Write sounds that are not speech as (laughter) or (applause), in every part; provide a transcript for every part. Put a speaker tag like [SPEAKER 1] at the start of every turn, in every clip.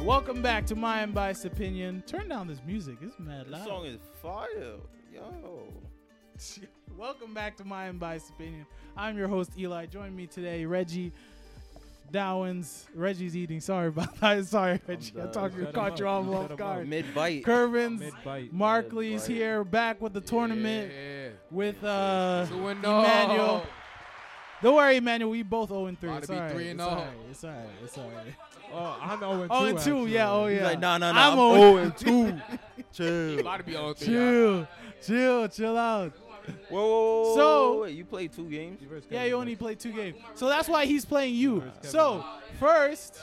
[SPEAKER 1] Welcome back to My Unbiased Opinion. Turn down this music. It's mad
[SPEAKER 2] This
[SPEAKER 1] loud.
[SPEAKER 2] song is fire. Yo.
[SPEAKER 1] (laughs) Welcome back to My Unbiased Opinion. I'm your host, Eli. Join me today, Reggie Dowens. Reggie's eating. Sorry about that. (laughs) Sorry, Reggie. I
[SPEAKER 2] done.
[SPEAKER 1] talked you,
[SPEAKER 3] Cut him
[SPEAKER 1] caught
[SPEAKER 3] up.
[SPEAKER 1] you all
[SPEAKER 3] Cut
[SPEAKER 1] off
[SPEAKER 3] him
[SPEAKER 1] guard.
[SPEAKER 2] Mid bite.
[SPEAKER 1] Kervins,
[SPEAKER 3] Mid bite.
[SPEAKER 1] Markley's
[SPEAKER 2] Mid-bite.
[SPEAKER 1] here, back with the tournament
[SPEAKER 4] Yeah.
[SPEAKER 1] with uh,
[SPEAKER 4] Two and oh.
[SPEAKER 1] Emmanuel.
[SPEAKER 4] no.
[SPEAKER 1] Don't worry, Emmanuel. We both 0 and 3.
[SPEAKER 4] About
[SPEAKER 1] It's
[SPEAKER 4] to be
[SPEAKER 1] all right.
[SPEAKER 4] three and
[SPEAKER 1] it's all
[SPEAKER 4] oh.
[SPEAKER 1] right. It's all right. It's all right.
[SPEAKER 3] Oh, I know.
[SPEAKER 1] Oh and two, yeah, oh yeah.
[SPEAKER 2] He's like, nah, nah,
[SPEAKER 1] I'm
[SPEAKER 2] nah.
[SPEAKER 1] oh
[SPEAKER 2] I'm 0 and 2. Chill.
[SPEAKER 4] About to be on three. y'all.
[SPEAKER 1] Chill, chill, chill out.
[SPEAKER 2] Whoa, whoa, whoa.
[SPEAKER 1] So-
[SPEAKER 2] wait, you played two games?
[SPEAKER 1] Yeah, you only played two games, so that's why he's playing you. So first,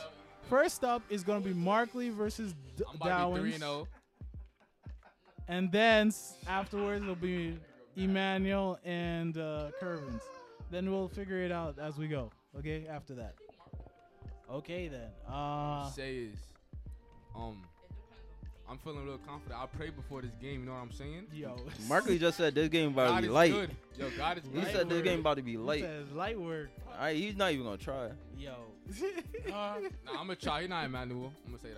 [SPEAKER 1] first up is gonna be Markley versus D-
[SPEAKER 4] I'm about to be three
[SPEAKER 1] Downs,
[SPEAKER 4] and oh.
[SPEAKER 1] and then s- afterwards it'll be Emmanuel and uh, Curvins. Then we'll figure it out as we go. Okay, after that. Okay then. Uh,
[SPEAKER 4] oh. Say is, um, I'm feeling real confident. I prayed before this game. You know what I'm saying?
[SPEAKER 1] yo, (laughs)
[SPEAKER 2] Markley just said this game about to
[SPEAKER 4] God
[SPEAKER 2] be
[SPEAKER 4] is
[SPEAKER 2] light.
[SPEAKER 4] good. Yo, God is
[SPEAKER 2] He
[SPEAKER 4] good.
[SPEAKER 1] Light
[SPEAKER 2] said this
[SPEAKER 1] work.
[SPEAKER 2] game about to be
[SPEAKER 1] light.
[SPEAKER 2] light.
[SPEAKER 1] light work,
[SPEAKER 2] All right, he's not even going to try.
[SPEAKER 5] (laughs)
[SPEAKER 1] yo. (laughs)
[SPEAKER 5] Uh,
[SPEAKER 4] Nah, I'm gonna try. You're not Emmanuel. I'm gonna say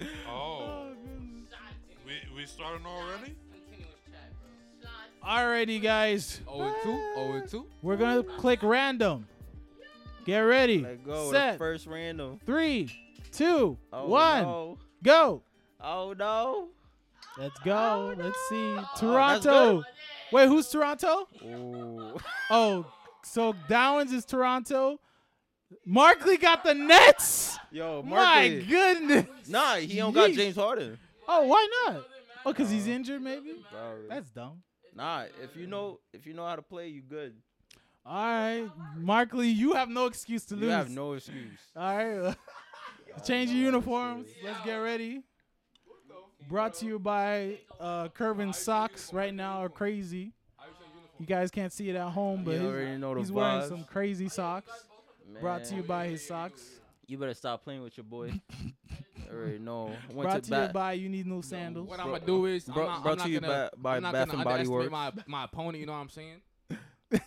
[SPEAKER 4] that.
[SPEAKER 5] Oh,
[SPEAKER 1] Oh, goodness.
[SPEAKER 5] we we starting already?
[SPEAKER 1] Alrighty, guys.
[SPEAKER 4] Oh and two. Oh and two.
[SPEAKER 1] We're gonna click random. Get ready.
[SPEAKER 2] Let go. The
[SPEAKER 1] Set.
[SPEAKER 2] first random.
[SPEAKER 1] Three, two,
[SPEAKER 2] Oh,
[SPEAKER 1] one,
[SPEAKER 2] No.
[SPEAKER 1] go.
[SPEAKER 2] Oh, no.
[SPEAKER 1] Let's go. Let's see.
[SPEAKER 2] that's
[SPEAKER 1] Toronto. Wait, who's Toronto?
[SPEAKER 2] Ooh.
[SPEAKER 1] Oh, so Downs is Toronto. Markley got the Nets.
[SPEAKER 2] Yo,
[SPEAKER 1] My
[SPEAKER 2] Markley.
[SPEAKER 1] goodness.
[SPEAKER 2] Nah, he don't got
[SPEAKER 1] Yeesh.
[SPEAKER 2] James Harden.
[SPEAKER 1] Oh, why not? Oh, cause he's injured, maybe.
[SPEAKER 2] Probably.
[SPEAKER 1] That's dumb.
[SPEAKER 2] Nah, if you know if you know how to play, you good.
[SPEAKER 1] All right, Markley, you have no excuse to
[SPEAKER 2] You
[SPEAKER 1] lose.
[SPEAKER 2] have no excuse.
[SPEAKER 1] All right. (laughs) Change your uniforms. Let's get ready. Brought to you by uh Curvin Socks right now are crazy. You guys can't see it at home, but
[SPEAKER 2] You
[SPEAKER 1] his-
[SPEAKER 2] already know the
[SPEAKER 1] he's wearing
[SPEAKER 2] vibes.
[SPEAKER 1] some crazy socks. Brought to you
[SPEAKER 2] Man,
[SPEAKER 1] by his socks.
[SPEAKER 2] You better stop playing with your
[SPEAKER 5] (laughs)
[SPEAKER 2] boy. I already know. I Went
[SPEAKER 1] Brought
[SPEAKER 2] to
[SPEAKER 1] to you
[SPEAKER 2] bat.
[SPEAKER 1] by you need new sandals.
[SPEAKER 4] What I'm gonna do is,
[SPEAKER 2] Bro-
[SPEAKER 4] I'm not,
[SPEAKER 2] brought
[SPEAKER 4] I'm
[SPEAKER 2] to
[SPEAKER 4] not
[SPEAKER 2] you
[SPEAKER 4] gonna,
[SPEAKER 2] by-
[SPEAKER 4] I'm
[SPEAKER 2] by
[SPEAKER 4] not
[SPEAKER 2] Bath
[SPEAKER 4] gonna
[SPEAKER 2] and Body
[SPEAKER 4] underestimate my my opponent. You know what
[SPEAKER 2] (laughs)
[SPEAKER 4] I'm saying? you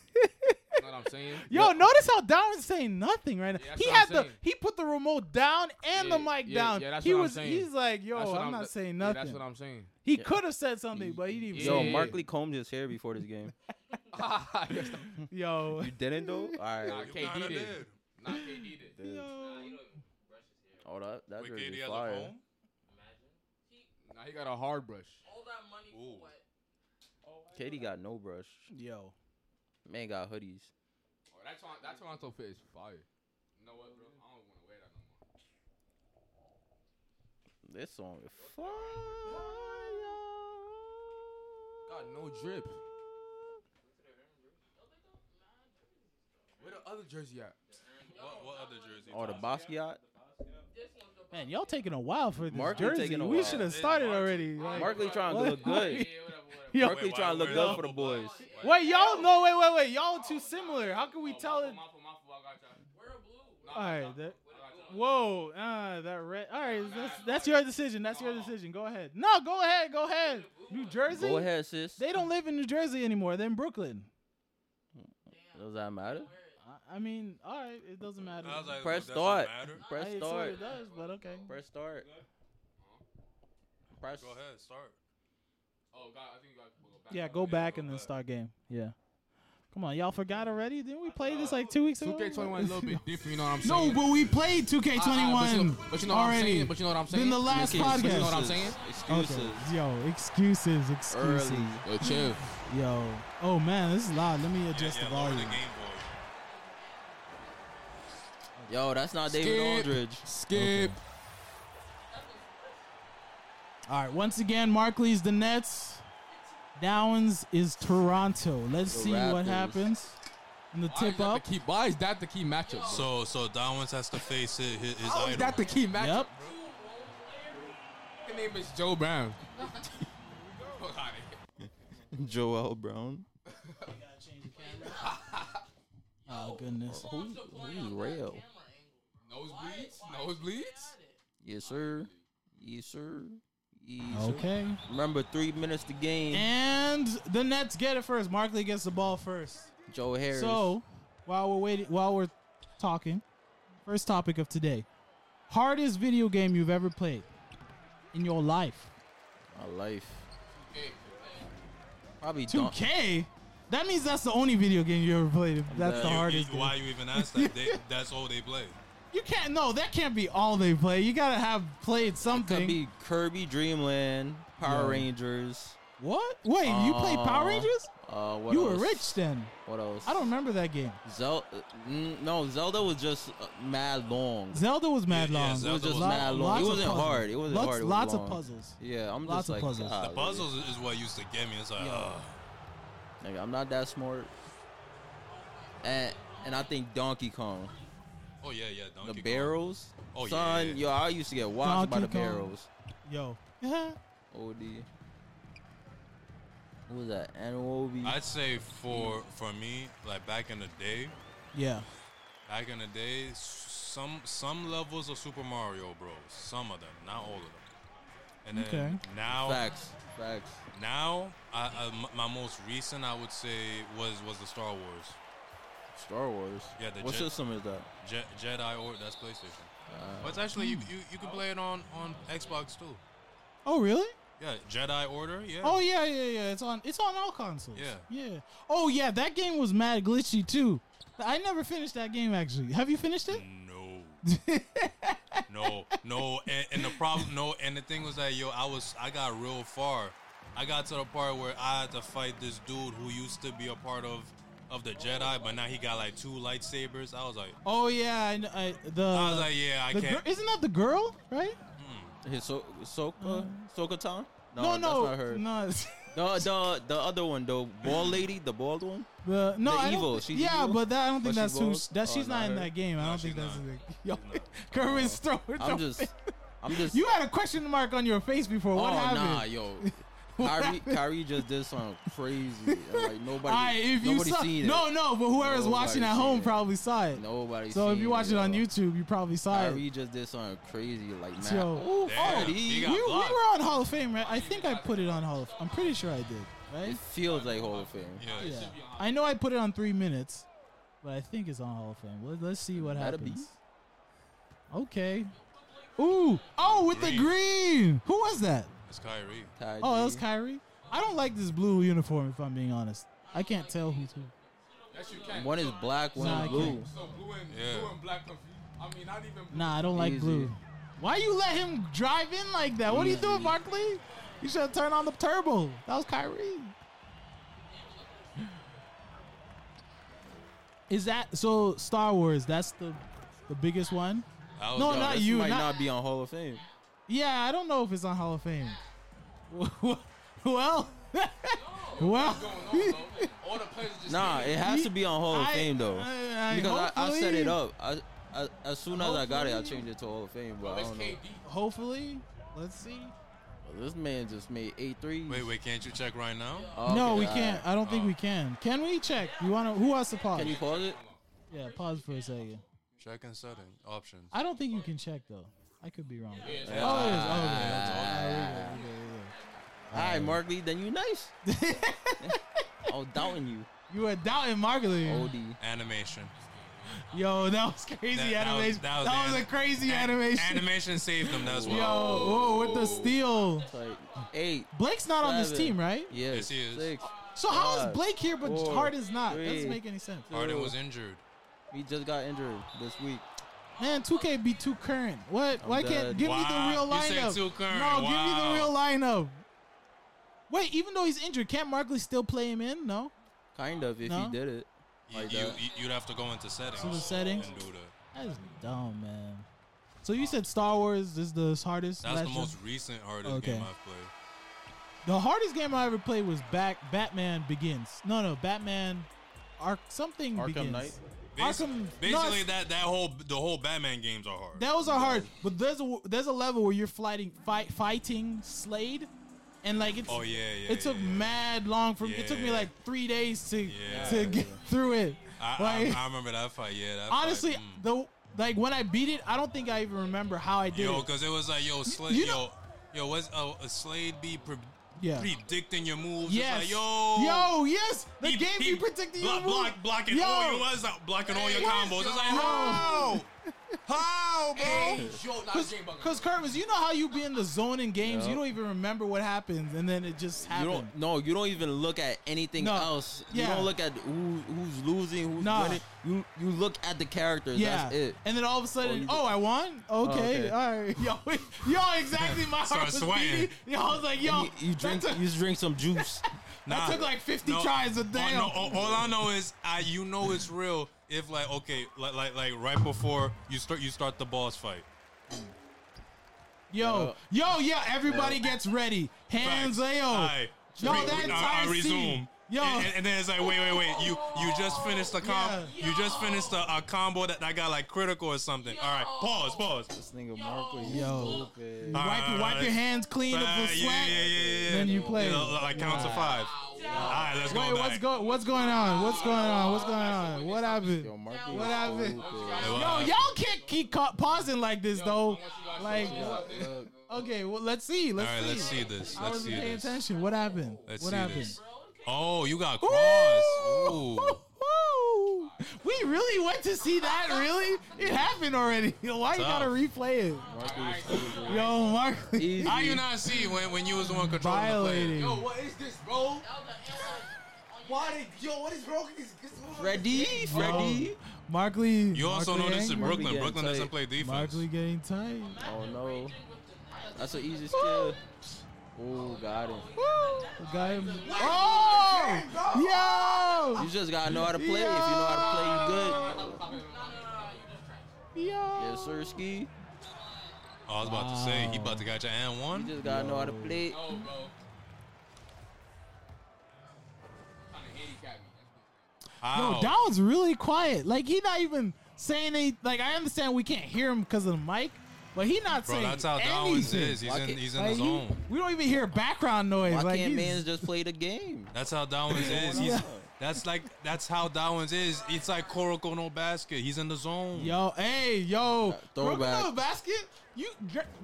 [SPEAKER 4] know what I'm saying?
[SPEAKER 1] Yo, notice how Down's saying nothing right now.
[SPEAKER 4] Yeah, that's
[SPEAKER 1] he
[SPEAKER 4] what I'm
[SPEAKER 1] had the
[SPEAKER 4] saying.
[SPEAKER 1] he put the remote down and the
[SPEAKER 4] Yeah,
[SPEAKER 1] mic
[SPEAKER 4] yeah,
[SPEAKER 1] down.
[SPEAKER 4] yeah, that's
[SPEAKER 1] he
[SPEAKER 4] what I'm
[SPEAKER 1] was
[SPEAKER 4] saying.
[SPEAKER 1] he's like, yo,
[SPEAKER 4] That's what
[SPEAKER 1] I'm, not
[SPEAKER 4] th-
[SPEAKER 1] saying
[SPEAKER 4] yeah,
[SPEAKER 1] nothing.
[SPEAKER 4] that's what I'm saying. (laughs)
[SPEAKER 1] he
[SPEAKER 2] Yeah.
[SPEAKER 1] could have said something, but he didn't.
[SPEAKER 2] Yo,
[SPEAKER 1] say
[SPEAKER 4] Yeah.
[SPEAKER 1] it.
[SPEAKER 2] Markley combed his hair before this game.
[SPEAKER 1] (laughs)
[SPEAKER 4] (laughs) Yes,
[SPEAKER 1] Yo,
[SPEAKER 2] You didn't though? All
[SPEAKER 4] Nah,
[SPEAKER 2] right.
[SPEAKER 5] You
[SPEAKER 4] KD
[SPEAKER 5] kinda
[SPEAKER 4] did.
[SPEAKER 5] did.
[SPEAKER 4] Nah, KD did.
[SPEAKER 1] yo.
[SPEAKER 2] Oh, that that's
[SPEAKER 5] Wait,
[SPEAKER 2] gonna be
[SPEAKER 5] KD has a
[SPEAKER 2] fire.
[SPEAKER 5] phone.
[SPEAKER 4] Nah, he got a hard brush.
[SPEAKER 5] Ooh.
[SPEAKER 2] Katie got no brush.
[SPEAKER 1] Yo.
[SPEAKER 2] Man got hoodies.
[SPEAKER 4] Oh, that, Toron- that Toronto fit is fire. You know what, bro? I don't want to wear that no more.
[SPEAKER 2] This song is fire.
[SPEAKER 4] Got no drip. Where the other jersey at?
[SPEAKER 5] What, what other jersey?
[SPEAKER 2] Oh, the Basquiat.
[SPEAKER 1] Man, y'all taking a while for this
[SPEAKER 2] Markley
[SPEAKER 1] jersey.
[SPEAKER 2] taking a
[SPEAKER 1] We
[SPEAKER 2] while.
[SPEAKER 1] should have
[SPEAKER 5] It's
[SPEAKER 1] started
[SPEAKER 5] Markley.
[SPEAKER 1] already. like-
[SPEAKER 2] Markley trying to
[SPEAKER 1] What? (laughs)
[SPEAKER 2] look good.
[SPEAKER 4] (laughs)
[SPEAKER 1] Yo,
[SPEAKER 2] Markley
[SPEAKER 5] why
[SPEAKER 2] trying to look
[SPEAKER 5] we're
[SPEAKER 2] good
[SPEAKER 5] up
[SPEAKER 2] for the
[SPEAKER 5] above?
[SPEAKER 2] boys.
[SPEAKER 1] wait, y'all? No, wait, wait, wait. Y'all too similar. How can we tell it? All right. That, whoa. Ah, that red. All right. That's that's your decision. That's your decision. Go ahead. No, go ahead. Go ahead. New Jersey.
[SPEAKER 2] Go ahead, sis.
[SPEAKER 1] They don't live in New Jersey anymore. They're in Brooklyn.
[SPEAKER 2] Does that matter?
[SPEAKER 1] I, I mean, all right. It doesn't matter.
[SPEAKER 5] I was like,
[SPEAKER 2] Press
[SPEAKER 5] doesn't
[SPEAKER 2] start.
[SPEAKER 5] matter.
[SPEAKER 2] Press
[SPEAKER 1] I- it sort
[SPEAKER 2] start.
[SPEAKER 1] of does, but okay.
[SPEAKER 2] Press start. Press.
[SPEAKER 5] Go ahead, start.
[SPEAKER 4] Oh, God, I think you got to go back.
[SPEAKER 1] Yeah, go back and then start game. Yeah. Come on, y'all forgot already? Didn't we play this like two weeks ago?
[SPEAKER 4] 2K21 is a little bit different, you know what I'm
[SPEAKER 1] No,
[SPEAKER 4] saying?
[SPEAKER 1] but we played
[SPEAKER 4] I- I- but you
[SPEAKER 1] 2K21
[SPEAKER 4] know- But you know what I'm
[SPEAKER 1] already.
[SPEAKER 4] saying? But you know what I'm saying?
[SPEAKER 1] Been the last
[SPEAKER 4] But You know what I'm
[SPEAKER 1] podcast.
[SPEAKER 4] saying?
[SPEAKER 2] Excuses.
[SPEAKER 1] Yo, excuses, excuses.
[SPEAKER 2] Early.
[SPEAKER 4] Yo, chill.
[SPEAKER 1] Yo. Oh man, this is loud. Let me adjust
[SPEAKER 5] yeah,
[SPEAKER 1] the
[SPEAKER 5] lower
[SPEAKER 1] volume.
[SPEAKER 5] the Game Boy.
[SPEAKER 2] Yo, that's not David
[SPEAKER 4] Skip.
[SPEAKER 2] Aldridge.
[SPEAKER 4] Skip.
[SPEAKER 1] All right. Once again, Markley's the Nets. Downs is Toronto. Let's
[SPEAKER 2] The
[SPEAKER 1] see what
[SPEAKER 2] Raptors.
[SPEAKER 1] happens. In the
[SPEAKER 4] Why is
[SPEAKER 1] tip
[SPEAKER 4] that
[SPEAKER 1] up.
[SPEAKER 4] the key- Why is that the key matchup? So,
[SPEAKER 5] So, so Downs has to face his, his, his
[SPEAKER 4] how
[SPEAKER 5] idol.
[SPEAKER 4] is that the key matchup?
[SPEAKER 1] Yep.
[SPEAKER 4] His name is Joe Brown. Fuck outta here.
[SPEAKER 2] Joel Brown.
[SPEAKER 1] Oh goodness.
[SPEAKER 2] Who's, who's real?
[SPEAKER 4] Nosebleeds? Nosebleeds?
[SPEAKER 2] Yes, sir. Yes, sir. Yes, sir.
[SPEAKER 1] Okay.
[SPEAKER 2] Remember, three minutes to game.
[SPEAKER 1] And the Nets get it first. Markley gets the ball first.
[SPEAKER 2] Joe Harris.
[SPEAKER 1] So, while we're waiting, while we're talking, first topic of today: hardest video game you've ever played. in your life?
[SPEAKER 2] My life. Probably
[SPEAKER 1] Two
[SPEAKER 2] don't.
[SPEAKER 1] K. That means that's the only video game you ever played. If that's the
[SPEAKER 2] glad you-
[SPEAKER 1] hardest.
[SPEAKER 5] You-
[SPEAKER 1] thing.
[SPEAKER 5] why you even asked
[SPEAKER 1] (laughs)
[SPEAKER 5] that? They, that's all they play.
[SPEAKER 1] You can't. No, that can't be all they play. You gotta have played
[SPEAKER 2] Could
[SPEAKER 1] something.
[SPEAKER 2] be Kirby Dreamland, Power
[SPEAKER 1] Yo.
[SPEAKER 2] Rangers.
[SPEAKER 1] what? Wait, you played Power
[SPEAKER 2] uh,
[SPEAKER 1] Rangers?
[SPEAKER 2] Uh, what
[SPEAKER 1] You were
[SPEAKER 2] else?
[SPEAKER 1] rich then.
[SPEAKER 2] What else?
[SPEAKER 1] I don't remember that game.
[SPEAKER 2] Zelda. No, Zelda was just uh, mad long.
[SPEAKER 1] Zelda was mad
[SPEAKER 5] Yeah, yeah,
[SPEAKER 1] long.
[SPEAKER 5] Zelda
[SPEAKER 2] It was just
[SPEAKER 5] was-
[SPEAKER 2] mad long.
[SPEAKER 1] Lots
[SPEAKER 2] It
[SPEAKER 1] of
[SPEAKER 2] wasn't
[SPEAKER 1] puzzles.
[SPEAKER 2] hard. It wasn't
[SPEAKER 1] Lots-
[SPEAKER 2] hard. It was
[SPEAKER 1] lots of
[SPEAKER 2] long.
[SPEAKER 1] puzzles.
[SPEAKER 2] Yeah, I'm
[SPEAKER 1] Lots
[SPEAKER 2] just
[SPEAKER 1] of
[SPEAKER 2] like
[SPEAKER 1] puzzles. The
[SPEAKER 5] The
[SPEAKER 2] golly.
[SPEAKER 5] puzzles is what used to get me. It's like,
[SPEAKER 2] Yo.
[SPEAKER 5] oh,
[SPEAKER 2] Nigga, I'm not that smart. And and I think Donkey Kong,
[SPEAKER 5] oh yeah, yeah. Donkey
[SPEAKER 2] the
[SPEAKER 5] Kong.
[SPEAKER 2] barrels.
[SPEAKER 5] Oh, yeah,
[SPEAKER 2] Son,
[SPEAKER 5] yeah.
[SPEAKER 2] yo, I used to get washed by the
[SPEAKER 1] Donkey Kong.
[SPEAKER 2] barrels.
[SPEAKER 1] Yo. (laughs) Yo,
[SPEAKER 2] Od. Who was that? Anobi.
[SPEAKER 5] I'd say for for me, like back in the day,
[SPEAKER 1] yeah.
[SPEAKER 5] back in the day, s- some some levels of Super Mario Bros. Some of them, not all of them. And then
[SPEAKER 1] Okay.
[SPEAKER 5] now,
[SPEAKER 2] Facts. Facts.
[SPEAKER 5] now, I, I- m- my most recent, I would say, was was the Star Wars
[SPEAKER 2] Star Wars.
[SPEAKER 5] Yeah, the
[SPEAKER 2] what
[SPEAKER 5] jet-
[SPEAKER 2] system is that?
[SPEAKER 5] Je- Jedi or that's PlayStation.
[SPEAKER 2] Uh,
[SPEAKER 5] But it's actually
[SPEAKER 1] hmm.
[SPEAKER 5] you, you you can play it on on Xbox too.
[SPEAKER 1] Oh really?
[SPEAKER 5] Yeah, Jedi Order. Yeah.
[SPEAKER 1] Oh yeah, yeah, yeah. It's on. It's on all consoles.
[SPEAKER 5] Yeah.
[SPEAKER 1] Yeah. Oh yeah, that game was mad glitchy too. I never finished that game actually. Have you finished it?
[SPEAKER 5] No. (laughs) no, no, and, and the problem, no, and the thing was that yo, I was, I got real far. I got to the part where I had to fight this dude who used to be a part of of the Jedi, but now he got like two lightsabers. I was like,
[SPEAKER 1] Oh yeah, I, kn- I the.
[SPEAKER 5] I was like, yeah, I
[SPEAKER 1] Uh, the gir-
[SPEAKER 5] can't.
[SPEAKER 1] isn't that the girl? Right?
[SPEAKER 2] his so- Soka? Soka Town?
[SPEAKER 1] Mm. No, no,
[SPEAKER 2] That's not her.
[SPEAKER 1] no. (laughs) it's-
[SPEAKER 2] The, the, the other one, the bald lady, the bald one?
[SPEAKER 1] The no,
[SPEAKER 2] The
[SPEAKER 1] I
[SPEAKER 2] evil,
[SPEAKER 1] Don't, thi-
[SPEAKER 2] she's
[SPEAKER 1] yeah,
[SPEAKER 2] evil?
[SPEAKER 1] but that I don't think
[SPEAKER 2] But she
[SPEAKER 1] that's who.
[SPEAKER 2] was?
[SPEAKER 1] That
[SPEAKER 2] Oh,
[SPEAKER 1] she's not,
[SPEAKER 2] not
[SPEAKER 1] in
[SPEAKER 2] her.
[SPEAKER 1] that game. I
[SPEAKER 5] No,
[SPEAKER 1] don't think
[SPEAKER 5] she's
[SPEAKER 1] that's.
[SPEAKER 5] not.
[SPEAKER 1] The, (laughs) yo, Kermit's throwing. (laughs)
[SPEAKER 2] I'm
[SPEAKER 1] throwing-
[SPEAKER 2] just. I'm just.
[SPEAKER 1] You had a question mark on your face before. What
[SPEAKER 2] oh,
[SPEAKER 1] happened?
[SPEAKER 2] nah, yo.
[SPEAKER 1] (laughs) What
[SPEAKER 2] Kyrie,
[SPEAKER 1] happened?
[SPEAKER 2] Kyrie just did something crazy. and,
[SPEAKER 1] (laughs)
[SPEAKER 2] like nobody,
[SPEAKER 1] All right, if you
[SPEAKER 2] nobody
[SPEAKER 1] saw,
[SPEAKER 2] seen
[SPEAKER 1] no,
[SPEAKER 2] it.
[SPEAKER 1] no, but whoever's
[SPEAKER 2] Nobody
[SPEAKER 1] watching at
[SPEAKER 2] seen
[SPEAKER 1] home
[SPEAKER 2] it.
[SPEAKER 1] probably saw it.
[SPEAKER 2] Nobody.
[SPEAKER 1] so if
[SPEAKER 2] seen
[SPEAKER 1] you watch it on
[SPEAKER 2] yo.
[SPEAKER 1] YouTube, you probably saw it.
[SPEAKER 2] Kyrie just did something crazy, like man.
[SPEAKER 1] Yo.
[SPEAKER 2] Oh,
[SPEAKER 5] Damn,
[SPEAKER 2] Cody,
[SPEAKER 5] he
[SPEAKER 1] We,
[SPEAKER 5] got
[SPEAKER 1] we were
[SPEAKER 5] blocked.
[SPEAKER 1] on Hall of Fame, right? I think I put it on Hall of. I'm pretty sure I did, right?
[SPEAKER 2] It feels like Hall of Fame.
[SPEAKER 5] Yeah,
[SPEAKER 1] Yeah. I know I put it on three minutes, but I think it's on Hall of Fame. Let, let's see what
[SPEAKER 2] That'd be-
[SPEAKER 1] happens. Okay. Ooh. Oh, with the
[SPEAKER 5] Green.
[SPEAKER 1] green. Who was that?
[SPEAKER 5] it's Kyrie.
[SPEAKER 2] Ty
[SPEAKER 1] Oh, that was
[SPEAKER 2] G.
[SPEAKER 1] Kyrie. I don't like this blue uniform. If I'm being honest, I can't tell who's who.
[SPEAKER 4] Yes, you can.
[SPEAKER 2] One is black, one
[SPEAKER 1] Nah, I
[SPEAKER 2] is blue.
[SPEAKER 1] can't.
[SPEAKER 4] So blue and
[SPEAKER 5] Yeah.
[SPEAKER 4] blue and black confused. I mean, not even. Blue.
[SPEAKER 1] Nah, I don't like
[SPEAKER 2] Easy.
[SPEAKER 1] blue. Why you let him drive in like that? What are you doing,
[SPEAKER 2] Easy.
[SPEAKER 1] Barkley? You should have turned on the turbo. That was Kyrie. Is that so? Star Wars. That's the the biggest one.
[SPEAKER 5] I was,
[SPEAKER 1] No,
[SPEAKER 2] Yo,
[SPEAKER 1] not
[SPEAKER 2] this
[SPEAKER 1] you,
[SPEAKER 2] Might
[SPEAKER 1] not-
[SPEAKER 2] not, be on Hall of Fame.
[SPEAKER 1] Yeah, I don't know if it's on Hall of Fame. (laughs) well, (laughs) well,
[SPEAKER 4] All the players just.
[SPEAKER 2] Nah, it has to be on Hall of
[SPEAKER 1] I-
[SPEAKER 2] Fame though,
[SPEAKER 1] I- I-
[SPEAKER 2] because I, I set it
[SPEAKER 1] hopefully-
[SPEAKER 2] up. I, I, as soon as I got it, I
[SPEAKER 1] Hopefully-
[SPEAKER 2] changed it to Hall of Fame. But I
[SPEAKER 4] That's
[SPEAKER 2] don't know.
[SPEAKER 4] KD.
[SPEAKER 1] hopefully, let's see.
[SPEAKER 2] This man just made eight threes.
[SPEAKER 5] wait, wait, can't you check right now?
[SPEAKER 2] Oh,
[SPEAKER 1] no,
[SPEAKER 2] okay,
[SPEAKER 1] we
[SPEAKER 2] all
[SPEAKER 1] can't.
[SPEAKER 2] right.
[SPEAKER 1] I don't think
[SPEAKER 5] Oh.
[SPEAKER 1] we can. Can we check? You want to? Who wants to pause?
[SPEAKER 2] Can you pause it?
[SPEAKER 1] yeah, pause for a second.
[SPEAKER 5] Check and setting options.
[SPEAKER 1] I don't think you can check though. I could be wrong.
[SPEAKER 4] Yeah, it's
[SPEAKER 1] Oh, it is. Oh, okay.
[SPEAKER 2] Ah. All right, Markley, then you
[SPEAKER 1] (laughs)
[SPEAKER 2] nice. I was doubting you.
[SPEAKER 1] You were doubting Marguerite.
[SPEAKER 2] Od.
[SPEAKER 5] Animation.
[SPEAKER 1] Yo, that was crazy
[SPEAKER 5] Oh, That- that was-
[SPEAKER 1] animation. That
[SPEAKER 5] that
[SPEAKER 1] was,
[SPEAKER 5] was the
[SPEAKER 1] a
[SPEAKER 5] an-
[SPEAKER 1] crazy
[SPEAKER 5] An-
[SPEAKER 1] animation.
[SPEAKER 5] Animation saved them. That's
[SPEAKER 1] Yo,
[SPEAKER 5] why.
[SPEAKER 1] whoa, with the steal.
[SPEAKER 2] Like eight.
[SPEAKER 1] Blake's not on this
[SPEAKER 2] Seven.
[SPEAKER 1] team, right?
[SPEAKER 2] Yeah.
[SPEAKER 5] Yes, he is.
[SPEAKER 2] Six.
[SPEAKER 1] So how is
[SPEAKER 2] Five,
[SPEAKER 1] Blake here but
[SPEAKER 2] four,
[SPEAKER 1] Harden's not? does
[SPEAKER 2] three.
[SPEAKER 1] Doesn't make any sense.
[SPEAKER 5] Harden was injured.
[SPEAKER 2] He just got injured this week.
[SPEAKER 1] Man, 2K be too current. What?
[SPEAKER 2] I'm
[SPEAKER 1] Why can't
[SPEAKER 2] dead.
[SPEAKER 1] give
[SPEAKER 5] Wow.
[SPEAKER 1] me the real
[SPEAKER 5] You said
[SPEAKER 1] lineup?
[SPEAKER 5] too current.
[SPEAKER 1] No,
[SPEAKER 5] Wow.
[SPEAKER 1] give me the real lineup. Wait, even though he's injured, can't Markley still play him in? No.
[SPEAKER 2] Kind of, if
[SPEAKER 1] No?
[SPEAKER 2] he did it.
[SPEAKER 5] You,
[SPEAKER 2] Like
[SPEAKER 5] you,
[SPEAKER 2] that.
[SPEAKER 5] you- you'd have to go into settings.
[SPEAKER 1] So the settings?
[SPEAKER 5] And do that.
[SPEAKER 1] That's dumb, man. So you said Star Wars is the hardest.
[SPEAKER 5] That's
[SPEAKER 1] last
[SPEAKER 5] the
[SPEAKER 1] gen-
[SPEAKER 5] most recent hardest
[SPEAKER 1] Okay.
[SPEAKER 5] game I've played.
[SPEAKER 1] The hardest game I ever played was back Batman Begins. No, no, Batman Ark something
[SPEAKER 2] Arkham
[SPEAKER 1] begins.
[SPEAKER 2] Knight?
[SPEAKER 5] Basi-
[SPEAKER 1] Arkham- no,
[SPEAKER 5] basically,
[SPEAKER 1] it's-
[SPEAKER 5] that that whole the whole Batman games are hard.
[SPEAKER 1] That was a hard, but there's a there's a level where you're fighting fight, fighting Slade, and like it's
[SPEAKER 5] oh yeah, yeah.
[SPEAKER 1] it took
[SPEAKER 5] yeah, yeah.
[SPEAKER 1] mad long for me. It took me
[SPEAKER 5] Yeah.
[SPEAKER 1] like three days to
[SPEAKER 5] Yeah.
[SPEAKER 1] to get (laughs) through it.
[SPEAKER 5] I,
[SPEAKER 1] like
[SPEAKER 5] I, I remember that fight. Yeah, that
[SPEAKER 1] honestly,
[SPEAKER 5] fight, mm.
[SPEAKER 1] the like when I beat it, I don't think I even remember how I did
[SPEAKER 5] yo,
[SPEAKER 1] it.
[SPEAKER 5] because it was like yo, Slade,
[SPEAKER 1] you
[SPEAKER 5] yo,
[SPEAKER 1] know-
[SPEAKER 5] yo, what's uh, a Slade be pre-
[SPEAKER 1] Yeah.
[SPEAKER 5] predicting your moves? It's
[SPEAKER 1] Yes.
[SPEAKER 5] like, yo,
[SPEAKER 1] Yo, yes. The
[SPEAKER 5] he-
[SPEAKER 1] game
[SPEAKER 5] he
[SPEAKER 1] you predicting
[SPEAKER 5] block,
[SPEAKER 1] your move.
[SPEAKER 5] block, blocking
[SPEAKER 1] Yo. (laughs)
[SPEAKER 5] all your was blocking all your combos. It's like,
[SPEAKER 1] Yo.
[SPEAKER 5] no, How, bro?
[SPEAKER 4] yo, nah, this
[SPEAKER 1] (laughs) Cause,
[SPEAKER 4] game bugging.
[SPEAKER 1] Cause Curtis, you know how you be in the zone in games, you
[SPEAKER 2] Yup.
[SPEAKER 1] don't even remember what happens, and then it just
[SPEAKER 2] You
[SPEAKER 1] happened.
[SPEAKER 2] don't. No, you don't even look at anything
[SPEAKER 1] No.
[SPEAKER 2] else. You
[SPEAKER 1] Yeah.
[SPEAKER 2] don't look at who, who's losing, who's
[SPEAKER 1] Nah.
[SPEAKER 2] winning. You you look at the characters.
[SPEAKER 1] Yeah,
[SPEAKER 2] That's it.
[SPEAKER 1] and then all of a
[SPEAKER 2] you
[SPEAKER 1] sudden,
[SPEAKER 2] go-
[SPEAKER 1] oh, I won. Okay,
[SPEAKER 2] okay.
[SPEAKER 1] all right, (laughs) yo, yo, exactly. My heart
[SPEAKER 5] Start
[SPEAKER 1] was
[SPEAKER 5] sweating.
[SPEAKER 1] beating. Yo, I was like, yo,
[SPEAKER 2] You, you drink.
[SPEAKER 1] that took-
[SPEAKER 2] you just drink some juice.
[SPEAKER 1] (laughs)
[SPEAKER 5] Nah.
[SPEAKER 1] took like 50 tries a
[SPEAKER 5] Oh,
[SPEAKER 1] day.
[SPEAKER 5] no, all, all I know is I, you know it's real if like okay, like like like right before you start you start the boss fight.
[SPEAKER 1] yo, yo, yeah, everybody gets ready. Hands,
[SPEAKER 5] Facts.
[SPEAKER 1] Leo.
[SPEAKER 5] Aye.
[SPEAKER 1] Yo,
[SPEAKER 5] Re-
[SPEAKER 1] that
[SPEAKER 5] re-
[SPEAKER 1] entire scene. Yo.
[SPEAKER 5] And, and- and then it's like, wait, wait, wait. You you just finished a com- You just finished a, a combo that, that got like critical or something. All right, pause, pause.
[SPEAKER 2] this nigga Marco. you
[SPEAKER 1] Yo.
[SPEAKER 2] stupid.
[SPEAKER 1] Wipe, wipe your hands clean of the
[SPEAKER 5] Uh,
[SPEAKER 1] sweat.
[SPEAKER 5] yeah, yeah, yeah, yeah.
[SPEAKER 1] Then you play.
[SPEAKER 5] You know, like counts to five. All right, let's go.
[SPEAKER 1] Wait, what's
[SPEAKER 5] back.
[SPEAKER 1] going? What's going on? What's going on? What's going on? What
[SPEAKER 2] Yo,
[SPEAKER 1] happened?
[SPEAKER 2] Marco.
[SPEAKER 1] What happened?
[SPEAKER 5] It
[SPEAKER 1] Yo,
[SPEAKER 5] was-
[SPEAKER 1] y'all can't keep ca- pausing like this though. Like, okay, well, let's see.
[SPEAKER 5] All
[SPEAKER 1] Let's
[SPEAKER 5] right,
[SPEAKER 1] see.
[SPEAKER 5] let's see this.
[SPEAKER 1] I
[SPEAKER 5] Let's
[SPEAKER 1] wasn't
[SPEAKER 5] see
[SPEAKER 1] paying
[SPEAKER 5] this.
[SPEAKER 1] attention. What happened?
[SPEAKER 5] Let's
[SPEAKER 1] what
[SPEAKER 5] see
[SPEAKER 1] happened?
[SPEAKER 5] this. Oh, you got cross.
[SPEAKER 1] Ooh.
[SPEAKER 5] Ooh.
[SPEAKER 1] Ooh. We really went to see that. Really, it happened already. Yo, Why you
[SPEAKER 5] Tough.
[SPEAKER 1] gotta replay it? Yo, Mark,
[SPEAKER 2] Easy.
[SPEAKER 5] How you not see when when you was the one controlling the
[SPEAKER 1] violating.
[SPEAKER 5] player?
[SPEAKER 4] Yo, what is this, bro? Why did yo? What is bro? This, this
[SPEAKER 2] Ready, Freddy.
[SPEAKER 1] Yo, Markley.
[SPEAKER 5] You also
[SPEAKER 1] Markley
[SPEAKER 5] know this is
[SPEAKER 1] angry.
[SPEAKER 5] Brooklyn.
[SPEAKER 2] getting
[SPEAKER 5] Brooklyn doesn't
[SPEAKER 2] tight.
[SPEAKER 5] play defense.
[SPEAKER 1] Markley getting tight.
[SPEAKER 2] Oh no. That's an easy skill. Oh, got it.
[SPEAKER 1] Guy. Oh,
[SPEAKER 2] You just gotta know how to play. If you know how to play, you good.
[SPEAKER 1] yo, yo.
[SPEAKER 2] Yes, sir, Ski.
[SPEAKER 5] Oh, I was about to say he about to catch an and
[SPEAKER 2] You
[SPEAKER 5] one.
[SPEAKER 2] just gotta know how to play.
[SPEAKER 4] Oh, bro. Trying to handicap me.
[SPEAKER 1] Yo,
[SPEAKER 5] How?
[SPEAKER 1] Dowd's really quiet. Like he not even saying any. Like I understand we can't hear him because of the mic, but he not
[SPEAKER 5] Bro,
[SPEAKER 1] saying
[SPEAKER 5] that's how Downs
[SPEAKER 1] anything.
[SPEAKER 5] is. He's
[SPEAKER 2] Why
[SPEAKER 5] in
[SPEAKER 2] can't-
[SPEAKER 5] he's in
[SPEAKER 1] Like,
[SPEAKER 5] his
[SPEAKER 1] he-
[SPEAKER 5] own.
[SPEAKER 1] we don't even hear background noise.
[SPEAKER 2] Why
[SPEAKER 1] like
[SPEAKER 2] can't
[SPEAKER 1] he's-
[SPEAKER 2] man just play the game?
[SPEAKER 5] That's how Downs is. He's that's like that's how Downs is. It's like Corico no basket. He's in the zone.
[SPEAKER 1] Yo, hey, yo,
[SPEAKER 2] throwback.
[SPEAKER 1] Brooklyn Nova basket. You,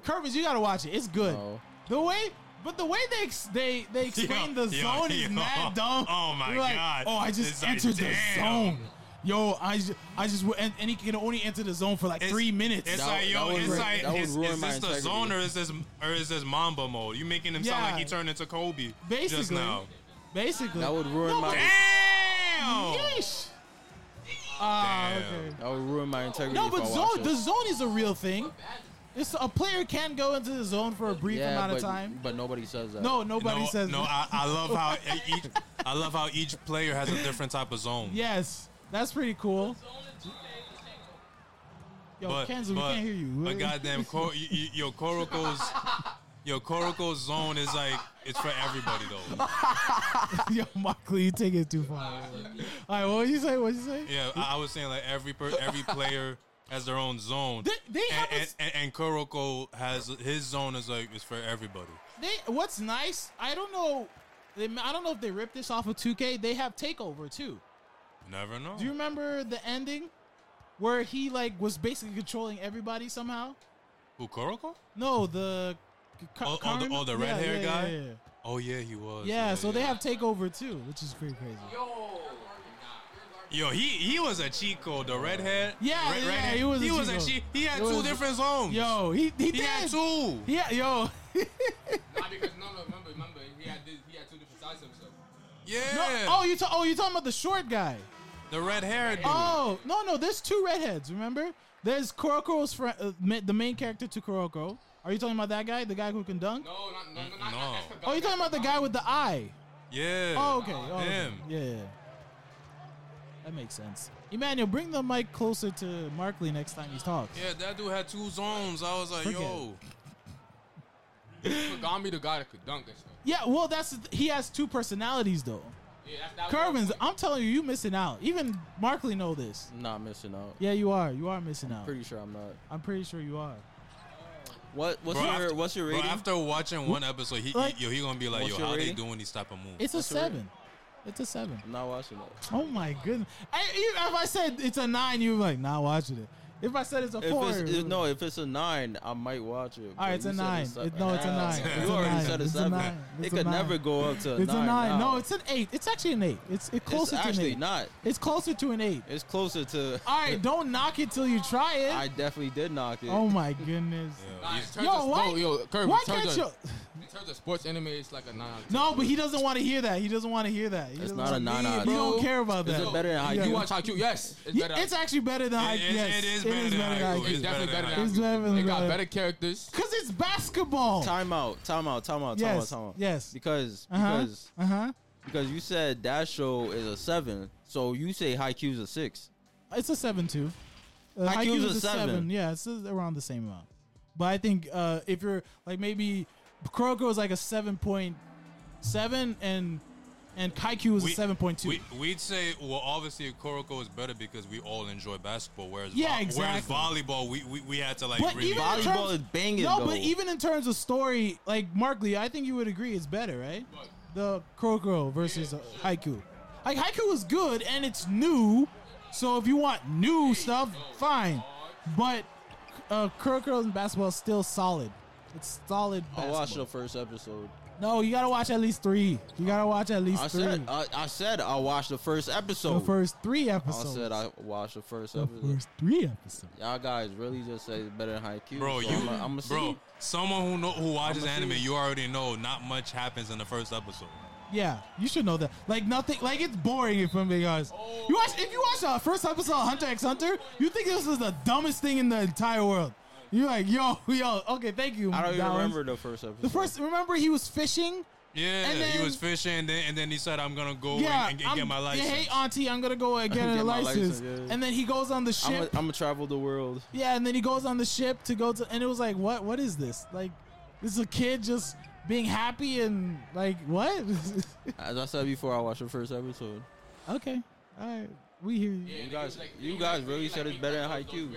[SPEAKER 1] Curvis, you gotta watch it. It's good.
[SPEAKER 2] No.
[SPEAKER 1] The way, but the way they ex- they they explain the
[SPEAKER 5] (laughs) yo,
[SPEAKER 1] zone is
[SPEAKER 5] yo.
[SPEAKER 1] mad dumb.
[SPEAKER 5] Oh my
[SPEAKER 1] You're like,
[SPEAKER 5] God.
[SPEAKER 1] Oh, I just
[SPEAKER 5] It's like,
[SPEAKER 1] entered the
[SPEAKER 5] damn.
[SPEAKER 1] zone. Yo, I just, I just w- and, and he can only enter the zone for like
[SPEAKER 5] It's-
[SPEAKER 1] three minutes.
[SPEAKER 5] It's
[SPEAKER 2] That
[SPEAKER 5] like
[SPEAKER 2] would-
[SPEAKER 5] yo,
[SPEAKER 2] that would
[SPEAKER 5] it's
[SPEAKER 2] ruin-
[SPEAKER 5] like
[SPEAKER 2] that would
[SPEAKER 5] is,
[SPEAKER 2] ruin
[SPEAKER 5] is
[SPEAKER 2] my
[SPEAKER 5] this the
[SPEAKER 2] integrity.
[SPEAKER 5] zone or is this or is this Mamba mode? You making him sound
[SPEAKER 1] Yeah.
[SPEAKER 5] like he turned into Kobe just
[SPEAKER 1] Basically.
[SPEAKER 5] now.
[SPEAKER 1] Basically,
[SPEAKER 2] That would ruin
[SPEAKER 1] No,
[SPEAKER 2] my.
[SPEAKER 1] but-
[SPEAKER 5] Damn.
[SPEAKER 1] Yeesh. Ah,
[SPEAKER 5] Damn.
[SPEAKER 1] okay.
[SPEAKER 2] That would ruin my integrity.
[SPEAKER 1] No,
[SPEAKER 2] if I
[SPEAKER 1] but
[SPEAKER 2] watch
[SPEAKER 1] zone,
[SPEAKER 2] it.
[SPEAKER 1] the zone is a real thing. It's a player can go into the zone for a brief
[SPEAKER 2] yeah,
[SPEAKER 1] amount
[SPEAKER 2] but,
[SPEAKER 1] of time.
[SPEAKER 2] But nobody says that.
[SPEAKER 1] No, nobody
[SPEAKER 5] no,
[SPEAKER 1] says
[SPEAKER 5] no.
[SPEAKER 1] that.
[SPEAKER 5] I, I
[SPEAKER 1] (laughs)
[SPEAKER 5] love how each I love how each player has a different type of zone.
[SPEAKER 1] Yes, that's pretty cool. Yo,
[SPEAKER 5] but,
[SPEAKER 1] Kenzo,
[SPEAKER 5] but-
[SPEAKER 1] Oh, we can't hear you.
[SPEAKER 5] But goddamn, Cor- y- y- yo, Coroco's, yo, Coroco's zone is like it's for everybody though.
[SPEAKER 1] (laughs) Yo, Markley, you take it too far. All right, what would you say? What would you say?
[SPEAKER 5] Yeah, I, I was saying like every per- every player has their own zone.
[SPEAKER 1] They- they
[SPEAKER 5] and,
[SPEAKER 1] have a s-
[SPEAKER 5] and, and, and Kuroko has his zone is like it's for everybody.
[SPEAKER 1] They, what's nice? I don't know. They, I don't know if they ripped this off of 2K. They have takeover too.
[SPEAKER 5] Never know.
[SPEAKER 1] Do you remember the ending where he like was basically controlling everybody somehow?
[SPEAKER 5] Who Kuroko?
[SPEAKER 1] No, the c- c-
[SPEAKER 5] Oh, oh, the-
[SPEAKER 1] Karim-
[SPEAKER 5] oh, the red-haired guy?
[SPEAKER 1] Yeah, yeah.
[SPEAKER 5] Oh yeah, he was.
[SPEAKER 1] Yeah, so they have takeover too, which is pretty crazy.
[SPEAKER 5] Yo, he he was a Chico, the redhead.
[SPEAKER 1] Yeah, yeah, he was a
[SPEAKER 5] he was
[SPEAKER 1] Chico.
[SPEAKER 5] a chi- He had
[SPEAKER 1] He
[SPEAKER 5] two
[SPEAKER 1] was-
[SPEAKER 5] different zones.
[SPEAKER 1] Yo, he he,
[SPEAKER 5] he
[SPEAKER 1] did.
[SPEAKER 5] had two.
[SPEAKER 1] Yeah, yo.
[SPEAKER 5] (laughs)
[SPEAKER 4] Nah, because no, no, remember, remember, he had this, he had two different sides to himself.
[SPEAKER 5] Yeah.
[SPEAKER 1] No, oh, you ta- oh you talking about the short guy?
[SPEAKER 5] the red hair dude.
[SPEAKER 1] Oh no no, there's two redheads. Remember, there's Kuroko's friend, uh, ma- the main character to Kuroko. Are you talking about that guy, the guy who can dunk?
[SPEAKER 4] No, not, no, no, not,
[SPEAKER 5] no.
[SPEAKER 4] not, that's the guy.
[SPEAKER 1] Oh, you talking about the guy with the eye?
[SPEAKER 5] Yeah.
[SPEAKER 1] Oh okay, oh, okay.
[SPEAKER 5] Him.
[SPEAKER 1] Yeah, yeah, yeah. that makes sense. Emmanuel, bring the mic closer to Markley next time he talks.
[SPEAKER 5] Yeah, that dude had two zones. I was like,
[SPEAKER 1] Forget
[SPEAKER 5] yo.
[SPEAKER 4] Kagami, the guy that could dunk and stuff.
[SPEAKER 1] Yeah, well that's the th- he has two personalities though.
[SPEAKER 4] Yeah, that's that. was my
[SPEAKER 1] Kerwin's,
[SPEAKER 4] point.
[SPEAKER 1] I'm telling you, you missing out. Even Markley know this.
[SPEAKER 2] Not missing out.
[SPEAKER 1] Yeah, you are. You are missing out.
[SPEAKER 2] Pretty sure I'm not.
[SPEAKER 1] I'm pretty sure you are.
[SPEAKER 2] What? What's
[SPEAKER 5] Bro,
[SPEAKER 2] your
[SPEAKER 5] after-
[SPEAKER 2] What's your
[SPEAKER 5] Bro,
[SPEAKER 2] rating?
[SPEAKER 5] after watching one episode, he,
[SPEAKER 1] Like-
[SPEAKER 5] he yo, he gonna be like,
[SPEAKER 2] What's
[SPEAKER 5] yo,
[SPEAKER 2] your
[SPEAKER 5] how
[SPEAKER 2] rating?
[SPEAKER 5] they doing these type of moves?
[SPEAKER 1] It's a
[SPEAKER 2] That's a rating.
[SPEAKER 1] seven. It's a seven.
[SPEAKER 2] I'm not watching it.
[SPEAKER 1] Oh my goodness! I, you- if I said it's a nine, you're like not watching it. If I said it's a
[SPEAKER 2] If
[SPEAKER 1] four,
[SPEAKER 2] it's if, no, if it's a nine, I might watch it.
[SPEAKER 1] All
[SPEAKER 2] but
[SPEAKER 1] right, it's
[SPEAKER 2] you
[SPEAKER 1] a
[SPEAKER 2] said
[SPEAKER 1] nine.
[SPEAKER 2] se-
[SPEAKER 1] It- no, it's a nine.
[SPEAKER 5] It's
[SPEAKER 2] (laughs) you
[SPEAKER 5] a
[SPEAKER 2] already
[SPEAKER 5] nine.
[SPEAKER 2] said a
[SPEAKER 1] It's a
[SPEAKER 2] seven.
[SPEAKER 1] nine.
[SPEAKER 2] It
[SPEAKER 1] It's a
[SPEAKER 2] could
[SPEAKER 1] nine.
[SPEAKER 2] never go up to a
[SPEAKER 1] it's
[SPEAKER 2] nine.
[SPEAKER 1] a nine.
[SPEAKER 2] now.
[SPEAKER 1] No, it's an eight. It's actually an eight. It's it
[SPEAKER 2] it's
[SPEAKER 1] closer to an
[SPEAKER 2] actually
[SPEAKER 1] eight.
[SPEAKER 2] not.
[SPEAKER 1] It's closer to an eight.
[SPEAKER 2] It's closer to.
[SPEAKER 1] All right, don't knock it till you try it.
[SPEAKER 2] I definitely did knock it.
[SPEAKER 1] oh my goodness.
[SPEAKER 5] Yeah,
[SPEAKER 4] Nah, in
[SPEAKER 5] he's-
[SPEAKER 4] terms
[SPEAKER 1] Yo,
[SPEAKER 4] of,
[SPEAKER 1] why-
[SPEAKER 4] no, yo, Kirby,
[SPEAKER 1] Why
[SPEAKER 4] in terms
[SPEAKER 1] can't
[SPEAKER 4] of-
[SPEAKER 1] you?
[SPEAKER 4] In terms of sports anime, it's like a nine. out of
[SPEAKER 1] No, but he doesn't want to hear that. He doesn't want to hear that. He
[SPEAKER 2] It's
[SPEAKER 1] doesn't
[SPEAKER 2] not a
[SPEAKER 1] wanna-
[SPEAKER 2] nine out of
[SPEAKER 1] He
[SPEAKER 4] bro.
[SPEAKER 2] ten.
[SPEAKER 1] don't care about
[SPEAKER 2] Is
[SPEAKER 1] that.
[SPEAKER 2] it better than
[SPEAKER 1] Yeah.
[SPEAKER 4] ten.
[SPEAKER 2] Haikyuu?
[SPEAKER 4] You watch IQ? Yes, it's
[SPEAKER 1] Yeah,
[SPEAKER 4] better.
[SPEAKER 1] it's actually better than I.
[SPEAKER 5] It is-
[SPEAKER 1] Yes,
[SPEAKER 5] it is better than Haikyuu.
[SPEAKER 4] it's
[SPEAKER 5] It's
[SPEAKER 4] definitely
[SPEAKER 5] better
[SPEAKER 4] better
[SPEAKER 5] than
[SPEAKER 4] than
[SPEAKER 1] It's
[SPEAKER 4] IQ.
[SPEAKER 1] definitely
[SPEAKER 4] They got
[SPEAKER 1] better.
[SPEAKER 4] better characters.
[SPEAKER 1] Because it's basketball.
[SPEAKER 2] Time out. Time out. Time out. Time
[SPEAKER 1] yes.
[SPEAKER 2] out. Time out.
[SPEAKER 1] Yes.
[SPEAKER 2] Because
[SPEAKER 1] Uh huh.
[SPEAKER 2] because
[SPEAKER 1] Uh huh.
[SPEAKER 2] because you said that show is a seven, so you say Haikyuu's a six.
[SPEAKER 1] It's a seven two. Uh,
[SPEAKER 2] IQ's a seven.
[SPEAKER 1] Yeah, it's uh, around the same amount. But I think uh, if you're like maybe Kuroko is like a seven point seven and and Kaiku is a
[SPEAKER 5] We-
[SPEAKER 1] seven point two.
[SPEAKER 5] We, we'd say, well, obviously, Kuroko is better because we all enjoy basketball. Whereas,
[SPEAKER 1] Yeah,
[SPEAKER 5] vo-
[SPEAKER 1] exactly.
[SPEAKER 5] whereas volleyball, we, we, we had to like
[SPEAKER 1] But
[SPEAKER 5] really.
[SPEAKER 1] even in
[SPEAKER 2] Volleyball
[SPEAKER 1] terms-
[SPEAKER 2] is banging,
[SPEAKER 1] No,
[SPEAKER 2] though.
[SPEAKER 1] but even in terms of story, like Mark Lee, I think you would agree it's better, right? The Kuroko versus uh Haiku. Like Haiku is good and it's new, so if you want new stuff, fine. But uh, Kuroko in basketball is still solid. It's solid
[SPEAKER 2] I
[SPEAKER 1] basketball.
[SPEAKER 2] watched the first episode.
[SPEAKER 1] No, you gotta watch at least three. You gotta watch at least
[SPEAKER 2] I
[SPEAKER 1] three.
[SPEAKER 2] said I, I said I watched the first episode.
[SPEAKER 1] the first three
[SPEAKER 2] I
[SPEAKER 1] episodes.
[SPEAKER 2] said I watched the first
[SPEAKER 1] the
[SPEAKER 2] episode.
[SPEAKER 1] first three episodes.
[SPEAKER 2] Y'all guys really just say it's better than Haikyuu.
[SPEAKER 5] Bro,
[SPEAKER 2] so
[SPEAKER 5] you,
[SPEAKER 2] I'm a, I'm a
[SPEAKER 5] bro,
[SPEAKER 2] see.
[SPEAKER 5] someone who know who watches
[SPEAKER 2] I'ma see.
[SPEAKER 5] anime, you already know not much happens in the first episode.
[SPEAKER 1] Yeah, you should know that. Like nothing. Like it's boring if I'm being honest. You watch if you watch the first episode of Hunter X Hunter, you think this is the dumbest thing in the entire world. You're like, yo, (laughs) yo, okay, thank you.
[SPEAKER 2] I don't even
[SPEAKER 1] Dallas.
[SPEAKER 2] remember the first episode.
[SPEAKER 1] The first, remember he was fishing.
[SPEAKER 5] Yeah,
[SPEAKER 1] And
[SPEAKER 5] he
[SPEAKER 1] then-
[SPEAKER 5] was fishing, and then, and then he said, "I'm gonna go
[SPEAKER 1] Yeah,
[SPEAKER 5] and, and,
[SPEAKER 1] I'm-
[SPEAKER 5] get my
[SPEAKER 1] yeah,
[SPEAKER 5] license."
[SPEAKER 1] hey auntie, I'm gonna
[SPEAKER 2] (laughs)
[SPEAKER 1] go and get,
[SPEAKER 2] Get
[SPEAKER 1] a
[SPEAKER 2] my
[SPEAKER 1] license.
[SPEAKER 2] license, yeah.
[SPEAKER 1] And then he goes on the
[SPEAKER 2] I'm
[SPEAKER 1] ship.
[SPEAKER 2] gonna I'm travel the world.
[SPEAKER 1] Yeah, and then he goes on the ship to go to, and it was like, what? What is this? Like, this is a kid just being happy and like, what? (laughs)
[SPEAKER 2] As I said before, I watched the first episode.
[SPEAKER 1] okay, all right, we hear you.
[SPEAKER 2] You guys, you guys really said it's better than Haikyuu.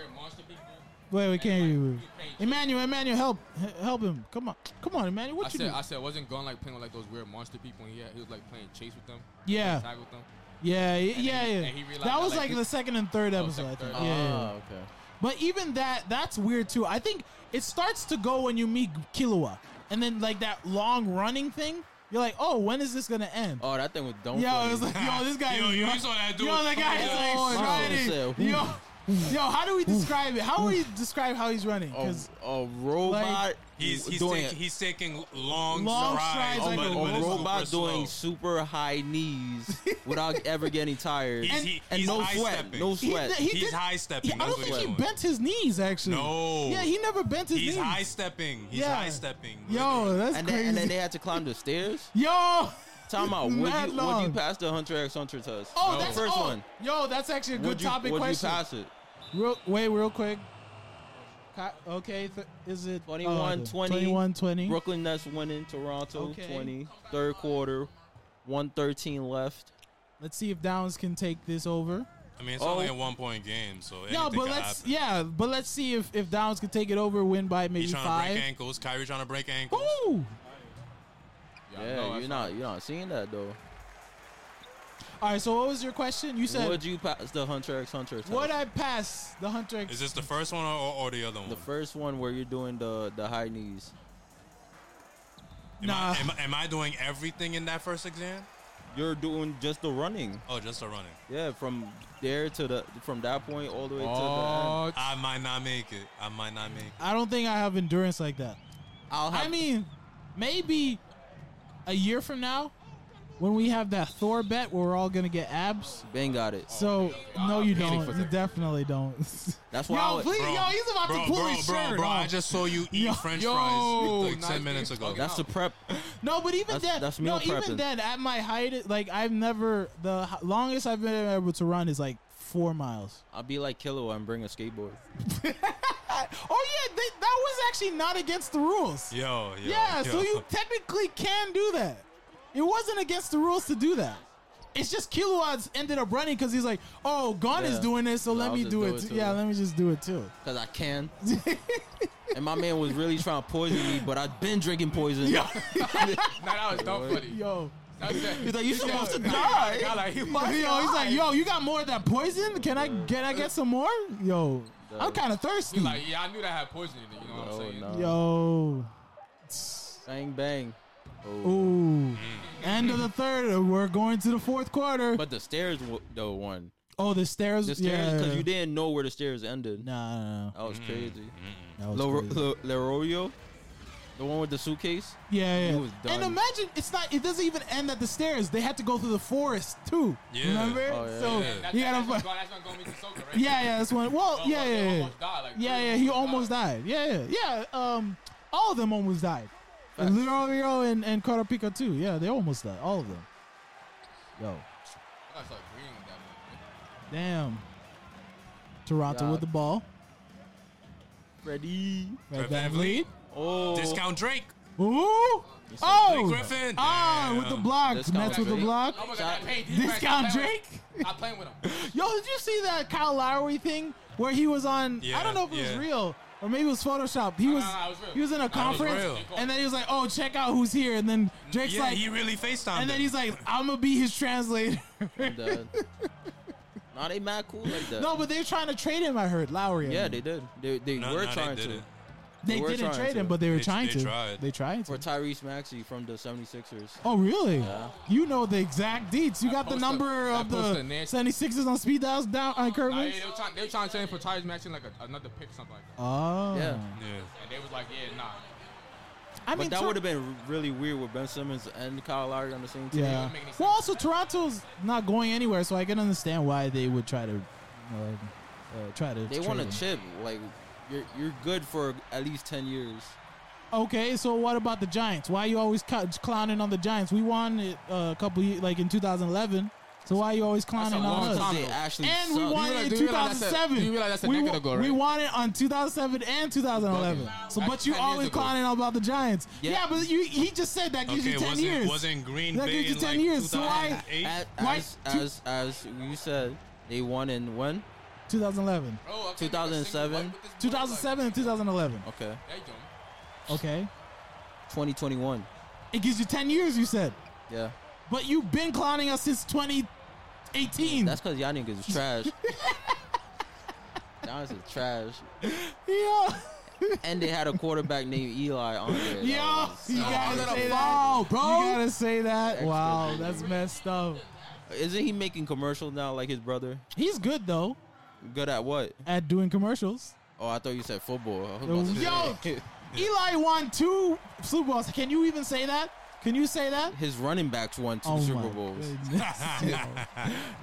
[SPEAKER 1] Wait, we can't hear you. Emmanuel, Emmanuel, help, H- help him. Come on, come on, Emmanuel. What
[SPEAKER 4] I
[SPEAKER 1] you
[SPEAKER 4] said,
[SPEAKER 1] do?
[SPEAKER 4] I said, I wasn't going like playing with like those weird monster people. And he, had, he was like playing chase with them,
[SPEAKER 1] yeah,
[SPEAKER 4] tag with them.
[SPEAKER 1] yeah, yeah,
[SPEAKER 4] he-
[SPEAKER 1] yeah.
[SPEAKER 4] and he realized
[SPEAKER 1] that
[SPEAKER 4] that,
[SPEAKER 1] was
[SPEAKER 4] like,
[SPEAKER 1] like
[SPEAKER 4] this-
[SPEAKER 1] the second and third
[SPEAKER 4] Oh,
[SPEAKER 1] episode, I
[SPEAKER 4] second,
[SPEAKER 1] think.
[SPEAKER 4] third.
[SPEAKER 1] Yeah, yeah, yeah.
[SPEAKER 2] Ah, okay.
[SPEAKER 1] But even that, that's weird too. I think it starts to go when you meet Killua, and then like that long running thing. You're like, oh, when is this gonna end?
[SPEAKER 2] Oh, that thing was dumb.
[SPEAKER 1] Yo,
[SPEAKER 2] funny.
[SPEAKER 1] it was like, yo, this
[SPEAKER 4] (laughs)
[SPEAKER 1] guy.
[SPEAKER 5] Yo,
[SPEAKER 1] is
[SPEAKER 5] you
[SPEAKER 1] drunk.
[SPEAKER 5] saw that dude.
[SPEAKER 1] Yo, that guy is like
[SPEAKER 5] Oh,
[SPEAKER 1] running.
[SPEAKER 2] said, who-
[SPEAKER 1] Yo, yo, how do we describe it? How do we describe how he's running?
[SPEAKER 4] Oh,
[SPEAKER 2] a,
[SPEAKER 1] Because
[SPEAKER 2] a robot
[SPEAKER 1] like,
[SPEAKER 5] He's he's,
[SPEAKER 2] doing
[SPEAKER 5] taking, he's taking long,
[SPEAKER 1] Long
[SPEAKER 5] strides,
[SPEAKER 1] strides, like
[SPEAKER 5] but,
[SPEAKER 1] a-
[SPEAKER 5] but
[SPEAKER 2] a
[SPEAKER 5] it's
[SPEAKER 2] robot
[SPEAKER 5] super
[SPEAKER 2] doing
[SPEAKER 5] slow.
[SPEAKER 2] super high
[SPEAKER 1] (laughs)
[SPEAKER 2] knees without ever getting tired
[SPEAKER 5] He's-
[SPEAKER 2] and,
[SPEAKER 5] he-
[SPEAKER 2] and
[SPEAKER 5] he's
[SPEAKER 2] no
[SPEAKER 5] high
[SPEAKER 2] sweat,
[SPEAKER 5] stepping.
[SPEAKER 2] no
[SPEAKER 5] He-
[SPEAKER 2] sweat.
[SPEAKER 1] he
[SPEAKER 5] He's
[SPEAKER 1] did-
[SPEAKER 5] high
[SPEAKER 1] he,
[SPEAKER 5] stepping.
[SPEAKER 1] I
[SPEAKER 5] that's
[SPEAKER 1] don't
[SPEAKER 5] what
[SPEAKER 1] think
[SPEAKER 5] he's
[SPEAKER 1] he
[SPEAKER 5] doing.
[SPEAKER 1] bent his knees actually.
[SPEAKER 5] No.
[SPEAKER 1] Yeah, he never bent his
[SPEAKER 5] He's
[SPEAKER 1] knees.
[SPEAKER 5] high stepping. He's
[SPEAKER 1] Yeah.
[SPEAKER 5] high stepping.
[SPEAKER 1] Yo, that's
[SPEAKER 2] and,
[SPEAKER 1] crazy.
[SPEAKER 2] then, and then they had to climb the stairs.
[SPEAKER 1] yo. (laughs)
[SPEAKER 2] Time out. Would you,
[SPEAKER 1] Mad
[SPEAKER 2] would you
[SPEAKER 1] long.
[SPEAKER 2] pass the Hunter X Hunter test?
[SPEAKER 1] Oh,
[SPEAKER 5] No.
[SPEAKER 1] that's
[SPEAKER 2] First
[SPEAKER 1] oh,
[SPEAKER 2] one.
[SPEAKER 1] Yo, that's actually a good
[SPEAKER 2] would you,
[SPEAKER 1] topic
[SPEAKER 2] would
[SPEAKER 1] question.
[SPEAKER 2] you pass it?
[SPEAKER 1] Real, wait, real quick. Ca- Okay, th- is it
[SPEAKER 2] 21,
[SPEAKER 1] oh,
[SPEAKER 2] 20.
[SPEAKER 1] 21 20.
[SPEAKER 2] Brooklyn Nets winning Toronto
[SPEAKER 1] Okay.
[SPEAKER 2] 20, third quarter, 113 left.
[SPEAKER 1] Let's see if Downs can take this over.
[SPEAKER 5] I mean, it's
[SPEAKER 2] Oh.
[SPEAKER 5] only a one point game, so
[SPEAKER 1] No,
[SPEAKER 5] anything
[SPEAKER 1] but
[SPEAKER 5] can
[SPEAKER 1] let's
[SPEAKER 5] happen.
[SPEAKER 1] yeah, but let's see if if Downs can take it over, win by maybe
[SPEAKER 5] He's trying to break
[SPEAKER 1] five.
[SPEAKER 5] ankles. Kyrie trying to break ankles.
[SPEAKER 1] Ooh.
[SPEAKER 4] I
[SPEAKER 2] Yeah,
[SPEAKER 4] know, I
[SPEAKER 2] you're not you're not seeing that though.
[SPEAKER 1] All right. So what was your question? You said
[SPEAKER 2] would you pass the Hunter X Hunter test?
[SPEAKER 1] would I pass the Hunter? X-
[SPEAKER 5] Is this the first one or, or the other one?
[SPEAKER 2] the first one where you're doing the the high knees.
[SPEAKER 5] Am,
[SPEAKER 1] Nah.
[SPEAKER 5] I, am, I- am I doing everything in that first exam?
[SPEAKER 2] You're doing just the running.
[SPEAKER 5] Oh, just the running.
[SPEAKER 2] Yeah, from there to the from that point all the way to
[SPEAKER 4] Oh,
[SPEAKER 1] (laughs)
[SPEAKER 5] I might not make it. I might not make it.
[SPEAKER 1] I don't think I have endurance like that.
[SPEAKER 2] the end. I'll
[SPEAKER 1] I mean, maybe a year from now, when we have that Thor bet, where we're all gonna get abs.
[SPEAKER 2] Ben got it.
[SPEAKER 1] So no, you
[SPEAKER 4] I'm
[SPEAKER 1] don't.
[SPEAKER 4] waiting for
[SPEAKER 1] You
[SPEAKER 4] that.
[SPEAKER 1] definitely don't.
[SPEAKER 2] That's why. I
[SPEAKER 1] yo,
[SPEAKER 2] would-
[SPEAKER 1] please, yo, he's about
[SPEAKER 5] bro,
[SPEAKER 1] to pull
[SPEAKER 5] bro,
[SPEAKER 1] his
[SPEAKER 5] bro,
[SPEAKER 1] shirt
[SPEAKER 5] Bro,
[SPEAKER 1] off.
[SPEAKER 5] I just saw you eat
[SPEAKER 1] Yo,
[SPEAKER 5] French
[SPEAKER 4] yo,
[SPEAKER 5] fries like
[SPEAKER 4] nice
[SPEAKER 5] ten minutes
[SPEAKER 4] beef.
[SPEAKER 5] ago.
[SPEAKER 4] Okay.
[SPEAKER 2] That's the prep.
[SPEAKER 1] No, but even
[SPEAKER 2] That's-
[SPEAKER 1] then,
[SPEAKER 2] that's
[SPEAKER 1] no,
[SPEAKER 2] meal
[SPEAKER 1] even
[SPEAKER 2] prepping.
[SPEAKER 1] then, at my height, like I've never the h- longest I've been able to run is like four miles.
[SPEAKER 2] I'll be like Killua and bring a skateboard.
[SPEAKER 1] Oh yeah, they, that was actually not against the rules. Yeah,
[SPEAKER 5] Yo, yo, yo.
[SPEAKER 1] so (laughs) you technically can do that. It wasn't against the rules to do that. It's just Kilowatts ended up running because he's like, "Oh, Gon is
[SPEAKER 2] Yeah.
[SPEAKER 1] doing this, so
[SPEAKER 2] No,
[SPEAKER 1] let
[SPEAKER 2] I'll
[SPEAKER 1] me
[SPEAKER 2] just
[SPEAKER 1] do,
[SPEAKER 2] do
[SPEAKER 1] it.
[SPEAKER 2] it
[SPEAKER 1] too.
[SPEAKER 2] too."
[SPEAKER 1] Yeah, let me just do it (laughs) too."
[SPEAKER 2] Cause I can. and my man was really trying to poison me, but I've been drinking poison.
[SPEAKER 4] nah, that was dumb funny.
[SPEAKER 1] Yo,
[SPEAKER 4] That's it.
[SPEAKER 2] He's like, you're supposed to
[SPEAKER 4] Nah,
[SPEAKER 2] die.
[SPEAKER 1] (laughs)
[SPEAKER 4] nah, nah, he-
[SPEAKER 1] yo, he's like, "Yo, you got more of that poison? Can I get I get some more?" Yo,
[SPEAKER 6] I'm kind of thirsty.
[SPEAKER 4] We like, yeah, I knew that had poison in it. You know what I'm
[SPEAKER 2] No,
[SPEAKER 4] saying?
[SPEAKER 2] no.
[SPEAKER 1] Yo.
[SPEAKER 2] Bang bang. Oh.
[SPEAKER 1] Ooh. End of the third. We're going to the fourth quarter.
[SPEAKER 2] But the stairs w- though won.
[SPEAKER 1] oh, the stairs.
[SPEAKER 2] The stairs because
[SPEAKER 1] yeah.
[SPEAKER 2] you didn't know where the stairs ended.
[SPEAKER 1] Nah, nah, nah.
[SPEAKER 2] That was crazy.
[SPEAKER 1] That was
[SPEAKER 2] Leroyo,
[SPEAKER 1] crazy.
[SPEAKER 2] the one with the suitcase.
[SPEAKER 1] yeah, yeah.
[SPEAKER 2] was
[SPEAKER 1] And
[SPEAKER 2] done.
[SPEAKER 1] imagine it's not. It doesn't even end at the stairs. They had to go through the forest too.
[SPEAKER 5] Yeah.
[SPEAKER 1] Remember?
[SPEAKER 2] Oh, yeah,
[SPEAKER 1] so
[SPEAKER 5] yeah.
[SPEAKER 4] That's,
[SPEAKER 1] you
[SPEAKER 4] that's,
[SPEAKER 1] gotta.
[SPEAKER 4] that's,
[SPEAKER 1] fu-
[SPEAKER 4] not- that's not going to be Sissoko, right?
[SPEAKER 1] Yeah, yeah. That's one. Well,
[SPEAKER 4] Oh,
[SPEAKER 1] yeah,
[SPEAKER 4] well,
[SPEAKER 1] yeah,
[SPEAKER 4] they
[SPEAKER 1] yeah.
[SPEAKER 4] almost died, like,
[SPEAKER 1] Yeah,
[SPEAKER 4] really
[SPEAKER 1] yeah, he
[SPEAKER 4] died.
[SPEAKER 1] almost died. Yeah, yeah, yeah. Um, all of them almost died.
[SPEAKER 2] Facts.
[SPEAKER 1] Lirio and and Carapica too. Yeah, they almost died. All of them. Yo,
[SPEAKER 4] I gotta start agreeing with that. Man.
[SPEAKER 1] damn. Toronto
[SPEAKER 2] Yeah.
[SPEAKER 1] with the ball.
[SPEAKER 2] Ready?
[SPEAKER 1] Right
[SPEAKER 5] Fred
[SPEAKER 1] back
[SPEAKER 5] VanVleet.
[SPEAKER 1] lead.
[SPEAKER 2] Oh.
[SPEAKER 5] Discount Drake.
[SPEAKER 1] Ooh.
[SPEAKER 5] Blake
[SPEAKER 1] Oh.
[SPEAKER 5] Griffin.
[SPEAKER 1] Ah,
[SPEAKER 5] Yeah.
[SPEAKER 1] with the block.
[SPEAKER 2] Discount
[SPEAKER 1] Nets with the
[SPEAKER 2] Drake.
[SPEAKER 1] block.
[SPEAKER 4] Oh my God, that paid defense.
[SPEAKER 1] Discount
[SPEAKER 4] I'm playing
[SPEAKER 1] Drake.
[SPEAKER 4] with- I'm playing with
[SPEAKER 1] (laughs)
[SPEAKER 4] him.
[SPEAKER 1] Yo, did you see that Kyle Lowry thing where he was on? I
[SPEAKER 5] Yeah,
[SPEAKER 1] don't know if it was
[SPEAKER 5] yeah.
[SPEAKER 1] real or maybe it was Photoshop. He
[SPEAKER 4] No,
[SPEAKER 1] was
[SPEAKER 4] no, no, it was real.
[SPEAKER 1] he was in a conference
[SPEAKER 5] real.
[SPEAKER 1] and then he was like, "Oh, check out who's here," and then Drake's
[SPEAKER 5] yeah,
[SPEAKER 1] like,
[SPEAKER 5] he really FaceTimed
[SPEAKER 1] and then
[SPEAKER 5] him.
[SPEAKER 1] he's like, "I'm gonna be his translator." (laughs)
[SPEAKER 2] I'm dead. (laughs) nah, they mad cool like that.
[SPEAKER 1] no, but they're trying to trade him. I heard Lowry.
[SPEAKER 2] Yeah, they did. They, they
[SPEAKER 5] No,
[SPEAKER 2] were
[SPEAKER 5] no, they
[SPEAKER 2] trying to.
[SPEAKER 5] didn't.
[SPEAKER 1] they,
[SPEAKER 2] they were
[SPEAKER 1] didn't
[SPEAKER 2] trying
[SPEAKER 1] trade
[SPEAKER 2] to.
[SPEAKER 1] him, but they were
[SPEAKER 5] They-
[SPEAKER 1] trying
[SPEAKER 5] they
[SPEAKER 1] to.
[SPEAKER 5] tried.
[SPEAKER 1] They tried
[SPEAKER 2] For
[SPEAKER 1] to.
[SPEAKER 2] Tyrese Maxey from the 76ers.
[SPEAKER 1] Oh really?
[SPEAKER 2] Yeah.
[SPEAKER 1] You know the exact deeds. You got the
[SPEAKER 4] poster-
[SPEAKER 1] number
[SPEAKER 4] that
[SPEAKER 1] of the
[SPEAKER 4] poster nasty.
[SPEAKER 1] 76ers on speed dials down uh, on
[SPEAKER 4] Nah,
[SPEAKER 1] Kirby.
[SPEAKER 4] yeah, they were trying, they were trying to trade him for Tyrese Maxey like a, another pick, something like that.
[SPEAKER 1] Oh,
[SPEAKER 2] Yeah.
[SPEAKER 5] Yeah.
[SPEAKER 4] And they was like, yeah, nah.
[SPEAKER 1] I
[SPEAKER 2] But
[SPEAKER 1] mean,
[SPEAKER 2] that
[SPEAKER 1] Tor-
[SPEAKER 2] would have been really weird with Ben Simmons and Kyle Lowry on the same team.
[SPEAKER 1] Yeah.
[SPEAKER 4] make any sense.
[SPEAKER 1] Well, also Toronto's not going anywhere, so I can understand why they would try to uh, uh, try to.
[SPEAKER 2] They
[SPEAKER 1] trade
[SPEAKER 2] want
[SPEAKER 1] him.
[SPEAKER 2] a chip. Like you're you're good for at least ten years.
[SPEAKER 1] Okay, so what about the Giants? Why you always cou- clowning on the Giants? We won it uh, a couple ye- like in 2011. So why you always clowning
[SPEAKER 4] a
[SPEAKER 1] on
[SPEAKER 4] long
[SPEAKER 1] us?
[SPEAKER 4] time.
[SPEAKER 2] They actually
[SPEAKER 1] And we
[SPEAKER 2] suck.
[SPEAKER 1] won
[SPEAKER 4] realize-
[SPEAKER 1] it in
[SPEAKER 4] do you realize that's a-
[SPEAKER 1] 2007.
[SPEAKER 4] do you realize that's a
[SPEAKER 1] we,
[SPEAKER 4] decade
[SPEAKER 1] wa-
[SPEAKER 4] ago, right?
[SPEAKER 1] we won it on 2007 and 2011. So,
[SPEAKER 4] That's
[SPEAKER 1] but you
[SPEAKER 4] 10 years
[SPEAKER 1] always
[SPEAKER 4] ago.
[SPEAKER 1] clowning about the Giants. Yeah,
[SPEAKER 2] Yeah.
[SPEAKER 1] but you, he just said that gives
[SPEAKER 5] Okay,
[SPEAKER 1] you 10
[SPEAKER 5] wasn't
[SPEAKER 1] years.
[SPEAKER 5] wasn't Green
[SPEAKER 1] That
[SPEAKER 5] Bay
[SPEAKER 1] gives you
[SPEAKER 5] in
[SPEAKER 1] 10
[SPEAKER 5] like
[SPEAKER 1] years, so why-
[SPEAKER 5] 2008?
[SPEAKER 2] As,
[SPEAKER 1] Why-
[SPEAKER 2] as, as as you said, they won in when?
[SPEAKER 1] 2011,
[SPEAKER 4] Bro, I can't make a single
[SPEAKER 2] 2007?
[SPEAKER 4] play with this boy,
[SPEAKER 1] 2007 and 2011.
[SPEAKER 2] Okay,
[SPEAKER 4] Like, yeah, you don't.
[SPEAKER 1] Okay,
[SPEAKER 2] 2021.
[SPEAKER 1] it gives you 10 years. You said.
[SPEAKER 2] Yeah,
[SPEAKER 1] But you've been clowning us since 2018.
[SPEAKER 2] that's because y'all niggas is trash. y'all is trash.
[SPEAKER 1] (laughs) yo,
[SPEAKER 2] And they had a quarterback named Eli on there.
[SPEAKER 1] yo, you
[SPEAKER 2] That was-
[SPEAKER 1] gotta
[SPEAKER 4] let
[SPEAKER 1] say
[SPEAKER 4] him
[SPEAKER 1] that, bro. You gotta say that.
[SPEAKER 2] Extra
[SPEAKER 1] Wow,
[SPEAKER 2] dude.
[SPEAKER 1] that's messed up.
[SPEAKER 2] Isn't he making commercials now like his brother?
[SPEAKER 1] He's good though
[SPEAKER 2] Good at what?
[SPEAKER 1] at doing commercials.
[SPEAKER 2] Oh, I thought you said football. I was
[SPEAKER 1] Yo,
[SPEAKER 2] about to
[SPEAKER 1] yo,
[SPEAKER 2] say-
[SPEAKER 1] Eli won two Super Bowls. Can you even say that? Can you say that?
[SPEAKER 2] his running backs won two
[SPEAKER 1] Oh my
[SPEAKER 2] Super Bowls.
[SPEAKER 1] (laughs) goodness, yo.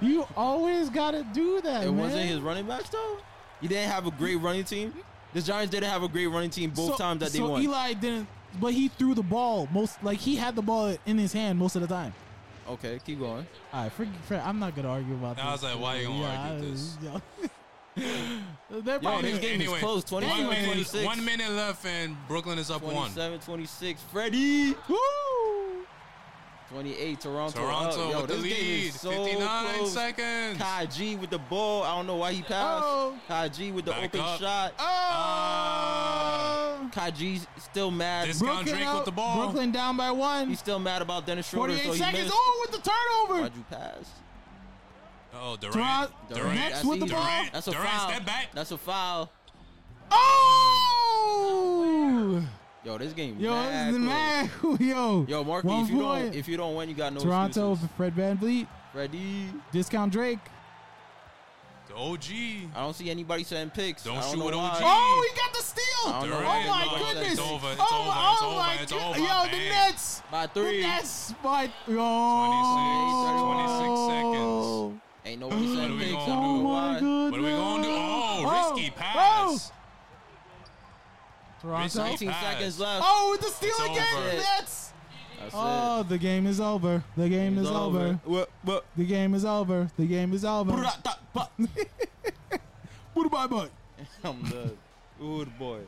[SPEAKER 1] you always gotta do that,
[SPEAKER 2] It
[SPEAKER 1] man.
[SPEAKER 2] wasn't his running backs though. You didn't have a great running team. The Giants didn't have a great running team both
[SPEAKER 1] So-
[SPEAKER 2] times that they
[SPEAKER 1] so
[SPEAKER 2] won.
[SPEAKER 1] Eli didn't, but he threw the ball most. Like he had the ball in his hand most of the time.
[SPEAKER 2] okay, keep going.
[SPEAKER 1] All right, for, for, I'm not gonna argue about
[SPEAKER 5] I
[SPEAKER 1] this.
[SPEAKER 5] was like, why you gonna argue this?
[SPEAKER 1] yo. (laughs) They're
[SPEAKER 2] Yo,
[SPEAKER 1] probably
[SPEAKER 2] this game
[SPEAKER 5] Anyway,
[SPEAKER 2] is close.
[SPEAKER 5] One
[SPEAKER 2] 27,
[SPEAKER 5] minute,
[SPEAKER 2] 26.
[SPEAKER 5] one minute left, and Brooklyn is up one.
[SPEAKER 2] 27, 26. Freddie.
[SPEAKER 1] (laughs) Woo!
[SPEAKER 2] 28. Toronto.
[SPEAKER 5] Toronto
[SPEAKER 2] up. Yo,
[SPEAKER 5] with the
[SPEAKER 2] this game
[SPEAKER 5] lead.
[SPEAKER 2] is so
[SPEAKER 5] 59
[SPEAKER 2] close. (laughs)
[SPEAKER 5] seconds.
[SPEAKER 2] Kai G with the ball. I don't know why he passed.
[SPEAKER 1] Oh.
[SPEAKER 2] Kai G with the
[SPEAKER 5] Back
[SPEAKER 2] open
[SPEAKER 5] up.
[SPEAKER 2] shot.
[SPEAKER 5] Ah.
[SPEAKER 2] Kai G's still mad.
[SPEAKER 5] This- Discount Drake with
[SPEAKER 1] out,
[SPEAKER 5] the ball.
[SPEAKER 1] Brooklyn down by one.
[SPEAKER 2] He's still mad about Dennis Schroeder.
[SPEAKER 1] 48
[SPEAKER 2] so he
[SPEAKER 1] seconds.
[SPEAKER 2] missed.
[SPEAKER 1] Oh, with the turnover.
[SPEAKER 2] Why'd you pass?
[SPEAKER 5] Oh, Durant.
[SPEAKER 1] Durant-
[SPEAKER 5] Durant.
[SPEAKER 1] Next
[SPEAKER 2] That's
[SPEAKER 1] with the
[SPEAKER 2] easy.
[SPEAKER 1] ball.
[SPEAKER 2] That's a
[SPEAKER 5] Durant,
[SPEAKER 2] foul.
[SPEAKER 5] step back.
[SPEAKER 2] That's a foul.
[SPEAKER 1] Oh!
[SPEAKER 2] Yo, this game.
[SPEAKER 1] Yo,
[SPEAKER 2] mad
[SPEAKER 1] this is
[SPEAKER 2] close.
[SPEAKER 1] mad. (laughs) Yo.
[SPEAKER 2] Yo, Marky,
[SPEAKER 1] One
[SPEAKER 2] if you
[SPEAKER 1] point.
[SPEAKER 2] don't if you don't win, you got no
[SPEAKER 1] Toronto,
[SPEAKER 2] excuses.
[SPEAKER 1] Fred VanVleet,
[SPEAKER 2] Freddie.
[SPEAKER 1] discount Drake.
[SPEAKER 5] The OG.
[SPEAKER 2] I don't see anybody setting picks.
[SPEAKER 5] Don't
[SPEAKER 2] I don't
[SPEAKER 5] shoot
[SPEAKER 2] know
[SPEAKER 5] with
[SPEAKER 2] why.
[SPEAKER 5] OG.
[SPEAKER 1] Oh, he got the steal!
[SPEAKER 2] I
[SPEAKER 1] Oh
[SPEAKER 2] don't know why
[SPEAKER 1] my
[SPEAKER 2] they lost.
[SPEAKER 1] goodness!
[SPEAKER 5] It's over, it's
[SPEAKER 1] oh,
[SPEAKER 5] over,
[SPEAKER 1] oh
[SPEAKER 5] it's over,
[SPEAKER 1] my
[SPEAKER 5] it's
[SPEAKER 1] god!
[SPEAKER 5] over,
[SPEAKER 1] Yo, the
[SPEAKER 5] bang.
[SPEAKER 1] Nets.
[SPEAKER 2] By three.
[SPEAKER 1] The Nets. By yo.
[SPEAKER 5] 26
[SPEAKER 2] Ain't nobody
[SPEAKER 5] What are
[SPEAKER 2] setting
[SPEAKER 5] we
[SPEAKER 2] picks.
[SPEAKER 5] gonna
[SPEAKER 1] Oh
[SPEAKER 2] I don't know
[SPEAKER 1] my
[SPEAKER 5] do?
[SPEAKER 2] why.
[SPEAKER 1] goodness!
[SPEAKER 5] What are we going to do?
[SPEAKER 1] Oh,
[SPEAKER 5] Oh, risky
[SPEAKER 1] oh.
[SPEAKER 5] pass.
[SPEAKER 1] Toronto.
[SPEAKER 5] Risky.
[SPEAKER 2] 19
[SPEAKER 5] Pass.
[SPEAKER 2] seconds left.
[SPEAKER 1] Oh, with the steal
[SPEAKER 5] It's
[SPEAKER 1] again,
[SPEAKER 5] over.
[SPEAKER 1] Nets.
[SPEAKER 2] That's
[SPEAKER 1] Oh, the game is over. The game
[SPEAKER 2] it.
[SPEAKER 1] is over.
[SPEAKER 2] What? What?
[SPEAKER 1] The game is over. The game is over. What about boy?
[SPEAKER 2] I'm the good boy.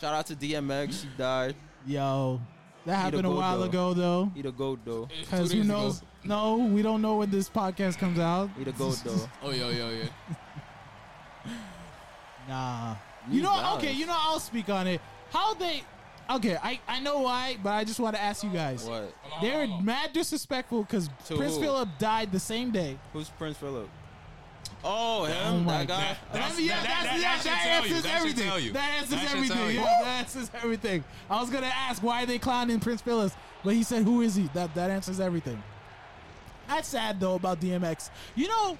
[SPEAKER 2] Shout out to DMX. He died.
[SPEAKER 1] Yo, that happened a
[SPEAKER 2] goat,
[SPEAKER 1] while
[SPEAKER 2] though.
[SPEAKER 1] ago though.
[SPEAKER 2] He the goat though.
[SPEAKER 4] It's two
[SPEAKER 1] Because who
[SPEAKER 4] days ago.
[SPEAKER 1] knows? No, we don't know when this podcast comes out.
[SPEAKER 2] He the goat though. (laughs)
[SPEAKER 4] Oh, yo, yo, yeah.
[SPEAKER 1] (laughs) Nah.
[SPEAKER 2] You
[SPEAKER 1] You know,
[SPEAKER 2] guys.
[SPEAKER 1] okay, you know, I'll speak on it. How they, okay, I, I know why, but I just want to ask you guys.
[SPEAKER 2] What?
[SPEAKER 1] They were mad disrespectful because
[SPEAKER 2] To
[SPEAKER 1] Prince
[SPEAKER 2] who?
[SPEAKER 1] Philip died the same day.
[SPEAKER 2] Who's Prince Philip? Oh, him,
[SPEAKER 1] my
[SPEAKER 2] that guy.
[SPEAKER 5] That's-
[SPEAKER 4] yeah,
[SPEAKER 5] that- that-
[SPEAKER 4] that's, yeah,
[SPEAKER 5] that
[SPEAKER 4] that,
[SPEAKER 5] should tell you. That should tell
[SPEAKER 4] answers everything.
[SPEAKER 5] you.
[SPEAKER 4] That answers
[SPEAKER 5] That should
[SPEAKER 4] everything.
[SPEAKER 5] tell you.
[SPEAKER 4] Yeah, that answers everything. I was gonna ask why are they clowning Prince Phillips, but he said, "Who is he?" That that answers everything. That's sad though about DMX. You know,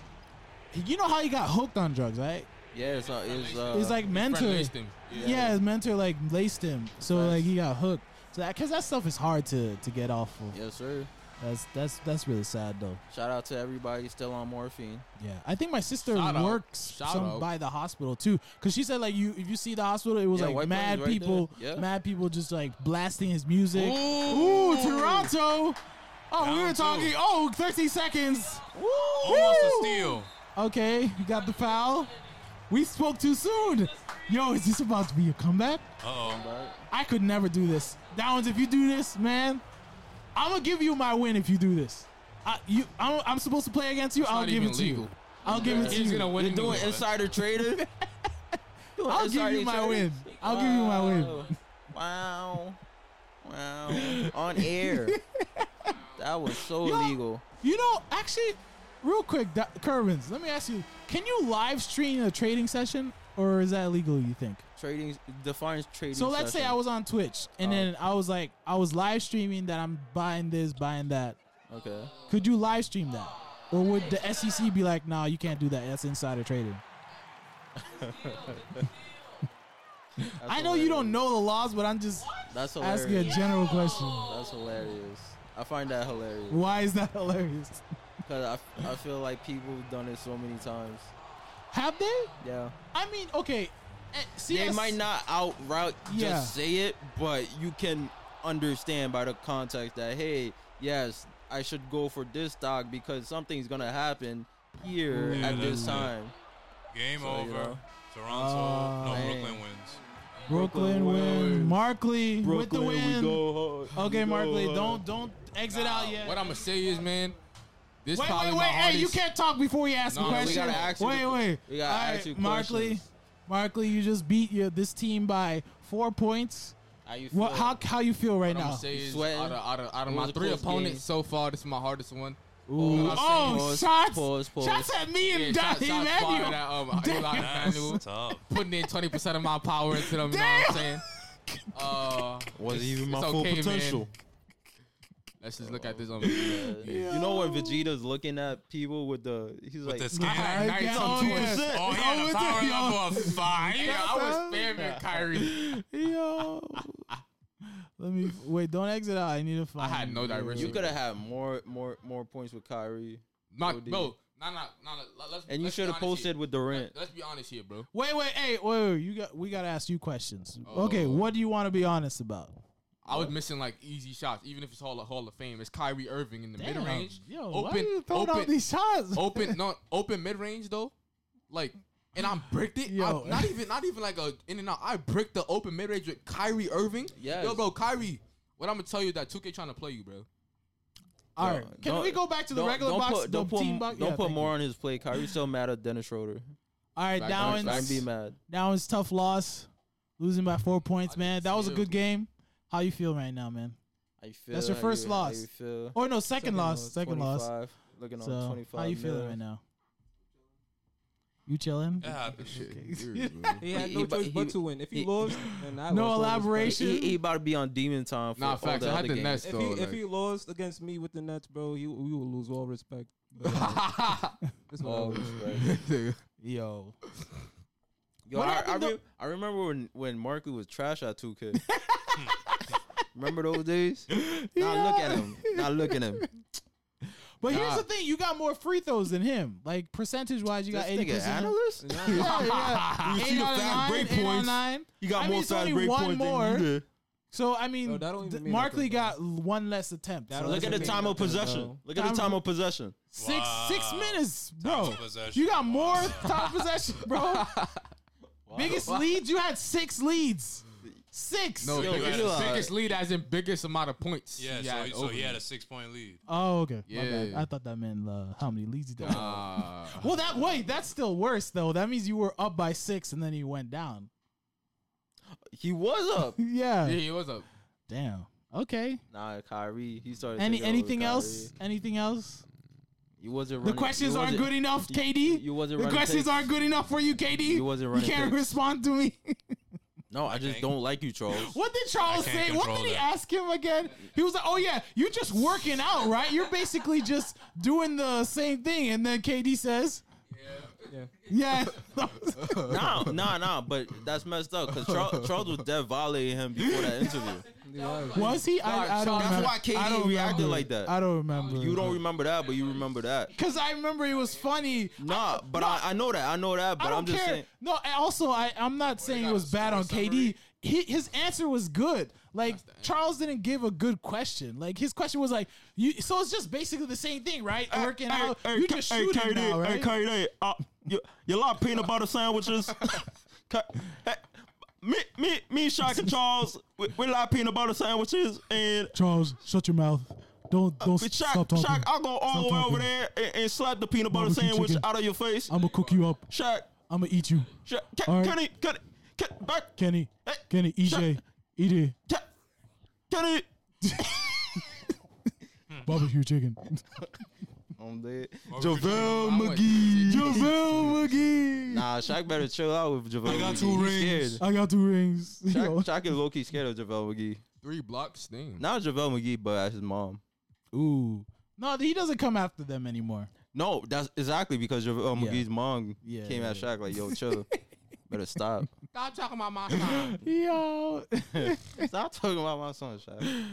[SPEAKER 4] you know how he got hooked on drugs, right?
[SPEAKER 2] Yeah, so it's uh,
[SPEAKER 4] It's like mentor. Yeah. his mentor like laced him, so
[SPEAKER 2] Facts.
[SPEAKER 4] like he got hooked. So that because that stuff is hard to to get off of.
[SPEAKER 2] Yes, sir.
[SPEAKER 4] That's that's that's really sad though.
[SPEAKER 2] Shout out to everybody still on morphine.
[SPEAKER 4] Yeah, I think my sister Shout out.
[SPEAKER 1] works
[SPEAKER 4] Shout
[SPEAKER 1] some
[SPEAKER 4] out.
[SPEAKER 1] by the hospital too, cause she said like you if you see the hospital, it was
[SPEAKER 2] Yeah,
[SPEAKER 1] like
[SPEAKER 2] White
[SPEAKER 1] mad
[SPEAKER 2] Plains right
[SPEAKER 1] people,
[SPEAKER 2] there. Yeah.
[SPEAKER 1] mad people just like blasting his music.
[SPEAKER 5] Ooh.
[SPEAKER 1] Ooh, Toronto. Oh, we
[SPEAKER 5] Down
[SPEAKER 1] were
[SPEAKER 5] two.
[SPEAKER 1] talking. Oh, 30 seconds. Woo!
[SPEAKER 5] Almost a steal.
[SPEAKER 1] Okay, you got the foul. We spoke too soon. Yo, is this about to be a comeback?
[SPEAKER 5] Uh oh.
[SPEAKER 2] Right?
[SPEAKER 1] I could never do this. Downs, if you do this, man, I'm gonna give you my win if you do this. I, you, I'm, I'm supposed to play against you.
[SPEAKER 4] not
[SPEAKER 1] I'll give
[SPEAKER 4] even
[SPEAKER 1] it to you.
[SPEAKER 4] legal.
[SPEAKER 1] I'll give it to
[SPEAKER 4] He's
[SPEAKER 1] you.
[SPEAKER 4] gonna win.
[SPEAKER 2] You're doing
[SPEAKER 4] anyway.
[SPEAKER 2] insider (laughs) trading. Doing
[SPEAKER 1] I'll give
[SPEAKER 2] insider
[SPEAKER 1] you my
[SPEAKER 2] trading?
[SPEAKER 1] win. I'll give you my win.
[SPEAKER 2] Wow. Wow.
[SPEAKER 1] (laughs)
[SPEAKER 2] Wow. On air. That was so
[SPEAKER 1] Yo.
[SPEAKER 2] illegal.
[SPEAKER 1] You know, actually, real quick, Da- Kervins, let me ask you: Can you live stream a trading session, or is that illegal? You think?
[SPEAKER 2] Trading defines trading.
[SPEAKER 1] So let's say I was on Twitch, and
[SPEAKER 2] Oh.
[SPEAKER 1] then I was like, I was live streaming that I'm buying this, buying that.
[SPEAKER 2] Okay.
[SPEAKER 1] Could you live stream that, or would the SEC be like, Nah, you can't do that. That's insider trading.
[SPEAKER 2] That's
[SPEAKER 1] I know you don't
[SPEAKER 2] hilarious.
[SPEAKER 1] know the laws, but I'm just
[SPEAKER 2] That's hilarious.
[SPEAKER 1] asking a general question.
[SPEAKER 2] That's hilarious. I find that hilarious
[SPEAKER 1] Why is that hilarious?
[SPEAKER 2] because I, f- I feel like people have done it so many times.
[SPEAKER 1] Have they?
[SPEAKER 2] Yeah,
[SPEAKER 1] I mean, okay. eh,
[SPEAKER 2] they
[SPEAKER 1] CS
[SPEAKER 2] might not outright
[SPEAKER 1] Yeah.
[SPEAKER 2] just say it, but you can understand by the context that hey, yes, I should go for this dog because something's gonna happen here
[SPEAKER 5] Yeah,
[SPEAKER 2] at this
[SPEAKER 5] that's it.
[SPEAKER 2] time.
[SPEAKER 5] Game
[SPEAKER 2] So, you
[SPEAKER 5] over.
[SPEAKER 2] know.
[SPEAKER 5] Toronto. no,
[SPEAKER 2] man.
[SPEAKER 5] Brooklyn wins.
[SPEAKER 1] Brooklyn win. Markley with the win.
[SPEAKER 2] go
[SPEAKER 1] Okay, Markley, don't don't exit out yet.
[SPEAKER 4] What I'm gonna say is, man, this
[SPEAKER 1] wait,
[SPEAKER 4] probably
[SPEAKER 1] wait,
[SPEAKER 4] my
[SPEAKER 1] wait! Hey,
[SPEAKER 4] hardest.
[SPEAKER 1] you can't talk before we ask
[SPEAKER 4] No,
[SPEAKER 1] a
[SPEAKER 4] we
[SPEAKER 1] question.
[SPEAKER 2] gotta ask you
[SPEAKER 1] wait,
[SPEAKER 2] the-
[SPEAKER 1] wait.
[SPEAKER 2] we gotta
[SPEAKER 1] All
[SPEAKER 2] ask
[SPEAKER 1] right,
[SPEAKER 2] you
[SPEAKER 1] Markley,
[SPEAKER 2] questions.
[SPEAKER 1] Markley, you just beat your this team by four points.
[SPEAKER 2] How you feel?
[SPEAKER 1] What? How how you feel right
[SPEAKER 4] What
[SPEAKER 1] now?
[SPEAKER 4] I'm gonna say is,
[SPEAKER 2] Sweating.
[SPEAKER 4] out of, out of, out of
[SPEAKER 2] It
[SPEAKER 4] my
[SPEAKER 2] was a
[SPEAKER 4] three
[SPEAKER 2] close
[SPEAKER 4] opponents
[SPEAKER 2] game.
[SPEAKER 4] so far, this is my hardest one.
[SPEAKER 2] Ooh.
[SPEAKER 1] Oh,
[SPEAKER 2] Pause,
[SPEAKER 1] shots!
[SPEAKER 2] pause, pause.
[SPEAKER 1] Shots at me and Dottie
[SPEAKER 4] shots fired
[SPEAKER 1] Manuel.
[SPEAKER 4] at, um, Eli Manuel.
[SPEAKER 5] That's tough. (laughs)
[SPEAKER 4] Putting in 20% of my power into them, you know what I'm saying? Uh,
[SPEAKER 2] Was
[SPEAKER 4] it's- it's okay, man. Let's just look at this. Um, yeah.
[SPEAKER 2] You know when Vegeta's looking at people with the he's like
[SPEAKER 5] The scanner.
[SPEAKER 1] I
[SPEAKER 4] Nice
[SPEAKER 1] guess-
[SPEAKER 4] on
[SPEAKER 1] oh,
[SPEAKER 4] Twitter.
[SPEAKER 1] yeah.
[SPEAKER 5] Oh, he had a power level of
[SPEAKER 4] Yeah,
[SPEAKER 5] five.
[SPEAKER 4] I was spamming Kyrie.
[SPEAKER 1] Yo. Let me wait. Don't exit out. I need to find.
[SPEAKER 4] had no
[SPEAKER 1] it.
[SPEAKER 4] diversity.
[SPEAKER 2] you could have had more more more points with Kyrie,
[SPEAKER 4] My,
[SPEAKER 2] OD.
[SPEAKER 4] bro, nah, nah, nah, let- let's,
[SPEAKER 2] and you
[SPEAKER 4] let's be
[SPEAKER 2] should have
[SPEAKER 4] honest
[SPEAKER 2] posted
[SPEAKER 4] here.
[SPEAKER 2] with Durant.
[SPEAKER 4] Let's be honest here, bro.
[SPEAKER 1] Wait, wait, hey, wait, wait. You got. We gotta ask you questions. Okay,
[SPEAKER 4] Oh.
[SPEAKER 1] what do you want to be honest about?
[SPEAKER 4] I was missing like easy shots, even if it's Hall of Hall of Fame. It's Kyrie Irving in the mid range.
[SPEAKER 1] Yo, why are you throwing out
[SPEAKER 4] open,
[SPEAKER 1] these (laughs) shots?
[SPEAKER 4] open, no, open mid range though. Like, and I bricked it. I-
[SPEAKER 1] Yo.
[SPEAKER 4] not even, not even like a in and out. I bricked the open mid range with Kyrie Irving.
[SPEAKER 2] Yes.
[SPEAKER 4] Yo, bro, Kyrie. What I'm gonna tell you is that 2K trying to play you, bro.
[SPEAKER 1] All right. Can
[SPEAKER 2] Don't-
[SPEAKER 1] we go back to the
[SPEAKER 2] don't-
[SPEAKER 1] regular
[SPEAKER 2] don't
[SPEAKER 1] box?
[SPEAKER 2] Put, don't
[SPEAKER 1] the
[SPEAKER 2] put,
[SPEAKER 1] team
[SPEAKER 2] m-
[SPEAKER 1] box?
[SPEAKER 2] don't
[SPEAKER 1] Yeah,
[SPEAKER 2] put
[SPEAKER 1] thank
[SPEAKER 2] more
[SPEAKER 1] you.
[SPEAKER 2] on his plate. Kyrie's still mad at Dennis Schroeder.
[SPEAKER 1] All right, that
[SPEAKER 4] Back- back-
[SPEAKER 2] Don't
[SPEAKER 1] one's
[SPEAKER 2] be mad.
[SPEAKER 1] that one's tough loss, losing by four points,
[SPEAKER 4] I
[SPEAKER 1] man.
[SPEAKER 4] didn't
[SPEAKER 1] That was a
[SPEAKER 4] feel-
[SPEAKER 1] good game. How you feel right now, man?
[SPEAKER 2] How you feel?
[SPEAKER 1] That's your
[SPEAKER 2] How
[SPEAKER 1] first
[SPEAKER 2] you- how
[SPEAKER 1] loss.
[SPEAKER 2] you feel?
[SPEAKER 1] Or no, second, loss.
[SPEAKER 2] on
[SPEAKER 1] Second loss.
[SPEAKER 2] 25, Looking on
[SPEAKER 1] So
[SPEAKER 2] 25.
[SPEAKER 1] how you feeling
[SPEAKER 2] mil.
[SPEAKER 1] right now? You chilling?
[SPEAKER 5] It happens.
[SPEAKER 7] He had
[SPEAKER 2] He-
[SPEAKER 7] no
[SPEAKER 2] he bu-
[SPEAKER 7] choice
[SPEAKER 2] he-
[SPEAKER 7] but to win. If he,
[SPEAKER 2] he-
[SPEAKER 7] lost, then I
[SPEAKER 1] No
[SPEAKER 7] lost all respect.
[SPEAKER 1] elaboration.
[SPEAKER 2] He, he about to be on demon time for
[SPEAKER 4] Nah,
[SPEAKER 2] all
[SPEAKER 4] facts.
[SPEAKER 2] the
[SPEAKER 4] I had
[SPEAKER 2] other
[SPEAKER 4] the
[SPEAKER 2] games.
[SPEAKER 4] Nets
[SPEAKER 7] If
[SPEAKER 4] though.
[SPEAKER 7] he
[SPEAKER 4] like-
[SPEAKER 7] if he lost against me with the Nets, bro, he we will lose all respect.
[SPEAKER 4] (laughs)
[SPEAKER 7] That's what I
[SPEAKER 2] Oh,
[SPEAKER 7] would-
[SPEAKER 2] respect.
[SPEAKER 1] Yo,
[SPEAKER 2] Yo,
[SPEAKER 1] What
[SPEAKER 2] I, I,
[SPEAKER 1] happened
[SPEAKER 2] re- I remember when when Markley was trash at
[SPEAKER 1] (laughs)
[SPEAKER 2] 2K. remember those days? Now look at him. Now
[SPEAKER 1] (laughs)
[SPEAKER 2] look at him.
[SPEAKER 1] but
[SPEAKER 4] Nah.
[SPEAKER 1] here's the thing: you got more free throws than him. Like percentage wise, you got
[SPEAKER 2] This
[SPEAKER 1] eighty
[SPEAKER 2] nigga
[SPEAKER 1] percent.
[SPEAKER 2] analyst.
[SPEAKER 1] (laughs) Yeah, yeah.
[SPEAKER 5] You
[SPEAKER 1] Eight
[SPEAKER 5] see the
[SPEAKER 1] out of
[SPEAKER 5] fast
[SPEAKER 1] nine,
[SPEAKER 5] break
[SPEAKER 1] eight out of
[SPEAKER 5] points?
[SPEAKER 1] nine.
[SPEAKER 2] He got
[SPEAKER 1] I mean,
[SPEAKER 2] more
[SPEAKER 1] it's
[SPEAKER 2] fast
[SPEAKER 1] only
[SPEAKER 2] break
[SPEAKER 1] one
[SPEAKER 2] points
[SPEAKER 1] more.
[SPEAKER 2] than you did.
[SPEAKER 1] So I mean,
[SPEAKER 7] Yo, Oh, that don't even
[SPEAKER 1] th-
[SPEAKER 7] mean
[SPEAKER 1] Markley
[SPEAKER 7] nothing,
[SPEAKER 1] got one less attempt.
[SPEAKER 7] That
[SPEAKER 1] so
[SPEAKER 7] don't
[SPEAKER 2] Look
[SPEAKER 1] that's
[SPEAKER 2] at the
[SPEAKER 1] what
[SPEAKER 7] doesn't
[SPEAKER 1] I
[SPEAKER 7] mean
[SPEAKER 2] time of
[SPEAKER 7] nothing,
[SPEAKER 2] possession.
[SPEAKER 7] bro.
[SPEAKER 2] Look at the
[SPEAKER 1] Time-
[SPEAKER 2] time of possession.
[SPEAKER 1] mean. Six six
[SPEAKER 5] Wow.
[SPEAKER 1] minutes,
[SPEAKER 5] Time
[SPEAKER 1] bro.
[SPEAKER 5] of possession.
[SPEAKER 1] You got more time possession, bro. Biggest leads. You had six leads. Six.
[SPEAKER 4] no,
[SPEAKER 5] Yo,
[SPEAKER 4] biggest,
[SPEAKER 5] Eli.
[SPEAKER 4] biggest lead as in biggest amount of points.
[SPEAKER 5] Yeah, so,
[SPEAKER 4] had
[SPEAKER 5] he- so he
[SPEAKER 4] over
[SPEAKER 5] had
[SPEAKER 4] me.
[SPEAKER 5] a six point lead.
[SPEAKER 1] Oh, okay. My
[SPEAKER 4] Yeah.
[SPEAKER 1] bad. I thought that meant uh, how many leads you got.
[SPEAKER 4] Nah.
[SPEAKER 1] well, that wait, that's still worse though. That means you were up by six and then you went down. (laughs)
[SPEAKER 2] He was up.
[SPEAKER 1] yeah.
[SPEAKER 4] yeah, he was a
[SPEAKER 1] Damn. Okay.
[SPEAKER 2] (laughs) nah, Kyrie. He started.
[SPEAKER 1] Any
[SPEAKER 2] taking over
[SPEAKER 1] anything
[SPEAKER 2] Kyrie.
[SPEAKER 1] else? Anything else?
[SPEAKER 2] You wasn't.
[SPEAKER 1] The
[SPEAKER 2] running-
[SPEAKER 1] questions
[SPEAKER 2] you
[SPEAKER 1] aren't
[SPEAKER 2] wasn't-
[SPEAKER 1] good enough,
[SPEAKER 2] you-
[SPEAKER 1] KD.
[SPEAKER 2] You wasn't.
[SPEAKER 1] the
[SPEAKER 2] running
[SPEAKER 1] questions
[SPEAKER 2] picks.
[SPEAKER 1] aren't good enough for you, KD.
[SPEAKER 2] You wasn't
[SPEAKER 1] You
[SPEAKER 2] running
[SPEAKER 1] can't
[SPEAKER 2] picks.
[SPEAKER 1] respond to
[SPEAKER 2] (laughs)
[SPEAKER 1] me.
[SPEAKER 2] No, I just
[SPEAKER 5] Okay.
[SPEAKER 2] don't like you, Charles. (laughs)
[SPEAKER 1] what did Charles
[SPEAKER 5] I can't
[SPEAKER 1] say? What did
[SPEAKER 5] control
[SPEAKER 1] he
[SPEAKER 5] that.
[SPEAKER 1] ask him again? He was like, "Oh yeah, you're just working out, right? You're basically just doing the same thing." And then KD says,
[SPEAKER 7] Yeah.
[SPEAKER 1] "Yeah, (laughs)
[SPEAKER 2] Nah, nah, nah. But that's messed up because (laughs) Charles, Charles was dead violating him before that interview.
[SPEAKER 1] was he? I, I don't
[SPEAKER 2] Charles, that's
[SPEAKER 1] remember.
[SPEAKER 2] why KD
[SPEAKER 1] I don't
[SPEAKER 2] reacted
[SPEAKER 1] remember.
[SPEAKER 2] like that.
[SPEAKER 1] I don't remember.
[SPEAKER 2] You (laughs) don't remember that, but you remember that.
[SPEAKER 1] because I remember it was funny.
[SPEAKER 2] Nah, but I, I know that. I know that. But
[SPEAKER 1] I don't
[SPEAKER 2] I'm just
[SPEAKER 1] care.
[SPEAKER 2] saying.
[SPEAKER 1] No, and also I, I'm not saying it
[SPEAKER 4] got
[SPEAKER 1] was
[SPEAKER 4] a
[SPEAKER 1] bad on
[SPEAKER 4] score
[SPEAKER 1] KD.
[SPEAKER 4] summary.
[SPEAKER 1] He, his answer was good. Like
[SPEAKER 4] the answer.
[SPEAKER 1] Charles didn't give a good question. Like his question was like, you, so it's just basically the same thing, right? Working out, you just shooting now, right?
[SPEAKER 2] KD, uh, you, you love peanut
[SPEAKER 1] (laughs)
[SPEAKER 2] butter sandwiches. K- hey, me, me, me, Shaq and Charles, we, we like peanut butter sandwiches, and
[SPEAKER 1] Charles, shut your mouth. Don't don't
[SPEAKER 2] But Shaq, Shaq, I'll go all the way
[SPEAKER 1] talking.
[SPEAKER 2] over there and, and slap the peanut butter
[SPEAKER 1] Barbecue
[SPEAKER 2] sandwich
[SPEAKER 1] chicken.
[SPEAKER 2] out of your face.
[SPEAKER 1] gonna cook you up.
[SPEAKER 2] Shaq,
[SPEAKER 1] I'm gonna eat you,
[SPEAKER 2] Shaq, can,
[SPEAKER 1] All right.
[SPEAKER 2] can he, can, can, back,
[SPEAKER 1] Kenny.
[SPEAKER 2] Hey,
[SPEAKER 1] Kenny, E
[SPEAKER 2] EJ,
[SPEAKER 1] eat it.
[SPEAKER 2] can, can he?
[SPEAKER 1] Barbecue chicken.
[SPEAKER 2] I'm dead.
[SPEAKER 5] JaVale
[SPEAKER 4] McGee.
[SPEAKER 1] JaVale McGee.
[SPEAKER 2] Nah, Shaq better chill out with JaVale
[SPEAKER 5] I got two rings.
[SPEAKER 1] I got two rings. (laughs) Yo.
[SPEAKER 2] is low-key scared of JaVale McGee.
[SPEAKER 4] Three blocks. Damn.
[SPEAKER 2] Not JaVale McGee, but as his mom.
[SPEAKER 1] Ooh. No, he doesn't come after them
[SPEAKER 4] (laughs)
[SPEAKER 1] anymore.
[SPEAKER 2] No, that's exactly because JaVale
[SPEAKER 1] Yeah.
[SPEAKER 2] McGee's mom
[SPEAKER 1] Yeah,
[SPEAKER 2] came at
[SPEAKER 1] yeah.
[SPEAKER 2] Shaq like, yo, chill.
[SPEAKER 1] (laughs)
[SPEAKER 2] Better stop.
[SPEAKER 4] Stop talking about my time.
[SPEAKER 1] Yo.
[SPEAKER 2] stop talking about my son, Shaq. You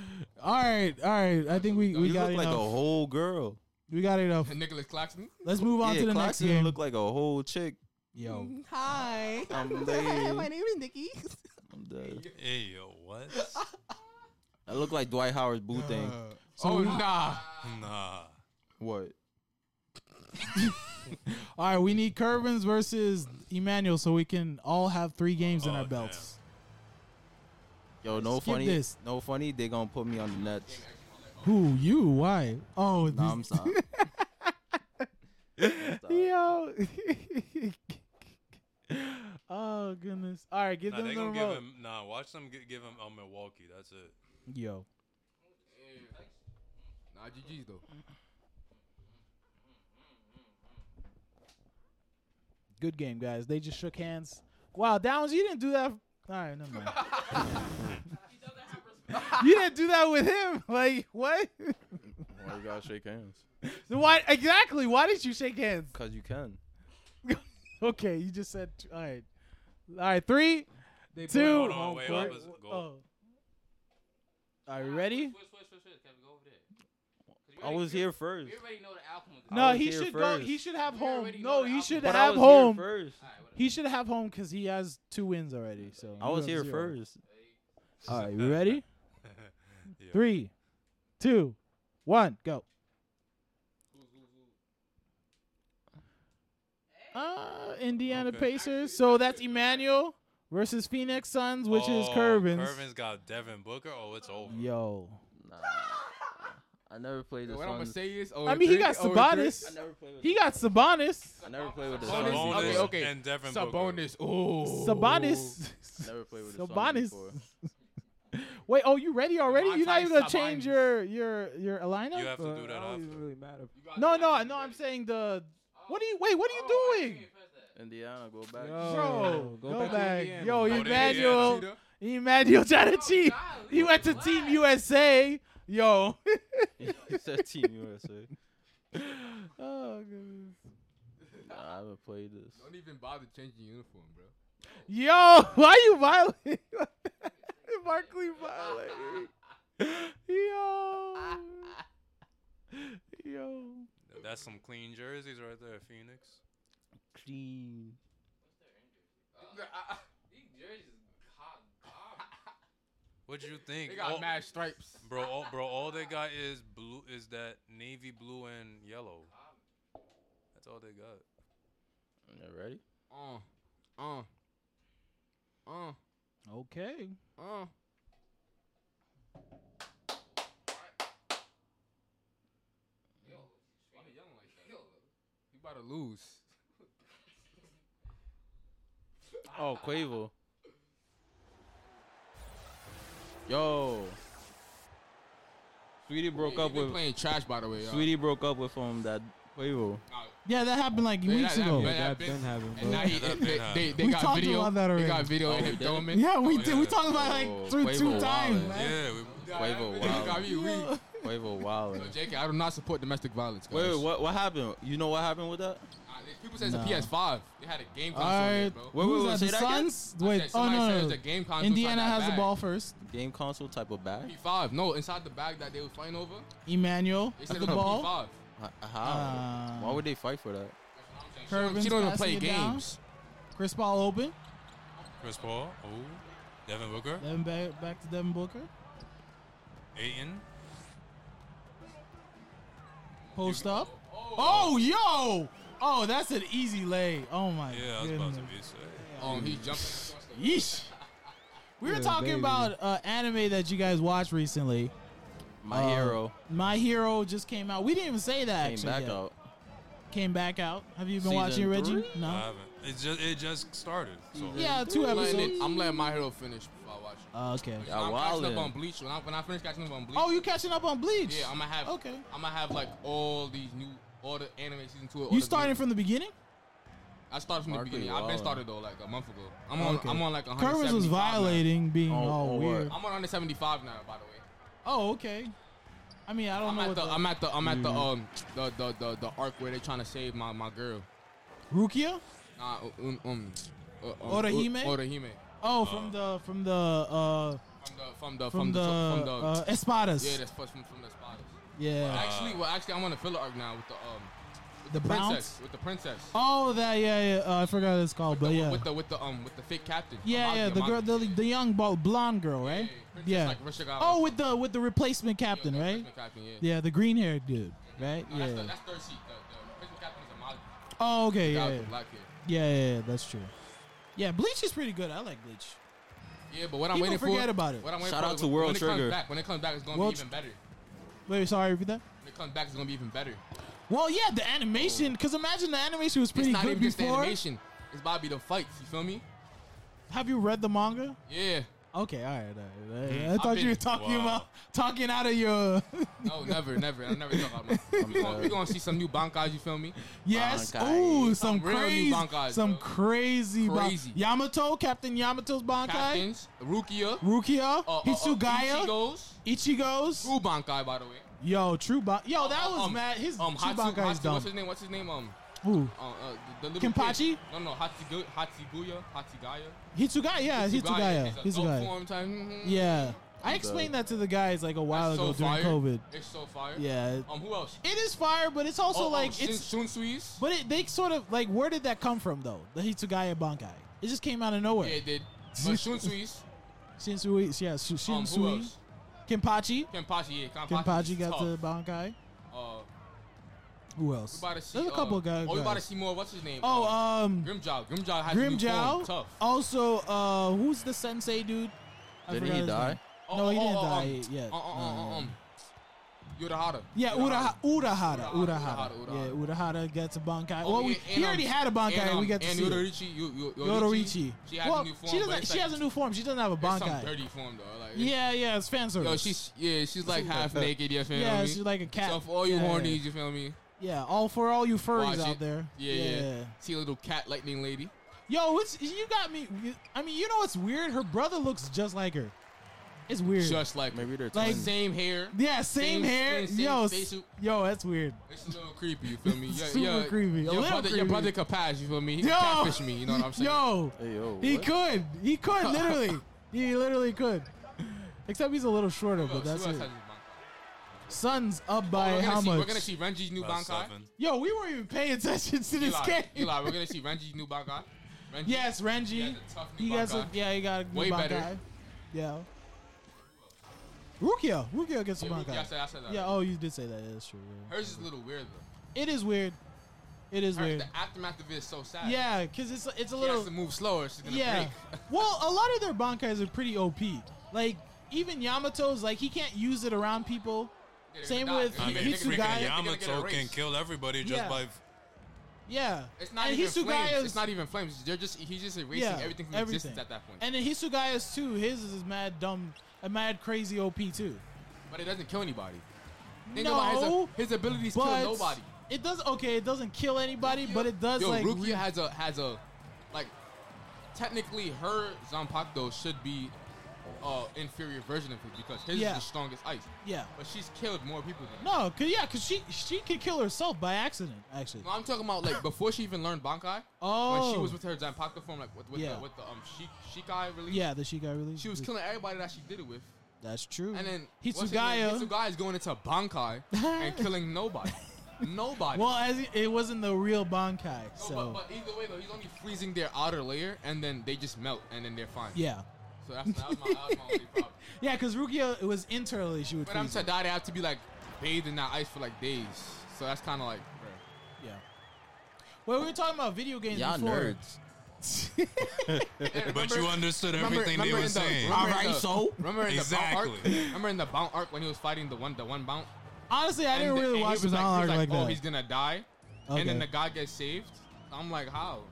[SPEAKER 1] all right, all right. I think we, we
[SPEAKER 2] look
[SPEAKER 1] got
[SPEAKER 2] like a
[SPEAKER 1] enough.
[SPEAKER 2] whole girl.
[SPEAKER 1] we got enough.
[SPEAKER 4] Nicholas Claxton.
[SPEAKER 1] Let's move on
[SPEAKER 2] yeah,
[SPEAKER 1] to the next
[SPEAKER 2] Claxton
[SPEAKER 1] game.
[SPEAKER 2] look like a whole
[SPEAKER 8] (laughs)
[SPEAKER 2] chick.
[SPEAKER 1] Yo.
[SPEAKER 8] Hi.
[SPEAKER 2] I'm
[SPEAKER 8] My
[SPEAKER 2] dead.
[SPEAKER 8] name is Nikki.
[SPEAKER 2] I'm dead.
[SPEAKER 8] (laughs)
[SPEAKER 5] Hey yo, what? (laughs)
[SPEAKER 2] I look like Dwight Howard's boo thing.
[SPEAKER 4] oh nah.
[SPEAKER 5] Nah.
[SPEAKER 2] What?
[SPEAKER 1] All right, we need Kervins versus Emmanuel so we can all have three games in
[SPEAKER 5] Oh,
[SPEAKER 1] our
[SPEAKER 5] yeah.
[SPEAKER 1] belts.
[SPEAKER 2] Yo, no
[SPEAKER 1] Skip
[SPEAKER 2] funny.
[SPEAKER 1] this.
[SPEAKER 2] No funny. They gonna put me on the
[SPEAKER 1] (laughs)
[SPEAKER 2] nets.
[SPEAKER 1] Who? You? Why? Oh,
[SPEAKER 2] Nah,
[SPEAKER 1] these-
[SPEAKER 2] I'm sorry.
[SPEAKER 1] (laughs) Yo. oh goodness. All right, give
[SPEAKER 5] Nah,
[SPEAKER 1] them
[SPEAKER 5] they
[SPEAKER 1] the
[SPEAKER 5] gonna give
[SPEAKER 1] remote.
[SPEAKER 5] him. Nah, watch them gi- give him on Milwaukee. That's it.
[SPEAKER 1] Yo.
[SPEAKER 4] Nah, GG's though.
[SPEAKER 1] Good game, guys. They just shook hands. Wow, Downs, you didn't do that. All right, never mind. you didn't do that with him. Like what? (laughs)
[SPEAKER 2] Why you gotta shake hands?
[SPEAKER 1] So why exactly? Why did you shake hands?
[SPEAKER 2] Cause you can.
[SPEAKER 1] Okay, you just said all right. All right, three,
[SPEAKER 7] They
[SPEAKER 1] two.
[SPEAKER 5] Hold on,
[SPEAKER 1] home
[SPEAKER 5] wait,
[SPEAKER 1] court.
[SPEAKER 5] what was it? Go.
[SPEAKER 1] Oh. Are you ready?
[SPEAKER 2] I was here first.
[SPEAKER 4] We already know the outcome of this.
[SPEAKER 1] No,
[SPEAKER 2] was
[SPEAKER 1] he
[SPEAKER 2] here
[SPEAKER 1] should go.
[SPEAKER 2] first.
[SPEAKER 1] He should have
[SPEAKER 4] We
[SPEAKER 1] home.
[SPEAKER 4] already know
[SPEAKER 1] No,
[SPEAKER 4] the
[SPEAKER 1] he
[SPEAKER 4] outcome.
[SPEAKER 1] should
[SPEAKER 2] But I
[SPEAKER 1] have
[SPEAKER 2] was
[SPEAKER 1] home.
[SPEAKER 2] here first.
[SPEAKER 1] He should have home because he has two wins already. So
[SPEAKER 2] I was
[SPEAKER 1] you
[SPEAKER 2] here
[SPEAKER 1] have zero.
[SPEAKER 2] first.
[SPEAKER 1] All right, you ready?
[SPEAKER 5] Yeah.
[SPEAKER 1] Three, two, one, go. Uh, Indiana
[SPEAKER 5] Okay.
[SPEAKER 1] Pacers. So that's Emmanuel versus Phoenix Suns, which is
[SPEAKER 5] Oh,
[SPEAKER 1] Curvin's.
[SPEAKER 5] Kervin's got Devin Booker. Oh, it's over.
[SPEAKER 1] Yo.
[SPEAKER 2] Nah. I never played the
[SPEAKER 4] What I'm gonna
[SPEAKER 2] Suns.
[SPEAKER 4] say is, oh,
[SPEAKER 1] I mean, he
[SPEAKER 4] three,
[SPEAKER 1] got
[SPEAKER 4] oh, three.
[SPEAKER 1] Sabonis.
[SPEAKER 2] I never played with.
[SPEAKER 1] He got Sabonis.
[SPEAKER 2] I never played with the
[SPEAKER 4] Sabonis.
[SPEAKER 2] Suns.
[SPEAKER 5] Sabonis
[SPEAKER 4] Okay, okay.
[SPEAKER 5] and Devin Booker.
[SPEAKER 4] Sabonis. Oh,
[SPEAKER 1] Sabonis.
[SPEAKER 2] Never played with the Suns
[SPEAKER 1] Sabonis.
[SPEAKER 2] before.
[SPEAKER 1] Wait, oh, you ready already? You're not
[SPEAKER 4] Monty
[SPEAKER 1] even gonna change
[SPEAKER 4] Sabonis.
[SPEAKER 1] your your your lineup.
[SPEAKER 5] You have to do that
[SPEAKER 7] don't
[SPEAKER 5] after.
[SPEAKER 7] even really matter.
[SPEAKER 1] no, no, no. I'm saying the. What are you? Wait, what are you doing?
[SPEAKER 2] Indiana, go back. (laughs)
[SPEAKER 1] Bro,
[SPEAKER 7] Go
[SPEAKER 1] go,
[SPEAKER 7] back
[SPEAKER 1] back.
[SPEAKER 7] to Indiana.
[SPEAKER 1] Yo,
[SPEAKER 5] Go to
[SPEAKER 1] Emmanuel.
[SPEAKER 4] Indiana.
[SPEAKER 1] Emmanuel trying to cheat.
[SPEAKER 4] golly,
[SPEAKER 1] He went to Team USA. Yo. (laughs)
[SPEAKER 2] you said Team USA.
[SPEAKER 1] oh, goodness.
[SPEAKER 2] Nah, I haven't played this.
[SPEAKER 4] Don't even bother changing uniform, bro.
[SPEAKER 1] Yo, why you violating? (laughs) Barkley violating. Yo. Yo.
[SPEAKER 5] That's some clean jerseys right there, Phoenix.
[SPEAKER 2] Clean.
[SPEAKER 4] These jerseys hot
[SPEAKER 5] What do you think?
[SPEAKER 4] They got
[SPEAKER 5] Oh,
[SPEAKER 4] mad stripes.
[SPEAKER 5] Bro, all, bro, all they got is blue. Is that navy blue and yellow? That's all they got.
[SPEAKER 2] ready?
[SPEAKER 4] Uh, uh, uh,
[SPEAKER 1] Okay.
[SPEAKER 4] uh. You about to lose.
[SPEAKER 2] Oh, Quavo. Yo. Sweetie broke
[SPEAKER 4] Hey,
[SPEAKER 2] up
[SPEAKER 4] they
[SPEAKER 2] with
[SPEAKER 4] playing trash, by the way. y'all.
[SPEAKER 2] Sweetie broke up with um that
[SPEAKER 8] Quavo.
[SPEAKER 1] Yeah, that happened like
[SPEAKER 4] Yeah,
[SPEAKER 1] weeks
[SPEAKER 4] that-
[SPEAKER 1] ago.
[SPEAKER 4] that- that
[SPEAKER 7] Yeah, that been
[SPEAKER 4] been-
[SPEAKER 7] happened,
[SPEAKER 4] And now
[SPEAKER 2] (laughs)
[SPEAKER 7] bro.
[SPEAKER 4] he,
[SPEAKER 5] that
[SPEAKER 4] they,
[SPEAKER 5] been
[SPEAKER 4] they,
[SPEAKER 5] happening.
[SPEAKER 4] they
[SPEAKER 1] We
[SPEAKER 4] got
[SPEAKER 1] talked
[SPEAKER 4] video.
[SPEAKER 1] about that
[SPEAKER 4] They
[SPEAKER 1] already.
[SPEAKER 4] got video
[SPEAKER 2] Oh,
[SPEAKER 4] in
[SPEAKER 2] we
[SPEAKER 4] him
[SPEAKER 2] did?
[SPEAKER 4] filming.
[SPEAKER 1] yeah, we did. We
[SPEAKER 2] yeah.
[SPEAKER 1] talked about it
[SPEAKER 2] Oh,
[SPEAKER 1] like through two
[SPEAKER 2] Quavo
[SPEAKER 1] times,
[SPEAKER 2] Wallace.
[SPEAKER 1] man.
[SPEAKER 5] Yeah, we,
[SPEAKER 2] Quavo,
[SPEAKER 4] They
[SPEAKER 2] wow.
[SPEAKER 4] got me weak.
[SPEAKER 2] Quavo Wilder.
[SPEAKER 4] So, JK, I do not support domestic violence. Guys.
[SPEAKER 8] Wait, wait, what what happened? You know what happened with that?
[SPEAKER 4] Uh, they- people said it's a PS5. They had a game console,
[SPEAKER 1] All
[SPEAKER 4] there,
[SPEAKER 1] right.
[SPEAKER 4] bro.
[SPEAKER 8] Wait, wait,
[SPEAKER 1] Who's
[SPEAKER 8] wait,
[SPEAKER 1] that?
[SPEAKER 8] say
[SPEAKER 1] The
[SPEAKER 8] that again?
[SPEAKER 1] Suns?
[SPEAKER 4] I
[SPEAKER 1] Wait.
[SPEAKER 4] said
[SPEAKER 1] Oh
[SPEAKER 4] somebody said
[SPEAKER 1] no,
[SPEAKER 4] it's
[SPEAKER 1] no.
[SPEAKER 4] a game console inside
[SPEAKER 1] Indiana
[SPEAKER 4] that
[SPEAKER 1] has the
[SPEAKER 4] bag.
[SPEAKER 1] ball first.
[SPEAKER 8] Game console type of bag?
[SPEAKER 4] P5. No, inside the bag that they was fighting over,
[SPEAKER 1] Emmanuel
[SPEAKER 4] they
[SPEAKER 1] with
[SPEAKER 4] said
[SPEAKER 1] the
[SPEAKER 4] it was
[SPEAKER 1] ball.
[SPEAKER 4] a P5.
[SPEAKER 8] Uh, How?
[SPEAKER 1] Uh,
[SPEAKER 8] Why would they fight for that?
[SPEAKER 4] She don't-
[SPEAKER 1] Kerwin's
[SPEAKER 4] she don't even
[SPEAKER 1] passing
[SPEAKER 4] play
[SPEAKER 1] it down.
[SPEAKER 4] games.
[SPEAKER 1] Chris Paul open.
[SPEAKER 5] Chris Paul. Oh, Devin Booker.
[SPEAKER 1] Then back, back to Devin Booker.
[SPEAKER 5] Aiton.
[SPEAKER 1] Post up. Oh, yo. Oh, that's an easy lay. Oh my
[SPEAKER 5] Yeah, I was about
[SPEAKER 1] goodness.
[SPEAKER 5] to be sick.
[SPEAKER 4] Um, he jumped.
[SPEAKER 1] Yeesh. We were
[SPEAKER 7] Yeah,
[SPEAKER 1] talking
[SPEAKER 7] baby.
[SPEAKER 1] about uh, anime that you guys watched recently.
[SPEAKER 8] My
[SPEAKER 1] Uh,
[SPEAKER 8] hero
[SPEAKER 1] My Hero just came out. We didn't even say that.
[SPEAKER 8] came
[SPEAKER 1] actually
[SPEAKER 8] back
[SPEAKER 1] yet.
[SPEAKER 8] out.
[SPEAKER 1] Came back out. Have you been
[SPEAKER 8] Season
[SPEAKER 1] watching Reggie?
[SPEAKER 8] three?
[SPEAKER 5] I
[SPEAKER 1] No.
[SPEAKER 5] haven't. It just it just started. So
[SPEAKER 1] Yeah, two
[SPEAKER 4] Uh, I'm letting,
[SPEAKER 1] episodes.
[SPEAKER 4] it- I'm letting my hero finish before I watch it.
[SPEAKER 1] Oh, okay.
[SPEAKER 8] Yeah,
[SPEAKER 4] I'm catching
[SPEAKER 8] wildin'.
[SPEAKER 4] up on Bleach. When I, when I finish catching up on Bleach,
[SPEAKER 1] Oh, you catching up on Bleach?
[SPEAKER 4] yeah, I'm gonna have.
[SPEAKER 1] Okay.
[SPEAKER 4] I'm gonna have like all these new, all the anime season two. all
[SPEAKER 1] You
[SPEAKER 4] the
[SPEAKER 1] starting
[SPEAKER 4] new-
[SPEAKER 1] from the beginning?
[SPEAKER 4] I started from the
[SPEAKER 8] Markley
[SPEAKER 4] beginning. I've
[SPEAKER 8] Wallace.
[SPEAKER 4] been started though, like a month ago. I'm on.
[SPEAKER 1] Okay.
[SPEAKER 4] I'm on like.
[SPEAKER 1] Kerwin's was
[SPEAKER 4] 175 now.
[SPEAKER 1] violating, being
[SPEAKER 8] Oh,
[SPEAKER 1] all
[SPEAKER 8] oh, what?
[SPEAKER 1] weird.
[SPEAKER 4] I'm on 175 now, by the way.
[SPEAKER 1] Oh, okay. I mean, I don't
[SPEAKER 4] I'm
[SPEAKER 1] know
[SPEAKER 4] at
[SPEAKER 1] what
[SPEAKER 4] the,
[SPEAKER 1] the,
[SPEAKER 4] I'm at the I'm at the
[SPEAKER 1] Mm.
[SPEAKER 4] um the the the, the arc where they're trying to save my, my girl.
[SPEAKER 1] Rukia.
[SPEAKER 4] Nah, um, um, uh, um
[SPEAKER 1] Orihime?
[SPEAKER 4] O- Orihime.
[SPEAKER 1] Oh, from the from the uh
[SPEAKER 4] From the from the
[SPEAKER 1] from,
[SPEAKER 4] from,
[SPEAKER 1] the,
[SPEAKER 4] the, from the
[SPEAKER 1] uh, Espadas.
[SPEAKER 4] yeah, that's first from from the spot.
[SPEAKER 1] Yeah.
[SPEAKER 4] actually, well, actually, I'm on the filler arc now with the um
[SPEAKER 1] the
[SPEAKER 4] princess
[SPEAKER 1] bounce.
[SPEAKER 4] with the princess.
[SPEAKER 1] Oh, that yeah yeah. Uh, I forgot what it's called, but
[SPEAKER 4] The-
[SPEAKER 1] yeah.
[SPEAKER 4] With the with the um with the fake captain.
[SPEAKER 1] yeah,
[SPEAKER 4] Amagi,
[SPEAKER 1] yeah, the
[SPEAKER 4] Amagi.
[SPEAKER 1] girl, the, the young bald, blonde girl,
[SPEAKER 4] Yeah,
[SPEAKER 1] right?
[SPEAKER 4] yeah.
[SPEAKER 1] Yeah.
[SPEAKER 4] yeah. Princess, Like, Rishigawa.
[SPEAKER 1] Oh, with the with the replacement
[SPEAKER 4] Yeah,
[SPEAKER 1] captain,
[SPEAKER 4] the
[SPEAKER 1] right?
[SPEAKER 4] replacement captain, yeah.
[SPEAKER 1] Yeah, the green haired dude, right?
[SPEAKER 4] No, that's, the,
[SPEAKER 1] yeah.
[SPEAKER 4] that's third seat. The, the replacement captain is Amagi.
[SPEAKER 1] Oh, okay,
[SPEAKER 4] The
[SPEAKER 1] yeah,
[SPEAKER 4] guy with
[SPEAKER 1] yeah,
[SPEAKER 4] the black hair.
[SPEAKER 1] yeah, yeah, yeah, That's true. Yeah, Bleach is pretty good. I like Bleach.
[SPEAKER 4] Yeah, but what I'm
[SPEAKER 1] People
[SPEAKER 4] waiting for.
[SPEAKER 1] forget about it.
[SPEAKER 4] What I'm waiting
[SPEAKER 8] Shout
[SPEAKER 4] for
[SPEAKER 8] out
[SPEAKER 4] is
[SPEAKER 8] to
[SPEAKER 4] when-
[SPEAKER 8] World
[SPEAKER 4] when It
[SPEAKER 8] Trigger.
[SPEAKER 4] comes back, when it comes back, it's gonna
[SPEAKER 1] World
[SPEAKER 4] be even better.
[SPEAKER 1] Wait, sorry, repeat that.
[SPEAKER 4] When it comes back, it's gonna be even better.
[SPEAKER 1] Well, yeah, the animation. Because imagine the animation was pretty
[SPEAKER 4] it's not
[SPEAKER 1] good
[SPEAKER 4] even just the
[SPEAKER 1] before.
[SPEAKER 4] animation. It's about to be the fights. You feel me?
[SPEAKER 1] Have you read the manga?
[SPEAKER 4] Yeah.
[SPEAKER 1] Okay, all right. All right, all right. I thought
[SPEAKER 4] been-
[SPEAKER 1] you were talking
[SPEAKER 5] Wow.
[SPEAKER 1] about talking out of your. (laughs)
[SPEAKER 4] No, never, never. I never thought about my. We're gonna see some new bankais. You feel me?
[SPEAKER 1] yes.
[SPEAKER 8] Bankai.
[SPEAKER 1] Ooh, some
[SPEAKER 4] Some real new
[SPEAKER 1] crazy,
[SPEAKER 4] Bankais,
[SPEAKER 1] some
[SPEAKER 4] bro.
[SPEAKER 1] crazy, Ban-
[SPEAKER 4] Crazy.
[SPEAKER 1] Yamato, Captain Yamato's Bankai,
[SPEAKER 4] Captains, Rukia,
[SPEAKER 1] Rukia,
[SPEAKER 4] uh,
[SPEAKER 1] Hitsugaya,
[SPEAKER 4] Ichigo's,
[SPEAKER 1] Ichigo's.
[SPEAKER 4] True Bankai, by the way.
[SPEAKER 1] Yo, True Ban. Yo, Oh, that
[SPEAKER 4] Um,
[SPEAKER 1] was
[SPEAKER 4] um,
[SPEAKER 1] mad. His
[SPEAKER 4] um,
[SPEAKER 1] True
[SPEAKER 4] Hatsu,
[SPEAKER 1] Bankai is
[SPEAKER 4] Hatsu-
[SPEAKER 1] dumb.
[SPEAKER 4] What's his name? What's his name? Um,
[SPEAKER 1] Ooh,
[SPEAKER 4] uh, uh, the, the little
[SPEAKER 1] Kenpachi?
[SPEAKER 4] kid. No, no, Hatsugu- Hatsuguya, Hatsugaya.
[SPEAKER 1] Hitsugaya. Yeah, Hitsugaya.
[SPEAKER 4] is adult
[SPEAKER 1] Hitsugaya.
[SPEAKER 4] Form type. mhm.
[SPEAKER 1] Yeah, I explained that to the guys like a while
[SPEAKER 4] That's
[SPEAKER 1] ago
[SPEAKER 4] so
[SPEAKER 1] during
[SPEAKER 4] fire.
[SPEAKER 1] COVID.
[SPEAKER 4] It's so fire.
[SPEAKER 1] Yeah, it-
[SPEAKER 4] Um, who else?
[SPEAKER 1] it is fire, but it's also
[SPEAKER 4] Oh,
[SPEAKER 1] like
[SPEAKER 4] um,
[SPEAKER 1] it's
[SPEAKER 4] Shun- Shunsui's.
[SPEAKER 1] But it, they sort of like where did that come from though? The Hitsugaya Bankai. It just came out of nowhere.
[SPEAKER 4] Yeah,
[SPEAKER 1] (laughs)
[SPEAKER 4] it did. But Shunsui's.
[SPEAKER 1] Shinsui, yeah, Sh-
[SPEAKER 4] Um, who
[SPEAKER 1] Shinsui,
[SPEAKER 4] else?
[SPEAKER 1] Kenpachi.
[SPEAKER 4] Kenpachi, yeah. Kenpachi,
[SPEAKER 1] Kenpachi
[SPEAKER 4] is
[SPEAKER 1] got
[SPEAKER 4] tough.
[SPEAKER 1] the Bankai.
[SPEAKER 4] Uh,
[SPEAKER 1] Who
[SPEAKER 4] we
[SPEAKER 1] else?
[SPEAKER 4] about to see.
[SPEAKER 1] There's a couple
[SPEAKER 4] uh,
[SPEAKER 1] of guys.
[SPEAKER 4] Oh, we about to
[SPEAKER 1] guys.
[SPEAKER 4] see more. What's his name?
[SPEAKER 1] Oh, um,
[SPEAKER 4] Grimjow. Grimjow has a
[SPEAKER 1] Grim
[SPEAKER 4] new form,
[SPEAKER 1] Jow.
[SPEAKER 4] Tough.
[SPEAKER 1] Also, uh, who's the sensei dude? I
[SPEAKER 8] Didn't
[SPEAKER 1] forgot
[SPEAKER 8] he
[SPEAKER 1] his
[SPEAKER 8] die?
[SPEAKER 1] name. Oh, no,
[SPEAKER 4] Oh,
[SPEAKER 1] he didn't die yet.
[SPEAKER 4] Uh, uh, uh, uh, um, Yurahara.
[SPEAKER 1] Yeah, Uraha, Urahara, Urahara.
[SPEAKER 4] Urahara, Urahara.
[SPEAKER 1] Yeah, Urahara gets a Bankai.
[SPEAKER 4] Oh,
[SPEAKER 1] well, we,
[SPEAKER 4] yeah,
[SPEAKER 1] he
[SPEAKER 4] and, um,
[SPEAKER 1] already had a Bankai.
[SPEAKER 4] And, um,
[SPEAKER 1] we got to
[SPEAKER 4] and
[SPEAKER 1] see it.
[SPEAKER 4] Yodorichi, Yo- Yo-
[SPEAKER 1] Yodorichi.
[SPEAKER 4] She has
[SPEAKER 1] well,
[SPEAKER 4] a new form.
[SPEAKER 1] she
[SPEAKER 4] but
[SPEAKER 1] doesn't.
[SPEAKER 4] it's
[SPEAKER 1] She
[SPEAKER 4] like,
[SPEAKER 1] has a new form. She doesn't have a
[SPEAKER 4] it's some
[SPEAKER 1] Bankai.
[SPEAKER 4] dirty form though. Like, it's-
[SPEAKER 1] Yeah, yeah, it's fan service.
[SPEAKER 4] Yo, she's yeah, she's like half naked. You feel
[SPEAKER 1] yeah,
[SPEAKER 4] me?
[SPEAKER 1] she's like a cat.
[SPEAKER 4] So for all you
[SPEAKER 1] yeah,
[SPEAKER 4] hornies, you feel me?
[SPEAKER 1] Yeah. yeah, all for all you furries
[SPEAKER 4] Watch
[SPEAKER 1] out
[SPEAKER 4] it.
[SPEAKER 1] there.
[SPEAKER 4] Yeah, yeah. See a little cat lightning lady.
[SPEAKER 1] Yo, it's you got me. I mean, you know what's weird? Her brother looks just like her. It's weird.
[SPEAKER 4] Just like
[SPEAKER 8] Maybe they're
[SPEAKER 1] Like-
[SPEAKER 8] twins.
[SPEAKER 4] same hair.
[SPEAKER 1] yeah, same,
[SPEAKER 4] same
[SPEAKER 1] hair.
[SPEAKER 4] skin, same
[SPEAKER 1] yo, s-
[SPEAKER 4] facial-
[SPEAKER 1] yo, that's weird.
[SPEAKER 4] It's a little creepy, you feel me? Yeah,
[SPEAKER 1] Super
[SPEAKER 4] yeah,
[SPEAKER 1] creepy, a
[SPEAKER 4] Your
[SPEAKER 1] little
[SPEAKER 4] brother, your
[SPEAKER 1] creepy.
[SPEAKER 4] brother could pass, you feel me? He could
[SPEAKER 1] Yo!
[SPEAKER 4] catfish me, you know
[SPEAKER 1] (laughs)
[SPEAKER 4] what I'm saying?
[SPEAKER 1] Yo,
[SPEAKER 8] Hey, yo,
[SPEAKER 1] he
[SPEAKER 8] what?
[SPEAKER 1] could. He
[SPEAKER 4] (laughs)
[SPEAKER 1] could literally. he literally could. Except he's a little shorter,
[SPEAKER 4] Who
[SPEAKER 1] but
[SPEAKER 4] else-
[SPEAKER 1] that's
[SPEAKER 4] who else
[SPEAKER 1] it.
[SPEAKER 4] has his manga?
[SPEAKER 1] Sun's up
[SPEAKER 4] Oh,
[SPEAKER 1] by
[SPEAKER 4] we're gonna
[SPEAKER 1] how
[SPEAKER 4] see,
[SPEAKER 1] much?
[SPEAKER 4] We're gonna see Renji's new
[SPEAKER 5] About
[SPEAKER 1] (laughs)
[SPEAKER 4] bankai.
[SPEAKER 5] seven.
[SPEAKER 1] Yo, we weren't even paying attention to this (laughs)
[SPEAKER 4] Eli,
[SPEAKER 1] game.
[SPEAKER 4] Eli, we're gonna see Renji's new bankai. Renji,
[SPEAKER 1] Yes,
[SPEAKER 4] He
[SPEAKER 1] Renji.
[SPEAKER 4] has a tough new
[SPEAKER 1] He gets a
[SPEAKER 4] Bankai.
[SPEAKER 1] yeah, he got a good
[SPEAKER 4] Way
[SPEAKER 1] Bankai.
[SPEAKER 4] better.
[SPEAKER 1] Yeah. Rukia, Rukia gets a
[SPEAKER 4] yeah,
[SPEAKER 1] Bankai.
[SPEAKER 4] Ruki, I said, I said that.
[SPEAKER 1] yeah, oh, you did say that. Yeah, that's true. yeah.
[SPEAKER 4] Hers is a little weird though.
[SPEAKER 1] It is weird. It is
[SPEAKER 4] Her,
[SPEAKER 1] weird.
[SPEAKER 4] The aftermath of it is so sad.
[SPEAKER 1] Yeah, because it's it's a
[SPEAKER 4] She has
[SPEAKER 1] little
[SPEAKER 4] to move slower. She's gonna
[SPEAKER 1] yeah.
[SPEAKER 4] break. (laughs)
[SPEAKER 1] well, a lot of their bankais are pretty OP. Like even Yamato's, like he can't use it around people.
[SPEAKER 4] They're
[SPEAKER 1] Same
[SPEAKER 4] gonna die.
[SPEAKER 1] with
[SPEAKER 4] They're
[SPEAKER 5] I
[SPEAKER 4] gonna-
[SPEAKER 5] mean,
[SPEAKER 4] they're
[SPEAKER 1] Hitsugaya-
[SPEAKER 5] freaking
[SPEAKER 4] gonna- they're gonna get
[SPEAKER 5] Yamato can
[SPEAKER 4] erased.
[SPEAKER 5] kill everybody just
[SPEAKER 1] Yeah.
[SPEAKER 5] by.
[SPEAKER 1] Yeah,
[SPEAKER 4] It's not
[SPEAKER 1] and
[SPEAKER 4] even flames.
[SPEAKER 1] Hitsugaya's
[SPEAKER 4] It's not even flames. They're just he's just erasing
[SPEAKER 1] Yeah,
[SPEAKER 4] everything from
[SPEAKER 1] everything.
[SPEAKER 4] existence at that point.
[SPEAKER 1] and then Hisugaya's too. His is mad dumb, a mad crazy OP too.
[SPEAKER 4] but it doesn't kill anybody.
[SPEAKER 1] No,
[SPEAKER 4] about his, his abilities kill
[SPEAKER 1] but-
[SPEAKER 4] nobody.
[SPEAKER 1] it does okay. It doesn't kill anybody, but it does
[SPEAKER 4] Yo,
[SPEAKER 1] like
[SPEAKER 4] Rukia
[SPEAKER 1] re-
[SPEAKER 4] has a has a like technically her Zanpakuto should be uh inferior version of it because his
[SPEAKER 1] Yeah.
[SPEAKER 4] is the strongest ice.
[SPEAKER 1] yeah.
[SPEAKER 4] But she's killed more people than
[SPEAKER 1] No, cause yeah, cause she she could kill herself by accident. Actually,
[SPEAKER 4] No, I'm talking about like before she even learned Bankai.
[SPEAKER 1] oh,
[SPEAKER 4] When she was with her Zanpakuto form, like with, with
[SPEAKER 1] Yeah.
[SPEAKER 4] the with the um Shi- Shikai release.
[SPEAKER 1] yeah, that she got released.
[SPEAKER 4] She was killing everybody that she did it with.
[SPEAKER 1] That's true.
[SPEAKER 4] And then
[SPEAKER 1] Hitsugaya.
[SPEAKER 4] Hitsugaya is going into
[SPEAKER 1] (laughs)
[SPEAKER 4] Bankai and killing nobody. nobody.
[SPEAKER 1] well, as it- it wasn't the real Bankai,
[SPEAKER 4] No,
[SPEAKER 1] so
[SPEAKER 4] Oh, but, but either way though, he's only freezing their outer layer and then they just melt and then they're fine.
[SPEAKER 1] yeah,
[SPEAKER 4] So that's that was my, that was my
[SPEAKER 1] (laughs)
[SPEAKER 4] only problem.
[SPEAKER 1] yeah, cause Rukia it was internally she would.
[SPEAKER 4] But I'm
[SPEAKER 1] freeze it.
[SPEAKER 4] saying that they have to be like bathed in that ice for like days. So that's kind of like. bruh.
[SPEAKER 1] yeah. Well, we were talking about video games
[SPEAKER 2] Y'all
[SPEAKER 1] before.
[SPEAKER 2] nerds.
[SPEAKER 5] (laughs) But you understood everything
[SPEAKER 4] remember
[SPEAKER 5] they were
[SPEAKER 4] in the-
[SPEAKER 5] saying.
[SPEAKER 4] remember in
[SPEAKER 8] Alright,
[SPEAKER 4] the-
[SPEAKER 8] so?
[SPEAKER 4] remember in the bound
[SPEAKER 5] Exactly.
[SPEAKER 4] arc. Remember in the bound arc when he was fighting the one the one bound.
[SPEAKER 1] Honestly, I didn't
[SPEAKER 4] the-
[SPEAKER 1] really
[SPEAKER 4] he
[SPEAKER 1] watch
[SPEAKER 4] was
[SPEAKER 1] the
[SPEAKER 4] like, he
[SPEAKER 1] dialogue
[SPEAKER 4] was
[SPEAKER 1] like,
[SPEAKER 4] oh,
[SPEAKER 1] that.
[SPEAKER 4] he's gonna die, and
[SPEAKER 1] Okay.
[SPEAKER 4] then the guy gets saved. I'm like, how?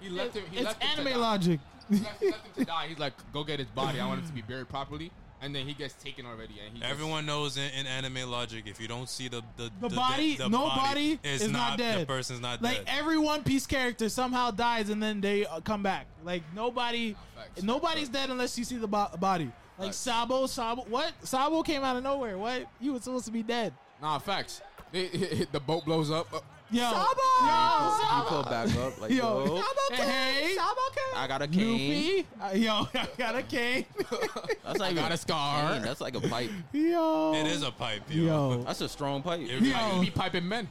[SPEAKER 4] He left him. He
[SPEAKER 1] it's
[SPEAKER 4] left him to die.
[SPEAKER 1] anime logic.
[SPEAKER 4] He left, he left him to die. He's like, go get his body. I want him to be buried properly. And then he gets taken already, and he
[SPEAKER 5] Everyone knows in, in anime logic, if you don't see the the,
[SPEAKER 1] The body- nobody
[SPEAKER 5] it's
[SPEAKER 1] is not
[SPEAKER 5] The
[SPEAKER 1] dead.
[SPEAKER 5] person's not
[SPEAKER 1] Like
[SPEAKER 5] dead.
[SPEAKER 1] every One Piece character somehow dies and then they uh, come back. Like nobody,
[SPEAKER 4] facts.
[SPEAKER 1] nobody's dead unless you see the bo- body. Like
[SPEAKER 4] Facts.
[SPEAKER 1] Sabo, Sabo, what? Sabo came out of nowhere. What? You were supposed to be dead.
[SPEAKER 4] Gets, nah, facts. They, (laughs) the boat blows up. Uh,
[SPEAKER 1] Yo, Sabo,
[SPEAKER 2] You
[SPEAKER 1] yo,
[SPEAKER 2] pull back up
[SPEAKER 1] Sabo,
[SPEAKER 2] like, yo,
[SPEAKER 1] Sabo came, Sabo came.
[SPEAKER 2] I got a cane.
[SPEAKER 1] Luffy, uh, yo, (laughs) I got a cane.
[SPEAKER 2] That's like
[SPEAKER 4] got a scar.
[SPEAKER 2] cane. That's like a pipe.
[SPEAKER 1] yo,
[SPEAKER 5] it is a pipe, yo.
[SPEAKER 1] yo.
[SPEAKER 2] That's a strong pipe.
[SPEAKER 5] (laughs) It
[SPEAKER 4] he
[SPEAKER 5] really-
[SPEAKER 4] might be piping men.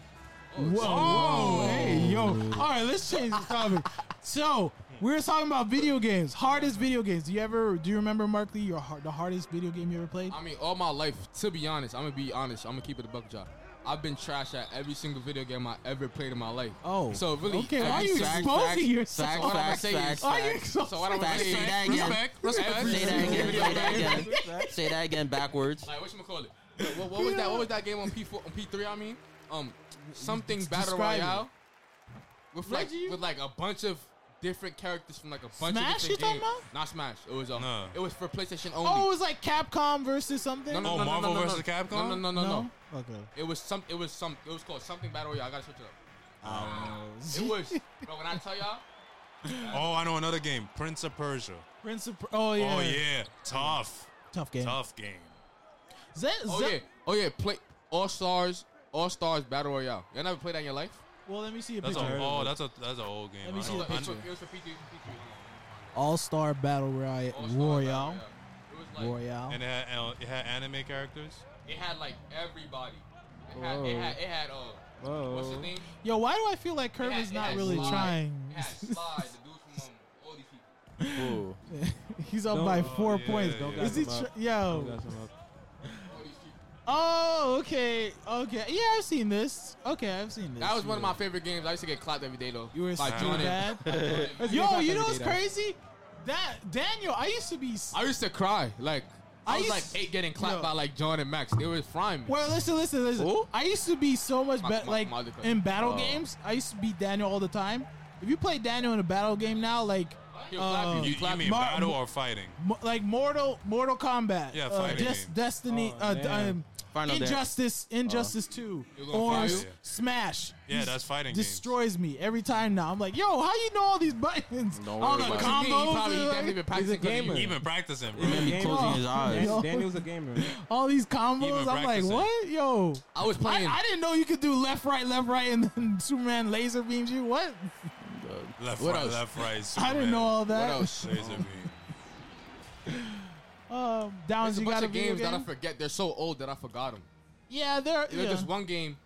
[SPEAKER 1] Whoa, whoa, hey, yo. All right, let's change the topic. So, we were talking about video games. Hardest video games. Do you ever, do you remember, Mark Lee, your, har- the hardest video game you ever played?
[SPEAKER 4] I mean, all my life, to be honest, I'm gonna be honest. I'm gonna keep it a buck job. I've been trash at every single video game I ever played in my life.
[SPEAKER 1] Oh.
[SPEAKER 4] so really?
[SPEAKER 1] Okay, why are
[SPEAKER 4] every
[SPEAKER 1] you
[SPEAKER 4] single-
[SPEAKER 1] exposing yourself?
[SPEAKER 2] Facts,
[SPEAKER 4] what I'm
[SPEAKER 2] facts,
[SPEAKER 4] saying is-
[SPEAKER 2] facts,
[SPEAKER 1] Are you
[SPEAKER 2] facts.
[SPEAKER 1] exposed?
[SPEAKER 4] So what I'm gonna
[SPEAKER 2] Facts,
[SPEAKER 4] say
[SPEAKER 2] say that
[SPEAKER 4] is
[SPEAKER 2] again.
[SPEAKER 4] respect, respect.
[SPEAKER 2] Say that again.
[SPEAKER 4] Every
[SPEAKER 2] Say that
[SPEAKER 4] video game.
[SPEAKER 2] again. Say that again backwards.
[SPEAKER 4] Like what you call it? What, what was that? What was that game on P four on P three? I mean, um, something battle
[SPEAKER 1] Describe it.
[SPEAKER 4] royale with like
[SPEAKER 1] Reggie?
[SPEAKER 4] with like a bunch of different characters from like a bunch
[SPEAKER 1] Smash
[SPEAKER 4] of
[SPEAKER 1] you talking
[SPEAKER 4] different games.
[SPEAKER 1] about?
[SPEAKER 4] Not Smash. It was um,
[SPEAKER 5] No.
[SPEAKER 4] it was for PlayStation
[SPEAKER 1] Oh, it
[SPEAKER 4] only.
[SPEAKER 1] was like Capcom versus something?
[SPEAKER 4] no, no,
[SPEAKER 5] Oh,
[SPEAKER 4] no, no,
[SPEAKER 5] Marvel
[SPEAKER 4] no, no,
[SPEAKER 5] versus
[SPEAKER 4] no.
[SPEAKER 5] Capcom?
[SPEAKER 4] No, no, no, no, no.
[SPEAKER 1] Okay.
[SPEAKER 4] It was some. It was some. It was called something battle royale. I gotta switch it up. It was. bro, when I
[SPEAKER 1] (laughs)
[SPEAKER 4] tell y'all,
[SPEAKER 5] Oh, I know another game, Prince of Persia.
[SPEAKER 1] Prince of, oh, yeah.
[SPEAKER 5] Oh yeah, tough,
[SPEAKER 1] Tough game.
[SPEAKER 5] tough game.
[SPEAKER 1] Ze-
[SPEAKER 4] oh
[SPEAKER 1] Ze-
[SPEAKER 4] yeah, oh yeah, play All Stars, All Stars battle royale. Y'all never played that in your life?
[SPEAKER 1] Well, let me see a
[SPEAKER 5] That's
[SPEAKER 1] picture.
[SPEAKER 5] a oh, that's a that's a old game.
[SPEAKER 1] Let me
[SPEAKER 5] I
[SPEAKER 1] see
[SPEAKER 5] know-
[SPEAKER 1] the
[SPEAKER 5] I know-
[SPEAKER 4] It was for- it was for P3. All-Star
[SPEAKER 1] All-Star Battle Royale.
[SPEAKER 4] Battle
[SPEAKER 1] Royale.
[SPEAKER 4] Royale. It was like
[SPEAKER 1] Royale.
[SPEAKER 5] And it had uh, it had anime characters.
[SPEAKER 4] It had like everybody. It had, it
[SPEAKER 7] Whoa.
[SPEAKER 4] had, it had, uh, what's his
[SPEAKER 7] Whoa.
[SPEAKER 4] name?
[SPEAKER 1] Yo, why do I feel like
[SPEAKER 4] It had-
[SPEAKER 1] Kirby's
[SPEAKER 4] it
[SPEAKER 1] not
[SPEAKER 4] had
[SPEAKER 1] really
[SPEAKER 4] Sly.
[SPEAKER 1] trying?
[SPEAKER 4] It
[SPEAKER 1] (laughs)
[SPEAKER 4] had Sly, the dude from um, all these people.
[SPEAKER 1] (laughs)
[SPEAKER 2] Ooh.
[SPEAKER 1] He's up
[SPEAKER 7] Don't-
[SPEAKER 1] by
[SPEAKER 7] Oh,
[SPEAKER 1] four
[SPEAKER 5] yeah,
[SPEAKER 1] points.
[SPEAKER 5] yeah,
[SPEAKER 1] Is he?
[SPEAKER 7] yeah.
[SPEAKER 1] Tr- yo.
[SPEAKER 7] Got some up.
[SPEAKER 4] All these people.
[SPEAKER 1] Oh, okay, okay. Yeah, I've seen this. Okay, I've seen this.
[SPEAKER 4] That was one of my favorite games. I used to get clapped every day though.
[SPEAKER 1] You were
[SPEAKER 4] by
[SPEAKER 1] so
[SPEAKER 4] Jordan. (laughs)
[SPEAKER 1] bad.
[SPEAKER 4] Jordan.
[SPEAKER 1] (laughs) Yo,
[SPEAKER 7] That's
[SPEAKER 1] you
[SPEAKER 7] every
[SPEAKER 1] know
[SPEAKER 7] day,
[SPEAKER 1] what's
[SPEAKER 7] though.
[SPEAKER 1] crazy? That Daniel, I used to be. s-
[SPEAKER 4] I used to cry. Like I,
[SPEAKER 1] I
[SPEAKER 4] was like
[SPEAKER 1] used-
[SPEAKER 4] eight getting clapped
[SPEAKER 1] Yo.
[SPEAKER 4] by like John and Max. They were frying me.
[SPEAKER 1] Well, listen, listen, listen.
[SPEAKER 2] Who?
[SPEAKER 1] I used to be so much
[SPEAKER 4] My-
[SPEAKER 1] better.
[SPEAKER 4] my-
[SPEAKER 1] Like
[SPEAKER 4] my other cousin.
[SPEAKER 1] in battle
[SPEAKER 2] Oh.
[SPEAKER 1] games, I used to beat Daniel all the time. If you play Daniel in a battle game now, like
[SPEAKER 4] He'll clap
[SPEAKER 1] uh,
[SPEAKER 4] you.
[SPEAKER 5] You,
[SPEAKER 4] He
[SPEAKER 5] you
[SPEAKER 4] clapped
[SPEAKER 5] mean
[SPEAKER 1] Mar-
[SPEAKER 5] battle or fighting?
[SPEAKER 1] mo- like Mortal Mortal Kombat,
[SPEAKER 5] Yeah,
[SPEAKER 1] uh,
[SPEAKER 5] fighting
[SPEAKER 1] Des-
[SPEAKER 5] game.
[SPEAKER 1] Destiny,
[SPEAKER 7] Oh,
[SPEAKER 1] uh, d-
[SPEAKER 7] damn.
[SPEAKER 1] um,
[SPEAKER 2] Final Dan-
[SPEAKER 1] Injustice,
[SPEAKER 5] Uh,
[SPEAKER 1] Injustice Two,
[SPEAKER 4] You're gonna
[SPEAKER 1] or
[SPEAKER 4] fire
[SPEAKER 1] S-
[SPEAKER 5] you?
[SPEAKER 1] Smash.
[SPEAKER 5] Yeah,
[SPEAKER 1] He's-
[SPEAKER 5] that's fighting games.
[SPEAKER 1] Destroys me every time now. I'm like, yo, how you know all these buttons?
[SPEAKER 2] Don't
[SPEAKER 1] all
[SPEAKER 2] worry
[SPEAKER 1] the
[SPEAKER 2] about it.
[SPEAKER 4] What you mean? He
[SPEAKER 1] combos,
[SPEAKER 4] probably- he
[SPEAKER 1] and,
[SPEAKER 4] definitely
[SPEAKER 1] like,
[SPEAKER 4] been practicing 'cause he-
[SPEAKER 7] gamer.
[SPEAKER 5] Even practicing, bro.
[SPEAKER 2] He
[SPEAKER 7] Game
[SPEAKER 2] closing
[SPEAKER 1] on.
[SPEAKER 2] his eyes.
[SPEAKER 1] Yo.
[SPEAKER 7] Dan- Daniel's a gamer.
[SPEAKER 1] all these combos.
[SPEAKER 5] Even
[SPEAKER 1] I'm like,
[SPEAKER 5] practicing.
[SPEAKER 1] what, yo?
[SPEAKER 4] I was
[SPEAKER 1] I,
[SPEAKER 4] playing.
[SPEAKER 1] I didn't know you could do left, right, left, right, and then (laughs) Superman laser beams you. What?
[SPEAKER 5] Left,
[SPEAKER 4] What
[SPEAKER 5] right,
[SPEAKER 4] else?
[SPEAKER 5] left, right.
[SPEAKER 1] I didn't
[SPEAKER 5] Superman,
[SPEAKER 1] know all
[SPEAKER 4] what
[SPEAKER 1] that.
[SPEAKER 4] else?
[SPEAKER 5] laser beam.
[SPEAKER 1] Um, Downs,
[SPEAKER 4] There's a
[SPEAKER 1] you
[SPEAKER 4] bunch
[SPEAKER 1] got
[SPEAKER 4] of games that I
[SPEAKER 1] game?
[SPEAKER 4] forget. They're so old that I forgot them.
[SPEAKER 1] Yeah, they're
[SPEAKER 4] There's
[SPEAKER 1] yeah.
[SPEAKER 4] just one game.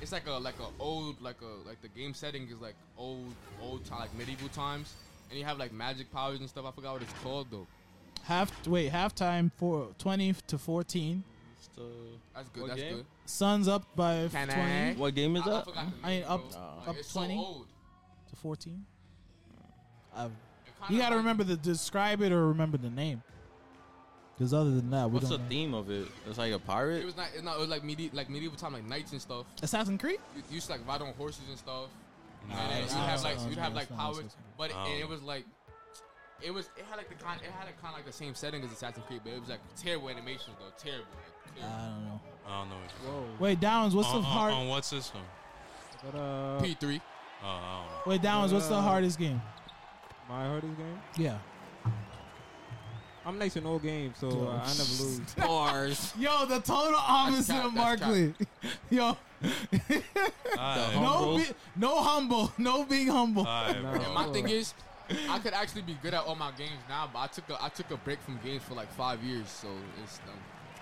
[SPEAKER 4] It's like a like a old like a like the game setting is like old old time like medieval times, and you have like magic powers and stuff. I forgot what it's called though.
[SPEAKER 1] half. Wait, halftime for twenty to fourteen.
[SPEAKER 4] That's good.
[SPEAKER 7] What
[SPEAKER 4] that's
[SPEAKER 7] game?
[SPEAKER 4] good.
[SPEAKER 1] Suns up by
[SPEAKER 4] Can
[SPEAKER 1] twenty
[SPEAKER 2] What game is
[SPEAKER 4] I, I
[SPEAKER 2] that?
[SPEAKER 4] forgot. The
[SPEAKER 1] I
[SPEAKER 4] name,
[SPEAKER 1] ain't up-
[SPEAKER 4] bro.
[SPEAKER 2] uh,
[SPEAKER 4] Like,
[SPEAKER 1] up
[SPEAKER 4] it's
[SPEAKER 1] 20?
[SPEAKER 4] So old.
[SPEAKER 1] to fourteen. Um,
[SPEAKER 4] It kinda
[SPEAKER 1] you gotta
[SPEAKER 4] like-
[SPEAKER 1] remember to describe it or remember the name. Because other than that, we
[SPEAKER 2] What's the
[SPEAKER 1] don't. know.
[SPEAKER 2] theme of it? It's like a
[SPEAKER 4] It
[SPEAKER 2] pirate.
[SPEAKER 4] was not. It's not. It was like medieval like medieval time like knights and stuff.
[SPEAKER 1] Assassin's Creed.
[SPEAKER 4] You, you used to like ride on horses and stuff.
[SPEAKER 5] Nah,
[SPEAKER 4] and then
[SPEAKER 5] that's
[SPEAKER 4] you
[SPEAKER 1] not
[SPEAKER 4] have
[SPEAKER 1] Assassin's
[SPEAKER 4] like you
[SPEAKER 1] Creed.
[SPEAKER 4] have like
[SPEAKER 1] That's not
[SPEAKER 4] powers,
[SPEAKER 1] Assassin's Creed.
[SPEAKER 4] but it,
[SPEAKER 5] Um,
[SPEAKER 4] and it was like It was. It had like the kind. It had like kind of like the same setting as Assassin's Creed, but it was like terrible animations though. Terrible. Like,
[SPEAKER 1] I
[SPEAKER 4] terrible.
[SPEAKER 1] don't know.
[SPEAKER 5] I don't know.
[SPEAKER 1] Wait, Downs, what's
[SPEAKER 2] Uh,
[SPEAKER 5] on,
[SPEAKER 1] the
[SPEAKER 5] on-
[SPEAKER 1] hard?
[SPEAKER 5] on what system?
[SPEAKER 7] But uh,
[SPEAKER 4] P three.
[SPEAKER 5] Oh, I don't know.
[SPEAKER 1] Wait, Downs, what's the
[SPEAKER 7] Uh,
[SPEAKER 1] hardest game?
[SPEAKER 7] my hardest game.
[SPEAKER 1] Yeah.
[SPEAKER 7] I'm nice in all games, so uh, I never lose.
[SPEAKER 2] Bars.
[SPEAKER 1] Yo, the total opposite
[SPEAKER 4] cap,
[SPEAKER 1] of
[SPEAKER 4] that's cap.
[SPEAKER 1] Barkley. (laughs) Yo,
[SPEAKER 5] Alright,
[SPEAKER 1] no,
[SPEAKER 2] Humble.
[SPEAKER 1] be, no humble, (laughs) no being humble.
[SPEAKER 5] alright,
[SPEAKER 7] Nah.
[SPEAKER 5] bro.
[SPEAKER 4] And my thing is, I could actually be good at all my games now, but I took a I took a break from games for like five years, so it's um,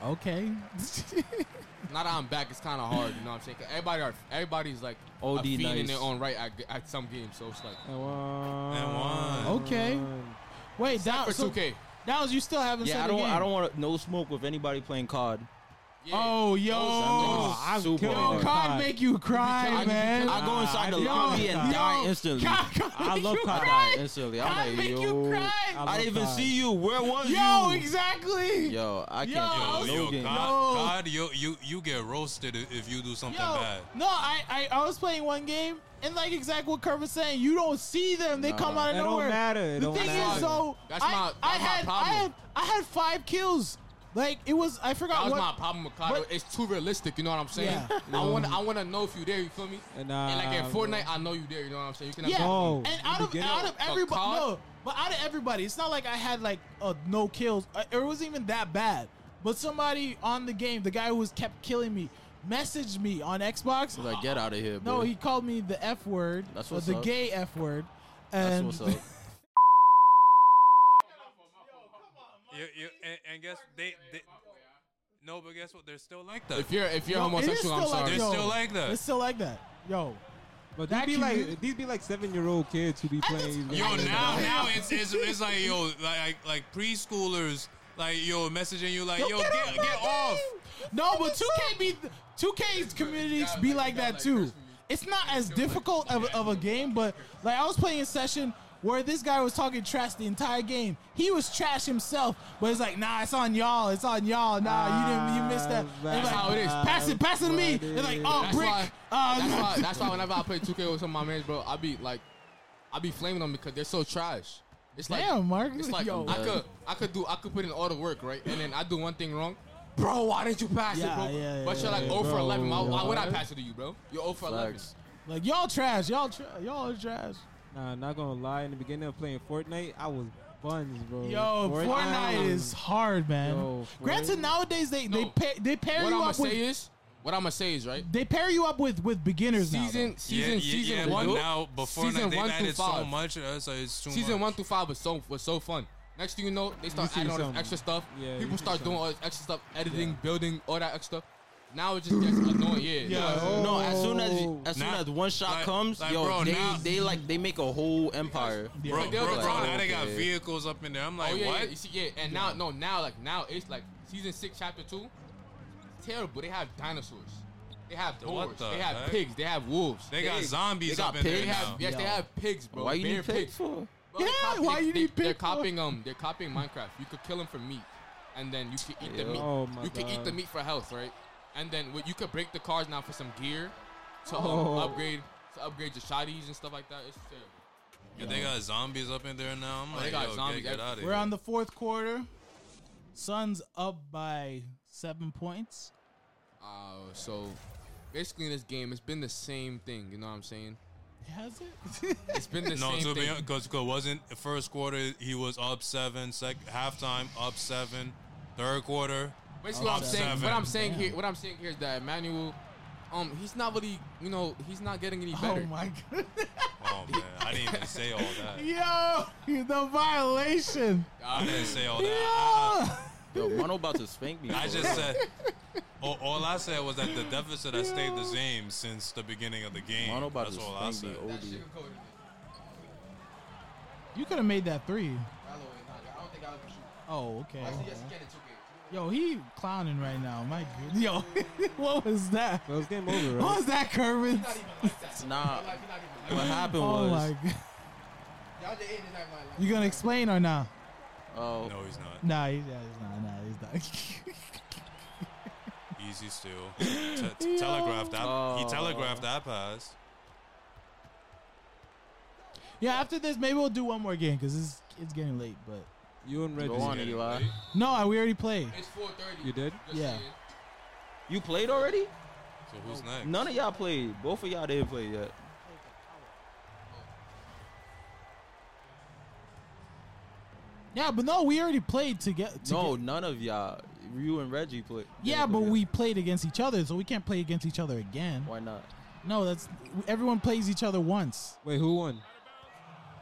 [SPEAKER 1] Uh, Okay. (laughs)
[SPEAKER 4] now that I'm back, it's kind of hard. You know what I'm saying? 'Cause Everybody are everybody's like a
[SPEAKER 2] OD
[SPEAKER 4] fiend in
[SPEAKER 2] nice.
[SPEAKER 4] their own right at, g- at some games, so it's like
[SPEAKER 7] And one.
[SPEAKER 5] And one.
[SPEAKER 1] Okay. Wait,
[SPEAKER 4] for
[SPEAKER 1] Downs, so,
[SPEAKER 4] two K.
[SPEAKER 1] Downs, you still haven't said
[SPEAKER 2] Yeah, I
[SPEAKER 1] the
[SPEAKER 2] don't.
[SPEAKER 1] game.
[SPEAKER 2] I don't want no smoke with anybody playing COD.
[SPEAKER 1] Oh, yo,
[SPEAKER 7] Oh,
[SPEAKER 2] That nigga's super
[SPEAKER 1] yo,
[SPEAKER 2] hard.
[SPEAKER 1] COD make you
[SPEAKER 4] You
[SPEAKER 1] cry,
[SPEAKER 4] be-
[SPEAKER 1] man.
[SPEAKER 2] I go inside the
[SPEAKER 1] Yo,
[SPEAKER 2] lobby and
[SPEAKER 1] yo,
[SPEAKER 2] die instantly.
[SPEAKER 1] God, God,
[SPEAKER 2] I
[SPEAKER 1] make
[SPEAKER 2] love
[SPEAKER 1] you
[SPEAKER 2] COD.
[SPEAKER 1] cry.
[SPEAKER 2] Die instantly. I'm
[SPEAKER 1] God,
[SPEAKER 2] like,
[SPEAKER 1] make you
[SPEAKER 2] yo,
[SPEAKER 1] cry.
[SPEAKER 2] I didn't even
[SPEAKER 7] COD.
[SPEAKER 2] see you. Where was
[SPEAKER 1] Yo,
[SPEAKER 2] you?
[SPEAKER 1] exactly.
[SPEAKER 2] Yo, I
[SPEAKER 1] Yo,
[SPEAKER 2] can't
[SPEAKER 5] Yo,
[SPEAKER 2] play
[SPEAKER 5] yo,
[SPEAKER 2] no game.
[SPEAKER 5] God,
[SPEAKER 1] Yo.
[SPEAKER 5] God, yo, you you get roasted i- if you do something
[SPEAKER 1] Yo,
[SPEAKER 5] bad.
[SPEAKER 1] no, I, I I was playing one game and like exactly what Kurt was saying, you don't see them; they come out
[SPEAKER 7] It
[SPEAKER 1] of
[SPEAKER 7] don't
[SPEAKER 1] nowhere.
[SPEAKER 7] matter. It
[SPEAKER 1] the
[SPEAKER 7] don't
[SPEAKER 1] thing
[SPEAKER 7] matter.
[SPEAKER 1] is, though,
[SPEAKER 4] That's
[SPEAKER 1] I,
[SPEAKER 4] my-
[SPEAKER 1] I
[SPEAKER 4] that's my
[SPEAKER 1] had I
[SPEAKER 4] problem.
[SPEAKER 1] had I had five kills. Like it was, I forgot
[SPEAKER 4] That was
[SPEAKER 1] what.
[SPEAKER 4] my problem with COD.
[SPEAKER 1] what-
[SPEAKER 4] It's too realistic, you know what I'm saying?
[SPEAKER 1] Yeah.
[SPEAKER 4] I want I want to know if you there, you feel me?
[SPEAKER 7] And,
[SPEAKER 4] and like
[SPEAKER 7] uh,
[SPEAKER 4] in Fortnite, I know you there, you know what I'm saying? You can
[SPEAKER 1] yeah,
[SPEAKER 7] No,
[SPEAKER 1] and
[SPEAKER 7] you
[SPEAKER 1] out of
[SPEAKER 7] beginner.
[SPEAKER 1] out of
[SPEAKER 4] But
[SPEAKER 1] everybody,
[SPEAKER 4] COD-
[SPEAKER 1] no, but out of everybody, it's not like I had like uh, no kills. Uh, it wasn't even that bad. But somebody on the game, the guy who was kept killing me, messaged me on Xbox.
[SPEAKER 2] I was like, get out of here, bro.
[SPEAKER 1] no, he called me the F word,
[SPEAKER 2] That's
[SPEAKER 1] uh,
[SPEAKER 2] what's
[SPEAKER 1] the
[SPEAKER 2] up.
[SPEAKER 1] gay F word.
[SPEAKER 2] That's
[SPEAKER 1] And
[SPEAKER 2] what's up.
[SPEAKER 5] You, you, and, and guess they, they no, but guess what? They're still like that.
[SPEAKER 4] If you're if
[SPEAKER 1] (laughs)
[SPEAKER 4] you're
[SPEAKER 1] Yo, it is
[SPEAKER 4] homosexual, I'm
[SPEAKER 1] still like
[SPEAKER 4] sorry.
[SPEAKER 5] They're
[SPEAKER 1] yo,
[SPEAKER 5] still like that.
[SPEAKER 1] It's still like that. Yo.
[SPEAKER 7] But these
[SPEAKER 1] That
[SPEAKER 7] be
[SPEAKER 1] can
[SPEAKER 7] like these be like seven year old kids who be
[SPEAKER 1] I
[SPEAKER 7] playing.
[SPEAKER 1] just-
[SPEAKER 7] these
[SPEAKER 5] Yo,
[SPEAKER 7] games.
[SPEAKER 5] now now it's, it's it's like yo like like, like preschoolers like yo messaging you like yo, get
[SPEAKER 1] off
[SPEAKER 5] get,
[SPEAKER 1] my
[SPEAKER 5] off.
[SPEAKER 1] game. No, but 2K be 2K's communities be like that too. It's not as difficult of, of a game, but like I was playing a session where this guy was talking trash the entire game. He was trash himself, but it's like, nah, it's on y'all, it's on y'all. Nah, you didn't, you missed that. They're
[SPEAKER 7] That's
[SPEAKER 1] like,
[SPEAKER 4] how it is.
[SPEAKER 1] Pass it, pass it to me. They're like, oh,
[SPEAKER 4] That's
[SPEAKER 1] brick.
[SPEAKER 4] why,
[SPEAKER 1] uh,
[SPEAKER 4] that's why that's why whenever I play 2K with some of my mans, bro, I be like, I be flaming them because they're so trash. It's like
[SPEAKER 1] Damn, Mark.
[SPEAKER 4] it's
[SPEAKER 1] (laughs)
[SPEAKER 4] like
[SPEAKER 1] Yo.
[SPEAKER 4] I could I could do I could put in all the work right, and then I do one thing wrong. Bro, why didn't you pass
[SPEAKER 1] Yeah,
[SPEAKER 4] it, bro?
[SPEAKER 1] yeah,
[SPEAKER 4] but
[SPEAKER 1] yeah,
[SPEAKER 4] you're like
[SPEAKER 1] yeah,
[SPEAKER 4] 0 for
[SPEAKER 7] bro.
[SPEAKER 4] 11. Why, why would I
[SPEAKER 7] Yeah.
[SPEAKER 4] pass it to you, bro? You're 0 for 11. (laughs)
[SPEAKER 2] Facts.
[SPEAKER 1] like y'all trash, y'all tra- y'all are trash.
[SPEAKER 7] Nah, not gonna lie. In the beginning of playing Fortnite, I was buns, bro.
[SPEAKER 1] Yo, Fortnite, is hard, man.
[SPEAKER 7] Yo,
[SPEAKER 1] Granted,
[SPEAKER 7] Fortnite-
[SPEAKER 1] nowadays they they
[SPEAKER 4] No.
[SPEAKER 1] pair, they pair
[SPEAKER 4] What
[SPEAKER 1] you
[SPEAKER 4] I'm gonna
[SPEAKER 1] up with
[SPEAKER 4] say is, what I'm gonna say is right.
[SPEAKER 1] they pair you up with with beginners now,
[SPEAKER 4] Season
[SPEAKER 5] Yeah,
[SPEAKER 4] season
[SPEAKER 5] yeah,
[SPEAKER 4] season
[SPEAKER 5] yeah,
[SPEAKER 4] one
[SPEAKER 5] but now before
[SPEAKER 4] season
[SPEAKER 5] that, they've
[SPEAKER 4] one through
[SPEAKER 5] added so
[SPEAKER 4] five.
[SPEAKER 5] much, uh, so it's too
[SPEAKER 4] season
[SPEAKER 5] much.
[SPEAKER 4] one through five was so was so fun. Next thing you know, they start
[SPEAKER 7] see
[SPEAKER 4] adding all this
[SPEAKER 7] something.
[SPEAKER 4] extra stuff.
[SPEAKER 7] Yeah, you
[SPEAKER 4] People
[SPEAKER 7] see
[SPEAKER 4] start doing all this extra stuff, editing, building, all that extra stuff. Now it
[SPEAKER 5] (laughs)
[SPEAKER 4] just gets annoying. Yeah.
[SPEAKER 1] though.
[SPEAKER 2] No, as soon as as soon
[SPEAKER 5] Nah.
[SPEAKER 2] as one shot
[SPEAKER 5] Like-
[SPEAKER 2] comes,
[SPEAKER 5] like,
[SPEAKER 2] yo,
[SPEAKER 5] bro,
[SPEAKER 2] they
[SPEAKER 5] now-
[SPEAKER 2] they like they make a whole empire.
[SPEAKER 5] Bro, bro,
[SPEAKER 4] Yeah.
[SPEAKER 5] bro,
[SPEAKER 4] Like,
[SPEAKER 5] now they got
[SPEAKER 2] okay.
[SPEAKER 5] vehicles up in there. I'm like,
[SPEAKER 4] oh yeah, yeah,
[SPEAKER 5] what?
[SPEAKER 4] you see, yeah, and now no, now like now it's like season six, chapter two. Terrible. They have dinosaurs. They have
[SPEAKER 5] What
[SPEAKER 4] doors.
[SPEAKER 5] the
[SPEAKER 4] They have
[SPEAKER 5] heck?
[SPEAKER 4] pigs. They have wolves.
[SPEAKER 5] They got
[SPEAKER 2] Pigs.
[SPEAKER 5] zombies
[SPEAKER 2] They got
[SPEAKER 5] up in there
[SPEAKER 2] pigs.
[SPEAKER 4] They have
[SPEAKER 5] now.
[SPEAKER 4] yes, they
[SPEAKER 1] Yo.
[SPEAKER 4] have pigs, bro.
[SPEAKER 2] Why you
[SPEAKER 4] Bare
[SPEAKER 2] need pigs for?
[SPEAKER 4] Bro, they
[SPEAKER 1] Yeah, why
[SPEAKER 4] they-
[SPEAKER 1] you
[SPEAKER 4] they-
[SPEAKER 1] need
[SPEAKER 4] They're
[SPEAKER 1] pig for?
[SPEAKER 4] copying um, they're copying Minecraft. You could kill them for meat, and then you could eat the
[SPEAKER 2] Yeah.
[SPEAKER 4] meat.
[SPEAKER 7] Oh my
[SPEAKER 4] you could eat
[SPEAKER 7] God.
[SPEAKER 4] the meat for health, right? And then what, you could break the cars now for some gear to um,
[SPEAKER 7] Oh.
[SPEAKER 4] upgrade to upgrade your shotties and stuff like that. It's terrible.
[SPEAKER 5] Yeah, they got zombies up in there now. I'm
[SPEAKER 4] Oh,
[SPEAKER 5] like,
[SPEAKER 4] they got
[SPEAKER 5] yo,
[SPEAKER 4] zombies
[SPEAKER 5] get, get out of
[SPEAKER 1] though.
[SPEAKER 5] here.
[SPEAKER 1] We're on the fourth quarter. Suns up by seven points.
[SPEAKER 4] Uh, so basically, in this game, it's been the same thing. You know what I'm saying?
[SPEAKER 1] Has it?
[SPEAKER 4] It's been the
[SPEAKER 5] (laughs) no,
[SPEAKER 4] same
[SPEAKER 5] to
[SPEAKER 4] thing.
[SPEAKER 5] be because wasn't first quarter he was up seven, sec halftime up seven, third quarter.
[SPEAKER 4] Basically, what I'm
[SPEAKER 5] Upset.
[SPEAKER 4] saying, what I'm saying
[SPEAKER 1] Damn.
[SPEAKER 4] here, what I'm saying here is that Emmanuel, um, he's not really, you know, he's not getting any
[SPEAKER 1] oh
[SPEAKER 4] better.
[SPEAKER 1] my god!
[SPEAKER 5] Oh man, I didn't even say all that.
[SPEAKER 4] (laughs)
[SPEAKER 1] Yo, the violation.
[SPEAKER 5] I didn't say all that.
[SPEAKER 1] Yo.
[SPEAKER 5] I- I-
[SPEAKER 2] Yo, Mono about to spank me.
[SPEAKER 5] I
[SPEAKER 2] bro.
[SPEAKER 5] just said. All, all I said was that the deficit has stayed the same since the beginning of the game.
[SPEAKER 2] Mono about
[SPEAKER 5] That's
[SPEAKER 2] to
[SPEAKER 5] all I
[SPEAKER 2] spank
[SPEAKER 5] said.
[SPEAKER 2] me. OD.
[SPEAKER 1] You could have made that three. Oh, okay. Yo, he clowning right now. My good. Yo, (laughs) what was that?
[SPEAKER 7] So it's game over,
[SPEAKER 1] What
[SPEAKER 7] right?
[SPEAKER 1] was that, Kermit?
[SPEAKER 2] Nah, what happened
[SPEAKER 1] Oh
[SPEAKER 2] was.
[SPEAKER 1] my god! You gonna explain or not?
[SPEAKER 2] Oh,
[SPEAKER 5] No, he's not.
[SPEAKER 1] Nah, he's, yeah, he's not. Nah, he's not. (laughs)
[SPEAKER 5] Easy still. Te- te- telegraphed that. He
[SPEAKER 2] Oh.
[SPEAKER 5] telegraphed that pass.
[SPEAKER 1] Yeah, after this, maybe we'll do one more game because it's it's getting late, but
[SPEAKER 7] You and Reggie.
[SPEAKER 2] Go on, Eli.
[SPEAKER 1] no, I, we already played.
[SPEAKER 4] It's 4:30.
[SPEAKER 7] You did?
[SPEAKER 4] Just
[SPEAKER 1] Yeah.
[SPEAKER 4] saying.
[SPEAKER 2] You played already?
[SPEAKER 5] So who's
[SPEAKER 4] Oh.
[SPEAKER 5] next?
[SPEAKER 2] None of y'all played. Both of y'all didn't play yet.
[SPEAKER 1] Yeah, but no, we already played together.
[SPEAKER 2] No, none of y'all. You and Reggie played.
[SPEAKER 1] yeah, but we played against each other, so we can't play against each other again.
[SPEAKER 2] Why not?
[SPEAKER 1] No, that's everyone plays each other once.
[SPEAKER 7] Wait, who won?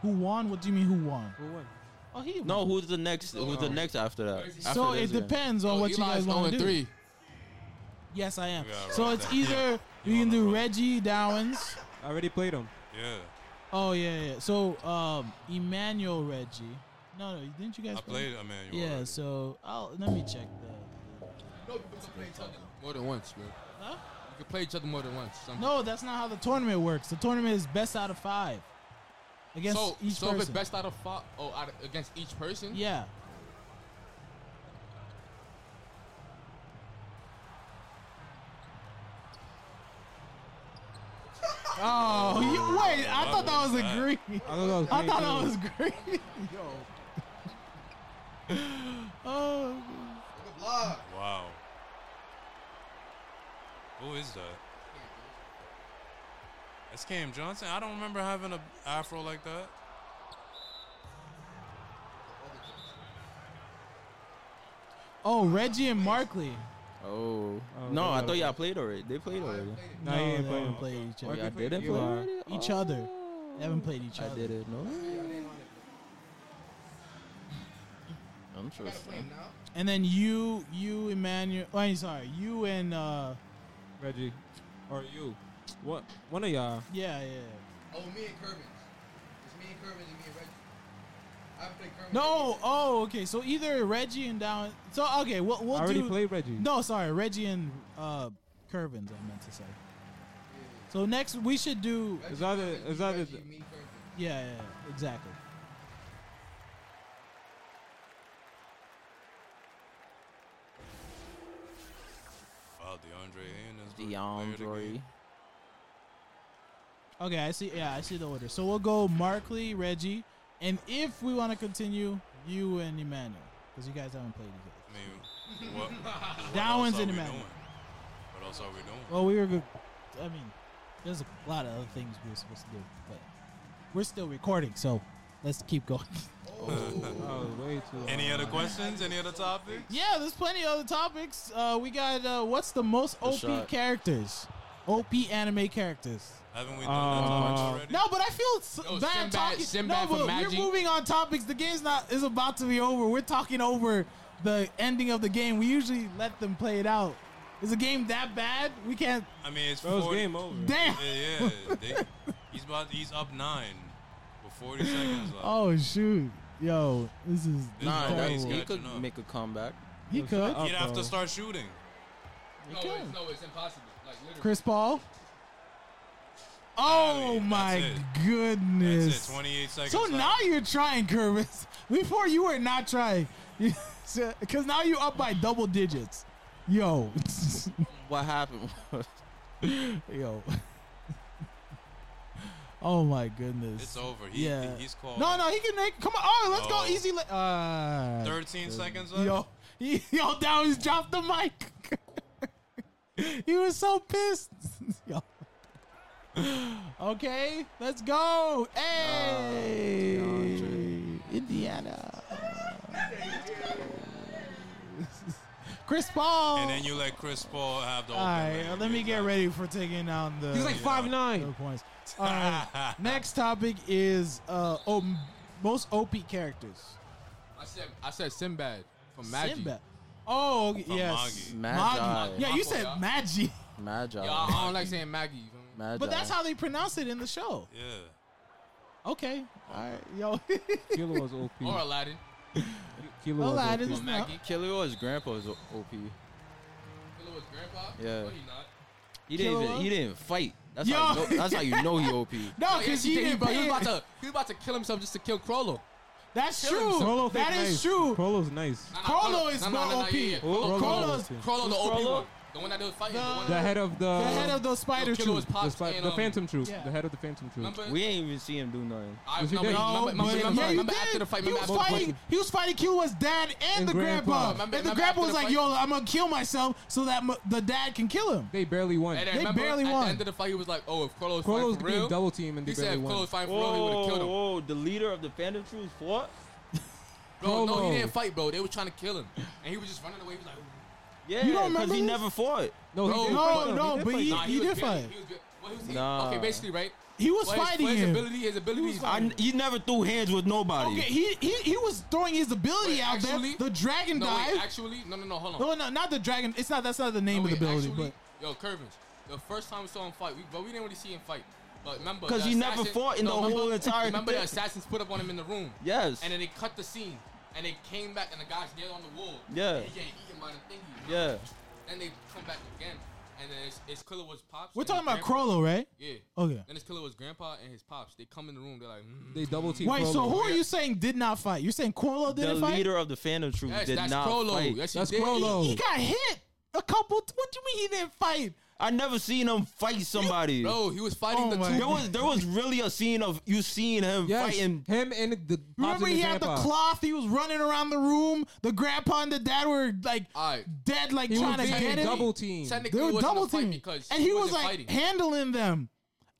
[SPEAKER 1] Who won? What do you mean? Who won?
[SPEAKER 7] Who won?
[SPEAKER 1] Oh, he.
[SPEAKER 2] No, who's the next? Who's the next after that? After
[SPEAKER 1] So
[SPEAKER 2] this
[SPEAKER 1] it
[SPEAKER 2] game.
[SPEAKER 1] depends on
[SPEAKER 4] Oh,
[SPEAKER 1] what you
[SPEAKER 4] Eli's
[SPEAKER 1] guys want to do.
[SPEAKER 4] 0-3.
[SPEAKER 1] Yes, I am.
[SPEAKER 5] Yeah, right
[SPEAKER 1] so it's
[SPEAKER 5] there.
[SPEAKER 1] either we
[SPEAKER 5] You
[SPEAKER 1] can
[SPEAKER 5] wanna
[SPEAKER 1] do
[SPEAKER 5] roll.
[SPEAKER 1] Reggie Downs.
[SPEAKER 7] I already played him.
[SPEAKER 5] Yeah.
[SPEAKER 1] Oh yeah, yeah. So um, Emmanuel Reggie. No, no, didn't you guys?
[SPEAKER 5] I
[SPEAKER 1] play?
[SPEAKER 5] played Emmanuel.
[SPEAKER 1] Yeah.
[SPEAKER 5] already.
[SPEAKER 1] So I'll let me check that.
[SPEAKER 4] More than once, bro.
[SPEAKER 1] Huh?
[SPEAKER 4] You can play each other more than once. Some-
[SPEAKER 1] No, that's not how the tournament works. The tournament is best out of five against
[SPEAKER 4] So,
[SPEAKER 1] each
[SPEAKER 4] so if it's
[SPEAKER 1] person.
[SPEAKER 4] best out of five, oh, out of- against each person.
[SPEAKER 5] (laughs)
[SPEAKER 1] yeah. Oh, you, wait! I
[SPEAKER 5] That
[SPEAKER 1] thought that
[SPEAKER 5] was
[SPEAKER 1] was
[SPEAKER 5] bad.
[SPEAKER 1] a green. (laughs)
[SPEAKER 7] I thought that was,
[SPEAKER 1] I
[SPEAKER 7] green
[SPEAKER 1] thought
[SPEAKER 7] too.
[SPEAKER 1] that was green. (laughs)
[SPEAKER 5] (laughs)
[SPEAKER 1] oh,
[SPEAKER 5] Wow. Who is that? That's Cam Johnson. I don't remember having a afro like that.
[SPEAKER 1] oh, Reggie and Markley.
[SPEAKER 2] Oh.
[SPEAKER 7] Oh,
[SPEAKER 2] no,
[SPEAKER 7] they
[SPEAKER 2] I
[SPEAKER 7] got
[SPEAKER 2] thought
[SPEAKER 7] it.
[SPEAKER 2] y'all played already. They played already.
[SPEAKER 7] Nah, he ain't
[SPEAKER 1] they
[SPEAKER 7] playing.
[SPEAKER 1] haven't played each
[SPEAKER 2] Oh,
[SPEAKER 1] other.
[SPEAKER 2] y'all didn't
[SPEAKER 7] you
[SPEAKER 2] play
[SPEAKER 7] are.
[SPEAKER 2] already?
[SPEAKER 1] Each other. They haven't played each
[SPEAKER 2] I
[SPEAKER 1] other.
[SPEAKER 2] did it. No. I'm sure.
[SPEAKER 1] And then you, you, Emmanuel. Oh, I'm sorry. You and uh,
[SPEAKER 7] Reggie, or you? What? One of y'all.
[SPEAKER 1] yeah, yeah.
[SPEAKER 4] Oh, me and Kermit. It's me and Kermit and me and Reggie. I haven't played Kermit.
[SPEAKER 1] No. Oh, okay. So either Reggie and Down. So okay, we'll we'll
[SPEAKER 7] I already
[SPEAKER 1] do.
[SPEAKER 7] played Reggie.
[SPEAKER 1] No, sorry, Reggie and uh, Curvins. I meant to say. So next we should do.
[SPEAKER 7] It's either it's either
[SPEAKER 4] me, Kermit.
[SPEAKER 1] Yeah, yeah, yeah, exactly.
[SPEAKER 5] Wow, DeAndre Ayton is
[SPEAKER 2] DeAndre.
[SPEAKER 1] Okay, I see. Yeah, I see the order. So we'll go Markley, Reggie, and if we want to continue, you and Emmanuel, because you guys haven't played each other.
[SPEAKER 5] I mean,
[SPEAKER 1] (laughs)
[SPEAKER 5] what? what
[SPEAKER 1] Darwin's
[SPEAKER 5] else are
[SPEAKER 1] in
[SPEAKER 5] we
[SPEAKER 1] the man.
[SPEAKER 5] doing? What else are we doing?
[SPEAKER 1] Well, we were good. I mean, there's a lot of other things we were supposed to do, but we're still recording, so let's keep going. (laughs)
[SPEAKER 7] oh way too.
[SPEAKER 5] Any other questions? Any other topics?
[SPEAKER 1] yeah, there's plenty of other topics. Uh, we got uh, what's the most OP
[SPEAKER 2] shot.
[SPEAKER 1] characters? OP anime characters.
[SPEAKER 5] Haven't we done that
[SPEAKER 7] Uh,
[SPEAKER 5] too much already?
[SPEAKER 1] Um, No, but I feel s-
[SPEAKER 4] Yo,
[SPEAKER 1] bad
[SPEAKER 4] Sinbad-
[SPEAKER 1] talking. no,
[SPEAKER 4] Sinbad from
[SPEAKER 1] but we're
[SPEAKER 4] Magi.
[SPEAKER 1] moving on topics. The game's not is about to be over. We're talking over the ending of the game. We usually let them play it out. Is the game that bad? We can't.
[SPEAKER 5] I mean, it's
[SPEAKER 7] Bro's
[SPEAKER 5] 40,
[SPEAKER 7] game over.
[SPEAKER 1] Damn.
[SPEAKER 5] Yeah, yeah. They, he's about. He's up nine with 40 seconds left.
[SPEAKER 1] Oh shoot, yo, this is
[SPEAKER 5] This
[SPEAKER 2] Nah,
[SPEAKER 5] is
[SPEAKER 2] that,
[SPEAKER 5] always
[SPEAKER 2] he
[SPEAKER 5] good to
[SPEAKER 2] could
[SPEAKER 5] know.
[SPEAKER 2] make a comeback.
[SPEAKER 1] he could.
[SPEAKER 7] up,
[SPEAKER 5] He'd have
[SPEAKER 7] bro.
[SPEAKER 5] to start shooting.
[SPEAKER 4] No,
[SPEAKER 1] Okay.
[SPEAKER 4] it's, no, it's impossible. Like literally.
[SPEAKER 1] Chris Paul. Oh
[SPEAKER 5] That's
[SPEAKER 1] my
[SPEAKER 5] it.
[SPEAKER 1] goodness!
[SPEAKER 5] That's it. 28 seconds.
[SPEAKER 1] So
[SPEAKER 5] left.
[SPEAKER 1] now you're trying, Curvis. (laughs) Before you were not trying, (laughs) because now you up by double digits. Yo, (laughs)
[SPEAKER 2] What happened?
[SPEAKER 1] yo. (laughs) oh my goodness.
[SPEAKER 5] It's over. He,
[SPEAKER 1] Yeah.
[SPEAKER 5] He's called.
[SPEAKER 1] no, no, he can make. Come on, oh, let's go
[SPEAKER 5] Oh.
[SPEAKER 1] easy. Le- uh,
[SPEAKER 5] 13 seconds left.
[SPEAKER 1] yo, (laughs) he, yo, down. He's dropped the mic. (laughs) he was so pissed. (laughs) yo. Okay, let's go.
[SPEAKER 7] Uh,
[SPEAKER 1] Hey, Indiana. (laughs) Chris Paul.
[SPEAKER 5] And then you let Chris Paul have the.
[SPEAKER 1] All right, let me get ready for taking on the.
[SPEAKER 7] He's like five
[SPEAKER 1] No
[SPEAKER 7] nine.
[SPEAKER 1] points. All
[SPEAKER 7] (laughs)
[SPEAKER 1] right. Next topic is uh, oh, m- most OP characters.
[SPEAKER 4] I said, I said Sinbad from Magic.
[SPEAKER 1] Sinbad. Oh, okay,
[SPEAKER 5] From
[SPEAKER 1] yes.
[SPEAKER 5] Magi.
[SPEAKER 2] Magi.
[SPEAKER 1] Yeah, you
[SPEAKER 4] My
[SPEAKER 1] said
[SPEAKER 4] fault,
[SPEAKER 1] Magi.
[SPEAKER 2] (laughs) Magi.
[SPEAKER 4] Yo, I I don't like saying Maggie. You feel me?
[SPEAKER 2] Magi.
[SPEAKER 1] But that's how they pronounce it in the show.
[SPEAKER 5] Yeah.
[SPEAKER 1] Okay. All right. Yo. (laughs)
[SPEAKER 7] Kilo was OP.
[SPEAKER 4] Or Aladdin.
[SPEAKER 7] Kilo was
[SPEAKER 1] Aladdin
[SPEAKER 4] Or
[SPEAKER 1] is-
[SPEAKER 7] OP.
[SPEAKER 1] No.
[SPEAKER 4] Maggie.
[SPEAKER 2] Killer was grandpa's OP.
[SPEAKER 4] Killer was grandpa.
[SPEAKER 2] Yeah.
[SPEAKER 4] No, he not.
[SPEAKER 2] He didn't. Even,
[SPEAKER 1] Killua?
[SPEAKER 2] he didn't fight. That's
[SPEAKER 1] Yo.
[SPEAKER 2] how. You know, that's how you know he OP. (laughs)
[SPEAKER 1] No,
[SPEAKER 4] Oh, yeah,
[SPEAKER 1] because
[SPEAKER 4] he,
[SPEAKER 1] he
[SPEAKER 4] did, he,
[SPEAKER 1] didn't
[SPEAKER 4] about- he
[SPEAKER 1] pay
[SPEAKER 4] was about
[SPEAKER 1] it.
[SPEAKER 4] to, he was about to kill himself just to kill Krollo.
[SPEAKER 1] That's
[SPEAKER 4] kill himself.
[SPEAKER 1] true.
[SPEAKER 7] Krollo fake
[SPEAKER 1] That is
[SPEAKER 7] nice.
[SPEAKER 1] true.
[SPEAKER 7] Krollo's nice.
[SPEAKER 4] Nah, nah,
[SPEAKER 1] Krollo is
[SPEAKER 4] nah, nah,
[SPEAKER 1] not
[SPEAKER 4] nah,
[SPEAKER 1] OP.
[SPEAKER 4] yeah, yeah.
[SPEAKER 7] Who?
[SPEAKER 4] Krollo-
[SPEAKER 1] Krollo's-
[SPEAKER 4] Krollo, the OP one. The one that they was fighting. The,
[SPEAKER 1] The-
[SPEAKER 4] one
[SPEAKER 7] The
[SPEAKER 4] that
[SPEAKER 7] head of the
[SPEAKER 1] The head of those spider
[SPEAKER 4] Yo, Killer was
[SPEAKER 1] troops.
[SPEAKER 4] pops
[SPEAKER 7] the, spi-
[SPEAKER 4] and,
[SPEAKER 7] the
[SPEAKER 4] um,
[SPEAKER 7] Phantom Troop.
[SPEAKER 1] yeah.
[SPEAKER 7] The head of the Phantom Troop.
[SPEAKER 4] Remember?
[SPEAKER 2] We ain't even see him do nothing.
[SPEAKER 4] I
[SPEAKER 7] Yes, you
[SPEAKER 4] remember,
[SPEAKER 7] did.
[SPEAKER 4] remember, remember,
[SPEAKER 1] but-
[SPEAKER 4] remember,
[SPEAKER 1] yeah, you
[SPEAKER 4] remember after
[SPEAKER 1] did.
[SPEAKER 4] the fight.
[SPEAKER 1] He
[SPEAKER 4] Remember
[SPEAKER 1] was
[SPEAKER 4] after the
[SPEAKER 1] fighting. He was fighting Q-Wa's dad and,
[SPEAKER 7] And
[SPEAKER 1] the grandpa.
[SPEAKER 7] grandpa.
[SPEAKER 4] Remember-
[SPEAKER 1] and the
[SPEAKER 4] remember
[SPEAKER 1] grandpa
[SPEAKER 4] after
[SPEAKER 1] was
[SPEAKER 4] the
[SPEAKER 1] like,
[SPEAKER 4] fight?
[SPEAKER 1] "Yo, I'm gonna kill myself so that m- the dad can kill him."
[SPEAKER 7] They barely won.
[SPEAKER 4] And I
[SPEAKER 1] They
[SPEAKER 4] remember
[SPEAKER 1] barely
[SPEAKER 4] at
[SPEAKER 1] won.
[SPEAKER 4] the end of the fight, he was like, "Oh, if Carlos
[SPEAKER 7] Carlos
[SPEAKER 4] fight for
[SPEAKER 7] became
[SPEAKER 4] real,
[SPEAKER 7] double team and they
[SPEAKER 4] he said
[SPEAKER 7] barely
[SPEAKER 4] if
[SPEAKER 7] won.
[SPEAKER 4] Carlos fight for real, he would
[SPEAKER 2] Whoa,
[SPEAKER 4] have killed him."
[SPEAKER 2] whoa, the leader of the Phantom Troops fought?
[SPEAKER 4] Bro, no,
[SPEAKER 7] Carlos.
[SPEAKER 4] he didn't fight, bro. They were trying to kill him, and he was just running away. He was like,
[SPEAKER 2] Yeah,
[SPEAKER 1] You don't
[SPEAKER 2] because he
[SPEAKER 1] remember
[SPEAKER 2] never fought.
[SPEAKER 7] No, he
[SPEAKER 4] Bro,
[SPEAKER 7] did
[SPEAKER 4] no,
[SPEAKER 7] fight them.
[SPEAKER 1] no,
[SPEAKER 7] did
[SPEAKER 1] but
[SPEAKER 7] fight
[SPEAKER 1] he-
[SPEAKER 7] them.
[SPEAKER 4] "Nah, he, was
[SPEAKER 1] did
[SPEAKER 4] barely-
[SPEAKER 1] fight.
[SPEAKER 4] He was, good. well, he was, he,
[SPEAKER 2] Nah.
[SPEAKER 4] Okay, basically, right.
[SPEAKER 1] He was
[SPEAKER 4] Well, his-
[SPEAKER 1] fighting
[SPEAKER 4] well, his,
[SPEAKER 1] him.
[SPEAKER 4] ability, his ability. is-
[SPEAKER 2] I, he never threw hands with nobody.
[SPEAKER 1] Okay, he, he he was throwing his ability
[SPEAKER 4] Wait,
[SPEAKER 1] out
[SPEAKER 4] actually-
[SPEAKER 1] there. The dragon
[SPEAKER 4] no,
[SPEAKER 1] dive. Oh,
[SPEAKER 4] wait, actually, no, no, no, hold on.
[SPEAKER 1] no, no, not the dragon. It's not. That's not the name of
[SPEAKER 4] No,
[SPEAKER 1] the
[SPEAKER 4] wait,
[SPEAKER 1] ability.
[SPEAKER 4] Oh, actually,
[SPEAKER 1] but
[SPEAKER 4] yo, Curvins, the first time we saw him fight, we, but we didn't really see him fight. But remember,
[SPEAKER 2] 'Cause
[SPEAKER 4] the
[SPEAKER 2] he never
[SPEAKER 4] assassin-
[SPEAKER 2] fought in the whole entire
[SPEAKER 4] Remember, the
[SPEAKER 2] thing.
[SPEAKER 4] assassins put up on him in the room.
[SPEAKER 2] yes.
[SPEAKER 4] And then they cut the scene, and they came back, and the guys nailed on the wall.
[SPEAKER 2] Yeah.
[SPEAKER 4] And he getting eaten by the thingy.
[SPEAKER 2] yeah.
[SPEAKER 4] Then they come back again, and then it's, it's Killer was pops.
[SPEAKER 1] we're
[SPEAKER 4] and
[SPEAKER 1] talking
[SPEAKER 4] his
[SPEAKER 1] about
[SPEAKER 4] grandpa.
[SPEAKER 1] Crollo, right?
[SPEAKER 4] Yeah.
[SPEAKER 1] Okay.
[SPEAKER 4] Then it's Killer was grandpa and his pops. They come in the room. They're like, mm.
[SPEAKER 7] They double team.
[SPEAKER 1] Wait, so
[SPEAKER 7] Carlos.
[SPEAKER 1] who are you saying did not fight? You're saying Crollo
[SPEAKER 2] The
[SPEAKER 1] didn't fight?
[SPEAKER 2] leader of the Phantom Troops
[SPEAKER 4] yes,
[SPEAKER 2] did
[SPEAKER 4] that's
[SPEAKER 2] not
[SPEAKER 4] Crollo.
[SPEAKER 2] fight.
[SPEAKER 4] Yes, he
[SPEAKER 7] That's
[SPEAKER 4] did.
[SPEAKER 7] Crollo.
[SPEAKER 1] He got hit a couple. What do you mean he didn't fight?
[SPEAKER 2] I never seen him fight somebody.
[SPEAKER 4] Bro, he was fighting
[SPEAKER 1] Oh
[SPEAKER 4] the
[SPEAKER 1] my
[SPEAKER 4] two.
[SPEAKER 2] There was there was really a scene of you seeing him
[SPEAKER 7] Yes,
[SPEAKER 2] fighting.
[SPEAKER 7] him and the
[SPEAKER 1] Remember, he had the cloth. He was running around the room. The grandpa and the dad were like
[SPEAKER 4] All right.
[SPEAKER 1] dead, like
[SPEAKER 7] He was
[SPEAKER 1] trying to
[SPEAKER 7] being
[SPEAKER 1] get him.
[SPEAKER 7] double team.
[SPEAKER 4] Technically,
[SPEAKER 1] they were
[SPEAKER 4] it wasn't a
[SPEAKER 1] double
[SPEAKER 4] fight
[SPEAKER 1] teaming,
[SPEAKER 4] because
[SPEAKER 1] and he was
[SPEAKER 4] wasn't
[SPEAKER 1] like
[SPEAKER 4] fighting.
[SPEAKER 1] handling them.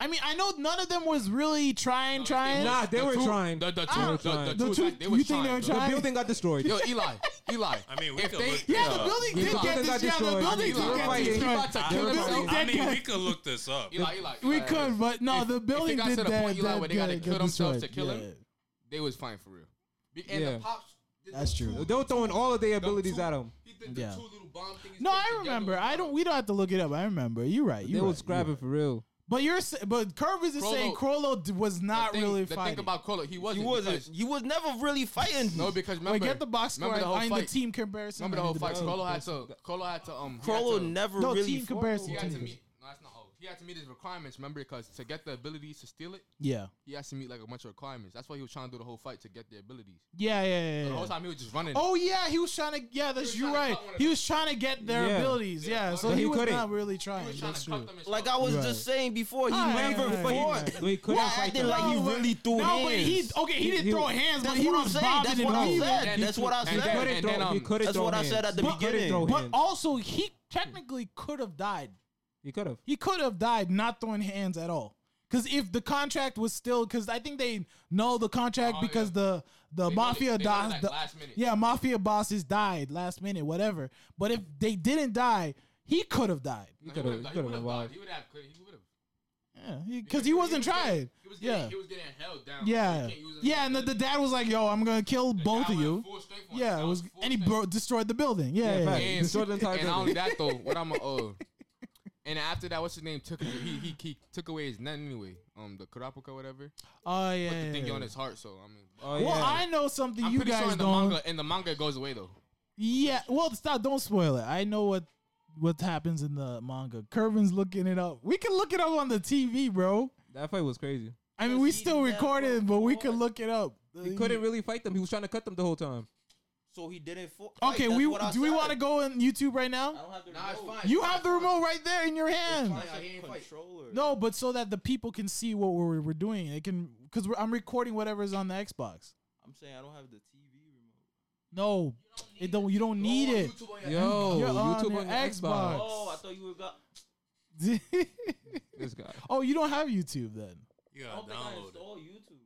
[SPEAKER 1] I mean, I know none of them was really trying, trying.
[SPEAKER 7] Nah, they
[SPEAKER 4] The
[SPEAKER 7] were
[SPEAKER 4] two-
[SPEAKER 7] trying.
[SPEAKER 4] The, the
[SPEAKER 7] They were
[SPEAKER 4] two, the, the,
[SPEAKER 7] trying.
[SPEAKER 1] The
[SPEAKER 4] two,
[SPEAKER 1] two-
[SPEAKER 4] like, they was
[SPEAKER 1] you think
[SPEAKER 4] trying,
[SPEAKER 1] they were
[SPEAKER 4] bro.
[SPEAKER 1] trying?
[SPEAKER 7] The building got destroyed.
[SPEAKER 4] Yo, Eli, Eli.
[SPEAKER 5] I mean, we
[SPEAKER 4] if
[SPEAKER 5] could
[SPEAKER 4] they,
[SPEAKER 5] look
[SPEAKER 1] yeah,
[SPEAKER 5] this
[SPEAKER 1] the
[SPEAKER 5] up.
[SPEAKER 1] building
[SPEAKER 7] Yeah.
[SPEAKER 1] did
[SPEAKER 7] Yeah.
[SPEAKER 1] get
[SPEAKER 7] Yeah.
[SPEAKER 1] destroyed. Yeah, the building
[SPEAKER 7] Yeah. Yeah.
[SPEAKER 1] did
[SPEAKER 7] Yeah.
[SPEAKER 1] get
[SPEAKER 7] Yeah.
[SPEAKER 4] He
[SPEAKER 1] destroyed.
[SPEAKER 4] about to
[SPEAKER 5] I-
[SPEAKER 4] kill
[SPEAKER 1] The
[SPEAKER 4] himself.
[SPEAKER 1] building
[SPEAKER 5] I
[SPEAKER 1] did
[SPEAKER 5] mean, we
[SPEAKER 1] get.
[SPEAKER 5] could look this up.
[SPEAKER 4] Eli, Eli.
[SPEAKER 1] We
[SPEAKER 4] Eli.
[SPEAKER 1] could, but no,
[SPEAKER 4] If-
[SPEAKER 1] the
[SPEAKER 4] if it
[SPEAKER 1] building
[SPEAKER 4] got
[SPEAKER 1] did
[SPEAKER 4] to the
[SPEAKER 1] that.
[SPEAKER 4] point, Eli,
[SPEAKER 1] that
[SPEAKER 4] where they gotta
[SPEAKER 1] good,
[SPEAKER 4] kill
[SPEAKER 1] get
[SPEAKER 4] themselves
[SPEAKER 1] destroyed.
[SPEAKER 4] to kill
[SPEAKER 1] Yeah.
[SPEAKER 4] him. They was fighting for real. Be- And
[SPEAKER 7] Yeah.
[SPEAKER 4] the pops. did
[SPEAKER 1] That's
[SPEAKER 4] those
[SPEAKER 1] true.
[SPEAKER 4] two-
[SPEAKER 7] They were throwing all of their
[SPEAKER 4] them
[SPEAKER 7] abilities
[SPEAKER 4] two-
[SPEAKER 7] at him.
[SPEAKER 4] He did the
[SPEAKER 1] Yeah.
[SPEAKER 4] two little bomb things.
[SPEAKER 1] No,
[SPEAKER 4] things
[SPEAKER 1] I
[SPEAKER 4] together
[SPEAKER 1] remember.
[SPEAKER 4] with
[SPEAKER 1] I don't. We don't have to look it up. I remember. You're right.
[SPEAKER 7] They
[SPEAKER 1] You're
[SPEAKER 7] were
[SPEAKER 1] right. You're
[SPEAKER 7] scrapping
[SPEAKER 1] right.
[SPEAKER 7] for real.
[SPEAKER 1] But you're. s- But Curvis is
[SPEAKER 4] Crollo-
[SPEAKER 1] saying Crollo d- was
[SPEAKER 4] the
[SPEAKER 1] not
[SPEAKER 4] thing-
[SPEAKER 1] really
[SPEAKER 4] the
[SPEAKER 1] fighting.
[SPEAKER 4] thing about Colo. He
[SPEAKER 2] He
[SPEAKER 4] wasn't.
[SPEAKER 2] wasn't.
[SPEAKER 4] because-
[SPEAKER 2] He was never really fighting.
[SPEAKER 4] No, because remember.
[SPEAKER 1] Wait, get the box score.
[SPEAKER 4] Remember the whole
[SPEAKER 1] I mean, the
[SPEAKER 4] fight.
[SPEAKER 1] team comparison.
[SPEAKER 4] Remember the
[SPEAKER 1] I
[SPEAKER 4] whole
[SPEAKER 1] mean,
[SPEAKER 4] fight.
[SPEAKER 1] team
[SPEAKER 4] Colo had
[SPEAKER 1] comparison.
[SPEAKER 4] to. Colo had to. Um. he had
[SPEAKER 2] Crollo
[SPEAKER 4] to-
[SPEAKER 2] never
[SPEAKER 1] No,
[SPEAKER 2] really
[SPEAKER 1] team
[SPEAKER 2] fought.
[SPEAKER 1] comparison.
[SPEAKER 4] He had to
[SPEAKER 1] team.
[SPEAKER 4] meet. No, that's not all. He had to meet his requirements. Remember, because to get the abilities to steal it,
[SPEAKER 1] Yeah.
[SPEAKER 4] he has to meet like a bunch of requirements. That's why he was trying to do the whole fight to get the abilities.
[SPEAKER 1] Yeah. Yeah.
[SPEAKER 4] The
[SPEAKER 1] Yeah.
[SPEAKER 4] whole
[SPEAKER 1] yeah.
[SPEAKER 4] time he was just running.
[SPEAKER 1] Oh yeah, he was trying to. Yeah,
[SPEAKER 4] was
[SPEAKER 1] that's
[SPEAKER 4] trying
[SPEAKER 1] you're
[SPEAKER 4] to
[SPEAKER 1] right.
[SPEAKER 4] cut one of
[SPEAKER 1] He was trying to get their
[SPEAKER 7] Yeah.
[SPEAKER 1] abilities. Yeah,
[SPEAKER 4] Yeah,
[SPEAKER 1] so
[SPEAKER 4] but
[SPEAKER 1] he
[SPEAKER 7] he
[SPEAKER 1] was
[SPEAKER 7] couldn't.
[SPEAKER 1] not really
[SPEAKER 4] he
[SPEAKER 1] trying.
[SPEAKER 4] was trying
[SPEAKER 1] That's
[SPEAKER 4] to cut
[SPEAKER 1] true.
[SPEAKER 4] them and
[SPEAKER 2] Like I
[SPEAKER 4] stuff.
[SPEAKER 2] was
[SPEAKER 1] Right.
[SPEAKER 2] just saying before, he
[SPEAKER 1] All right,
[SPEAKER 2] never
[SPEAKER 1] all right.
[SPEAKER 2] fought.
[SPEAKER 7] No, he couldn't
[SPEAKER 2] Y'all
[SPEAKER 7] fight
[SPEAKER 2] acting
[SPEAKER 7] them.
[SPEAKER 2] like he
[SPEAKER 1] No, but-
[SPEAKER 2] really threw
[SPEAKER 1] no,
[SPEAKER 2] hands.
[SPEAKER 1] but he okay. He,
[SPEAKER 7] He-
[SPEAKER 1] didn't
[SPEAKER 7] he-
[SPEAKER 1] throw hands, but
[SPEAKER 2] That's
[SPEAKER 1] he
[SPEAKER 2] what I'm
[SPEAKER 1] was
[SPEAKER 2] saying.
[SPEAKER 1] bobbing
[SPEAKER 2] That's
[SPEAKER 1] and
[SPEAKER 2] what I
[SPEAKER 1] weaving.
[SPEAKER 2] said. That's what I
[SPEAKER 4] And
[SPEAKER 2] said.
[SPEAKER 4] then-
[SPEAKER 7] Couldn't throw-
[SPEAKER 4] um,
[SPEAKER 7] He couldn't
[SPEAKER 2] That's
[SPEAKER 7] throw
[SPEAKER 2] what I
[SPEAKER 7] hands.
[SPEAKER 2] said at the
[SPEAKER 1] But-
[SPEAKER 2] beginning.
[SPEAKER 7] But-
[SPEAKER 1] But also, he technically could have died.
[SPEAKER 7] He could have.
[SPEAKER 1] He could have died not throwing hands at all. Because if the contract was still, because I think they know the contract
[SPEAKER 4] Oh,
[SPEAKER 1] because
[SPEAKER 4] yeah.
[SPEAKER 1] the the
[SPEAKER 4] They know
[SPEAKER 1] mafia
[SPEAKER 4] it- they know
[SPEAKER 1] does-
[SPEAKER 4] that
[SPEAKER 1] the-
[SPEAKER 4] last minute.
[SPEAKER 1] yeah mafia bosses died last minute, whatever. But if they didn't die, he could have died.
[SPEAKER 7] He could have. He could have
[SPEAKER 4] died.
[SPEAKER 7] survived.
[SPEAKER 4] He would have. could- He would have.
[SPEAKER 1] Yeah, because he, wasn't
[SPEAKER 4] was getting-
[SPEAKER 1] trying.
[SPEAKER 4] He was getting,
[SPEAKER 1] Yeah,
[SPEAKER 4] he was getting held down.
[SPEAKER 1] yeah,
[SPEAKER 4] He can't use his
[SPEAKER 1] yeah. And the, the
[SPEAKER 4] ability.
[SPEAKER 1] dad was like, "Yo, I'm gonna kill
[SPEAKER 4] The
[SPEAKER 1] both
[SPEAKER 4] guy
[SPEAKER 1] of
[SPEAKER 4] went
[SPEAKER 1] you."
[SPEAKER 4] full strength on him.
[SPEAKER 1] Yeah,
[SPEAKER 4] That
[SPEAKER 1] it was,
[SPEAKER 4] full
[SPEAKER 1] and he
[SPEAKER 4] strength.
[SPEAKER 1] bro- destroyed the building. Yeah, yeah,
[SPEAKER 7] facts.
[SPEAKER 1] yeah. (laughs)
[SPEAKER 7] He destroyed the entire
[SPEAKER 4] and not
[SPEAKER 7] building.
[SPEAKER 4] only that though, what I'm uh, and after that, what's his name took he he, he took away his nun anyway, um, the Kurapika whatever.
[SPEAKER 1] Oh
[SPEAKER 4] Put
[SPEAKER 1] yeah.
[SPEAKER 4] the
[SPEAKER 1] yeah,
[SPEAKER 4] thingy
[SPEAKER 1] yeah.
[SPEAKER 4] on his heart, so I mean,
[SPEAKER 7] Oh,
[SPEAKER 1] Well,
[SPEAKER 7] yeah.
[SPEAKER 1] I know something
[SPEAKER 4] I'm
[SPEAKER 1] you
[SPEAKER 4] pretty
[SPEAKER 1] guys
[SPEAKER 4] sure in the
[SPEAKER 1] don't.
[SPEAKER 4] manga in the manga it goes away though.
[SPEAKER 1] Yeah, well, stop. Don't spoil it. I know what what happens in the manga. Kervin's looking it up. We can look it up on the TV, bro.
[SPEAKER 7] That fight was crazy.
[SPEAKER 1] I mean, we still recorded, but we can look it up.
[SPEAKER 7] He couldn't really fight them. He was trying to cut them the whole time.
[SPEAKER 2] So he didn't fought.
[SPEAKER 1] Uh, Okay,
[SPEAKER 2] That's
[SPEAKER 1] we
[SPEAKER 2] what I
[SPEAKER 1] do we
[SPEAKER 2] said.
[SPEAKER 1] want to go on YouTube right
[SPEAKER 2] I
[SPEAKER 1] now?
[SPEAKER 2] don't have the
[SPEAKER 4] Nah, it's
[SPEAKER 2] remote.
[SPEAKER 4] fine.
[SPEAKER 1] You have the remote right there in your hand.
[SPEAKER 2] It's
[SPEAKER 4] Nah, he ain't
[SPEAKER 2] a
[SPEAKER 4] fight.
[SPEAKER 2] controller.
[SPEAKER 1] No, but so that the people can see what we're, we're doing. They can because I'm recording whatever's on the Xbox.
[SPEAKER 2] I'm saying I don't have the TV remote.
[SPEAKER 1] No, it don't. You don't need it.
[SPEAKER 7] Yo,
[SPEAKER 1] You're on
[SPEAKER 7] YouTube
[SPEAKER 1] your
[SPEAKER 7] on the
[SPEAKER 1] Xbox.
[SPEAKER 7] Xbox.
[SPEAKER 2] Oh, I thought you were got.
[SPEAKER 7] This guy.
[SPEAKER 1] (laughs) oh, you don't have YouTube then?
[SPEAKER 5] You
[SPEAKER 2] I
[SPEAKER 5] gotta
[SPEAKER 2] don't think I
[SPEAKER 5] download it.
[SPEAKER 2] installed YouTube.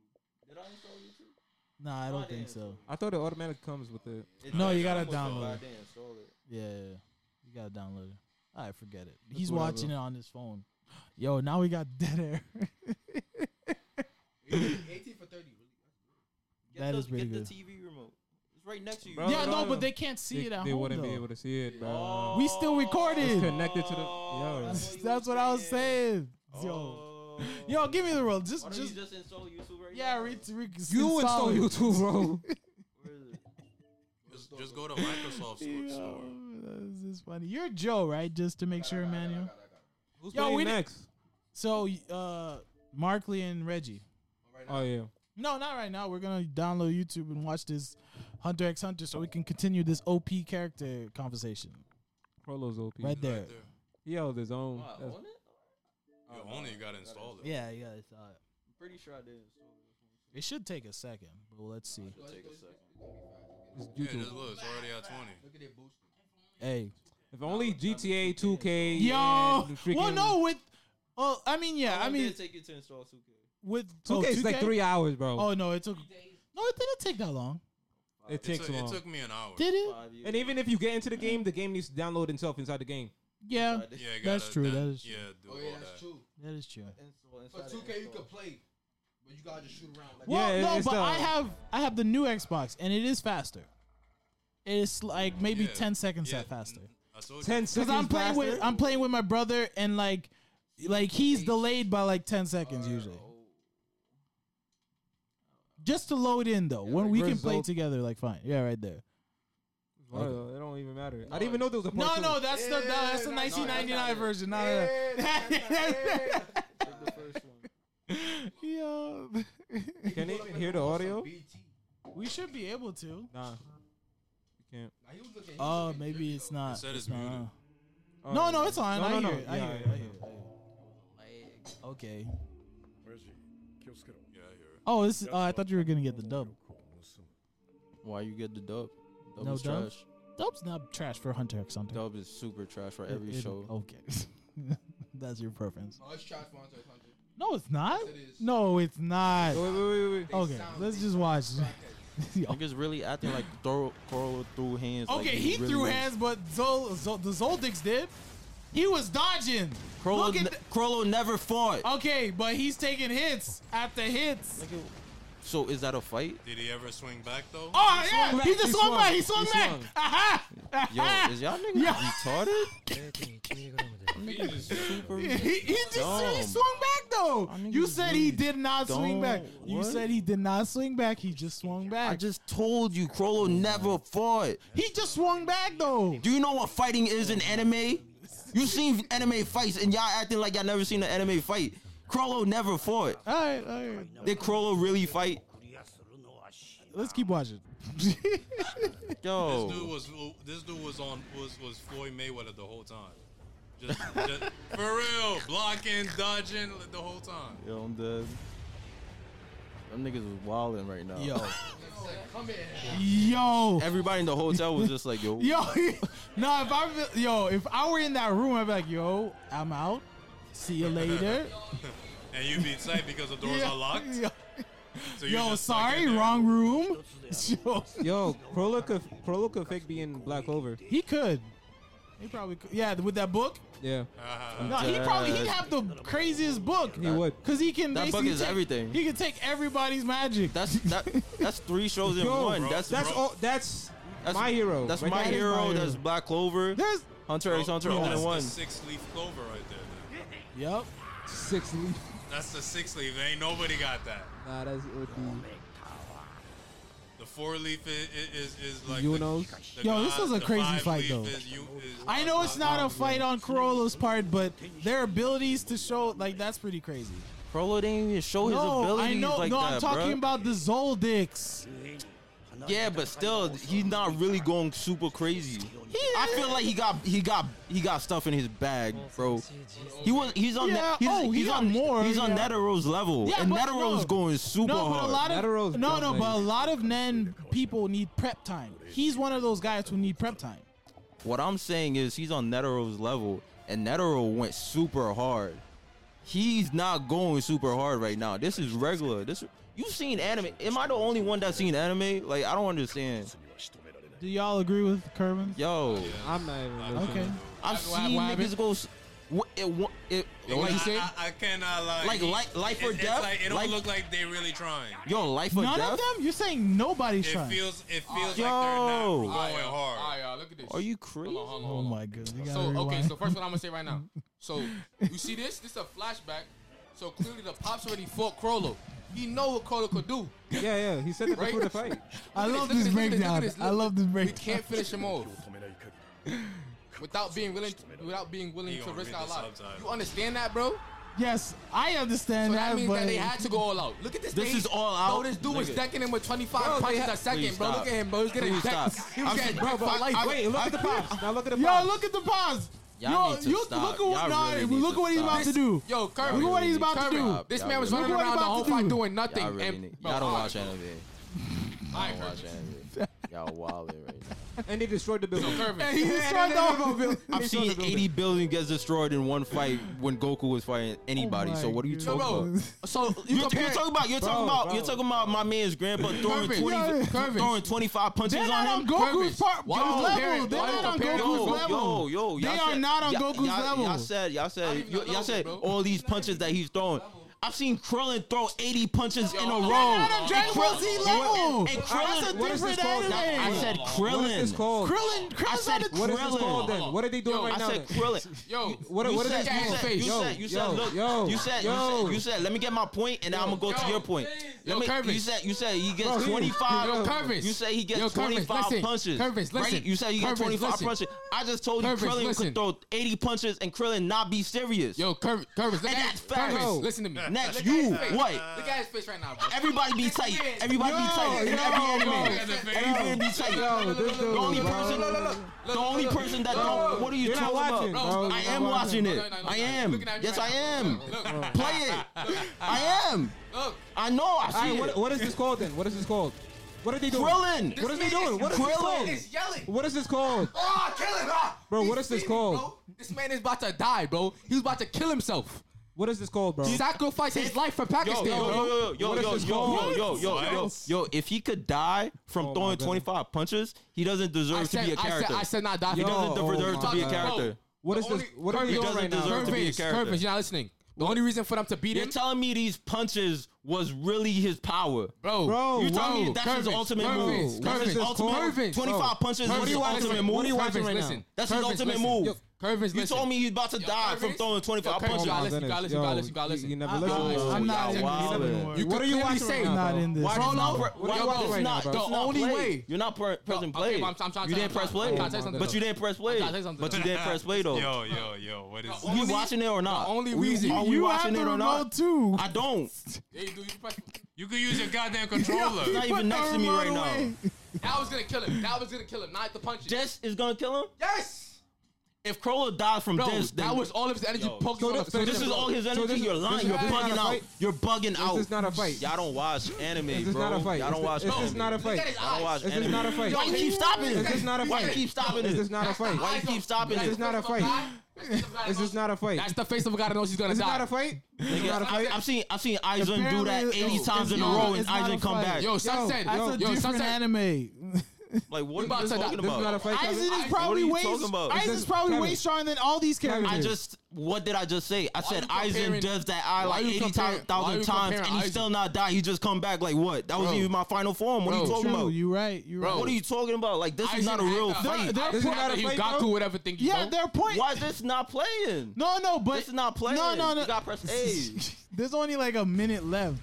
[SPEAKER 2] Did I install YouTube?
[SPEAKER 1] Nah, I
[SPEAKER 2] No, I
[SPEAKER 1] don't think
[SPEAKER 2] didn't.
[SPEAKER 1] so.
[SPEAKER 7] I thought it automatically comes with it.
[SPEAKER 2] It
[SPEAKER 1] No,
[SPEAKER 2] does.
[SPEAKER 1] you gotta
[SPEAKER 2] I almost thought
[SPEAKER 1] download
[SPEAKER 2] I
[SPEAKER 1] it.
[SPEAKER 2] didn't
[SPEAKER 1] (laughs)
[SPEAKER 2] install it.
[SPEAKER 1] Yeah, yeah, yeah. you gotta download it. All right, forget it.
[SPEAKER 7] It's
[SPEAKER 1] He's
[SPEAKER 7] whatever.
[SPEAKER 1] watching it on his phone. Yo, now we got dead air.
[SPEAKER 7] (laughs)
[SPEAKER 2] (laughs)
[SPEAKER 4] Eighteen for thirty.
[SPEAKER 2] Get
[SPEAKER 1] That
[SPEAKER 2] the,
[SPEAKER 1] is pretty
[SPEAKER 2] get
[SPEAKER 1] good.
[SPEAKER 2] the TV remote. It's right next to you.
[SPEAKER 7] Bro,
[SPEAKER 1] yeah,
[SPEAKER 7] no,
[SPEAKER 1] no,
[SPEAKER 7] Oh, no.
[SPEAKER 1] but they can't see
[SPEAKER 7] they
[SPEAKER 1] it at
[SPEAKER 7] they
[SPEAKER 1] home.
[SPEAKER 7] wouldn't
[SPEAKER 1] though.
[SPEAKER 7] be able to see it, bro.
[SPEAKER 2] Oh.
[SPEAKER 1] We still
[SPEAKER 7] It's
[SPEAKER 1] recorded.
[SPEAKER 7] connected to Oh. the. Yo.
[SPEAKER 1] (laughs)
[SPEAKER 2] That's
[SPEAKER 1] That's what I was saying. Yo,
[SPEAKER 2] Oh.
[SPEAKER 1] yo, give me the roll. Just,
[SPEAKER 2] Why don't
[SPEAKER 1] just,
[SPEAKER 2] you just install YouTube right
[SPEAKER 1] yeah,
[SPEAKER 2] now?
[SPEAKER 1] re- re- install
[SPEAKER 7] You install
[SPEAKER 1] it. (laughs)
[SPEAKER 7] YouTube, bro.
[SPEAKER 2] Where (laughs) is it?
[SPEAKER 5] Just, just go to Microsoft Store.
[SPEAKER 1] Yo, (laughs) this is funny. You're Joe, right? Just to make sure, Emmanuel.
[SPEAKER 7] Who's
[SPEAKER 1] Yo,
[SPEAKER 7] playing
[SPEAKER 1] we did-
[SPEAKER 7] next?
[SPEAKER 1] So, uh, Markley and Reggie.
[SPEAKER 7] Oh yeah.
[SPEAKER 1] No, not right now. We're gonna download YouTube and watch this Hunter x Hunter, so we can continue this OP character conversation.
[SPEAKER 7] Prolo's OP.
[SPEAKER 1] right there.
[SPEAKER 7] He held his own.
[SPEAKER 2] Oh, I
[SPEAKER 7] That's-
[SPEAKER 2] own it?
[SPEAKER 5] You only got installed it.
[SPEAKER 1] Yeah, yeah. It's, uh,
[SPEAKER 2] I'm pretty sure I did. install it.
[SPEAKER 1] it should take a second, but let's see.
[SPEAKER 2] It'll take a second.
[SPEAKER 7] it's
[SPEAKER 5] Yeah,
[SPEAKER 7] YouTube.
[SPEAKER 5] just look, it's already at 20.
[SPEAKER 4] Look at it boosting.
[SPEAKER 1] Hey,
[SPEAKER 7] If only GTA 2K.
[SPEAKER 1] yo.
[SPEAKER 7] and the
[SPEAKER 1] Well,
[SPEAKER 7] freaking-
[SPEAKER 1] no, with. Oh, I mean, yeah.
[SPEAKER 2] How
[SPEAKER 1] I
[SPEAKER 2] long did
[SPEAKER 1] mean,
[SPEAKER 2] it take you to install 2K?
[SPEAKER 1] with
[SPEAKER 7] 2K
[SPEAKER 1] oh,
[SPEAKER 7] is like
[SPEAKER 1] 2K?
[SPEAKER 7] three hours, bro.
[SPEAKER 1] Oh no, it took. No, it didn't take that long.
[SPEAKER 7] it
[SPEAKER 5] It,
[SPEAKER 7] takes
[SPEAKER 5] took-
[SPEAKER 7] long.
[SPEAKER 5] it took me an hour.
[SPEAKER 1] Did it?
[SPEAKER 2] Five years.
[SPEAKER 7] and even if you get into the game, the game needs to download itself inside the game.
[SPEAKER 1] Yeah,
[SPEAKER 2] Inside the-
[SPEAKER 5] Yeah, you
[SPEAKER 1] That's
[SPEAKER 5] gotta-
[SPEAKER 1] true, that is
[SPEAKER 5] yeah, do
[SPEAKER 4] Oh
[SPEAKER 5] all
[SPEAKER 4] yeah,
[SPEAKER 5] that.
[SPEAKER 4] that's true.
[SPEAKER 1] that is true.
[SPEAKER 2] install
[SPEAKER 4] For
[SPEAKER 2] inside the
[SPEAKER 4] 2K, you
[SPEAKER 2] install.
[SPEAKER 4] could play, but you gotta just shoot around. Like,
[SPEAKER 1] Well,
[SPEAKER 7] Yeah, it-
[SPEAKER 1] no,
[SPEAKER 7] it's
[SPEAKER 1] but
[SPEAKER 7] the-
[SPEAKER 1] I have I have the new Xbox and it is faster. It's like maybe
[SPEAKER 5] Yeah,
[SPEAKER 1] ten seconds
[SPEAKER 5] yeah,
[SPEAKER 1] at faster.
[SPEAKER 5] n- I told you.
[SPEAKER 7] Ten
[SPEAKER 1] Because
[SPEAKER 7] seconds.
[SPEAKER 1] I'm playing
[SPEAKER 7] faster.
[SPEAKER 1] with I'm playing with my brother and like like he's delayed by like ten seconds usually. Just to load in though, when
[SPEAKER 7] like
[SPEAKER 1] we can
[SPEAKER 7] versus
[SPEAKER 1] play
[SPEAKER 7] old-
[SPEAKER 1] together, like fine, yeah, right there.
[SPEAKER 7] Well, it don't even matter. I didn't even know there was a part
[SPEAKER 1] No,
[SPEAKER 7] two.
[SPEAKER 1] no, that's the that's the 1999 version. Nah,
[SPEAKER 2] Like the first one.
[SPEAKER 1] Yo,
[SPEAKER 7] Can they even hear the audio?
[SPEAKER 1] we should be able to.
[SPEAKER 7] Nah. You can't.
[SPEAKER 1] Oh, maybe it's not.
[SPEAKER 5] said it's
[SPEAKER 1] not
[SPEAKER 5] muted.
[SPEAKER 1] on.
[SPEAKER 7] Oh,
[SPEAKER 1] No, no, it's on.
[SPEAKER 7] No,
[SPEAKER 1] I
[SPEAKER 7] no,
[SPEAKER 1] hear
[SPEAKER 7] no.
[SPEAKER 1] it. I
[SPEAKER 7] Yeah,
[SPEAKER 1] hear it.
[SPEAKER 7] yeah,
[SPEAKER 1] I hear it. Okay.
[SPEAKER 5] Yeah, I hear it.
[SPEAKER 1] Oh, this is. Oh, I thought you were gonna get the dub.
[SPEAKER 2] Why you get the dub? Dub
[SPEAKER 1] No
[SPEAKER 2] is
[SPEAKER 1] dub?
[SPEAKER 2] trash.
[SPEAKER 1] Dub's not trash for Hunter X Hunter.
[SPEAKER 2] Dub is super trash for
[SPEAKER 1] It-
[SPEAKER 2] every
[SPEAKER 1] it- oh.
[SPEAKER 2] show.
[SPEAKER 1] Okay. (laughs) That's your preference.
[SPEAKER 4] oh, it's trash for Hunter x Hunter.
[SPEAKER 1] No, it's not.
[SPEAKER 4] It is.
[SPEAKER 1] No, it's not.
[SPEAKER 7] Wait, wait, wait, wait.
[SPEAKER 4] They
[SPEAKER 1] Okay,
[SPEAKER 4] sound-
[SPEAKER 1] let's
[SPEAKER 4] they
[SPEAKER 1] just watch.
[SPEAKER 4] sound crackheads.
[SPEAKER 1] Yo.
[SPEAKER 2] Niggas really acting like Thor- Carl threw hands. like
[SPEAKER 1] Okay, he
[SPEAKER 2] really
[SPEAKER 1] threw
[SPEAKER 2] was-
[SPEAKER 1] hands, but Zol, Zol, the Zoldix did. He was dodging.
[SPEAKER 2] Crollo,
[SPEAKER 1] Look at Oh.
[SPEAKER 2] ne- Crollo never fought.
[SPEAKER 1] Okay, but he's taking hits after hits.
[SPEAKER 2] Look at- so is that a fight?
[SPEAKER 5] Did he ever swing back though?
[SPEAKER 1] Oh yeah,
[SPEAKER 7] swung
[SPEAKER 1] he
[SPEAKER 7] back,
[SPEAKER 1] just
[SPEAKER 7] he
[SPEAKER 1] swung
[SPEAKER 7] swung,
[SPEAKER 1] back. He
[SPEAKER 7] he
[SPEAKER 1] swung back.
[SPEAKER 7] swung.
[SPEAKER 1] Aha!
[SPEAKER 2] Yo,
[SPEAKER 1] Aha!
[SPEAKER 2] is y'all niggas
[SPEAKER 1] Yo.
[SPEAKER 2] retarded?
[SPEAKER 1] (laughs)
[SPEAKER 2] Super
[SPEAKER 1] he, he just said he
[SPEAKER 2] Dumb.
[SPEAKER 1] swung back though.
[SPEAKER 2] Our niggas
[SPEAKER 1] You
[SPEAKER 2] is
[SPEAKER 1] said
[SPEAKER 2] really
[SPEAKER 1] he did not swing back.
[SPEAKER 2] dumb.
[SPEAKER 1] You
[SPEAKER 2] What?
[SPEAKER 1] said he did not swing back. He just swung
[SPEAKER 2] I
[SPEAKER 1] back.
[SPEAKER 2] just told you, Crollo never fought.
[SPEAKER 1] he just swung back though.
[SPEAKER 2] Do you know what fighting is in anime? You seen anime fights and y'all acting like y'all never seen an anime fight. Crollo never fought.
[SPEAKER 1] All right, all right.
[SPEAKER 2] Did Crollo really fight?
[SPEAKER 1] Let's keep watching. (laughs)
[SPEAKER 5] This dude
[SPEAKER 2] Yo,
[SPEAKER 5] was this dude was on was was Floyd Mayweather the whole time. Just, just for real, blocking, dodging the whole time.
[SPEAKER 2] yo, I'm dead. Them niggas was wilding right now.
[SPEAKER 1] Yo, yo,
[SPEAKER 2] Everybody in the hotel was just like, yo,
[SPEAKER 1] yo. (laughs) no, if I re- yo, if I were in that room, I'd be like, yo, I'm out. See you later.
[SPEAKER 5] And you'd be tight because the (laughs) doors
[SPEAKER 1] Yeah,
[SPEAKER 5] are locked.
[SPEAKER 1] (laughs) Yo,
[SPEAKER 5] So you're
[SPEAKER 1] yo
[SPEAKER 5] just stuck
[SPEAKER 1] sorry,
[SPEAKER 5] in there.
[SPEAKER 1] wrong room. (laughs) Yo.
[SPEAKER 7] Yo, Prolo could, Prolo could fake being Black Clover.
[SPEAKER 1] He could. He probably could. Yeah, with that book.
[SPEAKER 7] Yeah,
[SPEAKER 5] Uh-huh.
[SPEAKER 1] No, he probably he'd
[SPEAKER 2] Dead.
[SPEAKER 1] have the craziest book.
[SPEAKER 7] he would.
[SPEAKER 1] Cause he can
[SPEAKER 2] That book
[SPEAKER 1] basically
[SPEAKER 2] is
[SPEAKER 1] take-
[SPEAKER 2] everything.
[SPEAKER 1] He can take everybody's magic.
[SPEAKER 2] that's that, that's three shows in
[SPEAKER 7] Yo,
[SPEAKER 2] one.
[SPEAKER 5] bro,
[SPEAKER 2] That's
[SPEAKER 7] That's
[SPEAKER 5] bro.
[SPEAKER 7] all. That's,
[SPEAKER 2] that's
[SPEAKER 7] my hero.
[SPEAKER 2] That's
[SPEAKER 7] Right
[SPEAKER 2] my
[SPEAKER 7] there. That is
[SPEAKER 2] hero.
[SPEAKER 7] my
[SPEAKER 2] That's Black Clover.
[SPEAKER 1] There's
[SPEAKER 2] Hunter x Hunter, all
[SPEAKER 5] that's
[SPEAKER 2] in
[SPEAKER 5] the
[SPEAKER 2] one.
[SPEAKER 5] six leaf clover right there.
[SPEAKER 1] Yep.
[SPEAKER 7] six. leaf.
[SPEAKER 5] Then. That's the six leaf. Ain't nobody got that.
[SPEAKER 7] Nah, that's it
[SPEAKER 2] Oh,
[SPEAKER 7] would be
[SPEAKER 5] The four leaf is is, is, is like the-
[SPEAKER 7] Unos.
[SPEAKER 5] the
[SPEAKER 1] Yo, this
[SPEAKER 5] god-
[SPEAKER 1] was a
[SPEAKER 5] the
[SPEAKER 1] crazy
[SPEAKER 5] five
[SPEAKER 1] fight,
[SPEAKER 5] leaf
[SPEAKER 1] though.
[SPEAKER 5] is you- is-
[SPEAKER 1] I know it's not a fight on Corollo's part, but their abilities to show like that's pretty crazy.
[SPEAKER 2] Prolo didn't even show his
[SPEAKER 1] No, I
[SPEAKER 2] abilities
[SPEAKER 1] know.
[SPEAKER 2] like
[SPEAKER 1] no,
[SPEAKER 2] that,
[SPEAKER 1] I'm talking
[SPEAKER 2] bruh.
[SPEAKER 1] about the Zoldix.
[SPEAKER 2] Yeah, but still, he's not really going super crazy. I feel like he got he got he got stuff in his bag, bro. He was he's on
[SPEAKER 1] Yeah,
[SPEAKER 2] that he's,
[SPEAKER 1] oh, he
[SPEAKER 2] he's
[SPEAKER 1] got
[SPEAKER 2] on
[SPEAKER 1] more,
[SPEAKER 2] He's on
[SPEAKER 1] yeah.
[SPEAKER 2] Netaro's level,
[SPEAKER 1] Yeah,
[SPEAKER 2] and
[SPEAKER 1] but
[SPEAKER 2] Netaro's
[SPEAKER 1] no.
[SPEAKER 2] going super
[SPEAKER 1] No, but a
[SPEAKER 2] hard.
[SPEAKER 1] lot of
[SPEAKER 7] Lateral's
[SPEAKER 1] no, no,
[SPEAKER 7] dumb,
[SPEAKER 1] but a
[SPEAKER 7] ladies.
[SPEAKER 1] lot of Nen people need prep time. He's one of those guys who need prep time.
[SPEAKER 2] what I'm saying is he's on Netaro's level, and Netero went super hard. He's not going super hard right now. This is regular. This you seen anime? Am I the only one that's seen anime? Like I don't understand.
[SPEAKER 1] Do y'all agree with Kerwin?
[SPEAKER 2] Yo,
[SPEAKER 7] I'm not even listening.
[SPEAKER 1] Okay.
[SPEAKER 2] I've
[SPEAKER 4] Why- why-
[SPEAKER 2] seen
[SPEAKER 4] why-
[SPEAKER 2] niggas go. s- What it, what it,
[SPEAKER 5] I,
[SPEAKER 2] like,
[SPEAKER 5] I, I cannot lie.
[SPEAKER 2] Like, li- life or
[SPEAKER 5] It's-
[SPEAKER 2] death?
[SPEAKER 5] It's like, it don't
[SPEAKER 2] Life-
[SPEAKER 5] look like they really trying.
[SPEAKER 2] Yo, life or
[SPEAKER 1] None
[SPEAKER 2] death?
[SPEAKER 1] of them? You're saying nobody's
[SPEAKER 5] It
[SPEAKER 1] trying.
[SPEAKER 5] feels it feels like they're
[SPEAKER 2] Oh. Yo.
[SPEAKER 5] not going
[SPEAKER 4] Alright, y'all.
[SPEAKER 5] hard.
[SPEAKER 4] Alright, y'all, look at this.
[SPEAKER 2] Are you crazy?
[SPEAKER 4] Hold on, hold on,
[SPEAKER 1] oh
[SPEAKER 4] hold on.
[SPEAKER 1] my goodness. you gotta
[SPEAKER 4] So okay,
[SPEAKER 1] rewind.
[SPEAKER 4] so first what I'm gonna say
[SPEAKER 1] (laughs)
[SPEAKER 4] right now. So you see this? This is a flashback. So clearly the pops already fought Crollo. He know what Crollo could do.
[SPEAKER 7] Yeah, yeah. He said that
[SPEAKER 4] Right?
[SPEAKER 7] before
[SPEAKER 2] (laughs)
[SPEAKER 7] the fight.
[SPEAKER 1] I
[SPEAKER 4] Look
[SPEAKER 1] love
[SPEAKER 4] at
[SPEAKER 1] this
[SPEAKER 4] look at look at
[SPEAKER 1] breakdown.
[SPEAKER 4] this, look
[SPEAKER 1] I
[SPEAKER 4] at
[SPEAKER 1] love this
[SPEAKER 4] We
[SPEAKER 1] breakdown.
[SPEAKER 4] can't finish
[SPEAKER 1] (laughs)
[SPEAKER 4] him off without being willing, without being willing
[SPEAKER 9] He
[SPEAKER 4] to
[SPEAKER 5] gonna
[SPEAKER 4] risk
[SPEAKER 5] read
[SPEAKER 4] our
[SPEAKER 5] the
[SPEAKER 4] lives.
[SPEAKER 5] subtitles.
[SPEAKER 4] You understand that, bro?
[SPEAKER 1] Yes, I understand
[SPEAKER 4] So
[SPEAKER 1] that,
[SPEAKER 4] that means
[SPEAKER 1] but
[SPEAKER 4] that they had to go all out. Look at this.
[SPEAKER 2] This
[SPEAKER 4] they-
[SPEAKER 2] is all out,
[SPEAKER 4] Bro, this dude was
[SPEAKER 2] nigga.
[SPEAKER 4] decking him with 25 punches a
[SPEAKER 2] Please
[SPEAKER 4] second, bro.
[SPEAKER 2] stop.
[SPEAKER 4] Look at him, bro. He's getting
[SPEAKER 2] Please
[SPEAKER 4] decked.
[SPEAKER 2] stop.
[SPEAKER 4] He was getting decked for life.
[SPEAKER 7] Wait, look at the pops. Now look at the
[SPEAKER 1] yo,
[SPEAKER 7] pops.
[SPEAKER 1] look at the pause.
[SPEAKER 2] Y'all
[SPEAKER 1] yo,
[SPEAKER 2] need to
[SPEAKER 1] you
[SPEAKER 2] stop.
[SPEAKER 1] look at what
[SPEAKER 2] Y'all
[SPEAKER 1] nah,
[SPEAKER 2] really need
[SPEAKER 1] look
[SPEAKER 2] to
[SPEAKER 1] at what he's about
[SPEAKER 2] stop.
[SPEAKER 1] to do.
[SPEAKER 4] Yo, Kirby.
[SPEAKER 1] Look at what he's about to
[SPEAKER 4] Kirby,
[SPEAKER 1] do.
[SPEAKER 4] This
[SPEAKER 2] Y'all
[SPEAKER 4] man was
[SPEAKER 2] really
[SPEAKER 4] running
[SPEAKER 1] need to
[SPEAKER 4] around the
[SPEAKER 1] stop.
[SPEAKER 4] whole
[SPEAKER 1] Look what
[SPEAKER 4] fight
[SPEAKER 1] he
[SPEAKER 4] doing nothing.
[SPEAKER 2] Y'all really
[SPEAKER 4] and-
[SPEAKER 2] need-
[SPEAKER 4] bro,
[SPEAKER 2] y'all don't
[SPEAKER 4] all right.
[SPEAKER 2] watch anime. I don't watch anime. Y'all wildin' right now.
[SPEAKER 7] And they destroyed the building.
[SPEAKER 4] Kirby.
[SPEAKER 1] And he destroyed the whole building.
[SPEAKER 2] I've seen 80 billion gets destroyed in one fight when Goku was fighting anybody. so
[SPEAKER 1] Oh my
[SPEAKER 2] what are you
[SPEAKER 1] God.
[SPEAKER 2] talking
[SPEAKER 4] Bro,
[SPEAKER 2] about?
[SPEAKER 4] So
[SPEAKER 2] You
[SPEAKER 4] you
[SPEAKER 2] are
[SPEAKER 4] compare.
[SPEAKER 2] talking about you're talking about you're talking about my man's grandpa throwing
[SPEAKER 4] Kirby,
[SPEAKER 2] twenty
[SPEAKER 4] yeah, Kirby.
[SPEAKER 2] throwing twenty five punches
[SPEAKER 1] They're
[SPEAKER 2] on
[SPEAKER 1] not
[SPEAKER 2] him.
[SPEAKER 1] on Goku's
[SPEAKER 4] Kirby's.
[SPEAKER 1] part.
[SPEAKER 4] Why
[SPEAKER 1] Goku's
[SPEAKER 4] you compare
[SPEAKER 1] level.
[SPEAKER 4] it?
[SPEAKER 1] They're
[SPEAKER 4] Why you
[SPEAKER 1] not on
[SPEAKER 4] compare it?
[SPEAKER 1] Goku's
[SPEAKER 4] Yo,
[SPEAKER 1] level.
[SPEAKER 2] yo,
[SPEAKER 1] They
[SPEAKER 2] y'all
[SPEAKER 1] are
[SPEAKER 2] said-
[SPEAKER 1] not on
[SPEAKER 2] y'all-
[SPEAKER 1] Goku's
[SPEAKER 2] y'all-
[SPEAKER 1] level.
[SPEAKER 2] Y'all said, y'all
[SPEAKER 4] Not
[SPEAKER 2] said,
[SPEAKER 4] even
[SPEAKER 2] y'all,
[SPEAKER 4] on
[SPEAKER 2] y'all
[SPEAKER 4] level,
[SPEAKER 2] said
[SPEAKER 4] bro.
[SPEAKER 2] all these punches that he's throwing. I've seen Krillin throw 80 punches in a row.
[SPEAKER 1] not on
[SPEAKER 2] And
[SPEAKER 1] Dragon Ball
[SPEAKER 2] Krill-
[SPEAKER 1] Z
[SPEAKER 2] and-
[SPEAKER 1] level.
[SPEAKER 2] And
[SPEAKER 1] That's a
[SPEAKER 2] Krillin,
[SPEAKER 7] what is this
[SPEAKER 1] different
[SPEAKER 7] called?
[SPEAKER 1] anime.
[SPEAKER 2] I said Krillin.
[SPEAKER 7] What is this called?
[SPEAKER 1] Krillin,
[SPEAKER 2] I
[SPEAKER 1] Krillin's
[SPEAKER 2] said
[SPEAKER 1] on the
[SPEAKER 7] What is this called
[SPEAKER 2] Krillin.
[SPEAKER 7] then? What are they doing right
[SPEAKER 2] I
[SPEAKER 7] now?
[SPEAKER 2] said
[SPEAKER 7] then?
[SPEAKER 2] Krillin.
[SPEAKER 4] Yo,
[SPEAKER 7] What,
[SPEAKER 2] You
[SPEAKER 7] what
[SPEAKER 2] said,
[SPEAKER 7] is this
[SPEAKER 4] you
[SPEAKER 7] called?
[SPEAKER 4] said- you
[SPEAKER 7] Yo,
[SPEAKER 2] said- you
[SPEAKER 7] yo,
[SPEAKER 2] said, look,
[SPEAKER 7] yo,
[SPEAKER 2] you said,
[SPEAKER 7] yo.
[SPEAKER 2] you said, you said, let me get my point, and then I'm gonna go to
[SPEAKER 4] yo,
[SPEAKER 2] your point. let
[SPEAKER 4] yo,
[SPEAKER 2] me,
[SPEAKER 4] Curvis.
[SPEAKER 2] you said, you said he
[SPEAKER 7] Bro,
[SPEAKER 2] gets
[SPEAKER 7] he-
[SPEAKER 2] 25.
[SPEAKER 4] yo, Curvis.
[SPEAKER 2] You say he gets
[SPEAKER 4] Yo, Curvis,
[SPEAKER 2] 25
[SPEAKER 4] listen.
[SPEAKER 2] punches.
[SPEAKER 4] Curvis,
[SPEAKER 2] Right?
[SPEAKER 4] listen.
[SPEAKER 2] You said he gets
[SPEAKER 4] Curvis,
[SPEAKER 2] 25
[SPEAKER 4] listen.
[SPEAKER 2] punches. I just told you
[SPEAKER 4] Curvis,
[SPEAKER 2] Krillin
[SPEAKER 4] listen.
[SPEAKER 2] could throw 80 punches and Krillin not be serious.
[SPEAKER 4] yo, Kirby. Kirby, look
[SPEAKER 2] And
[SPEAKER 4] at
[SPEAKER 2] that's facts.
[SPEAKER 4] Kirby, Listen to me.
[SPEAKER 2] Next,
[SPEAKER 4] Look at
[SPEAKER 2] you
[SPEAKER 4] his face.
[SPEAKER 2] what?
[SPEAKER 4] Look at his face right now, bro.
[SPEAKER 2] Everybody be tight. Everybody be tight. In
[SPEAKER 7] yo,
[SPEAKER 2] every
[SPEAKER 7] yo,
[SPEAKER 2] anime. Everybody be tight.
[SPEAKER 7] Yo, this
[SPEAKER 2] The only
[SPEAKER 7] dude, bro.
[SPEAKER 2] person, the only person that don't. What are you
[SPEAKER 7] You're not
[SPEAKER 2] talking
[SPEAKER 7] watching,
[SPEAKER 2] about?
[SPEAKER 7] bro.
[SPEAKER 2] I
[SPEAKER 7] You're
[SPEAKER 2] am
[SPEAKER 7] not
[SPEAKER 2] watching
[SPEAKER 4] No,
[SPEAKER 2] it.
[SPEAKER 4] no, no, no,
[SPEAKER 2] I
[SPEAKER 4] no.
[SPEAKER 2] am.
[SPEAKER 4] Looking at me
[SPEAKER 2] Yes, I
[SPEAKER 4] right
[SPEAKER 2] am.
[SPEAKER 4] now. Look, look,
[SPEAKER 2] Play it. I am.
[SPEAKER 4] look.
[SPEAKER 2] I know. I
[SPEAKER 7] All right,
[SPEAKER 2] see
[SPEAKER 7] what,
[SPEAKER 2] it.
[SPEAKER 7] what is this called then? What is this called? What are they doing?
[SPEAKER 2] Krillin.
[SPEAKER 7] What is he doing? What is this
[SPEAKER 2] Krillin.
[SPEAKER 7] called?
[SPEAKER 4] He's yelling.
[SPEAKER 7] What is this called?
[SPEAKER 4] Oh, kill him, ah.
[SPEAKER 7] Bro,
[SPEAKER 4] He's
[SPEAKER 7] what is this
[SPEAKER 4] screaming,
[SPEAKER 7] called?
[SPEAKER 4] bro. This man is about to die, bro. He's about to kill himself.
[SPEAKER 7] What is this called, bro?
[SPEAKER 4] Sacrifice his life for Pakistan,
[SPEAKER 2] yo,
[SPEAKER 4] bro.
[SPEAKER 2] yo, yo, yo,
[SPEAKER 7] What is
[SPEAKER 2] yo,
[SPEAKER 7] this
[SPEAKER 2] yo, yo,
[SPEAKER 7] called?
[SPEAKER 2] yo, yo,
[SPEAKER 5] What?
[SPEAKER 2] yo, yo, If he could die from
[SPEAKER 7] Oh my
[SPEAKER 2] throwing
[SPEAKER 7] goodness.
[SPEAKER 2] 25 punches, he doesn't
[SPEAKER 4] I
[SPEAKER 2] deserve to
[SPEAKER 4] said,
[SPEAKER 2] be a
[SPEAKER 4] I said,
[SPEAKER 2] character.
[SPEAKER 4] I said not die.
[SPEAKER 2] He
[SPEAKER 7] Yo,
[SPEAKER 2] doesn't
[SPEAKER 7] oh
[SPEAKER 2] deserve
[SPEAKER 7] my
[SPEAKER 2] to be a
[SPEAKER 7] God.
[SPEAKER 2] character.
[SPEAKER 7] what is
[SPEAKER 4] the
[SPEAKER 7] this?
[SPEAKER 4] only-
[SPEAKER 7] What are
[SPEAKER 4] Kirby
[SPEAKER 7] they doing
[SPEAKER 2] doesn't
[SPEAKER 7] right now?
[SPEAKER 2] deserve- to be a
[SPEAKER 4] Curvis,
[SPEAKER 2] character.
[SPEAKER 4] Curvis, you're not listening. The only reason for them to beat
[SPEAKER 2] You're
[SPEAKER 4] him,
[SPEAKER 2] telling me these punches was really his power.
[SPEAKER 4] bro.
[SPEAKER 7] Bro,
[SPEAKER 2] You
[SPEAKER 7] Whoa,
[SPEAKER 2] telling me that's his
[SPEAKER 4] Curvis,
[SPEAKER 2] ultimate
[SPEAKER 4] Curvis,
[SPEAKER 2] move?
[SPEAKER 4] Curvis,
[SPEAKER 2] That's his
[SPEAKER 4] Curvis,
[SPEAKER 2] ultimate.
[SPEAKER 4] Curvis.
[SPEAKER 2] 25 punches is his
[SPEAKER 4] Curvis, listen,
[SPEAKER 2] ultimate
[SPEAKER 4] listen,
[SPEAKER 2] move.
[SPEAKER 7] you watching
[SPEAKER 4] Curvis,
[SPEAKER 7] right now?
[SPEAKER 4] listen.
[SPEAKER 2] That's his
[SPEAKER 4] Curvis,
[SPEAKER 2] ultimate
[SPEAKER 4] listen.
[SPEAKER 2] move.
[SPEAKER 4] Yo, Curvis,
[SPEAKER 2] You
[SPEAKER 4] listen.
[SPEAKER 2] told me he's about to
[SPEAKER 4] Yo,
[SPEAKER 2] die from
[SPEAKER 4] Curvis?
[SPEAKER 2] throwing 25
[SPEAKER 4] Yo, Curvis,
[SPEAKER 2] punches.
[SPEAKER 4] you gotta
[SPEAKER 7] my
[SPEAKER 4] listen, you gotta
[SPEAKER 7] goodness.
[SPEAKER 4] listen, you gotta
[SPEAKER 7] Yo,
[SPEAKER 4] listen, you gotta listen.
[SPEAKER 7] you- you never
[SPEAKER 4] I-
[SPEAKER 7] listen.
[SPEAKER 4] I-
[SPEAKER 7] Yo,
[SPEAKER 1] I'm not
[SPEAKER 2] y'all
[SPEAKER 1] in this.
[SPEAKER 2] wildin'.
[SPEAKER 1] anymore.
[SPEAKER 4] You
[SPEAKER 7] What are
[SPEAKER 4] could
[SPEAKER 7] you
[SPEAKER 4] clearly
[SPEAKER 7] watching
[SPEAKER 4] say-
[SPEAKER 7] right now,
[SPEAKER 1] Not
[SPEAKER 7] bro?
[SPEAKER 1] in this.
[SPEAKER 2] Why
[SPEAKER 1] Bro,
[SPEAKER 2] did you
[SPEAKER 4] no.
[SPEAKER 2] not pre-
[SPEAKER 4] What
[SPEAKER 2] why
[SPEAKER 4] are you
[SPEAKER 2] did
[SPEAKER 4] watching
[SPEAKER 2] you
[SPEAKER 4] right
[SPEAKER 2] not-
[SPEAKER 4] now, bro?
[SPEAKER 2] it's
[SPEAKER 4] The
[SPEAKER 2] not
[SPEAKER 4] only
[SPEAKER 2] play.
[SPEAKER 4] way.
[SPEAKER 2] You're not pre- pressing
[SPEAKER 4] okay,
[SPEAKER 2] play.
[SPEAKER 4] but I'm- I'm trying to
[SPEAKER 2] You
[SPEAKER 4] tell
[SPEAKER 2] didn't
[SPEAKER 4] you
[SPEAKER 2] press
[SPEAKER 4] something.
[SPEAKER 2] play.
[SPEAKER 4] I'm trying to tell you something,
[SPEAKER 2] But you
[SPEAKER 4] though.
[SPEAKER 2] didn't press play.
[SPEAKER 4] I'm trying to tell you something,
[SPEAKER 2] But you
[SPEAKER 4] though.
[SPEAKER 2] didn't press play though.
[SPEAKER 5] Yo, yo, yo. What is
[SPEAKER 4] The
[SPEAKER 5] this?
[SPEAKER 2] You
[SPEAKER 4] only-
[SPEAKER 2] watching it or not?
[SPEAKER 4] the only
[SPEAKER 2] We-
[SPEAKER 4] reason-
[SPEAKER 2] are we
[SPEAKER 1] you have
[SPEAKER 2] watching
[SPEAKER 1] the
[SPEAKER 2] it or not?
[SPEAKER 1] remote too.
[SPEAKER 2] I don't.
[SPEAKER 4] Hey, dude, you press-
[SPEAKER 5] You could (laughs) use your goddamn controller.
[SPEAKER 2] It's not even next to me right now.
[SPEAKER 4] That was gonna kill him. That was gonna kill him. Not the punches.
[SPEAKER 2] Jess is gonna kill him.
[SPEAKER 4] yes,
[SPEAKER 2] If Krolla died from
[SPEAKER 4] bro.
[SPEAKER 2] this, then
[SPEAKER 4] that was all of his energy.
[SPEAKER 5] Yo.
[SPEAKER 4] poking
[SPEAKER 7] So
[SPEAKER 4] on
[SPEAKER 7] thi-
[SPEAKER 4] the
[SPEAKER 7] so
[SPEAKER 4] finish
[SPEAKER 2] This
[SPEAKER 4] him,
[SPEAKER 2] is
[SPEAKER 4] bro.
[SPEAKER 2] all his energy.
[SPEAKER 7] this is-
[SPEAKER 2] You're lying.
[SPEAKER 7] this
[SPEAKER 2] You're
[SPEAKER 7] is not
[SPEAKER 2] bugging
[SPEAKER 7] a
[SPEAKER 2] out.
[SPEAKER 7] fight.
[SPEAKER 2] You're bugging out.
[SPEAKER 7] This is not a fight.
[SPEAKER 2] Y'all don't watch anime,
[SPEAKER 7] This is
[SPEAKER 2] bro.
[SPEAKER 7] not a fight.
[SPEAKER 2] Y'all don't watch
[SPEAKER 7] This
[SPEAKER 2] anime.
[SPEAKER 7] is not a
[SPEAKER 4] Look at his
[SPEAKER 7] fight.
[SPEAKER 2] Y'all don't watch
[SPEAKER 4] eyes.
[SPEAKER 7] This
[SPEAKER 2] anime.
[SPEAKER 7] is not a fight.
[SPEAKER 2] Why you keep stopping it?
[SPEAKER 7] This is not a
[SPEAKER 2] Why you
[SPEAKER 7] fight.
[SPEAKER 2] keep stopping
[SPEAKER 7] This
[SPEAKER 2] it?
[SPEAKER 7] is not a fight.
[SPEAKER 2] Why you keep stopping
[SPEAKER 7] This
[SPEAKER 2] it?
[SPEAKER 7] is not a fight. This is not a fight.
[SPEAKER 4] That's the face of a guy that knows he's gonna
[SPEAKER 7] This is
[SPEAKER 4] die.
[SPEAKER 7] not a fight. This is
[SPEAKER 2] Nigga,
[SPEAKER 7] not a
[SPEAKER 2] I-
[SPEAKER 7] fight.
[SPEAKER 2] I've seen I've seen Aizen do that
[SPEAKER 1] Apparently,
[SPEAKER 2] 80
[SPEAKER 1] yo,
[SPEAKER 2] times in a
[SPEAKER 4] yo,
[SPEAKER 2] row and
[SPEAKER 1] it's not a
[SPEAKER 2] Aizen come
[SPEAKER 1] fight.
[SPEAKER 2] back.
[SPEAKER 4] Yo, Sunset.
[SPEAKER 1] That's a
[SPEAKER 4] yo,
[SPEAKER 1] different
[SPEAKER 4] Sunset.
[SPEAKER 1] anime.
[SPEAKER 2] Like what
[SPEAKER 4] about
[SPEAKER 2] are you
[SPEAKER 4] to die.
[SPEAKER 2] talking
[SPEAKER 4] This
[SPEAKER 7] This is not a
[SPEAKER 2] about?
[SPEAKER 7] fight.
[SPEAKER 1] Aizen
[SPEAKER 7] Kevin.
[SPEAKER 1] is probably
[SPEAKER 2] you
[SPEAKER 1] way
[SPEAKER 2] talking about?
[SPEAKER 1] Aizen's
[SPEAKER 7] This-
[SPEAKER 1] probably way
[SPEAKER 7] Kevin.
[SPEAKER 1] stronger than all these characters.
[SPEAKER 2] I just what did I just say? I said
[SPEAKER 4] you comparing-
[SPEAKER 2] Aizen does that eye
[SPEAKER 4] why
[SPEAKER 2] like
[SPEAKER 4] you
[SPEAKER 2] 80
[SPEAKER 4] comparing- why you
[SPEAKER 2] thousand times and
[SPEAKER 4] comparing
[SPEAKER 2] he
[SPEAKER 4] Aizen?
[SPEAKER 2] still not die. He just come back like what? That was
[SPEAKER 4] Bro.
[SPEAKER 2] even my final form. What are you
[SPEAKER 4] Bro.
[SPEAKER 2] talking
[SPEAKER 1] True,
[SPEAKER 2] about?
[SPEAKER 1] you right. You
[SPEAKER 4] Bro.
[SPEAKER 1] right.
[SPEAKER 2] What are you talking about? Like this
[SPEAKER 4] I
[SPEAKER 2] is not a
[SPEAKER 4] said,
[SPEAKER 2] real
[SPEAKER 4] I- I-
[SPEAKER 2] fight.
[SPEAKER 4] I-
[SPEAKER 7] This is not a
[SPEAKER 4] He's
[SPEAKER 7] fight,
[SPEAKER 4] Goku,
[SPEAKER 7] bro.
[SPEAKER 4] whatever thing. you
[SPEAKER 1] Yeah,
[SPEAKER 4] know.
[SPEAKER 1] their point.
[SPEAKER 2] Why is this not playing?
[SPEAKER 1] No, no, but
[SPEAKER 2] This is not playing.
[SPEAKER 1] No, no, no.
[SPEAKER 2] You got press A.
[SPEAKER 1] There's only like a minute left.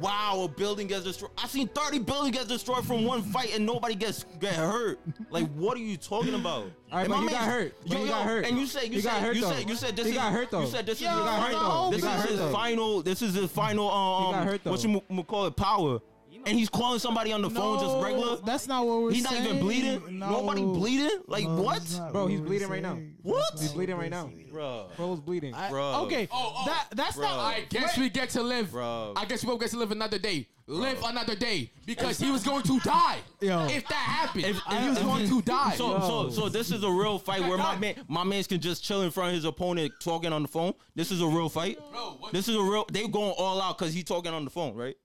[SPEAKER 2] wow, a building gets destroyed. I've seen 30 buildings get destroyed from one fight and nobody gets get hurt. Like, what are you talking about?
[SPEAKER 7] All right,
[SPEAKER 2] And
[SPEAKER 7] but
[SPEAKER 2] my
[SPEAKER 7] he
[SPEAKER 2] man-
[SPEAKER 7] got hurt. But
[SPEAKER 2] Yo,
[SPEAKER 7] he
[SPEAKER 2] yo,
[SPEAKER 7] got hurt.
[SPEAKER 2] And you said you
[SPEAKER 7] He
[SPEAKER 2] said
[SPEAKER 7] got hurt,
[SPEAKER 2] you
[SPEAKER 7] though.
[SPEAKER 2] said you said this
[SPEAKER 7] He
[SPEAKER 2] is
[SPEAKER 7] got hurt,
[SPEAKER 2] You
[SPEAKER 7] though.
[SPEAKER 2] said this
[SPEAKER 1] He
[SPEAKER 2] is
[SPEAKER 1] got hurt, though.
[SPEAKER 2] This
[SPEAKER 1] He got
[SPEAKER 2] is
[SPEAKER 1] hurt,
[SPEAKER 2] his
[SPEAKER 7] though.
[SPEAKER 2] final. This is his final. Um,
[SPEAKER 7] got hurt,
[SPEAKER 2] what
[SPEAKER 7] though.
[SPEAKER 2] you m- m- call it? Power. And he's calling somebody on the phone just
[SPEAKER 1] No,
[SPEAKER 2] regular.
[SPEAKER 1] That's not what we're
[SPEAKER 2] He's not
[SPEAKER 1] saying.
[SPEAKER 2] even bleeding.
[SPEAKER 1] No.
[SPEAKER 2] Nobody bleeding. Like
[SPEAKER 1] No,
[SPEAKER 2] what?
[SPEAKER 1] that's not
[SPEAKER 7] Bro,
[SPEAKER 1] what
[SPEAKER 7] he's
[SPEAKER 1] we're
[SPEAKER 7] bleeding right now.
[SPEAKER 1] saying.
[SPEAKER 2] What?
[SPEAKER 7] He's bleeding right now.
[SPEAKER 2] Bro,
[SPEAKER 7] Bro's bleeding.
[SPEAKER 1] I-
[SPEAKER 2] Bro.
[SPEAKER 1] Okay.
[SPEAKER 4] Oh, oh,
[SPEAKER 1] that that's
[SPEAKER 2] bro.
[SPEAKER 1] not.
[SPEAKER 4] I guess we get to live.
[SPEAKER 2] Bro.
[SPEAKER 4] I guess we will get to live another day. Live another day because he was going to die.
[SPEAKER 1] Yo.
[SPEAKER 4] If that happened,
[SPEAKER 2] If-
[SPEAKER 4] he was
[SPEAKER 2] if-
[SPEAKER 4] going to die.
[SPEAKER 2] So, so, so this is a real fight where my
[SPEAKER 4] Guys.
[SPEAKER 2] man, my man's can just chill in front of his opponent talking on the phone. This is a real fight.
[SPEAKER 4] Bro, what-
[SPEAKER 2] This is a real. They going all out because he talking on the phone, right?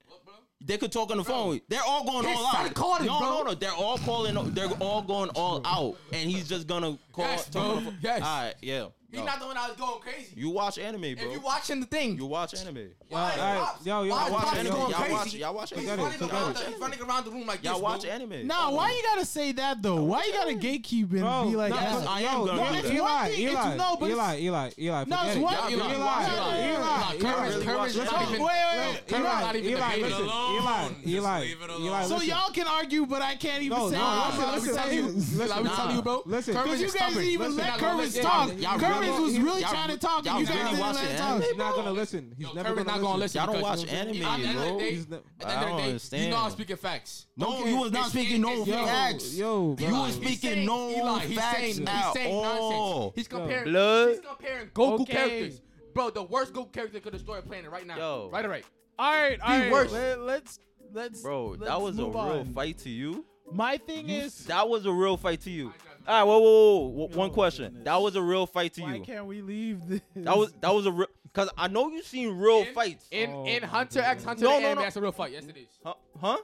[SPEAKER 2] They could talk on the phone. They're all going
[SPEAKER 4] His
[SPEAKER 2] all
[SPEAKER 4] son
[SPEAKER 2] out.
[SPEAKER 4] called him,
[SPEAKER 2] no,
[SPEAKER 4] bro.
[SPEAKER 2] no, no. They're all calling. They're all going all out, and he's just gonna call.
[SPEAKER 4] Yes,
[SPEAKER 2] talk on the
[SPEAKER 4] bro.
[SPEAKER 2] phone.
[SPEAKER 4] Yes.
[SPEAKER 2] All right. Yeah.
[SPEAKER 4] He's
[SPEAKER 2] No.
[SPEAKER 4] not the one that was going crazy.
[SPEAKER 2] you watch anime, bro.
[SPEAKER 4] If you watching the thing,
[SPEAKER 2] You watch anime.
[SPEAKER 4] why is
[SPEAKER 7] all right.
[SPEAKER 4] Pops-
[SPEAKER 7] Yo, yo,
[SPEAKER 4] why
[SPEAKER 7] I
[SPEAKER 4] is
[SPEAKER 7] watch
[SPEAKER 4] Pops
[SPEAKER 7] anime.
[SPEAKER 4] going
[SPEAKER 2] Y'all
[SPEAKER 4] crazy?
[SPEAKER 2] watch. Y'all watch
[SPEAKER 4] He's
[SPEAKER 2] anime.
[SPEAKER 7] Forget it,
[SPEAKER 4] running,
[SPEAKER 7] forget
[SPEAKER 4] around,
[SPEAKER 7] it.
[SPEAKER 4] the- he's running around the room like
[SPEAKER 2] Y'all
[SPEAKER 4] this.
[SPEAKER 2] watch
[SPEAKER 4] bro.
[SPEAKER 2] anime.
[SPEAKER 1] Nah, why you gotta say that though? Why you gotta gatekeep and
[SPEAKER 7] Bro,
[SPEAKER 1] be like,
[SPEAKER 7] no,
[SPEAKER 1] that?
[SPEAKER 2] I am
[SPEAKER 7] yo,
[SPEAKER 2] gonna do
[SPEAKER 7] no,
[SPEAKER 2] that.
[SPEAKER 7] Eli,
[SPEAKER 1] It's one thing,
[SPEAKER 7] Eli,
[SPEAKER 1] it's- no, but
[SPEAKER 7] Eli, Eli, Eli,
[SPEAKER 1] No,
[SPEAKER 7] forget
[SPEAKER 1] it's
[SPEAKER 7] it.
[SPEAKER 1] one-
[SPEAKER 7] Eli,
[SPEAKER 1] Eli,
[SPEAKER 7] Eli,
[SPEAKER 1] Eli,
[SPEAKER 7] Eli, Eli, Eli,
[SPEAKER 4] Kermit's-
[SPEAKER 7] Eli,
[SPEAKER 4] Kermit's
[SPEAKER 7] let's
[SPEAKER 4] not
[SPEAKER 7] go.
[SPEAKER 4] even-
[SPEAKER 10] Wait, wait, wait.
[SPEAKER 4] Kermit's
[SPEAKER 7] Eli,
[SPEAKER 4] not even
[SPEAKER 7] Eli,
[SPEAKER 4] debating.
[SPEAKER 7] listen,
[SPEAKER 5] alone.
[SPEAKER 7] Eli,
[SPEAKER 5] Just
[SPEAKER 7] Eli,
[SPEAKER 5] leave it alone.
[SPEAKER 7] Eli,
[SPEAKER 5] So
[SPEAKER 10] So
[SPEAKER 7] listen.
[SPEAKER 10] y'all can argue, but I can't even
[SPEAKER 7] No,
[SPEAKER 10] say
[SPEAKER 7] no,
[SPEAKER 10] anything.
[SPEAKER 7] no,
[SPEAKER 10] Let me
[SPEAKER 7] listen,
[SPEAKER 10] tell you.
[SPEAKER 7] listen,
[SPEAKER 4] Eli, we telling you, bro.
[SPEAKER 7] Listen.
[SPEAKER 4] Kermit's
[SPEAKER 10] Because you
[SPEAKER 4] is
[SPEAKER 10] guys
[SPEAKER 4] stubborn.
[SPEAKER 10] didn't even
[SPEAKER 4] Listen,
[SPEAKER 10] let
[SPEAKER 4] y'all gonna
[SPEAKER 10] Curvis
[SPEAKER 4] let-
[SPEAKER 10] talk.
[SPEAKER 4] y'all- y'all
[SPEAKER 10] Curvis
[SPEAKER 4] really-
[SPEAKER 10] was really
[SPEAKER 4] y'all-
[SPEAKER 10] trying to talk,
[SPEAKER 4] y'all
[SPEAKER 10] and you guys
[SPEAKER 4] really
[SPEAKER 10] didn't
[SPEAKER 2] watch
[SPEAKER 10] let
[SPEAKER 2] the
[SPEAKER 10] him
[SPEAKER 2] anime?
[SPEAKER 10] talk.
[SPEAKER 7] He's not gonna listen. He's
[SPEAKER 4] Yo,
[SPEAKER 7] never
[SPEAKER 4] Kermit
[SPEAKER 7] gonna
[SPEAKER 4] not gonna
[SPEAKER 7] listen.
[SPEAKER 2] Y'all don't
[SPEAKER 4] because
[SPEAKER 2] watch
[SPEAKER 4] you-
[SPEAKER 2] anime,
[SPEAKER 4] at the end of the
[SPEAKER 2] bro.
[SPEAKER 4] day-
[SPEAKER 7] He's ne-
[SPEAKER 4] At the end
[SPEAKER 2] I
[SPEAKER 4] of
[SPEAKER 2] don't
[SPEAKER 4] the day, You
[SPEAKER 2] understand.
[SPEAKER 4] know I'm speaking facts.
[SPEAKER 2] No, you was not
[SPEAKER 4] It's-
[SPEAKER 2] speaking no
[SPEAKER 4] it's-
[SPEAKER 2] facts.
[SPEAKER 7] Yo,
[SPEAKER 2] You
[SPEAKER 7] bro.
[SPEAKER 2] was speaking
[SPEAKER 4] saying-
[SPEAKER 2] no
[SPEAKER 4] Eli, he's
[SPEAKER 2] facts
[SPEAKER 4] saying,
[SPEAKER 2] at
[SPEAKER 4] he's saying
[SPEAKER 2] all.
[SPEAKER 4] nonsense. He's comparing,
[SPEAKER 2] Blood.
[SPEAKER 4] he's comparing Goku
[SPEAKER 1] Okay.
[SPEAKER 4] characters. Bro, the worst Goku character could have started playing it right now.
[SPEAKER 2] Yo.
[SPEAKER 4] Right or right?
[SPEAKER 1] All right, all right.
[SPEAKER 4] worse.
[SPEAKER 1] Let, let's let's
[SPEAKER 2] Bro, that
[SPEAKER 1] let's
[SPEAKER 2] was a
[SPEAKER 1] move
[SPEAKER 2] real
[SPEAKER 1] on.
[SPEAKER 2] fight to you.
[SPEAKER 1] My thing is,
[SPEAKER 2] That was a real fight to you. All right, whoa, whoa, whoa. whoa. One
[SPEAKER 1] my
[SPEAKER 2] question.
[SPEAKER 1] Oh, goodness.
[SPEAKER 2] That was a real fight to
[SPEAKER 1] why
[SPEAKER 2] you.
[SPEAKER 1] can't we leave this?
[SPEAKER 2] That was that was a real because I know you seen real fights.
[SPEAKER 4] In
[SPEAKER 7] Oh
[SPEAKER 4] in
[SPEAKER 7] my
[SPEAKER 4] Hunter x Hunter,
[SPEAKER 2] No,
[SPEAKER 4] the
[SPEAKER 2] no,
[SPEAKER 4] anime,
[SPEAKER 2] no.
[SPEAKER 4] that's a real fight. Yes, it is.
[SPEAKER 2] Huh? huh?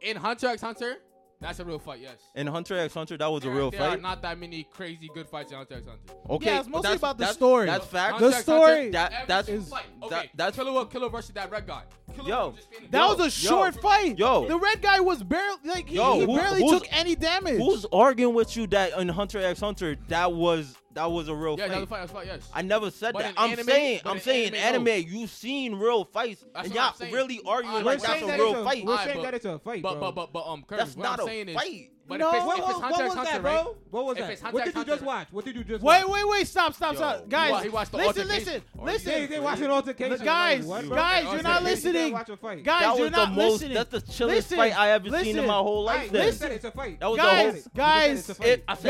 [SPEAKER 4] In Hunter x Hunter, that's a real fight. Yes.
[SPEAKER 2] In Hunter x Hunter, that was a
[SPEAKER 4] There-
[SPEAKER 2] real
[SPEAKER 4] there
[SPEAKER 2] fight.
[SPEAKER 4] Are not that many crazy good fights in Hunter x Hunter.
[SPEAKER 2] Okay,
[SPEAKER 1] Yeah, it's
[SPEAKER 2] but
[SPEAKER 1] mostly
[SPEAKER 2] that's-
[SPEAKER 1] about the
[SPEAKER 2] that's-
[SPEAKER 1] story.
[SPEAKER 2] That's fact.
[SPEAKER 4] Hunter
[SPEAKER 1] The
[SPEAKER 4] x Hunter,
[SPEAKER 1] story-
[SPEAKER 2] That-
[SPEAKER 4] every
[SPEAKER 2] that's-
[SPEAKER 4] single fight.
[SPEAKER 2] that-
[SPEAKER 4] Okay,
[SPEAKER 2] that's-
[SPEAKER 4] Killer, Killer versus that red guy. Killer
[SPEAKER 2] Yo,
[SPEAKER 4] was just standing
[SPEAKER 1] that
[SPEAKER 2] Yo,
[SPEAKER 1] was a
[SPEAKER 2] yo.
[SPEAKER 1] short fight.
[SPEAKER 2] Yo.
[SPEAKER 1] the red guy was barely like he,
[SPEAKER 2] Yo,
[SPEAKER 1] he
[SPEAKER 2] who-
[SPEAKER 1] barely
[SPEAKER 2] who's-
[SPEAKER 1] took any damage.
[SPEAKER 2] Who's arguing with you that in Hunter x Hunter that was that was a real
[SPEAKER 4] Yeah,
[SPEAKER 2] fight?
[SPEAKER 4] that was a fight. That was a fight. Yes.
[SPEAKER 2] I never said
[SPEAKER 4] But
[SPEAKER 2] that.
[SPEAKER 4] in
[SPEAKER 2] I'm
[SPEAKER 4] anime-
[SPEAKER 2] saying,
[SPEAKER 4] but
[SPEAKER 2] I'm
[SPEAKER 4] in
[SPEAKER 2] saying, anime,
[SPEAKER 4] anime, no.
[SPEAKER 2] you seen real fights,
[SPEAKER 4] That's
[SPEAKER 2] and
[SPEAKER 4] what
[SPEAKER 2] y'all
[SPEAKER 4] I'm saying.
[SPEAKER 2] really arguing
[SPEAKER 4] Alright,
[SPEAKER 7] We're
[SPEAKER 2] like
[SPEAKER 4] that's
[SPEAKER 2] that's a
[SPEAKER 7] saying that
[SPEAKER 2] real
[SPEAKER 7] it's a-
[SPEAKER 2] fight.
[SPEAKER 7] we're
[SPEAKER 4] Alright,
[SPEAKER 7] saying
[SPEAKER 4] but-
[SPEAKER 7] that it's a fight,
[SPEAKER 4] But
[SPEAKER 7] bro.
[SPEAKER 4] but but but um, Curtis,
[SPEAKER 2] That's
[SPEAKER 4] what
[SPEAKER 2] not
[SPEAKER 4] I'm
[SPEAKER 2] a
[SPEAKER 4] saying is,
[SPEAKER 2] fight.
[SPEAKER 4] but
[SPEAKER 1] No,
[SPEAKER 4] if it's,
[SPEAKER 1] what-
[SPEAKER 4] if it's
[SPEAKER 1] what-
[SPEAKER 4] Hunter
[SPEAKER 1] what
[SPEAKER 4] x
[SPEAKER 1] was
[SPEAKER 4] Hunter,
[SPEAKER 1] that,
[SPEAKER 4] right?
[SPEAKER 1] bro?
[SPEAKER 7] What was
[SPEAKER 4] If it's
[SPEAKER 7] that?
[SPEAKER 4] Hunter
[SPEAKER 7] What
[SPEAKER 4] x
[SPEAKER 7] did you just
[SPEAKER 4] Hunter-
[SPEAKER 7] watch? What did you just
[SPEAKER 1] Wait,
[SPEAKER 7] watch?
[SPEAKER 1] wait, wait! Stop, stop,
[SPEAKER 4] Yo.
[SPEAKER 1] stop,
[SPEAKER 4] Why
[SPEAKER 1] guys!
[SPEAKER 4] he watched the
[SPEAKER 1] Listen, listen,
[SPEAKER 4] altercation?
[SPEAKER 7] They, they
[SPEAKER 1] listen,
[SPEAKER 7] watching altercation.
[SPEAKER 1] The guys,
[SPEAKER 7] What, bro?
[SPEAKER 1] guys,
[SPEAKER 4] you're
[SPEAKER 7] Altercation.
[SPEAKER 4] not
[SPEAKER 7] They
[SPEAKER 1] listening.
[SPEAKER 7] watch a fight.
[SPEAKER 1] Guys,
[SPEAKER 2] that
[SPEAKER 1] you're
[SPEAKER 2] was the
[SPEAKER 1] not
[SPEAKER 2] most.
[SPEAKER 1] listening.
[SPEAKER 2] That's the chillest
[SPEAKER 1] Listen,
[SPEAKER 2] fight I ever seen in
[SPEAKER 1] listen.
[SPEAKER 2] my whole life.
[SPEAKER 7] You
[SPEAKER 2] then.
[SPEAKER 7] just said
[SPEAKER 1] listen.
[SPEAKER 7] it's a fight.
[SPEAKER 2] that was
[SPEAKER 1] guys,
[SPEAKER 2] the
[SPEAKER 1] guys,
[SPEAKER 7] It's a
[SPEAKER 2] whole.
[SPEAKER 7] fight.
[SPEAKER 2] It, I said if.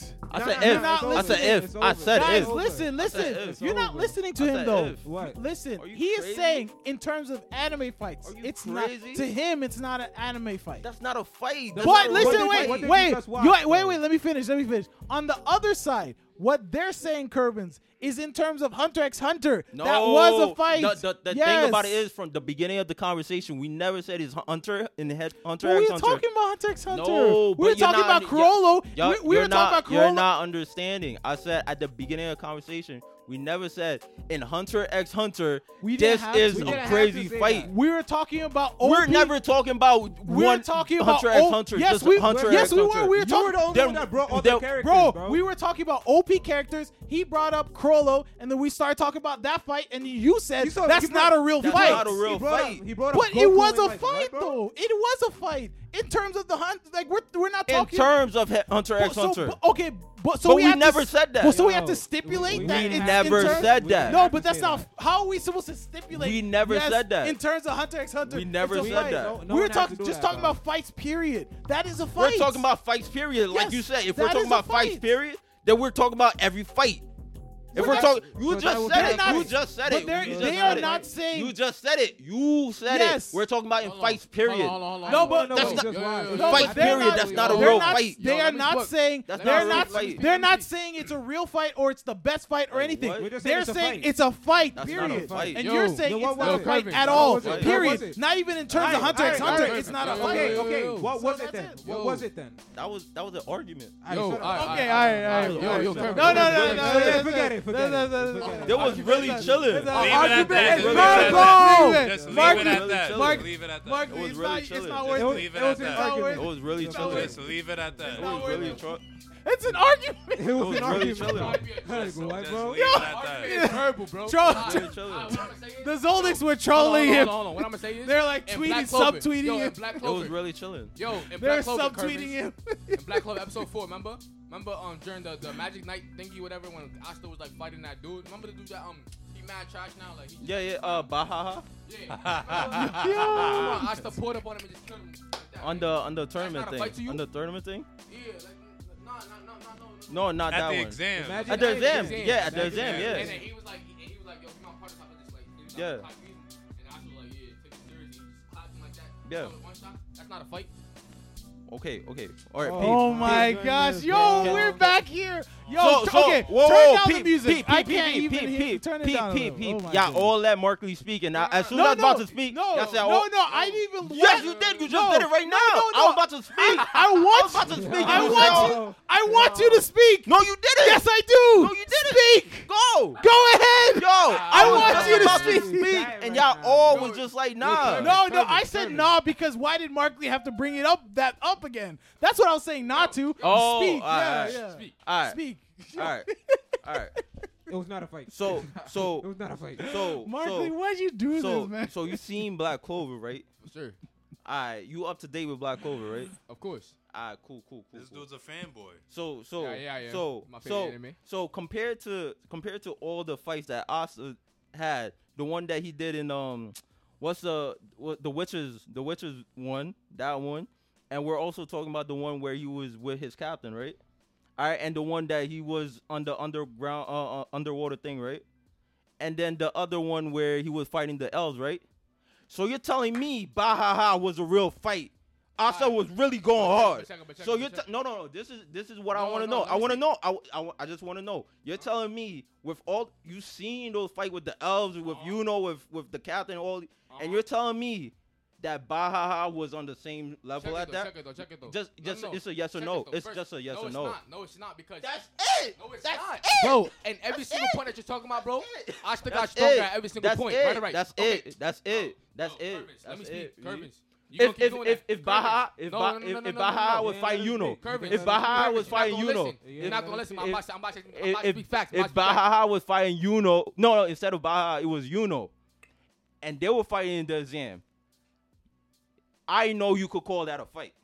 [SPEAKER 1] guys,
[SPEAKER 2] I
[SPEAKER 7] Nah,
[SPEAKER 2] said
[SPEAKER 7] nah,
[SPEAKER 2] if.
[SPEAKER 1] you're not
[SPEAKER 2] I said
[SPEAKER 1] listening.
[SPEAKER 2] if.
[SPEAKER 7] It's
[SPEAKER 2] I
[SPEAKER 7] over.
[SPEAKER 2] said
[SPEAKER 1] guys,
[SPEAKER 2] if.
[SPEAKER 7] over.
[SPEAKER 1] listen,
[SPEAKER 2] I said
[SPEAKER 1] listen.
[SPEAKER 2] if. It's
[SPEAKER 1] You're not
[SPEAKER 7] over.
[SPEAKER 1] listening to
[SPEAKER 2] I
[SPEAKER 1] him
[SPEAKER 2] said
[SPEAKER 1] though.
[SPEAKER 2] if.
[SPEAKER 7] What?
[SPEAKER 1] Listen,
[SPEAKER 2] Are you
[SPEAKER 1] he is
[SPEAKER 2] crazy?
[SPEAKER 1] saying in terms of anime fights,
[SPEAKER 2] Are you
[SPEAKER 1] it's
[SPEAKER 2] crazy?
[SPEAKER 1] not to him. It's not an anime fight.
[SPEAKER 2] That's not a fight. That's
[SPEAKER 1] But
[SPEAKER 2] not a
[SPEAKER 1] listen,
[SPEAKER 2] real
[SPEAKER 7] did-
[SPEAKER 1] wait,
[SPEAKER 7] what
[SPEAKER 2] fight.
[SPEAKER 7] did
[SPEAKER 1] wait,
[SPEAKER 7] you just watch,
[SPEAKER 1] wait, wait,
[SPEAKER 7] though?
[SPEAKER 1] wait. Let me finish. Let me finish. On the other side, what they're saying, Curbins, is in terms of Hunter x Hunter.
[SPEAKER 2] No,
[SPEAKER 1] that was a fight.
[SPEAKER 2] The, the, the
[SPEAKER 1] Yes.
[SPEAKER 2] thing about it is, from the beginning of the conversation, we never said it's Hunter in the head. Hunter
[SPEAKER 1] But we
[SPEAKER 2] x
[SPEAKER 1] were
[SPEAKER 2] Hunter.
[SPEAKER 1] talking about Hunter x Hunter.
[SPEAKER 2] No,
[SPEAKER 1] we were
[SPEAKER 2] but you're
[SPEAKER 1] talking about
[SPEAKER 2] not under- you're-
[SPEAKER 1] Corolo.
[SPEAKER 2] y'all-
[SPEAKER 1] We, we
[SPEAKER 2] you're
[SPEAKER 1] were
[SPEAKER 2] not,
[SPEAKER 1] talking
[SPEAKER 2] You're
[SPEAKER 1] about Corolo.
[SPEAKER 2] not understanding. I said at the beginning of the conversation, we never said in Hunter x Hunter.
[SPEAKER 1] We didn't
[SPEAKER 2] this
[SPEAKER 1] have-
[SPEAKER 2] is
[SPEAKER 1] we
[SPEAKER 7] didn't
[SPEAKER 2] a
[SPEAKER 7] have
[SPEAKER 2] crazy
[SPEAKER 7] to say
[SPEAKER 2] fight.
[SPEAKER 7] that.
[SPEAKER 1] We were talking about OP.
[SPEAKER 2] We're never talking about
[SPEAKER 1] We were
[SPEAKER 2] one
[SPEAKER 1] talking about
[SPEAKER 2] Hunter x
[SPEAKER 1] O-
[SPEAKER 2] Hunter.
[SPEAKER 1] Yes,
[SPEAKER 2] just
[SPEAKER 1] we.
[SPEAKER 2] Hunter
[SPEAKER 1] yes,
[SPEAKER 2] x
[SPEAKER 1] we
[SPEAKER 2] Hunter.
[SPEAKER 1] were. We were
[SPEAKER 7] You were
[SPEAKER 1] talking.
[SPEAKER 7] the only
[SPEAKER 2] Them-
[SPEAKER 7] one that brought all
[SPEAKER 2] them-
[SPEAKER 7] the characters,
[SPEAKER 1] Bro,
[SPEAKER 7] bro.
[SPEAKER 1] we were talking about OP characters. He brought up Crollo, and then we started talking about that fight, and you said
[SPEAKER 7] You saw-
[SPEAKER 1] that's
[SPEAKER 7] you brought-
[SPEAKER 1] not a real
[SPEAKER 2] That's
[SPEAKER 1] fight.
[SPEAKER 2] not a real
[SPEAKER 7] He brought up-
[SPEAKER 2] fight.
[SPEAKER 7] He brought up
[SPEAKER 1] But it
[SPEAKER 7] Goku
[SPEAKER 1] was
[SPEAKER 7] and,
[SPEAKER 1] a
[SPEAKER 7] like,
[SPEAKER 1] fight,
[SPEAKER 7] what, bro?
[SPEAKER 1] though. It was a fight in terms of the hunt. Like we're we're not
[SPEAKER 2] in
[SPEAKER 1] talking
[SPEAKER 2] terms of he- Hunter
[SPEAKER 1] But-
[SPEAKER 2] x Hunter.
[SPEAKER 1] So, oh, but- okay, but so
[SPEAKER 2] But
[SPEAKER 1] we,
[SPEAKER 2] we
[SPEAKER 1] have to
[SPEAKER 2] never
[SPEAKER 1] s-
[SPEAKER 2] said that.
[SPEAKER 1] Well, so we have
[SPEAKER 7] No,
[SPEAKER 1] to stipulate
[SPEAKER 7] we-
[SPEAKER 1] that.
[SPEAKER 7] we
[SPEAKER 1] it's in
[SPEAKER 2] never
[SPEAKER 1] terms-
[SPEAKER 2] said that.
[SPEAKER 1] No,
[SPEAKER 7] have
[SPEAKER 1] but
[SPEAKER 7] to
[SPEAKER 1] that's
[SPEAKER 7] say
[SPEAKER 1] not.
[SPEAKER 7] that.
[SPEAKER 1] How are we supposed to stipulate?
[SPEAKER 2] We never
[SPEAKER 1] yes,
[SPEAKER 2] said that.
[SPEAKER 1] In terms of Hunter x Hunter,
[SPEAKER 2] We never
[SPEAKER 1] it's a
[SPEAKER 2] said
[SPEAKER 1] fight.
[SPEAKER 2] that.
[SPEAKER 7] No- no
[SPEAKER 1] we're
[SPEAKER 7] one has
[SPEAKER 1] talking
[SPEAKER 7] to do
[SPEAKER 1] just
[SPEAKER 7] that,
[SPEAKER 1] talking
[SPEAKER 7] bro.
[SPEAKER 1] about fights. Period. That is a
[SPEAKER 2] We're
[SPEAKER 1] fight.
[SPEAKER 2] talking about fights, period.
[SPEAKER 1] Yes,
[SPEAKER 2] like you said, if we're
[SPEAKER 1] that
[SPEAKER 2] talking
[SPEAKER 1] is a
[SPEAKER 2] about fights,
[SPEAKER 1] fight.
[SPEAKER 2] period, then we're talking about every fight. If
[SPEAKER 1] But
[SPEAKER 2] we're
[SPEAKER 1] that's-
[SPEAKER 2] talking, you
[SPEAKER 7] but that
[SPEAKER 2] just
[SPEAKER 7] would
[SPEAKER 2] said
[SPEAKER 7] be
[SPEAKER 2] it.
[SPEAKER 7] a
[SPEAKER 2] You
[SPEAKER 7] fight.
[SPEAKER 2] just said
[SPEAKER 1] But
[SPEAKER 2] it.
[SPEAKER 1] they're-
[SPEAKER 2] You just
[SPEAKER 1] they
[SPEAKER 2] said
[SPEAKER 1] are
[SPEAKER 2] it.
[SPEAKER 1] not saying-
[SPEAKER 2] You just said it. You said
[SPEAKER 1] Yes.
[SPEAKER 2] it. We're talking about in
[SPEAKER 4] Hold on.
[SPEAKER 2] fights, period.
[SPEAKER 4] Hold on, hold on,
[SPEAKER 1] No,
[SPEAKER 4] hold
[SPEAKER 1] but
[SPEAKER 4] on.
[SPEAKER 7] No,
[SPEAKER 2] that's
[SPEAKER 7] we
[SPEAKER 2] not-
[SPEAKER 7] just watched.
[SPEAKER 1] No,
[SPEAKER 2] fight,
[SPEAKER 1] but they're
[SPEAKER 2] period. That's not a
[SPEAKER 1] they're
[SPEAKER 2] real
[SPEAKER 1] not-
[SPEAKER 2] fight.
[SPEAKER 1] They
[SPEAKER 4] Yo,
[SPEAKER 1] are
[SPEAKER 4] let me
[SPEAKER 1] not
[SPEAKER 4] look.
[SPEAKER 1] saying
[SPEAKER 2] That's
[SPEAKER 1] they're
[SPEAKER 2] not a
[SPEAKER 1] not
[SPEAKER 2] real fight.
[SPEAKER 1] they're not saying it's a real fight or it's the best fight or anything.
[SPEAKER 2] what?
[SPEAKER 7] We're just saying
[SPEAKER 1] They're
[SPEAKER 7] it's a
[SPEAKER 1] saying
[SPEAKER 7] fight.
[SPEAKER 1] it's a fight,
[SPEAKER 2] That's not a
[SPEAKER 1] period.
[SPEAKER 2] fight.
[SPEAKER 1] And
[SPEAKER 4] Yo,
[SPEAKER 1] you're saying
[SPEAKER 7] yo, what
[SPEAKER 1] it's
[SPEAKER 7] was
[SPEAKER 1] not a
[SPEAKER 4] it?
[SPEAKER 1] fight
[SPEAKER 4] Yo,
[SPEAKER 1] at
[SPEAKER 4] what
[SPEAKER 1] all,
[SPEAKER 7] was it? What was
[SPEAKER 1] period.
[SPEAKER 7] it?
[SPEAKER 1] Not even in terms
[SPEAKER 7] Alright,
[SPEAKER 1] of Hunter x
[SPEAKER 7] alright,
[SPEAKER 1] Hunter,
[SPEAKER 7] alright.
[SPEAKER 1] it's not a
[SPEAKER 4] Yo,
[SPEAKER 1] fight.
[SPEAKER 7] Okay,
[SPEAKER 4] yo,
[SPEAKER 7] okay.
[SPEAKER 4] yo.
[SPEAKER 7] What
[SPEAKER 1] So
[SPEAKER 7] was it
[SPEAKER 1] that's
[SPEAKER 7] then?
[SPEAKER 1] it.
[SPEAKER 7] What
[SPEAKER 4] Yo.
[SPEAKER 7] was it then?
[SPEAKER 2] That was that was an argument.
[SPEAKER 7] Alright,
[SPEAKER 4] Yo,
[SPEAKER 7] shut up.
[SPEAKER 4] alright,
[SPEAKER 1] Okay,
[SPEAKER 4] alright,
[SPEAKER 1] alright,
[SPEAKER 4] alright.
[SPEAKER 1] alright.
[SPEAKER 4] Yo, yo, Kermit.
[SPEAKER 1] No, no, no, no,
[SPEAKER 7] Forget
[SPEAKER 1] no. no,
[SPEAKER 7] it, forget
[SPEAKER 1] no, no, no,
[SPEAKER 7] it, forget it,
[SPEAKER 1] no, no.
[SPEAKER 7] forget it.
[SPEAKER 2] They was really chilling.
[SPEAKER 1] That's-
[SPEAKER 5] Leave it at
[SPEAKER 7] argument
[SPEAKER 5] that.
[SPEAKER 7] is
[SPEAKER 5] Leave it at that.
[SPEAKER 1] verbal.
[SPEAKER 5] Just leave
[SPEAKER 1] Mark-
[SPEAKER 5] it at that. Just
[SPEAKER 1] Mark-
[SPEAKER 5] leave it at that.
[SPEAKER 1] Mark,
[SPEAKER 2] It was
[SPEAKER 1] it's
[SPEAKER 2] really
[SPEAKER 1] not, it's
[SPEAKER 2] chilling.
[SPEAKER 1] not
[SPEAKER 2] It
[SPEAKER 1] worth
[SPEAKER 7] was-
[SPEAKER 1] it.
[SPEAKER 5] it
[SPEAKER 1] It's
[SPEAKER 5] was an
[SPEAKER 1] not
[SPEAKER 7] argument.
[SPEAKER 1] worth
[SPEAKER 2] It
[SPEAKER 1] it.
[SPEAKER 2] was really
[SPEAKER 1] It's
[SPEAKER 2] chilling.
[SPEAKER 1] always-
[SPEAKER 5] Just leave it at that.
[SPEAKER 2] It
[SPEAKER 1] not
[SPEAKER 2] was
[SPEAKER 1] worth
[SPEAKER 2] really
[SPEAKER 1] it.
[SPEAKER 2] tru-
[SPEAKER 1] It's an argument.
[SPEAKER 7] It
[SPEAKER 2] It
[SPEAKER 7] was
[SPEAKER 2] was really
[SPEAKER 7] an argument.
[SPEAKER 2] chilling.
[SPEAKER 4] Argument is
[SPEAKER 7] Like, what,
[SPEAKER 5] Just
[SPEAKER 7] bro?
[SPEAKER 5] leave it at that.
[SPEAKER 4] Argument is verbal, bro.
[SPEAKER 1] Tro-
[SPEAKER 4] Alright,
[SPEAKER 1] tro-
[SPEAKER 4] alright, what I'ma say is-
[SPEAKER 1] The Zoldics were
[SPEAKER 4] Hold on,
[SPEAKER 1] trolling
[SPEAKER 4] hold on,
[SPEAKER 1] him.
[SPEAKER 4] hold on. What I'm gonna say is,
[SPEAKER 1] They're like
[SPEAKER 4] in
[SPEAKER 1] tweeting,
[SPEAKER 4] Black Clover-
[SPEAKER 1] subtweeting
[SPEAKER 4] yo, in
[SPEAKER 1] him.
[SPEAKER 4] Black
[SPEAKER 2] It was
[SPEAKER 4] Clover,
[SPEAKER 2] really chilling.
[SPEAKER 4] yo, in
[SPEAKER 1] They're
[SPEAKER 4] Black Clover,
[SPEAKER 1] subtweeting him.
[SPEAKER 4] Kermit. in Black Clover episode four, remember? Remember um during the, the Magic Knight thingy, whatever, when Asta was like fighting that dude. Remember the dude that um he mad trash now, like he
[SPEAKER 2] Yeah, yeah. Uh, Bahaha (laughs)
[SPEAKER 4] yeah.
[SPEAKER 1] Yo.
[SPEAKER 4] Remember Asta pulled up on him and just killed him. Like that,
[SPEAKER 2] on the
[SPEAKER 4] like,
[SPEAKER 2] on the tournament
[SPEAKER 4] not a fight to
[SPEAKER 2] thing.
[SPEAKER 4] you?
[SPEAKER 2] On the tournament thing.
[SPEAKER 4] yeah, like, nah, nah, nah, nah, no, no.
[SPEAKER 2] No, not
[SPEAKER 5] At
[SPEAKER 2] that
[SPEAKER 5] the
[SPEAKER 2] one.
[SPEAKER 5] exam.
[SPEAKER 7] Imagine-
[SPEAKER 2] At the exam.
[SPEAKER 4] exam.
[SPEAKER 2] Yeah, at the exam.
[SPEAKER 5] Exam.
[SPEAKER 4] And
[SPEAKER 2] Yeah.
[SPEAKER 4] then he was like, and he was like, yo, he my partner, so I was just like, he was
[SPEAKER 2] Yeah.
[SPEAKER 4] like, clap me. and Asta was like, yeah, take it serious. He just clapped him like that.
[SPEAKER 2] Yeah.
[SPEAKER 4] Killed him One shot. That's not a fight.
[SPEAKER 2] Okay. Okay. All right.
[SPEAKER 7] Oh.
[SPEAKER 2] peace.
[SPEAKER 1] Oh my
[SPEAKER 7] Peace.
[SPEAKER 1] gosh, yo,
[SPEAKER 7] Yeah.
[SPEAKER 1] we're back here. Yo,
[SPEAKER 2] So,
[SPEAKER 1] tr-
[SPEAKER 2] so,
[SPEAKER 1] okay,
[SPEAKER 2] whoa,
[SPEAKER 1] turn
[SPEAKER 2] whoa,
[SPEAKER 1] down the
[SPEAKER 2] peep,
[SPEAKER 1] music.
[SPEAKER 2] Peep,
[SPEAKER 1] I
[SPEAKER 2] peep,
[SPEAKER 1] can't
[SPEAKER 2] peep,
[SPEAKER 1] even
[SPEAKER 2] peep,
[SPEAKER 1] hear.
[SPEAKER 2] peep,
[SPEAKER 1] turn it
[SPEAKER 2] peep,
[SPEAKER 1] down. a little.
[SPEAKER 2] peep, peep.
[SPEAKER 1] Oh my
[SPEAKER 2] Y'all
[SPEAKER 1] goodness.
[SPEAKER 2] all let Markley speak, and I, as soon
[SPEAKER 1] no,
[SPEAKER 2] as I was about
[SPEAKER 1] no,
[SPEAKER 2] to speak,
[SPEAKER 1] no,
[SPEAKER 2] y'all said,
[SPEAKER 1] no,
[SPEAKER 2] oh,
[SPEAKER 1] no, I didn't even.
[SPEAKER 2] yes,
[SPEAKER 1] want-
[SPEAKER 2] you did. You just
[SPEAKER 1] no,
[SPEAKER 2] did it right
[SPEAKER 1] no,
[SPEAKER 2] now.
[SPEAKER 1] no,
[SPEAKER 2] I was
[SPEAKER 1] no.
[SPEAKER 2] about to speak.
[SPEAKER 1] I, I want.
[SPEAKER 2] about to speak and
[SPEAKER 1] I
[SPEAKER 2] you
[SPEAKER 1] want
[SPEAKER 2] said,
[SPEAKER 1] you. I want you to speak.
[SPEAKER 2] no, you didn't.
[SPEAKER 1] Yes, I do.
[SPEAKER 2] No, you didn't. Speak. Go.
[SPEAKER 1] Go ahead.
[SPEAKER 2] Yo, I,
[SPEAKER 1] want
[SPEAKER 2] was just
[SPEAKER 1] you to
[SPEAKER 2] about
[SPEAKER 1] speak.
[SPEAKER 2] speak,
[SPEAKER 7] Right
[SPEAKER 2] and
[SPEAKER 7] now.
[SPEAKER 2] y'all all
[SPEAKER 4] No,
[SPEAKER 2] was just like, nah.
[SPEAKER 4] Kermit.
[SPEAKER 1] No, no,
[SPEAKER 4] Kermit,
[SPEAKER 1] I said
[SPEAKER 4] Kermit.
[SPEAKER 1] nah because why did Markley have to bring it up that up again? That's what I was saying not to.
[SPEAKER 2] Oh,
[SPEAKER 1] speak.
[SPEAKER 2] all
[SPEAKER 1] yeah,
[SPEAKER 2] right.
[SPEAKER 1] yeah.
[SPEAKER 4] Speak.
[SPEAKER 2] All right.
[SPEAKER 1] Speak.
[SPEAKER 2] All right. All right.
[SPEAKER 7] It was not a fight.
[SPEAKER 2] So
[SPEAKER 7] It
[SPEAKER 2] so
[SPEAKER 7] was not a fight.
[SPEAKER 2] so
[SPEAKER 11] Markley,
[SPEAKER 2] so,
[SPEAKER 11] why'd you do
[SPEAKER 2] so,
[SPEAKER 11] this, man?
[SPEAKER 2] so you seen Black Clover, right?
[SPEAKER 4] Sure,
[SPEAKER 2] Alright, you up to date with Black Clover, right?
[SPEAKER 4] of course.
[SPEAKER 2] Alright, cool, cool, cool.
[SPEAKER 5] This
[SPEAKER 2] cool.
[SPEAKER 5] dude's a fanboy.
[SPEAKER 2] So so
[SPEAKER 4] Yeah, yeah, yeah.
[SPEAKER 2] so
[SPEAKER 4] My favorite
[SPEAKER 2] so
[SPEAKER 4] anime.
[SPEAKER 2] so compared to compared to all the fights that Asta had, the one that he did in um, what's the what, the Witches the Witches one that one, and we're also talking about the one where he was with his captain, right? All right, and the one that he was under underground uh, uh underwater thing, right? And then the other one where he was fighting the elves, right? So you're telling me Bahaha was a real fight? Asa was really going hard.
[SPEAKER 4] But check it, but check
[SPEAKER 2] So
[SPEAKER 4] it,
[SPEAKER 2] you're
[SPEAKER 4] but check
[SPEAKER 2] t- no no no. This is this is what I
[SPEAKER 4] No,
[SPEAKER 2] want to
[SPEAKER 4] no,
[SPEAKER 2] know.
[SPEAKER 4] let
[SPEAKER 2] I
[SPEAKER 4] me
[SPEAKER 2] want to
[SPEAKER 4] see.
[SPEAKER 2] know. I, w- I w- I just want to know. You're telling me with all you seen those fight with the elves, with
[SPEAKER 4] Uh-huh.
[SPEAKER 2] you know, with with the captain, all, and you're telling me that Bahaha was on the same level
[SPEAKER 4] Check
[SPEAKER 2] at
[SPEAKER 4] it though,
[SPEAKER 2] that.
[SPEAKER 4] check it though, check it though.
[SPEAKER 2] Just-
[SPEAKER 4] No,
[SPEAKER 2] just-
[SPEAKER 4] no,
[SPEAKER 2] it's a yes or
[SPEAKER 4] check
[SPEAKER 2] no.
[SPEAKER 4] it though.
[SPEAKER 2] It's
[SPEAKER 4] First-
[SPEAKER 2] just a yes or
[SPEAKER 4] it's
[SPEAKER 2] no.
[SPEAKER 4] not. No, it's not because
[SPEAKER 2] That's it.
[SPEAKER 4] No, it's
[SPEAKER 2] That's
[SPEAKER 4] not.
[SPEAKER 2] it.
[SPEAKER 11] Bro,
[SPEAKER 4] And every
[SPEAKER 2] That's
[SPEAKER 4] single
[SPEAKER 2] it.
[SPEAKER 4] point that you're talking about, bro,
[SPEAKER 2] it.
[SPEAKER 4] Asta got
[SPEAKER 2] That's
[SPEAKER 4] stronger
[SPEAKER 2] it.
[SPEAKER 4] at every single
[SPEAKER 2] That's
[SPEAKER 4] point.
[SPEAKER 2] It.
[SPEAKER 4] Right, right.
[SPEAKER 2] That's
[SPEAKER 4] Okay.
[SPEAKER 2] it. That's it. That's
[SPEAKER 4] No,
[SPEAKER 2] it.
[SPEAKER 4] Kervins,
[SPEAKER 2] That's
[SPEAKER 4] let me
[SPEAKER 2] it.
[SPEAKER 4] speak. Kervins. You gonna
[SPEAKER 2] If
[SPEAKER 4] keep
[SPEAKER 2] if
[SPEAKER 4] doing
[SPEAKER 2] if
[SPEAKER 4] that.
[SPEAKER 2] if
[SPEAKER 4] Kervins.
[SPEAKER 2] Baha if
[SPEAKER 4] No,
[SPEAKER 2] Ba-
[SPEAKER 4] no, no, no,
[SPEAKER 2] if
[SPEAKER 4] no,
[SPEAKER 2] if
[SPEAKER 4] no,
[SPEAKER 2] Baha
[SPEAKER 4] no.
[SPEAKER 2] was fighting Uno,
[SPEAKER 4] Kervins.
[SPEAKER 2] if Baha was
[SPEAKER 4] Kervins,
[SPEAKER 2] fighting
[SPEAKER 4] you're not gonna
[SPEAKER 2] Uno,
[SPEAKER 4] listen. You're not gonna listen. I'm
[SPEAKER 2] if-
[SPEAKER 4] about to- I'm about to I'm
[SPEAKER 2] if,
[SPEAKER 4] about to
[SPEAKER 2] if,
[SPEAKER 4] speak facts. I'm about
[SPEAKER 2] if
[SPEAKER 4] to speak facts.
[SPEAKER 2] Baha was fighting Yuno, no, no, instead of Baha, it was Yuno, and they were fighting the Zam. I know you could call that a fight.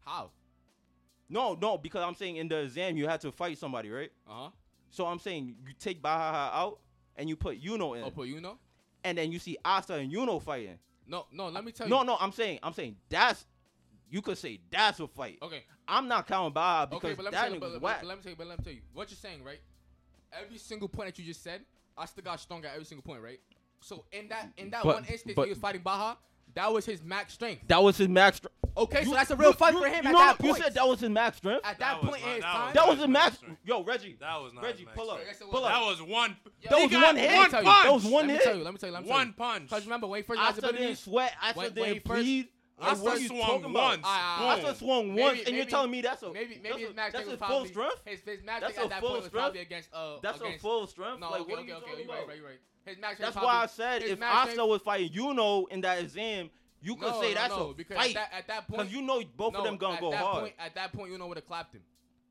[SPEAKER 4] How?
[SPEAKER 2] No, no, because I'm saying in the Zam you had to fight somebody, right?
[SPEAKER 4] Uh huh.
[SPEAKER 2] So I'm saying you take Baha out and you put Yuno in,
[SPEAKER 4] Oh, but you know?
[SPEAKER 2] and then you see Asta and Yuno fighting.
[SPEAKER 4] No, no. Let me tell you.
[SPEAKER 2] No, no, I'm saying, I'm saying that's you could say that's a fight.
[SPEAKER 4] Okay.
[SPEAKER 2] I'm not counting Baha because
[SPEAKER 4] Okay, but let me
[SPEAKER 2] that
[SPEAKER 4] tell you.
[SPEAKER 2] nigga's
[SPEAKER 4] But,
[SPEAKER 2] whack.
[SPEAKER 4] but let me tell you. But let me tell you. What you're saying, right? Every single point that you just said, Asta got stronger at every single point, right? So in that in that
[SPEAKER 2] But-
[SPEAKER 4] one instance,
[SPEAKER 2] but-
[SPEAKER 4] he was fighting Baha. That was his max strength.
[SPEAKER 2] that was his max. str-
[SPEAKER 4] Okay, so
[SPEAKER 2] You-
[SPEAKER 4] that's a real
[SPEAKER 2] you-
[SPEAKER 4] fight
[SPEAKER 2] you-
[SPEAKER 4] for him
[SPEAKER 2] you
[SPEAKER 4] at
[SPEAKER 2] know,
[SPEAKER 4] that
[SPEAKER 2] You
[SPEAKER 4] point.
[SPEAKER 2] said that was his max strength.
[SPEAKER 5] That
[SPEAKER 4] At that
[SPEAKER 5] was
[SPEAKER 4] point
[SPEAKER 5] my-
[SPEAKER 4] in his
[SPEAKER 5] that
[SPEAKER 4] time,
[SPEAKER 5] was
[SPEAKER 2] That
[SPEAKER 5] That
[SPEAKER 2] was his max.
[SPEAKER 5] max strength.
[SPEAKER 2] Yo, Reggie.
[SPEAKER 5] That was not
[SPEAKER 2] Reggie,
[SPEAKER 5] Max
[SPEAKER 2] pull up.
[SPEAKER 5] Strength.
[SPEAKER 4] Yes, it was.
[SPEAKER 2] Pull
[SPEAKER 5] That
[SPEAKER 2] up.
[SPEAKER 5] was one.
[SPEAKER 2] That
[SPEAKER 5] He
[SPEAKER 2] was
[SPEAKER 5] got
[SPEAKER 2] one hit.
[SPEAKER 5] One
[SPEAKER 4] Let me tell you.
[SPEAKER 5] punch.
[SPEAKER 2] That was one hit.
[SPEAKER 4] let Me tell you, let me tell you. Let me
[SPEAKER 5] One
[SPEAKER 4] tell you.
[SPEAKER 5] punch.
[SPEAKER 4] Because remember, when he first got his
[SPEAKER 2] Asta
[SPEAKER 4] ability,
[SPEAKER 2] didn't sweat. Asta
[SPEAKER 4] Wait,
[SPEAKER 2] didn't
[SPEAKER 4] wait, first-
[SPEAKER 2] bleed. Like,
[SPEAKER 5] Asta
[SPEAKER 2] what are you
[SPEAKER 5] swung
[SPEAKER 2] talking about?
[SPEAKER 5] once.
[SPEAKER 4] Ah,
[SPEAKER 2] Asta
[SPEAKER 5] Boom.
[SPEAKER 2] swung
[SPEAKER 4] maybe-
[SPEAKER 2] once, and you're
[SPEAKER 4] maybe-
[SPEAKER 2] telling me that's a
[SPEAKER 4] maybe maybe
[SPEAKER 2] that's
[SPEAKER 4] his
[SPEAKER 2] a-
[SPEAKER 4] max
[SPEAKER 2] that's
[SPEAKER 4] strength
[SPEAKER 2] his
[SPEAKER 4] was
[SPEAKER 2] full
[SPEAKER 4] probably
[SPEAKER 2] strength.
[SPEAKER 4] his his max
[SPEAKER 2] That's
[SPEAKER 4] strength
[SPEAKER 2] a
[SPEAKER 4] at that
[SPEAKER 2] full
[SPEAKER 4] point was
[SPEAKER 2] strength?
[SPEAKER 4] probably against uh
[SPEAKER 2] That's a
[SPEAKER 4] against,
[SPEAKER 2] full strength.
[SPEAKER 4] No,
[SPEAKER 2] Like,
[SPEAKER 4] okay,
[SPEAKER 2] what are
[SPEAKER 4] okay,
[SPEAKER 2] you
[SPEAKER 4] okay,
[SPEAKER 2] talking
[SPEAKER 4] you're right,
[SPEAKER 2] about?
[SPEAKER 4] right, you're right. His max strength
[SPEAKER 2] That's
[SPEAKER 4] probably,
[SPEAKER 2] why I said
[SPEAKER 4] his
[SPEAKER 2] if
[SPEAKER 4] max
[SPEAKER 2] Asta
[SPEAKER 4] strength,
[SPEAKER 2] was fighting Yuno in that exam, you could
[SPEAKER 4] no,
[SPEAKER 2] say
[SPEAKER 4] no,
[SPEAKER 2] that's
[SPEAKER 4] no,
[SPEAKER 2] a
[SPEAKER 4] because
[SPEAKER 2] fight
[SPEAKER 4] At that, at that point,
[SPEAKER 2] because you know both of
[SPEAKER 4] no,
[SPEAKER 2] them gonna
[SPEAKER 4] at
[SPEAKER 2] go
[SPEAKER 4] that
[SPEAKER 2] hard.
[SPEAKER 4] Point, at that point, you know would have clapped him.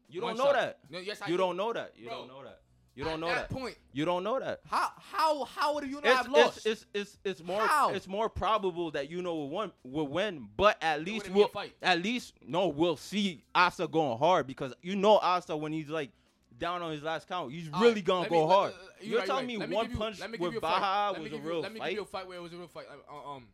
[SPEAKER 2] you don't
[SPEAKER 4] One
[SPEAKER 2] know
[SPEAKER 4] shot.
[SPEAKER 2] that.
[SPEAKER 4] No, yes, I
[SPEAKER 2] You
[SPEAKER 4] do.
[SPEAKER 2] don't know that. You
[SPEAKER 4] Bro,
[SPEAKER 2] don't know that. You
[SPEAKER 4] at
[SPEAKER 2] don't know
[SPEAKER 4] that
[SPEAKER 2] that.
[SPEAKER 4] point.
[SPEAKER 2] You don't know that.
[SPEAKER 4] How how how would you not
[SPEAKER 2] It's,
[SPEAKER 4] have lost?
[SPEAKER 2] it's, it's, it's, it's more
[SPEAKER 4] How?
[SPEAKER 2] it's more probable that you know will win will win, but at least
[SPEAKER 4] wouldn't be a
[SPEAKER 2] we'll
[SPEAKER 4] fight.
[SPEAKER 2] at least no we'll see Asta going hard because you know Asta when he's like down on his last count, he's
[SPEAKER 4] All
[SPEAKER 2] really
[SPEAKER 4] right,
[SPEAKER 2] gonna
[SPEAKER 4] let
[SPEAKER 2] go
[SPEAKER 4] me- let-
[SPEAKER 2] hard.
[SPEAKER 4] uh,
[SPEAKER 2] You're
[SPEAKER 4] right,
[SPEAKER 2] telling
[SPEAKER 4] right.
[SPEAKER 2] me
[SPEAKER 4] Let
[SPEAKER 2] one
[SPEAKER 4] give you-
[SPEAKER 2] punch
[SPEAKER 4] let me give
[SPEAKER 2] with
[SPEAKER 4] you a fight.
[SPEAKER 2] Baja
[SPEAKER 4] Let me
[SPEAKER 2] was a
[SPEAKER 4] give you-
[SPEAKER 2] real
[SPEAKER 4] Let me give
[SPEAKER 2] fight?
[SPEAKER 4] you a fight where it was a real fight. like, uh, Um,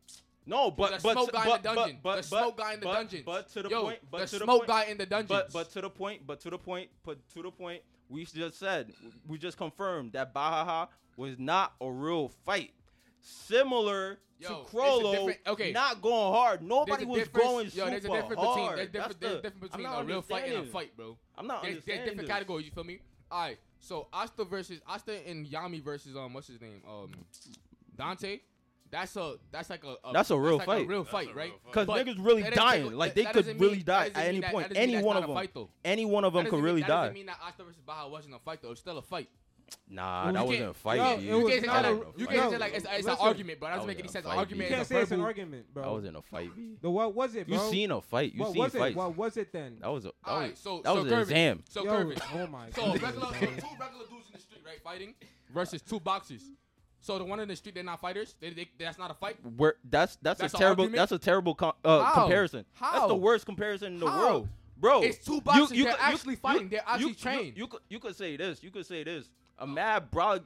[SPEAKER 2] No, but
[SPEAKER 4] the
[SPEAKER 2] but
[SPEAKER 4] smoke
[SPEAKER 2] to-
[SPEAKER 4] guy in
[SPEAKER 2] but,
[SPEAKER 4] the dungeon.
[SPEAKER 2] but,
[SPEAKER 4] the
[SPEAKER 2] but,
[SPEAKER 4] smoke
[SPEAKER 2] but,
[SPEAKER 4] guy in the
[SPEAKER 2] but,
[SPEAKER 4] dungeon.
[SPEAKER 2] But to the
[SPEAKER 4] Yo,
[SPEAKER 2] point, but
[SPEAKER 4] the
[SPEAKER 2] to the
[SPEAKER 4] smoke
[SPEAKER 2] point,
[SPEAKER 4] guy in the dungeon.
[SPEAKER 2] But but to the point, but to the point, but to the point, we just said we just confirmed that Bahaha was not a real fight. Similar
[SPEAKER 4] Yo,
[SPEAKER 2] to
[SPEAKER 4] it's a
[SPEAKER 2] Crollo,
[SPEAKER 4] different- okay.
[SPEAKER 2] not going hard. Nobody
[SPEAKER 4] There's a
[SPEAKER 2] was
[SPEAKER 4] difference-
[SPEAKER 2] going
[SPEAKER 4] yo,
[SPEAKER 2] super
[SPEAKER 4] there's a difference
[SPEAKER 2] hard.
[SPEAKER 4] between there's,
[SPEAKER 2] That's
[SPEAKER 4] different, there's
[SPEAKER 2] the-
[SPEAKER 4] different
[SPEAKER 2] I'm
[SPEAKER 4] between
[SPEAKER 2] not
[SPEAKER 4] a real fight and a
[SPEAKER 2] understanding.
[SPEAKER 4] fight, bro.
[SPEAKER 2] I'm not
[SPEAKER 4] There's, there's
[SPEAKER 2] understanding
[SPEAKER 4] different
[SPEAKER 2] this.
[SPEAKER 4] categories. You feel me? All right. So Asta versus Asta and Yami versus um what's his name um Dante. That's a that's like a,
[SPEAKER 2] That's a real
[SPEAKER 4] like
[SPEAKER 2] fight.
[SPEAKER 4] real
[SPEAKER 5] That's
[SPEAKER 4] fight,
[SPEAKER 5] a
[SPEAKER 4] right?
[SPEAKER 5] real fight.
[SPEAKER 2] Because
[SPEAKER 4] But
[SPEAKER 2] niggas really
[SPEAKER 4] that doesn't-
[SPEAKER 2] dying, like they
[SPEAKER 4] that
[SPEAKER 2] could
[SPEAKER 4] doesn't
[SPEAKER 2] really
[SPEAKER 4] mean-
[SPEAKER 2] die
[SPEAKER 4] that
[SPEAKER 2] at
[SPEAKER 4] doesn't
[SPEAKER 2] any
[SPEAKER 4] mean that-
[SPEAKER 2] point.
[SPEAKER 4] that doesn't
[SPEAKER 2] Any
[SPEAKER 4] mean that's
[SPEAKER 2] one of
[SPEAKER 4] not a
[SPEAKER 2] them,
[SPEAKER 4] fight, though.
[SPEAKER 2] any one of
[SPEAKER 4] that
[SPEAKER 2] them
[SPEAKER 4] doesn't
[SPEAKER 2] could
[SPEAKER 4] mean-
[SPEAKER 2] really
[SPEAKER 4] that
[SPEAKER 2] die.
[SPEAKER 4] doesn't mean that Asta versus Baha wasn't a fight though. It's still a fight.
[SPEAKER 2] Nah,
[SPEAKER 4] You
[SPEAKER 2] that wasn't
[SPEAKER 4] can't-
[SPEAKER 2] a fight.
[SPEAKER 7] yo,
[SPEAKER 2] B.
[SPEAKER 7] it was
[SPEAKER 4] You can't say
[SPEAKER 7] not
[SPEAKER 2] That
[SPEAKER 4] like,
[SPEAKER 7] a-
[SPEAKER 2] wasn't a
[SPEAKER 4] you
[SPEAKER 2] fight. Oh,
[SPEAKER 4] can't say
[SPEAKER 7] No,
[SPEAKER 4] like it's, it's an
[SPEAKER 7] listen.
[SPEAKER 4] argument, bro. That
[SPEAKER 2] That
[SPEAKER 4] doesn't make
[SPEAKER 2] was
[SPEAKER 4] any
[SPEAKER 2] a
[SPEAKER 4] sense.
[SPEAKER 2] fight,
[SPEAKER 4] An argument
[SPEAKER 7] You
[SPEAKER 2] dude.
[SPEAKER 4] is a
[SPEAKER 7] can't say it's an
[SPEAKER 4] verbal-
[SPEAKER 7] argument, bro.
[SPEAKER 2] That wasn't a fight. B.
[SPEAKER 7] No, what was it,
[SPEAKER 2] You
[SPEAKER 7] bro?
[SPEAKER 2] seen a fight. You
[SPEAKER 7] what
[SPEAKER 2] seen
[SPEAKER 7] was it?
[SPEAKER 2] fights.
[SPEAKER 7] What was it then?
[SPEAKER 2] That was a that
[SPEAKER 4] All
[SPEAKER 2] was,
[SPEAKER 4] right, so
[SPEAKER 2] that
[SPEAKER 4] so
[SPEAKER 2] was an
[SPEAKER 4] Gervin-
[SPEAKER 2] exam.
[SPEAKER 4] So
[SPEAKER 7] Yo,
[SPEAKER 4] Gervin,
[SPEAKER 7] oh my
[SPEAKER 4] So
[SPEAKER 7] god.
[SPEAKER 4] regular, so two regular dudes in the street, right, fighting versus two boxers. So the one in the street, they're not fighters. They, they, that's not a fight.
[SPEAKER 2] Where that's that's,
[SPEAKER 4] That's
[SPEAKER 2] a
[SPEAKER 4] an
[SPEAKER 2] terrible
[SPEAKER 4] argument?
[SPEAKER 2] that's a terrible com- uh,
[SPEAKER 4] How?
[SPEAKER 2] comparison. That's the
[SPEAKER 4] How?
[SPEAKER 2] worst comparison in the
[SPEAKER 4] How?
[SPEAKER 2] world, bro.
[SPEAKER 4] It's two
[SPEAKER 2] you-
[SPEAKER 4] boxers.
[SPEAKER 2] you
[SPEAKER 4] They're
[SPEAKER 2] could-
[SPEAKER 4] actually fighting. They're actually
[SPEAKER 2] you,
[SPEAKER 4] trained.
[SPEAKER 2] You, could you could say this. You could say this. A mad brolic,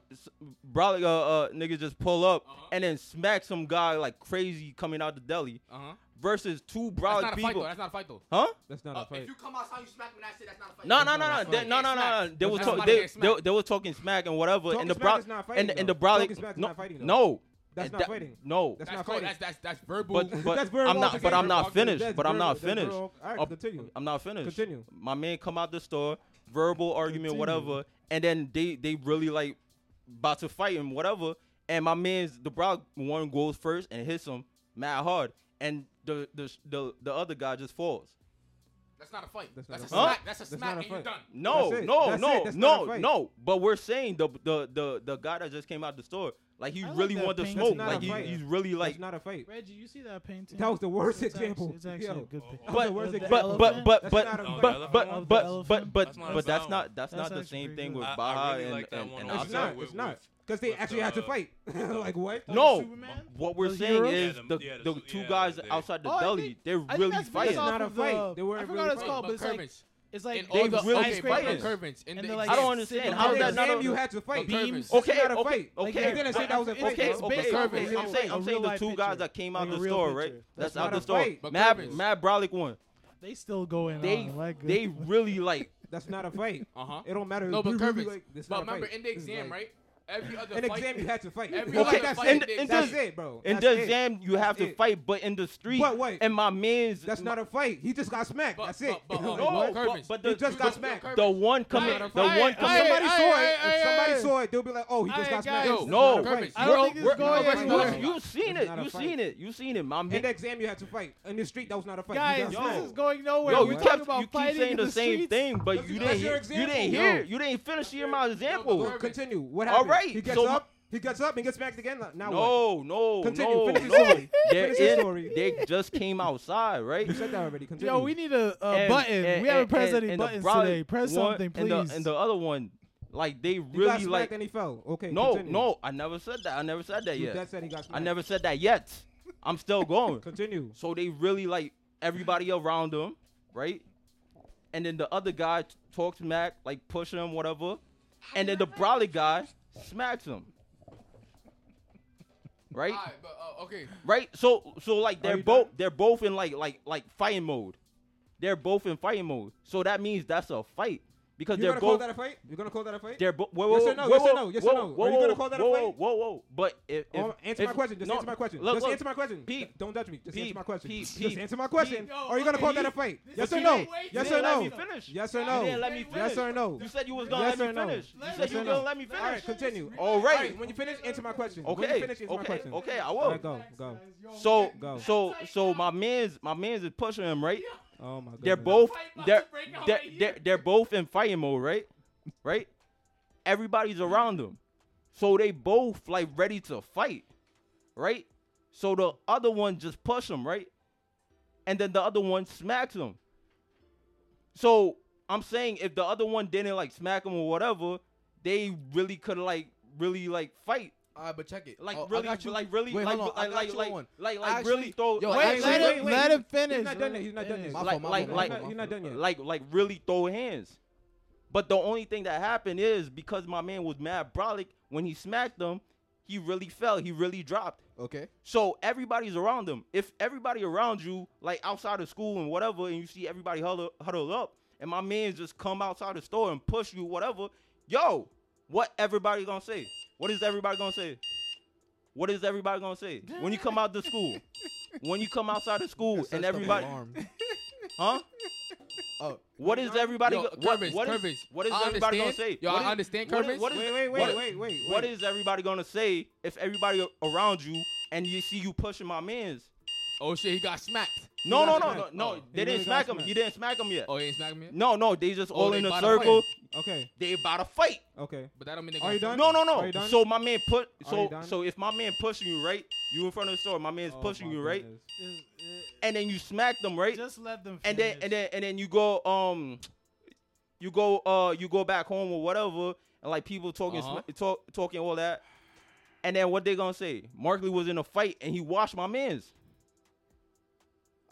[SPEAKER 2] brolic uh, uh nigga just pull up
[SPEAKER 4] Uh-huh.
[SPEAKER 2] and then smack some guy like crazy coming out the deli
[SPEAKER 4] Uh huh.
[SPEAKER 2] versus two
[SPEAKER 4] That's
[SPEAKER 2] brolic
[SPEAKER 4] not a fight though.
[SPEAKER 2] people,
[SPEAKER 4] That's not a fight though.
[SPEAKER 2] huh?
[SPEAKER 7] That's not
[SPEAKER 4] Uh,
[SPEAKER 7] a fight.
[SPEAKER 4] if you come outside, you smack me. That's it. That's not a fight.
[SPEAKER 2] No,
[SPEAKER 4] That's
[SPEAKER 2] no, no,
[SPEAKER 4] not
[SPEAKER 2] no,
[SPEAKER 4] a
[SPEAKER 2] they,
[SPEAKER 4] fight.
[SPEAKER 2] no, no, no, no.
[SPEAKER 4] Smack.
[SPEAKER 2] They were
[SPEAKER 4] That's
[SPEAKER 2] talk,
[SPEAKER 4] not a
[SPEAKER 2] they,
[SPEAKER 4] fight.
[SPEAKER 2] they, they were talking smack and whatever,
[SPEAKER 7] Talking
[SPEAKER 2] and the
[SPEAKER 7] smack
[SPEAKER 2] bro,
[SPEAKER 7] is not
[SPEAKER 2] and
[SPEAKER 7] fighting,
[SPEAKER 2] the, and the
[SPEAKER 7] though.
[SPEAKER 2] brolic,
[SPEAKER 7] Talking smack is
[SPEAKER 2] no,
[SPEAKER 7] not fighting, though.
[SPEAKER 2] no,
[SPEAKER 7] That's
[SPEAKER 2] and
[SPEAKER 7] not
[SPEAKER 2] that-
[SPEAKER 7] fighting.
[SPEAKER 2] No,
[SPEAKER 7] That's
[SPEAKER 4] That's
[SPEAKER 7] not
[SPEAKER 4] cold.
[SPEAKER 7] fighting.
[SPEAKER 4] That's that's that's verbal.
[SPEAKER 2] but
[SPEAKER 7] That's
[SPEAKER 2] but
[SPEAKER 7] verbal
[SPEAKER 2] I'm not but
[SPEAKER 7] altercation.
[SPEAKER 2] I'm not
[SPEAKER 7] That's
[SPEAKER 2] finished. But I'm
[SPEAKER 7] verbal-
[SPEAKER 2] not
[SPEAKER 7] that's verbal.
[SPEAKER 2] finished.
[SPEAKER 7] All right,
[SPEAKER 2] Uh,
[SPEAKER 7] continue.
[SPEAKER 2] I'm not finished.
[SPEAKER 7] Continue.
[SPEAKER 2] My man come out the store, verbal argument,
[SPEAKER 7] Continue.
[SPEAKER 2] whatever, and then they they really like about to fight and whatever. And my man's the broad one goes first and hits him mad hard, and the the the, the other guy just falls.
[SPEAKER 4] That's not a fight.
[SPEAKER 7] That's
[SPEAKER 4] That's,
[SPEAKER 7] not
[SPEAKER 4] a
[SPEAKER 7] a fight.
[SPEAKER 4] smack. That's a
[SPEAKER 7] That's
[SPEAKER 4] smack.
[SPEAKER 7] not a
[SPEAKER 4] and you're
[SPEAKER 7] fight.
[SPEAKER 4] done.
[SPEAKER 2] No,
[SPEAKER 7] That's it.
[SPEAKER 2] no,
[SPEAKER 7] That's
[SPEAKER 2] no,
[SPEAKER 7] it. That's not a
[SPEAKER 2] no,
[SPEAKER 7] fight.
[SPEAKER 2] no. But we're saying the the the the guy that just came out the store Like he
[SPEAKER 11] I like
[SPEAKER 2] really
[SPEAKER 11] that
[SPEAKER 2] wanted to
[SPEAKER 11] painting.
[SPEAKER 2] smoke.
[SPEAKER 11] That's not
[SPEAKER 2] Like
[SPEAKER 11] a
[SPEAKER 2] he,
[SPEAKER 11] fight.
[SPEAKER 2] he's really like.
[SPEAKER 7] It's not a fight.
[SPEAKER 11] Reggie, you see that painting?
[SPEAKER 7] That was the worst
[SPEAKER 11] It's actually-
[SPEAKER 7] example.
[SPEAKER 11] It's actually
[SPEAKER 7] Yo.
[SPEAKER 11] a good
[SPEAKER 5] Oh,
[SPEAKER 11] picture.
[SPEAKER 7] That was
[SPEAKER 2] But-
[SPEAKER 7] the worst
[SPEAKER 11] but-
[SPEAKER 7] example.
[SPEAKER 2] but but
[SPEAKER 7] That's
[SPEAKER 2] but
[SPEAKER 7] not a
[SPEAKER 5] No, the
[SPEAKER 7] fight.
[SPEAKER 2] but
[SPEAKER 5] elephant
[SPEAKER 2] but
[SPEAKER 5] one?
[SPEAKER 2] but but
[SPEAKER 11] Elephant?
[SPEAKER 2] but
[SPEAKER 5] That's
[SPEAKER 2] but,
[SPEAKER 5] not a
[SPEAKER 2] that's
[SPEAKER 5] sound.
[SPEAKER 2] not that's,
[SPEAKER 11] That's
[SPEAKER 2] not the
[SPEAKER 11] actually
[SPEAKER 2] same
[SPEAKER 11] pretty
[SPEAKER 2] thing
[SPEAKER 11] good.
[SPEAKER 2] with
[SPEAKER 5] I- I
[SPEAKER 2] Baha
[SPEAKER 5] really
[SPEAKER 2] and,
[SPEAKER 5] like that
[SPEAKER 2] and,
[SPEAKER 5] one
[SPEAKER 2] and
[SPEAKER 5] with
[SPEAKER 7] It's
[SPEAKER 5] With,
[SPEAKER 2] Abdul.
[SPEAKER 7] not.
[SPEAKER 5] with-
[SPEAKER 7] It's not.
[SPEAKER 5] with-
[SPEAKER 7] Because they
[SPEAKER 5] with
[SPEAKER 7] actually had to
[SPEAKER 5] the-
[SPEAKER 7] fight. like what?
[SPEAKER 2] No,
[SPEAKER 11] Superman?
[SPEAKER 2] what we're
[SPEAKER 11] Those
[SPEAKER 2] saying
[SPEAKER 11] heroes?
[SPEAKER 2] is
[SPEAKER 5] Yeah,
[SPEAKER 2] the
[SPEAKER 5] them- yeah, the
[SPEAKER 2] the
[SPEAKER 5] su-
[SPEAKER 2] two
[SPEAKER 5] yeah,
[SPEAKER 2] guys
[SPEAKER 5] they-
[SPEAKER 2] outside the
[SPEAKER 11] Oh, I
[SPEAKER 2] deli,
[SPEAKER 11] think-
[SPEAKER 2] they're
[SPEAKER 11] I think
[SPEAKER 2] really
[SPEAKER 11] that's based
[SPEAKER 2] fighting.
[SPEAKER 7] It's
[SPEAKER 11] off
[SPEAKER 7] not a
[SPEAKER 11] of the-
[SPEAKER 7] fight. They weren't
[SPEAKER 11] I forgot
[SPEAKER 7] really
[SPEAKER 11] what it's
[SPEAKER 7] fighting.
[SPEAKER 11] called, but it's like
[SPEAKER 4] Curvins.
[SPEAKER 11] it's like
[SPEAKER 4] In all
[SPEAKER 2] They
[SPEAKER 4] the
[SPEAKER 2] really
[SPEAKER 4] okay, but
[SPEAKER 2] fighting.
[SPEAKER 4] the curvins. In
[SPEAKER 11] And
[SPEAKER 4] the
[SPEAKER 11] they're like-
[SPEAKER 2] I don't
[SPEAKER 11] it's sitting
[SPEAKER 2] understand
[SPEAKER 11] on
[SPEAKER 2] how is
[SPEAKER 7] How
[SPEAKER 11] the
[SPEAKER 2] that not
[SPEAKER 7] exam
[SPEAKER 2] a
[SPEAKER 7] you had to fight?
[SPEAKER 11] beams.
[SPEAKER 7] It's
[SPEAKER 2] Okay,
[SPEAKER 7] not a
[SPEAKER 2] okay,
[SPEAKER 7] fight.
[SPEAKER 2] okay.
[SPEAKER 7] They didn't say that was a fight.
[SPEAKER 2] Okay,
[SPEAKER 11] It's
[SPEAKER 2] okay,
[SPEAKER 11] based
[SPEAKER 4] off
[SPEAKER 2] okay.
[SPEAKER 4] of
[SPEAKER 2] I'm
[SPEAKER 4] a
[SPEAKER 2] saying, I'm
[SPEAKER 11] real
[SPEAKER 2] saying the
[SPEAKER 11] life
[SPEAKER 2] two
[SPEAKER 11] picture,
[SPEAKER 2] guys that came out
[SPEAKER 11] like a
[SPEAKER 2] the
[SPEAKER 11] real
[SPEAKER 2] store,
[SPEAKER 11] picture.
[SPEAKER 2] right?
[SPEAKER 7] That's
[SPEAKER 2] That's,
[SPEAKER 7] not
[SPEAKER 2] out
[SPEAKER 7] a
[SPEAKER 2] the store.
[SPEAKER 7] fight.
[SPEAKER 4] But
[SPEAKER 2] Mad,
[SPEAKER 4] Curtis-
[SPEAKER 2] Mad Brolic one.
[SPEAKER 11] they still going
[SPEAKER 2] They,
[SPEAKER 11] on. Like
[SPEAKER 2] they really like.
[SPEAKER 7] That's not a fight.
[SPEAKER 4] Uh huh.
[SPEAKER 7] It don't matter.
[SPEAKER 4] No, but
[SPEAKER 7] We really
[SPEAKER 4] Curvins.
[SPEAKER 7] like- it's
[SPEAKER 4] But
[SPEAKER 7] not a
[SPEAKER 4] remember
[SPEAKER 7] fight.
[SPEAKER 4] in the
[SPEAKER 7] It's
[SPEAKER 4] exam,
[SPEAKER 7] like-
[SPEAKER 4] right? Every other
[SPEAKER 7] An
[SPEAKER 4] fight.
[SPEAKER 7] exam you had to fight.
[SPEAKER 4] Every
[SPEAKER 2] Okay,
[SPEAKER 4] other
[SPEAKER 2] that's-
[SPEAKER 4] fight.
[SPEAKER 2] and-
[SPEAKER 4] in the
[SPEAKER 2] and
[SPEAKER 4] exam.
[SPEAKER 7] That's it, bro.
[SPEAKER 2] In
[SPEAKER 7] That's
[SPEAKER 2] the
[SPEAKER 7] it.
[SPEAKER 2] exam, you have
[SPEAKER 7] That's
[SPEAKER 2] to
[SPEAKER 7] it.
[SPEAKER 2] fight, but in the street,
[SPEAKER 7] But wait.
[SPEAKER 2] and my man's
[SPEAKER 7] That's not a fight. He just got smacked.
[SPEAKER 4] But-
[SPEAKER 7] That's it.
[SPEAKER 4] but-
[SPEAKER 7] (laughs)
[SPEAKER 4] but-
[SPEAKER 7] Like,
[SPEAKER 4] no,
[SPEAKER 7] what?
[SPEAKER 4] but- Curtis.
[SPEAKER 2] but
[SPEAKER 7] He
[SPEAKER 2] the,
[SPEAKER 7] just got
[SPEAKER 4] but-
[SPEAKER 7] smacked.
[SPEAKER 4] but-
[SPEAKER 2] the one
[SPEAKER 4] Hey,
[SPEAKER 2] coming,
[SPEAKER 4] hey,
[SPEAKER 2] the one
[SPEAKER 11] hey,
[SPEAKER 7] If
[SPEAKER 2] coming.
[SPEAKER 11] hey.
[SPEAKER 7] somebody saw it,
[SPEAKER 11] hey,
[SPEAKER 7] if somebody
[SPEAKER 11] hey.
[SPEAKER 7] saw it, they'll be like, "Oh, he just
[SPEAKER 11] Hey,
[SPEAKER 7] got smacked."
[SPEAKER 11] guys.
[SPEAKER 7] That's
[SPEAKER 2] No.
[SPEAKER 7] not a
[SPEAKER 4] Curtis,
[SPEAKER 7] fight.
[SPEAKER 11] I don't
[SPEAKER 2] We're-
[SPEAKER 11] think it's
[SPEAKER 2] we're-
[SPEAKER 11] going
[SPEAKER 4] no,
[SPEAKER 11] anywhere.
[SPEAKER 4] it's
[SPEAKER 2] You seen
[SPEAKER 7] It's
[SPEAKER 2] it,
[SPEAKER 7] not a
[SPEAKER 2] you
[SPEAKER 7] fight.
[SPEAKER 2] seen it, you seen it. My
[SPEAKER 7] In the
[SPEAKER 2] man,
[SPEAKER 7] exam, you had to fight. In the street, that was not a fight. You
[SPEAKER 11] guys,
[SPEAKER 7] got
[SPEAKER 11] this
[SPEAKER 7] smacked.
[SPEAKER 11] is going nowhere.
[SPEAKER 2] yo,
[SPEAKER 11] We're
[SPEAKER 2] you
[SPEAKER 11] talking
[SPEAKER 2] kept,
[SPEAKER 11] about
[SPEAKER 2] you keep
[SPEAKER 11] fighting
[SPEAKER 2] saying
[SPEAKER 11] in
[SPEAKER 2] the, same
[SPEAKER 11] streets?
[SPEAKER 2] thing, but
[SPEAKER 7] That's-
[SPEAKER 2] you
[SPEAKER 7] that's
[SPEAKER 2] didn't,
[SPEAKER 7] your
[SPEAKER 2] hear, you
[SPEAKER 7] example.
[SPEAKER 2] didn't hear,
[SPEAKER 7] No.
[SPEAKER 2] you didn't finish hearing my
[SPEAKER 7] Well,
[SPEAKER 2] example.
[SPEAKER 4] Curtis.
[SPEAKER 7] continue. What
[SPEAKER 2] All
[SPEAKER 7] happened?
[SPEAKER 2] right,
[SPEAKER 7] He gets
[SPEAKER 2] so
[SPEAKER 7] up. He gets up and gets smacked again. Now what?
[SPEAKER 2] No, no,
[SPEAKER 7] Continue,
[SPEAKER 2] no,
[SPEAKER 7] finish your
[SPEAKER 2] no.
[SPEAKER 7] story.
[SPEAKER 2] (laughs) They're
[SPEAKER 7] Finish your
[SPEAKER 2] in-
[SPEAKER 7] story.
[SPEAKER 2] They just came outside, right?
[SPEAKER 7] You said that already. Continue.
[SPEAKER 11] Yo, we need a, a
[SPEAKER 2] And-
[SPEAKER 11] uh, button.
[SPEAKER 2] and-
[SPEAKER 11] we haven't
[SPEAKER 2] and-
[SPEAKER 11] pressed
[SPEAKER 2] and-
[SPEAKER 11] any
[SPEAKER 2] and the
[SPEAKER 11] buttons
[SPEAKER 2] brolic
[SPEAKER 11] today. Press
[SPEAKER 2] one
[SPEAKER 11] something,
[SPEAKER 2] and
[SPEAKER 11] please.
[SPEAKER 2] the- And the other one, like they
[SPEAKER 7] he got
[SPEAKER 2] really
[SPEAKER 7] smacked
[SPEAKER 2] like.
[SPEAKER 7] and he fell. Okay.
[SPEAKER 2] No,
[SPEAKER 7] continue.
[SPEAKER 2] no, I never said that. I never said that
[SPEAKER 7] You
[SPEAKER 2] yet.
[SPEAKER 7] just said he got
[SPEAKER 2] I
[SPEAKER 7] smacked.
[SPEAKER 2] never said that yet.
[SPEAKER 11] (laughs)
[SPEAKER 2] I'm still going.
[SPEAKER 7] Continue.
[SPEAKER 2] So they really like everybody around them, right? And then the other guy t- talks smack, like push him, whatever. And then the brolic guy smacks him. Right?
[SPEAKER 4] Alright, but, uh, okay.
[SPEAKER 2] Right? So so like
[SPEAKER 7] Are
[SPEAKER 2] they're
[SPEAKER 7] you
[SPEAKER 2] both
[SPEAKER 7] done?
[SPEAKER 2] they're both in like like like fighting mode. They're both in fighting mode. So that means that's a fight. Because
[SPEAKER 7] You're
[SPEAKER 2] they're
[SPEAKER 7] gonna call
[SPEAKER 2] both
[SPEAKER 7] that a fight? You're gonna call that a fight?
[SPEAKER 2] they're both whoa,
[SPEAKER 7] Yes
[SPEAKER 2] whoa,
[SPEAKER 7] or no,
[SPEAKER 2] whoa,
[SPEAKER 7] yes or
[SPEAKER 2] whoa,
[SPEAKER 7] no, yes
[SPEAKER 2] whoa,
[SPEAKER 7] or no.
[SPEAKER 2] Whoa,
[SPEAKER 7] Are you gonna
[SPEAKER 2] whoa,
[SPEAKER 7] call that a
[SPEAKER 2] whoa,
[SPEAKER 7] fight?
[SPEAKER 2] Whoa, whoa, whoa. But if, if
[SPEAKER 7] Oh, answer my
[SPEAKER 2] if-
[SPEAKER 7] question. Just
[SPEAKER 2] no,
[SPEAKER 7] answer my question.
[SPEAKER 2] Look,
[SPEAKER 7] just
[SPEAKER 2] look,
[SPEAKER 7] answer my question.
[SPEAKER 2] Pete,
[SPEAKER 7] Don't judge me. Just
[SPEAKER 2] Pete,
[SPEAKER 7] answer my question.
[SPEAKER 2] Pete,
[SPEAKER 7] just
[SPEAKER 2] Pete,
[SPEAKER 7] answer my question.
[SPEAKER 11] Pete.
[SPEAKER 7] Are you gonna call that a fight? Yes
[SPEAKER 2] you
[SPEAKER 7] or no?
[SPEAKER 2] didn't-
[SPEAKER 11] you
[SPEAKER 7] Yes
[SPEAKER 11] didn't
[SPEAKER 7] or
[SPEAKER 11] let
[SPEAKER 7] no?
[SPEAKER 11] me
[SPEAKER 2] finish.
[SPEAKER 7] Yes or
[SPEAKER 2] You didn't
[SPEAKER 7] no?
[SPEAKER 2] let me finish.
[SPEAKER 7] Yes or no?
[SPEAKER 2] You said you was gonna
[SPEAKER 7] Yes
[SPEAKER 2] let me
[SPEAKER 7] or no?
[SPEAKER 2] finish. You
[SPEAKER 11] Yes
[SPEAKER 2] said you
[SPEAKER 11] or
[SPEAKER 2] was
[SPEAKER 11] no?
[SPEAKER 2] gonna let me
[SPEAKER 7] All right,
[SPEAKER 2] finish.
[SPEAKER 7] continue.
[SPEAKER 2] All
[SPEAKER 7] All
[SPEAKER 2] right.
[SPEAKER 7] right, when you finish, answer my question. when you
[SPEAKER 2] Okay.
[SPEAKER 7] finish, answer my
[SPEAKER 2] Okay.
[SPEAKER 7] question.
[SPEAKER 2] Okay. I
[SPEAKER 7] All
[SPEAKER 2] will.
[SPEAKER 7] right, go, go.
[SPEAKER 2] So
[SPEAKER 7] Go.
[SPEAKER 2] so so my man's my man's is pushing him right.
[SPEAKER 7] Oh my god.
[SPEAKER 2] They're both they're they're, they're they're both in fighting mode right, right. Everybody's around them, so they both like ready to fight, right. So the other one just push him right, and then the other one smacks him. So I'm saying if the other one didn't like smack him or whatever, they really could like really like fight.
[SPEAKER 4] Alright, but check it.
[SPEAKER 2] Like
[SPEAKER 4] Oh, I
[SPEAKER 2] really,
[SPEAKER 4] got you.
[SPEAKER 2] like really,
[SPEAKER 4] Wait,
[SPEAKER 2] like,
[SPEAKER 4] hold on. I
[SPEAKER 2] like,
[SPEAKER 4] got
[SPEAKER 2] like,
[SPEAKER 4] you
[SPEAKER 2] like,
[SPEAKER 4] on.
[SPEAKER 2] like,
[SPEAKER 4] I
[SPEAKER 2] like,
[SPEAKER 4] actually-
[SPEAKER 2] really throw,
[SPEAKER 4] Yo,
[SPEAKER 11] Wait,
[SPEAKER 4] I
[SPEAKER 11] let
[SPEAKER 4] actually-
[SPEAKER 11] him
[SPEAKER 7] wait,
[SPEAKER 11] let
[SPEAKER 7] wait.
[SPEAKER 11] him finish.
[SPEAKER 7] He's not done
[SPEAKER 11] let
[SPEAKER 7] yet.
[SPEAKER 11] him
[SPEAKER 7] He's not done
[SPEAKER 11] finish.
[SPEAKER 7] yet.
[SPEAKER 4] My
[SPEAKER 2] like,
[SPEAKER 4] fault, my
[SPEAKER 2] like,
[SPEAKER 4] fault,
[SPEAKER 2] like,
[SPEAKER 4] my
[SPEAKER 7] He's not done yet.
[SPEAKER 2] like, like, really throw hands. But the only thing that happened is because my man was mad brolic when he smacked him, he really fell. He really dropped.
[SPEAKER 4] Okay.
[SPEAKER 2] So everybody's around them. If everybody around you, like outside of school and whatever, and you see everybody huddle, huddle up, and my man just come outside the store and push you, whatever, yo, what everybody gonna say? What is everybody gonna say? What is everybody gonna say when you come out the school? when you come outside of school and everybody,
[SPEAKER 7] (laughs)
[SPEAKER 2] huh? Uh,
[SPEAKER 4] Oh.
[SPEAKER 2] What is everybody?
[SPEAKER 4] Yo,
[SPEAKER 2] go- what,
[SPEAKER 4] Curvis,
[SPEAKER 2] what is,
[SPEAKER 4] Curvis,
[SPEAKER 2] what is
[SPEAKER 4] I
[SPEAKER 2] everybody gonna
[SPEAKER 4] understand.
[SPEAKER 2] say?
[SPEAKER 4] Yo,
[SPEAKER 2] What
[SPEAKER 4] I
[SPEAKER 2] is-
[SPEAKER 4] understand,
[SPEAKER 2] what is-
[SPEAKER 4] Curvis.
[SPEAKER 2] what is-
[SPEAKER 7] Wait, wait,
[SPEAKER 2] what-
[SPEAKER 7] wait, wait, wait.
[SPEAKER 2] What
[SPEAKER 7] wait.
[SPEAKER 2] is everybody gonna say if everybody a- around you and you see you pushing my man's?
[SPEAKER 4] Oh shit, he got smacked.
[SPEAKER 2] No, no,
[SPEAKER 7] got
[SPEAKER 2] no, no,
[SPEAKER 7] smacked.
[SPEAKER 2] no.
[SPEAKER 7] Oh.
[SPEAKER 2] They
[SPEAKER 7] He
[SPEAKER 2] didn't
[SPEAKER 7] really got
[SPEAKER 2] smack him.
[SPEAKER 7] smacked.
[SPEAKER 2] He didn't smack him yet.
[SPEAKER 4] Oh, he ain't smacked me. yet?
[SPEAKER 2] No, no. They just
[SPEAKER 4] Oh,
[SPEAKER 2] all
[SPEAKER 4] they
[SPEAKER 2] in a
[SPEAKER 4] about to
[SPEAKER 2] circle.
[SPEAKER 7] Okay.
[SPEAKER 2] They about to fight.
[SPEAKER 7] Okay.
[SPEAKER 4] But that don't mean they.
[SPEAKER 7] Are
[SPEAKER 4] got
[SPEAKER 7] you
[SPEAKER 4] smacked.
[SPEAKER 7] done?
[SPEAKER 2] No, no,
[SPEAKER 7] Are you
[SPEAKER 2] no.
[SPEAKER 7] done?
[SPEAKER 2] So my man put.
[SPEAKER 7] Are
[SPEAKER 2] So
[SPEAKER 7] you done?
[SPEAKER 2] so if my man pushing you right, you in front of the store. My man's
[SPEAKER 7] Oh
[SPEAKER 2] pushing
[SPEAKER 7] my
[SPEAKER 2] you right,
[SPEAKER 7] goodness.
[SPEAKER 11] Is- is-
[SPEAKER 2] and then you smack them right,
[SPEAKER 11] Just let them finish.
[SPEAKER 2] and then and then and then you go um, you go uh you go back home or whatever, and like people talking
[SPEAKER 4] Uh-huh.
[SPEAKER 2] sma- talk, talking all that, and then what they gonna say? Markley was in a fight and he washed my man's.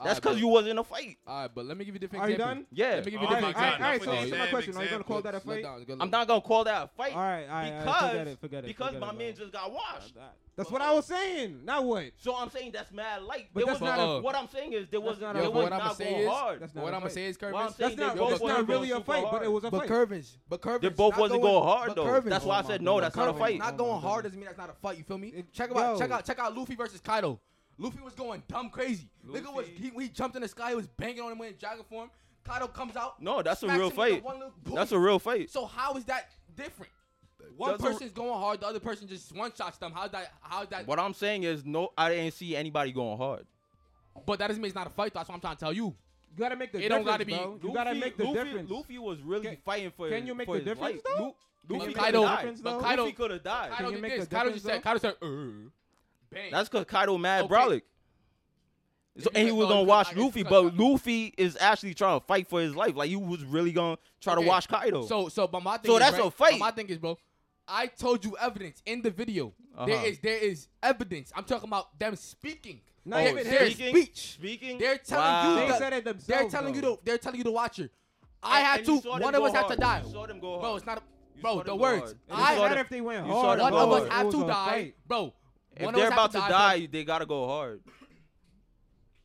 [SPEAKER 2] That's
[SPEAKER 4] Alright,
[SPEAKER 2] because
[SPEAKER 4] but-
[SPEAKER 2] you was in a fight.
[SPEAKER 4] Alright, but let me give you a different
[SPEAKER 7] Are you
[SPEAKER 4] example.
[SPEAKER 7] done?
[SPEAKER 2] Yeah.
[SPEAKER 4] Let me give you a
[SPEAKER 5] All
[SPEAKER 7] Alright,
[SPEAKER 4] different
[SPEAKER 5] right, all
[SPEAKER 4] example.
[SPEAKER 7] alright,
[SPEAKER 5] right,
[SPEAKER 7] so
[SPEAKER 5] That's
[SPEAKER 7] answer my
[SPEAKER 5] what
[SPEAKER 7] question. Are you gonna
[SPEAKER 5] example.
[SPEAKER 7] call that a fight?
[SPEAKER 4] Slow down, good
[SPEAKER 2] I'm
[SPEAKER 4] luck.
[SPEAKER 2] not gonna call that a fight.
[SPEAKER 7] All right, all right, all
[SPEAKER 2] because
[SPEAKER 7] right. Forget it. Forget it.
[SPEAKER 2] because
[SPEAKER 7] forget
[SPEAKER 2] my
[SPEAKER 7] about
[SPEAKER 2] man
[SPEAKER 7] it.
[SPEAKER 2] just got washed.
[SPEAKER 7] That's what I was saying. Now what?
[SPEAKER 2] So I'm saying that's mad light.
[SPEAKER 7] But
[SPEAKER 2] There
[SPEAKER 7] that's
[SPEAKER 2] was-
[SPEAKER 4] not a-
[SPEAKER 2] what I'm saying is there was
[SPEAKER 7] not
[SPEAKER 2] not,
[SPEAKER 7] a-
[SPEAKER 2] there
[SPEAKER 7] Yo, but
[SPEAKER 2] was
[SPEAKER 4] what I'ma
[SPEAKER 2] not
[SPEAKER 4] say
[SPEAKER 2] going
[SPEAKER 4] is-
[SPEAKER 2] hard.
[SPEAKER 7] That's not
[SPEAKER 4] But what
[SPEAKER 7] a
[SPEAKER 4] I'm gonna
[SPEAKER 7] fight.
[SPEAKER 4] say is,
[SPEAKER 2] What I'm
[SPEAKER 4] Curvis.
[SPEAKER 2] saying
[SPEAKER 7] That's not.
[SPEAKER 2] they both
[SPEAKER 7] That's not
[SPEAKER 2] wasn't
[SPEAKER 7] really a
[SPEAKER 2] going super
[SPEAKER 7] fight, but
[SPEAKER 2] hard.
[SPEAKER 7] it was a
[SPEAKER 9] But
[SPEAKER 7] fight.
[SPEAKER 9] Curvins, but Curvins,
[SPEAKER 2] They both
[SPEAKER 9] not
[SPEAKER 2] wasn't
[SPEAKER 9] going
[SPEAKER 2] going hard
[SPEAKER 9] but
[SPEAKER 2] though.
[SPEAKER 9] Curvins-
[SPEAKER 2] That's
[SPEAKER 9] Oh
[SPEAKER 2] why I
[SPEAKER 7] my
[SPEAKER 2] said no.
[SPEAKER 7] God.
[SPEAKER 2] That's
[SPEAKER 7] But
[SPEAKER 2] not a
[SPEAKER 9] Curvins,
[SPEAKER 7] Curvins,
[SPEAKER 2] fight.
[SPEAKER 9] Not
[SPEAKER 7] Oh
[SPEAKER 9] going
[SPEAKER 7] my
[SPEAKER 9] hard
[SPEAKER 7] goodness.
[SPEAKER 9] doesn't mean that's not a fight. You feel me?
[SPEAKER 7] It-
[SPEAKER 9] Check out,
[SPEAKER 7] yo.
[SPEAKER 9] check out, check out. Luffy versus Kaido. Luffy was going dumb crazy. Nigga was he, when he jumped in the sky. He was banging on him in dragon form. Kaido comes out.
[SPEAKER 2] No, that's a
[SPEAKER 9] smacks
[SPEAKER 2] real
[SPEAKER 9] him with the
[SPEAKER 2] fight.
[SPEAKER 9] one little boom.
[SPEAKER 2] That's a real fight.
[SPEAKER 9] So how is that different?
[SPEAKER 4] One
[SPEAKER 2] Doesn't-
[SPEAKER 4] person's going hard, the other person just one shots them. How's that? How's that?
[SPEAKER 2] What I'm saying is no. I didn't see anybody going hard.
[SPEAKER 4] But that doesn't mean it's not a fight. That's what I'm trying to tell you.
[SPEAKER 7] You gotta make the
[SPEAKER 4] It don't
[SPEAKER 7] difference,
[SPEAKER 4] gotta be-
[SPEAKER 7] bro.
[SPEAKER 2] Luffy,
[SPEAKER 7] you gotta make the
[SPEAKER 2] Luffy,
[SPEAKER 7] difference.
[SPEAKER 2] Luffy was really
[SPEAKER 7] Can-
[SPEAKER 2] fighting for.
[SPEAKER 7] can you make
[SPEAKER 2] for his
[SPEAKER 7] the difference,
[SPEAKER 2] life.
[SPEAKER 7] though?
[SPEAKER 2] Lu-
[SPEAKER 7] Can
[SPEAKER 2] Luffy
[SPEAKER 7] you
[SPEAKER 2] could
[SPEAKER 7] make
[SPEAKER 4] Kaido-
[SPEAKER 7] the
[SPEAKER 2] have died.
[SPEAKER 7] difference,
[SPEAKER 4] but
[SPEAKER 7] though?
[SPEAKER 4] Kaido-
[SPEAKER 2] Luffy could have died.
[SPEAKER 7] Can
[SPEAKER 4] Kaido
[SPEAKER 7] you
[SPEAKER 4] did
[SPEAKER 7] make
[SPEAKER 4] this.
[SPEAKER 7] the
[SPEAKER 4] Kaido just said.
[SPEAKER 7] difference,
[SPEAKER 4] Kaido said.
[SPEAKER 9] "Uh,
[SPEAKER 4] "Urgh." Bang.
[SPEAKER 2] That's because Kaido mad
[SPEAKER 4] Okay.
[SPEAKER 2] brolic. So,
[SPEAKER 4] If you
[SPEAKER 2] and he
[SPEAKER 4] could-
[SPEAKER 2] was
[SPEAKER 4] oh,
[SPEAKER 2] gonna
[SPEAKER 4] you could- I
[SPEAKER 2] watch
[SPEAKER 4] guess you
[SPEAKER 2] Luffy,
[SPEAKER 4] could-
[SPEAKER 2] but Luffy is actually trying to fight for his life. Like he was really gonna try to
[SPEAKER 4] Okay.
[SPEAKER 2] watch Kaido. Oh,
[SPEAKER 4] So, so, but my thing
[SPEAKER 2] So
[SPEAKER 4] is,
[SPEAKER 2] that's
[SPEAKER 4] right,
[SPEAKER 2] a fight.
[SPEAKER 4] but My thing is, bro. I told you evidence in the video. There
[SPEAKER 2] Uh-huh.
[SPEAKER 4] is, there is evidence. I'm talking about them speaking.
[SPEAKER 7] Not
[SPEAKER 4] Oh,
[SPEAKER 7] even
[SPEAKER 4] their
[SPEAKER 7] him.
[SPEAKER 2] Speaking?
[SPEAKER 4] speech.
[SPEAKER 2] speaking,
[SPEAKER 4] They're telling
[SPEAKER 2] Wow.
[SPEAKER 4] you.
[SPEAKER 7] They
[SPEAKER 4] the-
[SPEAKER 7] said it themselves.
[SPEAKER 4] they're telling you
[SPEAKER 7] though.
[SPEAKER 4] to. They're telling you to watch her. I had
[SPEAKER 2] and
[SPEAKER 4] to.
[SPEAKER 2] you saw them
[SPEAKER 4] One of
[SPEAKER 2] go
[SPEAKER 4] us had to
[SPEAKER 2] hard.
[SPEAKER 4] die.
[SPEAKER 2] You saw them go
[SPEAKER 4] Bro,
[SPEAKER 2] hard.
[SPEAKER 4] it's not.
[SPEAKER 2] You saw
[SPEAKER 4] A, bro,
[SPEAKER 2] them
[SPEAKER 4] the
[SPEAKER 2] go
[SPEAKER 4] words.
[SPEAKER 2] hard.
[SPEAKER 7] It doesn't
[SPEAKER 4] I
[SPEAKER 2] saw
[SPEAKER 4] had.
[SPEAKER 7] matter
[SPEAKER 2] them-
[SPEAKER 7] if they went
[SPEAKER 2] you saw
[SPEAKER 7] hard.
[SPEAKER 2] them
[SPEAKER 4] One
[SPEAKER 7] bro.
[SPEAKER 4] of
[SPEAKER 2] go
[SPEAKER 4] us
[SPEAKER 2] hard.
[SPEAKER 7] It
[SPEAKER 4] had
[SPEAKER 7] was
[SPEAKER 4] to
[SPEAKER 7] a
[SPEAKER 4] die,
[SPEAKER 7] fight.
[SPEAKER 4] bro.
[SPEAKER 2] if
[SPEAKER 4] One of
[SPEAKER 2] they're
[SPEAKER 4] us had
[SPEAKER 2] about
[SPEAKER 4] to
[SPEAKER 2] to
[SPEAKER 4] die.
[SPEAKER 2] die, they gotta go hard.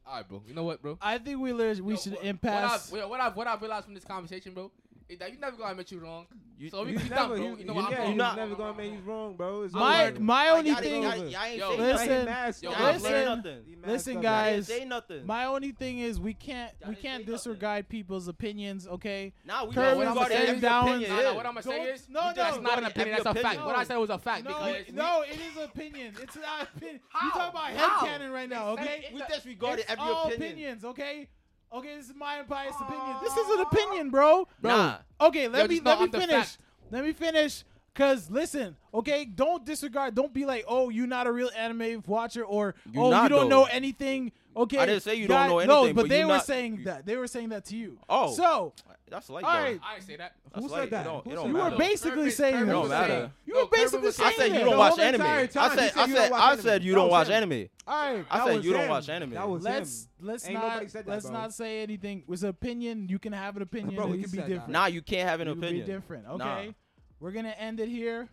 [SPEAKER 4] All right, bro. You know what, bro?
[SPEAKER 1] I think we learned we
[SPEAKER 4] Yo,
[SPEAKER 1] should
[SPEAKER 4] what-
[SPEAKER 1] impasse.
[SPEAKER 4] What I've, what, I've, what I've realized from this conversation, bro, is that you never gonna admit you wrong.
[SPEAKER 2] You-
[SPEAKER 4] so we
[SPEAKER 7] He's
[SPEAKER 4] keep
[SPEAKER 7] never,
[SPEAKER 4] down, bro.
[SPEAKER 7] he's-
[SPEAKER 4] You know what?
[SPEAKER 7] yeah,
[SPEAKER 4] I'm
[SPEAKER 7] he's
[SPEAKER 4] wrong.
[SPEAKER 2] not-
[SPEAKER 7] never gonna make you wrong, bro. It's
[SPEAKER 1] My
[SPEAKER 7] over.
[SPEAKER 1] my only
[SPEAKER 2] Y'all
[SPEAKER 1] thing.
[SPEAKER 2] didn't- y'all- y'all ain't
[SPEAKER 4] Yo,
[SPEAKER 2] say
[SPEAKER 4] listen,
[SPEAKER 2] nothing.
[SPEAKER 1] Listen,
[SPEAKER 7] masked
[SPEAKER 4] yo,
[SPEAKER 7] up.
[SPEAKER 2] Y'all ain't say
[SPEAKER 1] listen,
[SPEAKER 2] nothing.
[SPEAKER 7] He
[SPEAKER 1] Listen,
[SPEAKER 7] masked up.
[SPEAKER 2] Y'all
[SPEAKER 1] guys.
[SPEAKER 2] ain't say nothing.
[SPEAKER 1] My only thing is we can't
[SPEAKER 2] Y'all
[SPEAKER 1] we
[SPEAKER 2] didn't
[SPEAKER 1] can't
[SPEAKER 2] say nothing.
[SPEAKER 1] disregard people's opinions. Okay.
[SPEAKER 2] Nah, we
[SPEAKER 1] Curry
[SPEAKER 2] know
[SPEAKER 1] was
[SPEAKER 2] what
[SPEAKER 1] sitting
[SPEAKER 2] every
[SPEAKER 1] down.
[SPEAKER 2] opinion
[SPEAKER 4] Nah, nah,
[SPEAKER 2] is.
[SPEAKER 4] what I'm gonna say
[SPEAKER 1] Don't-
[SPEAKER 4] is,
[SPEAKER 1] no, no,
[SPEAKER 4] that's not an
[SPEAKER 2] every
[SPEAKER 4] opinion. That's a
[SPEAKER 2] opinion.
[SPEAKER 4] fact. What I said was a fact.
[SPEAKER 1] No,
[SPEAKER 4] because
[SPEAKER 1] it, no, it is opinions. It's not (laughs) opinion. You talk about
[SPEAKER 4] How?
[SPEAKER 1] headcanon right now, okay?
[SPEAKER 2] We disregarded
[SPEAKER 1] It's
[SPEAKER 2] every
[SPEAKER 1] all
[SPEAKER 2] opinion.
[SPEAKER 1] opinions, okay? Okay, this is my unbiased opinion. This is an opinion, bro.
[SPEAKER 2] Ah. Nah.
[SPEAKER 1] Okay, let
[SPEAKER 4] Yo,
[SPEAKER 1] me
[SPEAKER 4] just know
[SPEAKER 1] let me
[SPEAKER 4] I'm the
[SPEAKER 1] finish.
[SPEAKER 4] fact.
[SPEAKER 1] Let me finish. Cause listen, okay, don't disregard. Don't be like, oh, you're not a real anime watcher, or
[SPEAKER 2] You
[SPEAKER 1] oh, you
[SPEAKER 2] not,
[SPEAKER 1] don't
[SPEAKER 2] though.
[SPEAKER 1] know anything. Okay,
[SPEAKER 2] didn't say you don't
[SPEAKER 1] God-
[SPEAKER 2] know
[SPEAKER 1] No,
[SPEAKER 2] anything,
[SPEAKER 1] but,
[SPEAKER 2] but
[SPEAKER 1] they
[SPEAKER 2] you
[SPEAKER 1] were
[SPEAKER 2] not-
[SPEAKER 1] saying
[SPEAKER 2] you-
[SPEAKER 1] that they were saying that to you.
[SPEAKER 2] Oh.
[SPEAKER 1] so
[SPEAKER 2] That's like
[SPEAKER 1] All
[SPEAKER 2] though.
[SPEAKER 1] right.
[SPEAKER 4] I didn't say that.
[SPEAKER 7] Who
[SPEAKER 2] That's
[SPEAKER 7] said
[SPEAKER 2] like-
[SPEAKER 7] that?
[SPEAKER 2] it don't-
[SPEAKER 7] Who
[SPEAKER 2] it
[SPEAKER 7] said
[SPEAKER 2] don't
[SPEAKER 7] that?
[SPEAKER 1] you were
[SPEAKER 2] matter.
[SPEAKER 1] basically
[SPEAKER 4] Kirby-
[SPEAKER 1] saying
[SPEAKER 4] Kirby
[SPEAKER 1] that.
[SPEAKER 2] was saying-
[SPEAKER 1] You
[SPEAKER 4] No,
[SPEAKER 1] were
[SPEAKER 4] Kirby
[SPEAKER 1] basically
[SPEAKER 4] was
[SPEAKER 2] I
[SPEAKER 1] saying
[SPEAKER 4] saying
[SPEAKER 2] said
[SPEAKER 1] that
[SPEAKER 2] you
[SPEAKER 1] the
[SPEAKER 2] don't watch
[SPEAKER 1] whole
[SPEAKER 2] anime.
[SPEAKER 1] entire time.
[SPEAKER 2] I said
[SPEAKER 7] said
[SPEAKER 2] I
[SPEAKER 7] you don't
[SPEAKER 2] said
[SPEAKER 7] watch
[SPEAKER 2] I
[SPEAKER 7] anime.
[SPEAKER 2] said you
[SPEAKER 7] That
[SPEAKER 2] don't
[SPEAKER 7] was
[SPEAKER 2] watch
[SPEAKER 7] him.
[SPEAKER 2] anime.
[SPEAKER 1] All right.
[SPEAKER 2] I
[SPEAKER 7] That
[SPEAKER 2] said
[SPEAKER 7] was
[SPEAKER 2] you don't
[SPEAKER 7] him.
[SPEAKER 2] watch anime.
[SPEAKER 7] That was
[SPEAKER 1] Let's
[SPEAKER 7] him.
[SPEAKER 1] let's
[SPEAKER 7] Ain't
[SPEAKER 1] not
[SPEAKER 7] nobody said that,
[SPEAKER 1] let's
[SPEAKER 7] bro.
[SPEAKER 1] not say anything. It's an opinion. You can have an opinion.
[SPEAKER 7] Bro,
[SPEAKER 1] it can
[SPEAKER 7] he
[SPEAKER 1] be
[SPEAKER 7] said that.
[SPEAKER 1] different.
[SPEAKER 2] Nah, you can't have an
[SPEAKER 1] it can be
[SPEAKER 2] opinion.
[SPEAKER 1] different. Okay,
[SPEAKER 2] Nah.
[SPEAKER 1] we're gonna end it here.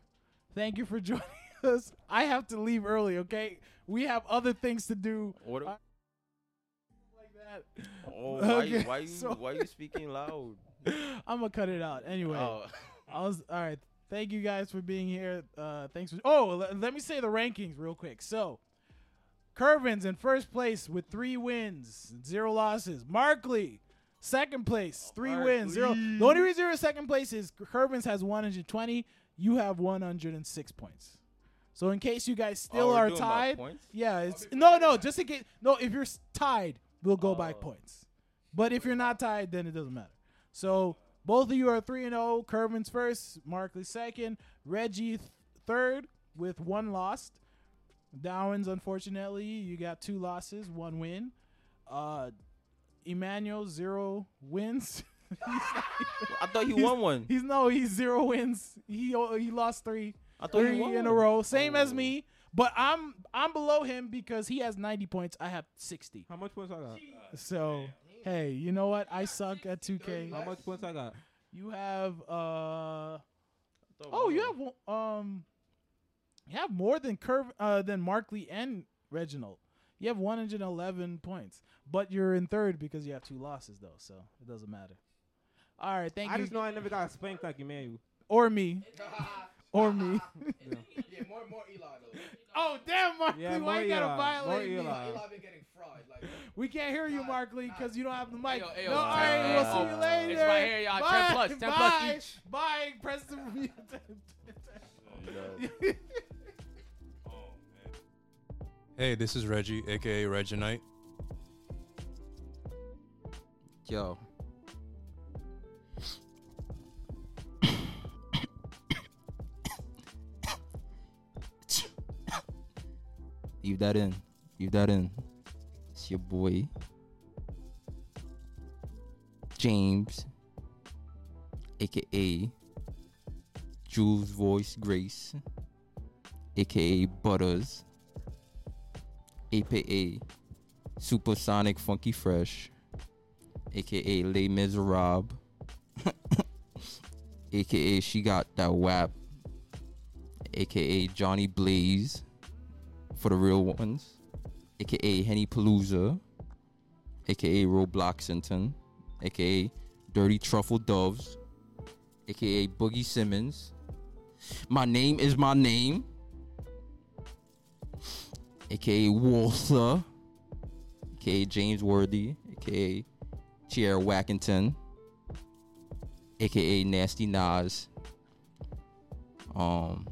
[SPEAKER 1] Thank you for (laughs) joining us. I have to leave early. Okay, we have other things to do.
[SPEAKER 2] What-
[SPEAKER 1] Like that.
[SPEAKER 2] Oh, why you
[SPEAKER 1] Okay,
[SPEAKER 2] why you
[SPEAKER 1] so-
[SPEAKER 2] why you speaking loud?
[SPEAKER 1] I'm gonna cut it out anyway.
[SPEAKER 2] Oh.
[SPEAKER 1] I was all right. Thank you guys for being here. Uh, thanks for. Oh, le- let me say the rankings real quick. So, Curvin's in first place with three wins, zero losses. Markley, second place, three wins, zero. The only reason you're in second place is Curvin's has 120. You have 106 points. So in case you guys still
[SPEAKER 2] Oh, we're
[SPEAKER 1] are
[SPEAKER 2] doing by
[SPEAKER 1] tied,
[SPEAKER 2] points?
[SPEAKER 1] yeah, it's no, no. Just in case, no. If you're s- tied, we'll go by
[SPEAKER 2] Oh.
[SPEAKER 1] points. But if you're not tied, then it doesn't matter. So both of you are three and zero. Curvin's first, Markley second, Reggie th- third with one lost. Dowins, unfortunately, you got two losses, one win. Uh, Emmanuel zero wins. (laughs)
[SPEAKER 2] I thought you won one.
[SPEAKER 1] He's no, he's zero wins. He o- he lost three,
[SPEAKER 2] I thought
[SPEAKER 1] three
[SPEAKER 2] you won
[SPEAKER 1] in a row, same as me.
[SPEAKER 7] Oh.
[SPEAKER 1] But I'm I'm below him because he has 90 points. I have 60.
[SPEAKER 7] How much points I got?
[SPEAKER 1] So hey, you know what? I suck at 2K.
[SPEAKER 7] How much points I got?
[SPEAKER 1] You have uh
[SPEAKER 2] I thought
[SPEAKER 1] oh,
[SPEAKER 2] one.
[SPEAKER 1] you have one- um you have more than Curve uh than Markley and Reginald. You have 111 points, but you're in third because you have two losses though, so it doesn't matter. All right, thank
[SPEAKER 7] I
[SPEAKER 1] you
[SPEAKER 7] just know I never got spanked like Emmanuel.
[SPEAKER 1] or (laughs) me or me.
[SPEAKER 4] Yeah, more, more Eli though.
[SPEAKER 1] (laughs) Oh damn, Markley,
[SPEAKER 7] Yeah,
[SPEAKER 1] why
[SPEAKER 7] more
[SPEAKER 1] you gotta
[SPEAKER 7] Eli,
[SPEAKER 1] violate
[SPEAKER 7] more
[SPEAKER 1] me?
[SPEAKER 7] Eli.
[SPEAKER 4] been getting fraud. Like,
[SPEAKER 1] We can't hear you, Markley, because you don't have the mic.
[SPEAKER 4] Ayo, ayo,
[SPEAKER 1] no, all right, we'll see you
[SPEAKER 4] oh,
[SPEAKER 1] later.
[SPEAKER 4] it's right here, y'all. 10 plus, 10
[SPEAKER 1] bye,
[SPEAKER 4] plus
[SPEAKER 1] bye,
[SPEAKER 4] each.
[SPEAKER 1] Bye. Press the (laughs) mute.
[SPEAKER 5] Hey, this is Reggie, aka Reginite.
[SPEAKER 2] Yo. Leave that in. Leave that in. It's your boy. James. AKA Jules Voice Grace. AKA Butters. AKA Supersonic Funky Fresh aka Les Miserables, (laughs) aka she got that WAP, aka Johnny Blaze, for the real ones, aka Henny Palooza, aka Robloxington, aka Dirty Truffle Doves, aka Boogie Simmons. My name is my name, aka Walther, aka James Worthy, aka Chair Wackington, aka Nasty Nas. Um,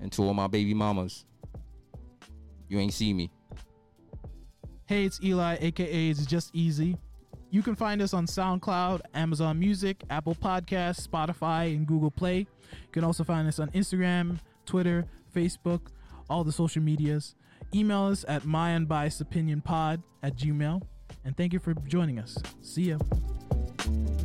[SPEAKER 2] and to all my baby mamas, you ain't see me.
[SPEAKER 1] Hey, it's Eli, aka It's Just Easy. You can find us on SoundCloud, Amazon Music, Apple Podcasts, Spotify, and Google Play. You can also find us on Instagram, Twitter, Facebook, all the social medias. Email us at myunbiasedopinionpod at gmail. And thank you for joining us. See ya.